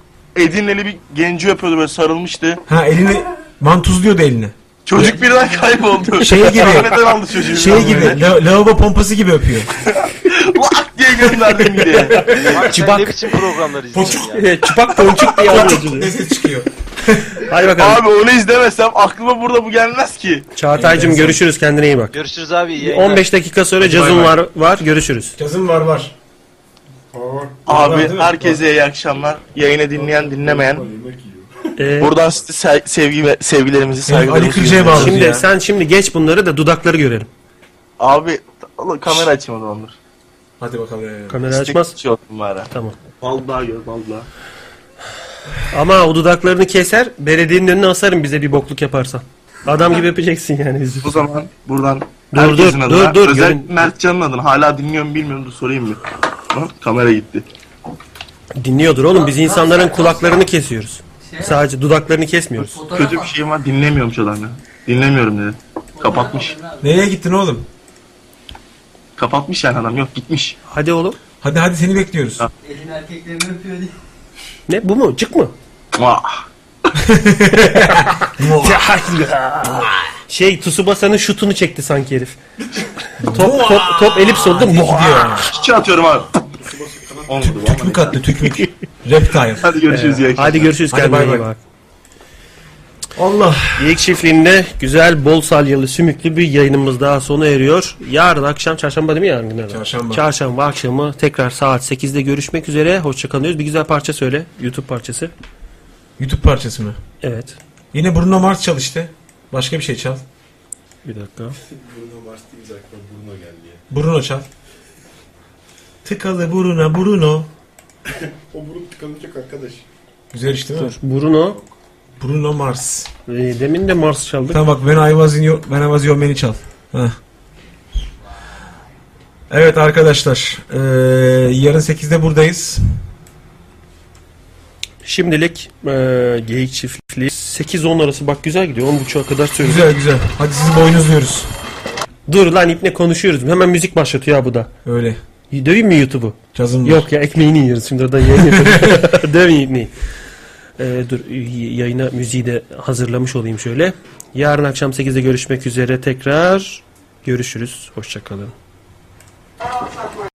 [SPEAKER 20] Edirneli bir genci öpüyordu böyle sarılmıştı.
[SPEAKER 2] Ha elini mantuzluyordu elini.
[SPEAKER 20] Çocuk birden
[SPEAKER 1] <laughs>
[SPEAKER 20] kayboldu.
[SPEAKER 2] Şey gibi.
[SPEAKER 20] Sahneden aldı çocuğu.
[SPEAKER 2] Şey gibi. La- lavabo pompası gibi öpüyor.
[SPEAKER 20] Lak diye gönderdim diye.
[SPEAKER 11] Abi sen <laughs>
[SPEAKER 1] Çıbak.
[SPEAKER 11] ne biçim programlar izliyorsun ya?
[SPEAKER 1] Evet, Çıpak ponçuk diye alıyor.
[SPEAKER 2] Ne ses çıkıyor.
[SPEAKER 1] Hadi bakalım.
[SPEAKER 20] Abi onu izlemesem aklıma burada bu gelmez ki.
[SPEAKER 1] Çağatay'cım görüşürüz kendine iyi bak.
[SPEAKER 11] Görüşürüz abi iyi yayınlar.
[SPEAKER 1] 15 dakika sonra cazım var var görüşürüz.
[SPEAKER 2] Cazım var var.
[SPEAKER 20] Abi herkese iyi akşamlar. Yayını dinleyen dinlemeyen.
[SPEAKER 2] <laughs>
[SPEAKER 1] Ee,
[SPEAKER 20] Buradan size se- sevgi ve sevgilerimizi
[SPEAKER 2] Evet, Ali
[SPEAKER 20] saygılarımızı
[SPEAKER 2] Kırca'ya bağlı.
[SPEAKER 1] şimdi
[SPEAKER 2] Ya.
[SPEAKER 1] sen şimdi geç bunları da dudakları görelim.
[SPEAKER 20] Abi Allah, kamera açayım o zaman dur.
[SPEAKER 2] Hadi bakalım.
[SPEAKER 1] Kamera açmaz.
[SPEAKER 20] Şey olsun bari.
[SPEAKER 1] Tamam.
[SPEAKER 20] Vallahi gör vallahi.
[SPEAKER 1] Ama o dudaklarını keser belediyenin önüne asarım bize bir bokluk yaparsan. Adam gibi öpeceksin yani bizi.
[SPEAKER 20] <laughs> O zaman buradan
[SPEAKER 1] Dur,
[SPEAKER 20] herkesin
[SPEAKER 1] dur,
[SPEAKER 20] adına.
[SPEAKER 1] dur, dur,
[SPEAKER 20] özellikle
[SPEAKER 1] görün-
[SPEAKER 20] Mertcan'ın adına. Hala dinliyorum bilmiyorum dur sorayım mı? Lan kamera gitti.
[SPEAKER 1] Dinliyordur oğlum biz insanların kulaklarını kesiyoruz. Sadece dudaklarını kesmiyoruz.
[SPEAKER 20] Kötü bir şeyim var dinlemiyormuş adam ya. Dinlemiyorum dedi. Kapatmış.
[SPEAKER 2] Nereye gittin oğlum?
[SPEAKER 20] Kapatmış yani adam yok gitmiş.
[SPEAKER 1] Hadi oğlum.
[SPEAKER 2] Hadi hadi seni bekliyoruz.
[SPEAKER 4] Elin erkeklerini öpüyor diye.
[SPEAKER 1] Ne bu mu? Cık mı?
[SPEAKER 2] <laughs>
[SPEAKER 1] <laughs> şey Tsubasa'nın şutunu çekti sanki herif. top, top, top elips oldu. Muah!
[SPEAKER 20] Çiçeği atıyorum abi. Olmadı bu ama.
[SPEAKER 2] Tükmük attı <laughs> tükmük. Reptile.
[SPEAKER 20] Hadi görüşürüz, iyi akşamlar.
[SPEAKER 1] Ee, Hadi görüşürüz.
[SPEAKER 2] Hadi
[SPEAKER 1] kendine
[SPEAKER 2] bay
[SPEAKER 1] iyi
[SPEAKER 2] bay.
[SPEAKER 1] bak. Allah. Geyik çiftliğinde güzel bol salyalı sümüklü bir yayınımız daha sona eriyor. Yarın akşam çarşamba değil mi yarın günlerden?
[SPEAKER 2] Çarşamba.
[SPEAKER 1] Çarşamba akşamı tekrar saat 8'de görüşmek üzere. Hoşçakalıyoruz. Bir güzel parça söyle. YouTube parçası.
[SPEAKER 2] YouTube parçası mı?
[SPEAKER 1] Evet.
[SPEAKER 2] Yine Bruno Mars çal işte. Başka bir şey çal.
[SPEAKER 1] Bir dakika.
[SPEAKER 19] Bruno Mars deyince aklıma Bruno geldi ya.
[SPEAKER 2] Bruno çal. Tıkalı Bruno Bruno.
[SPEAKER 19] <laughs> o burun tıkanacak arkadaş.
[SPEAKER 2] Güzel işte değil mi?
[SPEAKER 1] Dur, Bruno. Ee,
[SPEAKER 2] Bruno Mars.
[SPEAKER 1] demin de Mars çaldık.
[SPEAKER 2] Tamam bak ben I was in your, ben I was your man'i çal. Heh. Evet arkadaşlar. eee, yarın 8'de buradayız.
[SPEAKER 1] Şimdilik eee geyik çiftliği 8-10 arası bak güzel gidiyor. 10.30'a kadar söylüyor.
[SPEAKER 2] Güzel güzel. Hadi sizi boynuzluyoruz.
[SPEAKER 1] Dur lan ipne konuşuyoruz. Hemen müzik başlatıyor ya bu da.
[SPEAKER 2] Öyle.
[SPEAKER 1] Döveyim mi YouTube'u?
[SPEAKER 2] Cazım var.
[SPEAKER 1] Yok ya <laughs> ekmeğini yiyoruz şimdi oradan yayın yapıyoruz. <laughs> Döveyim ipneyi. Ee, dur y- yayına müziği de hazırlamış olayım şöyle. Yarın akşam 8'de görüşmek üzere tekrar görüşürüz. Hoşçakalın.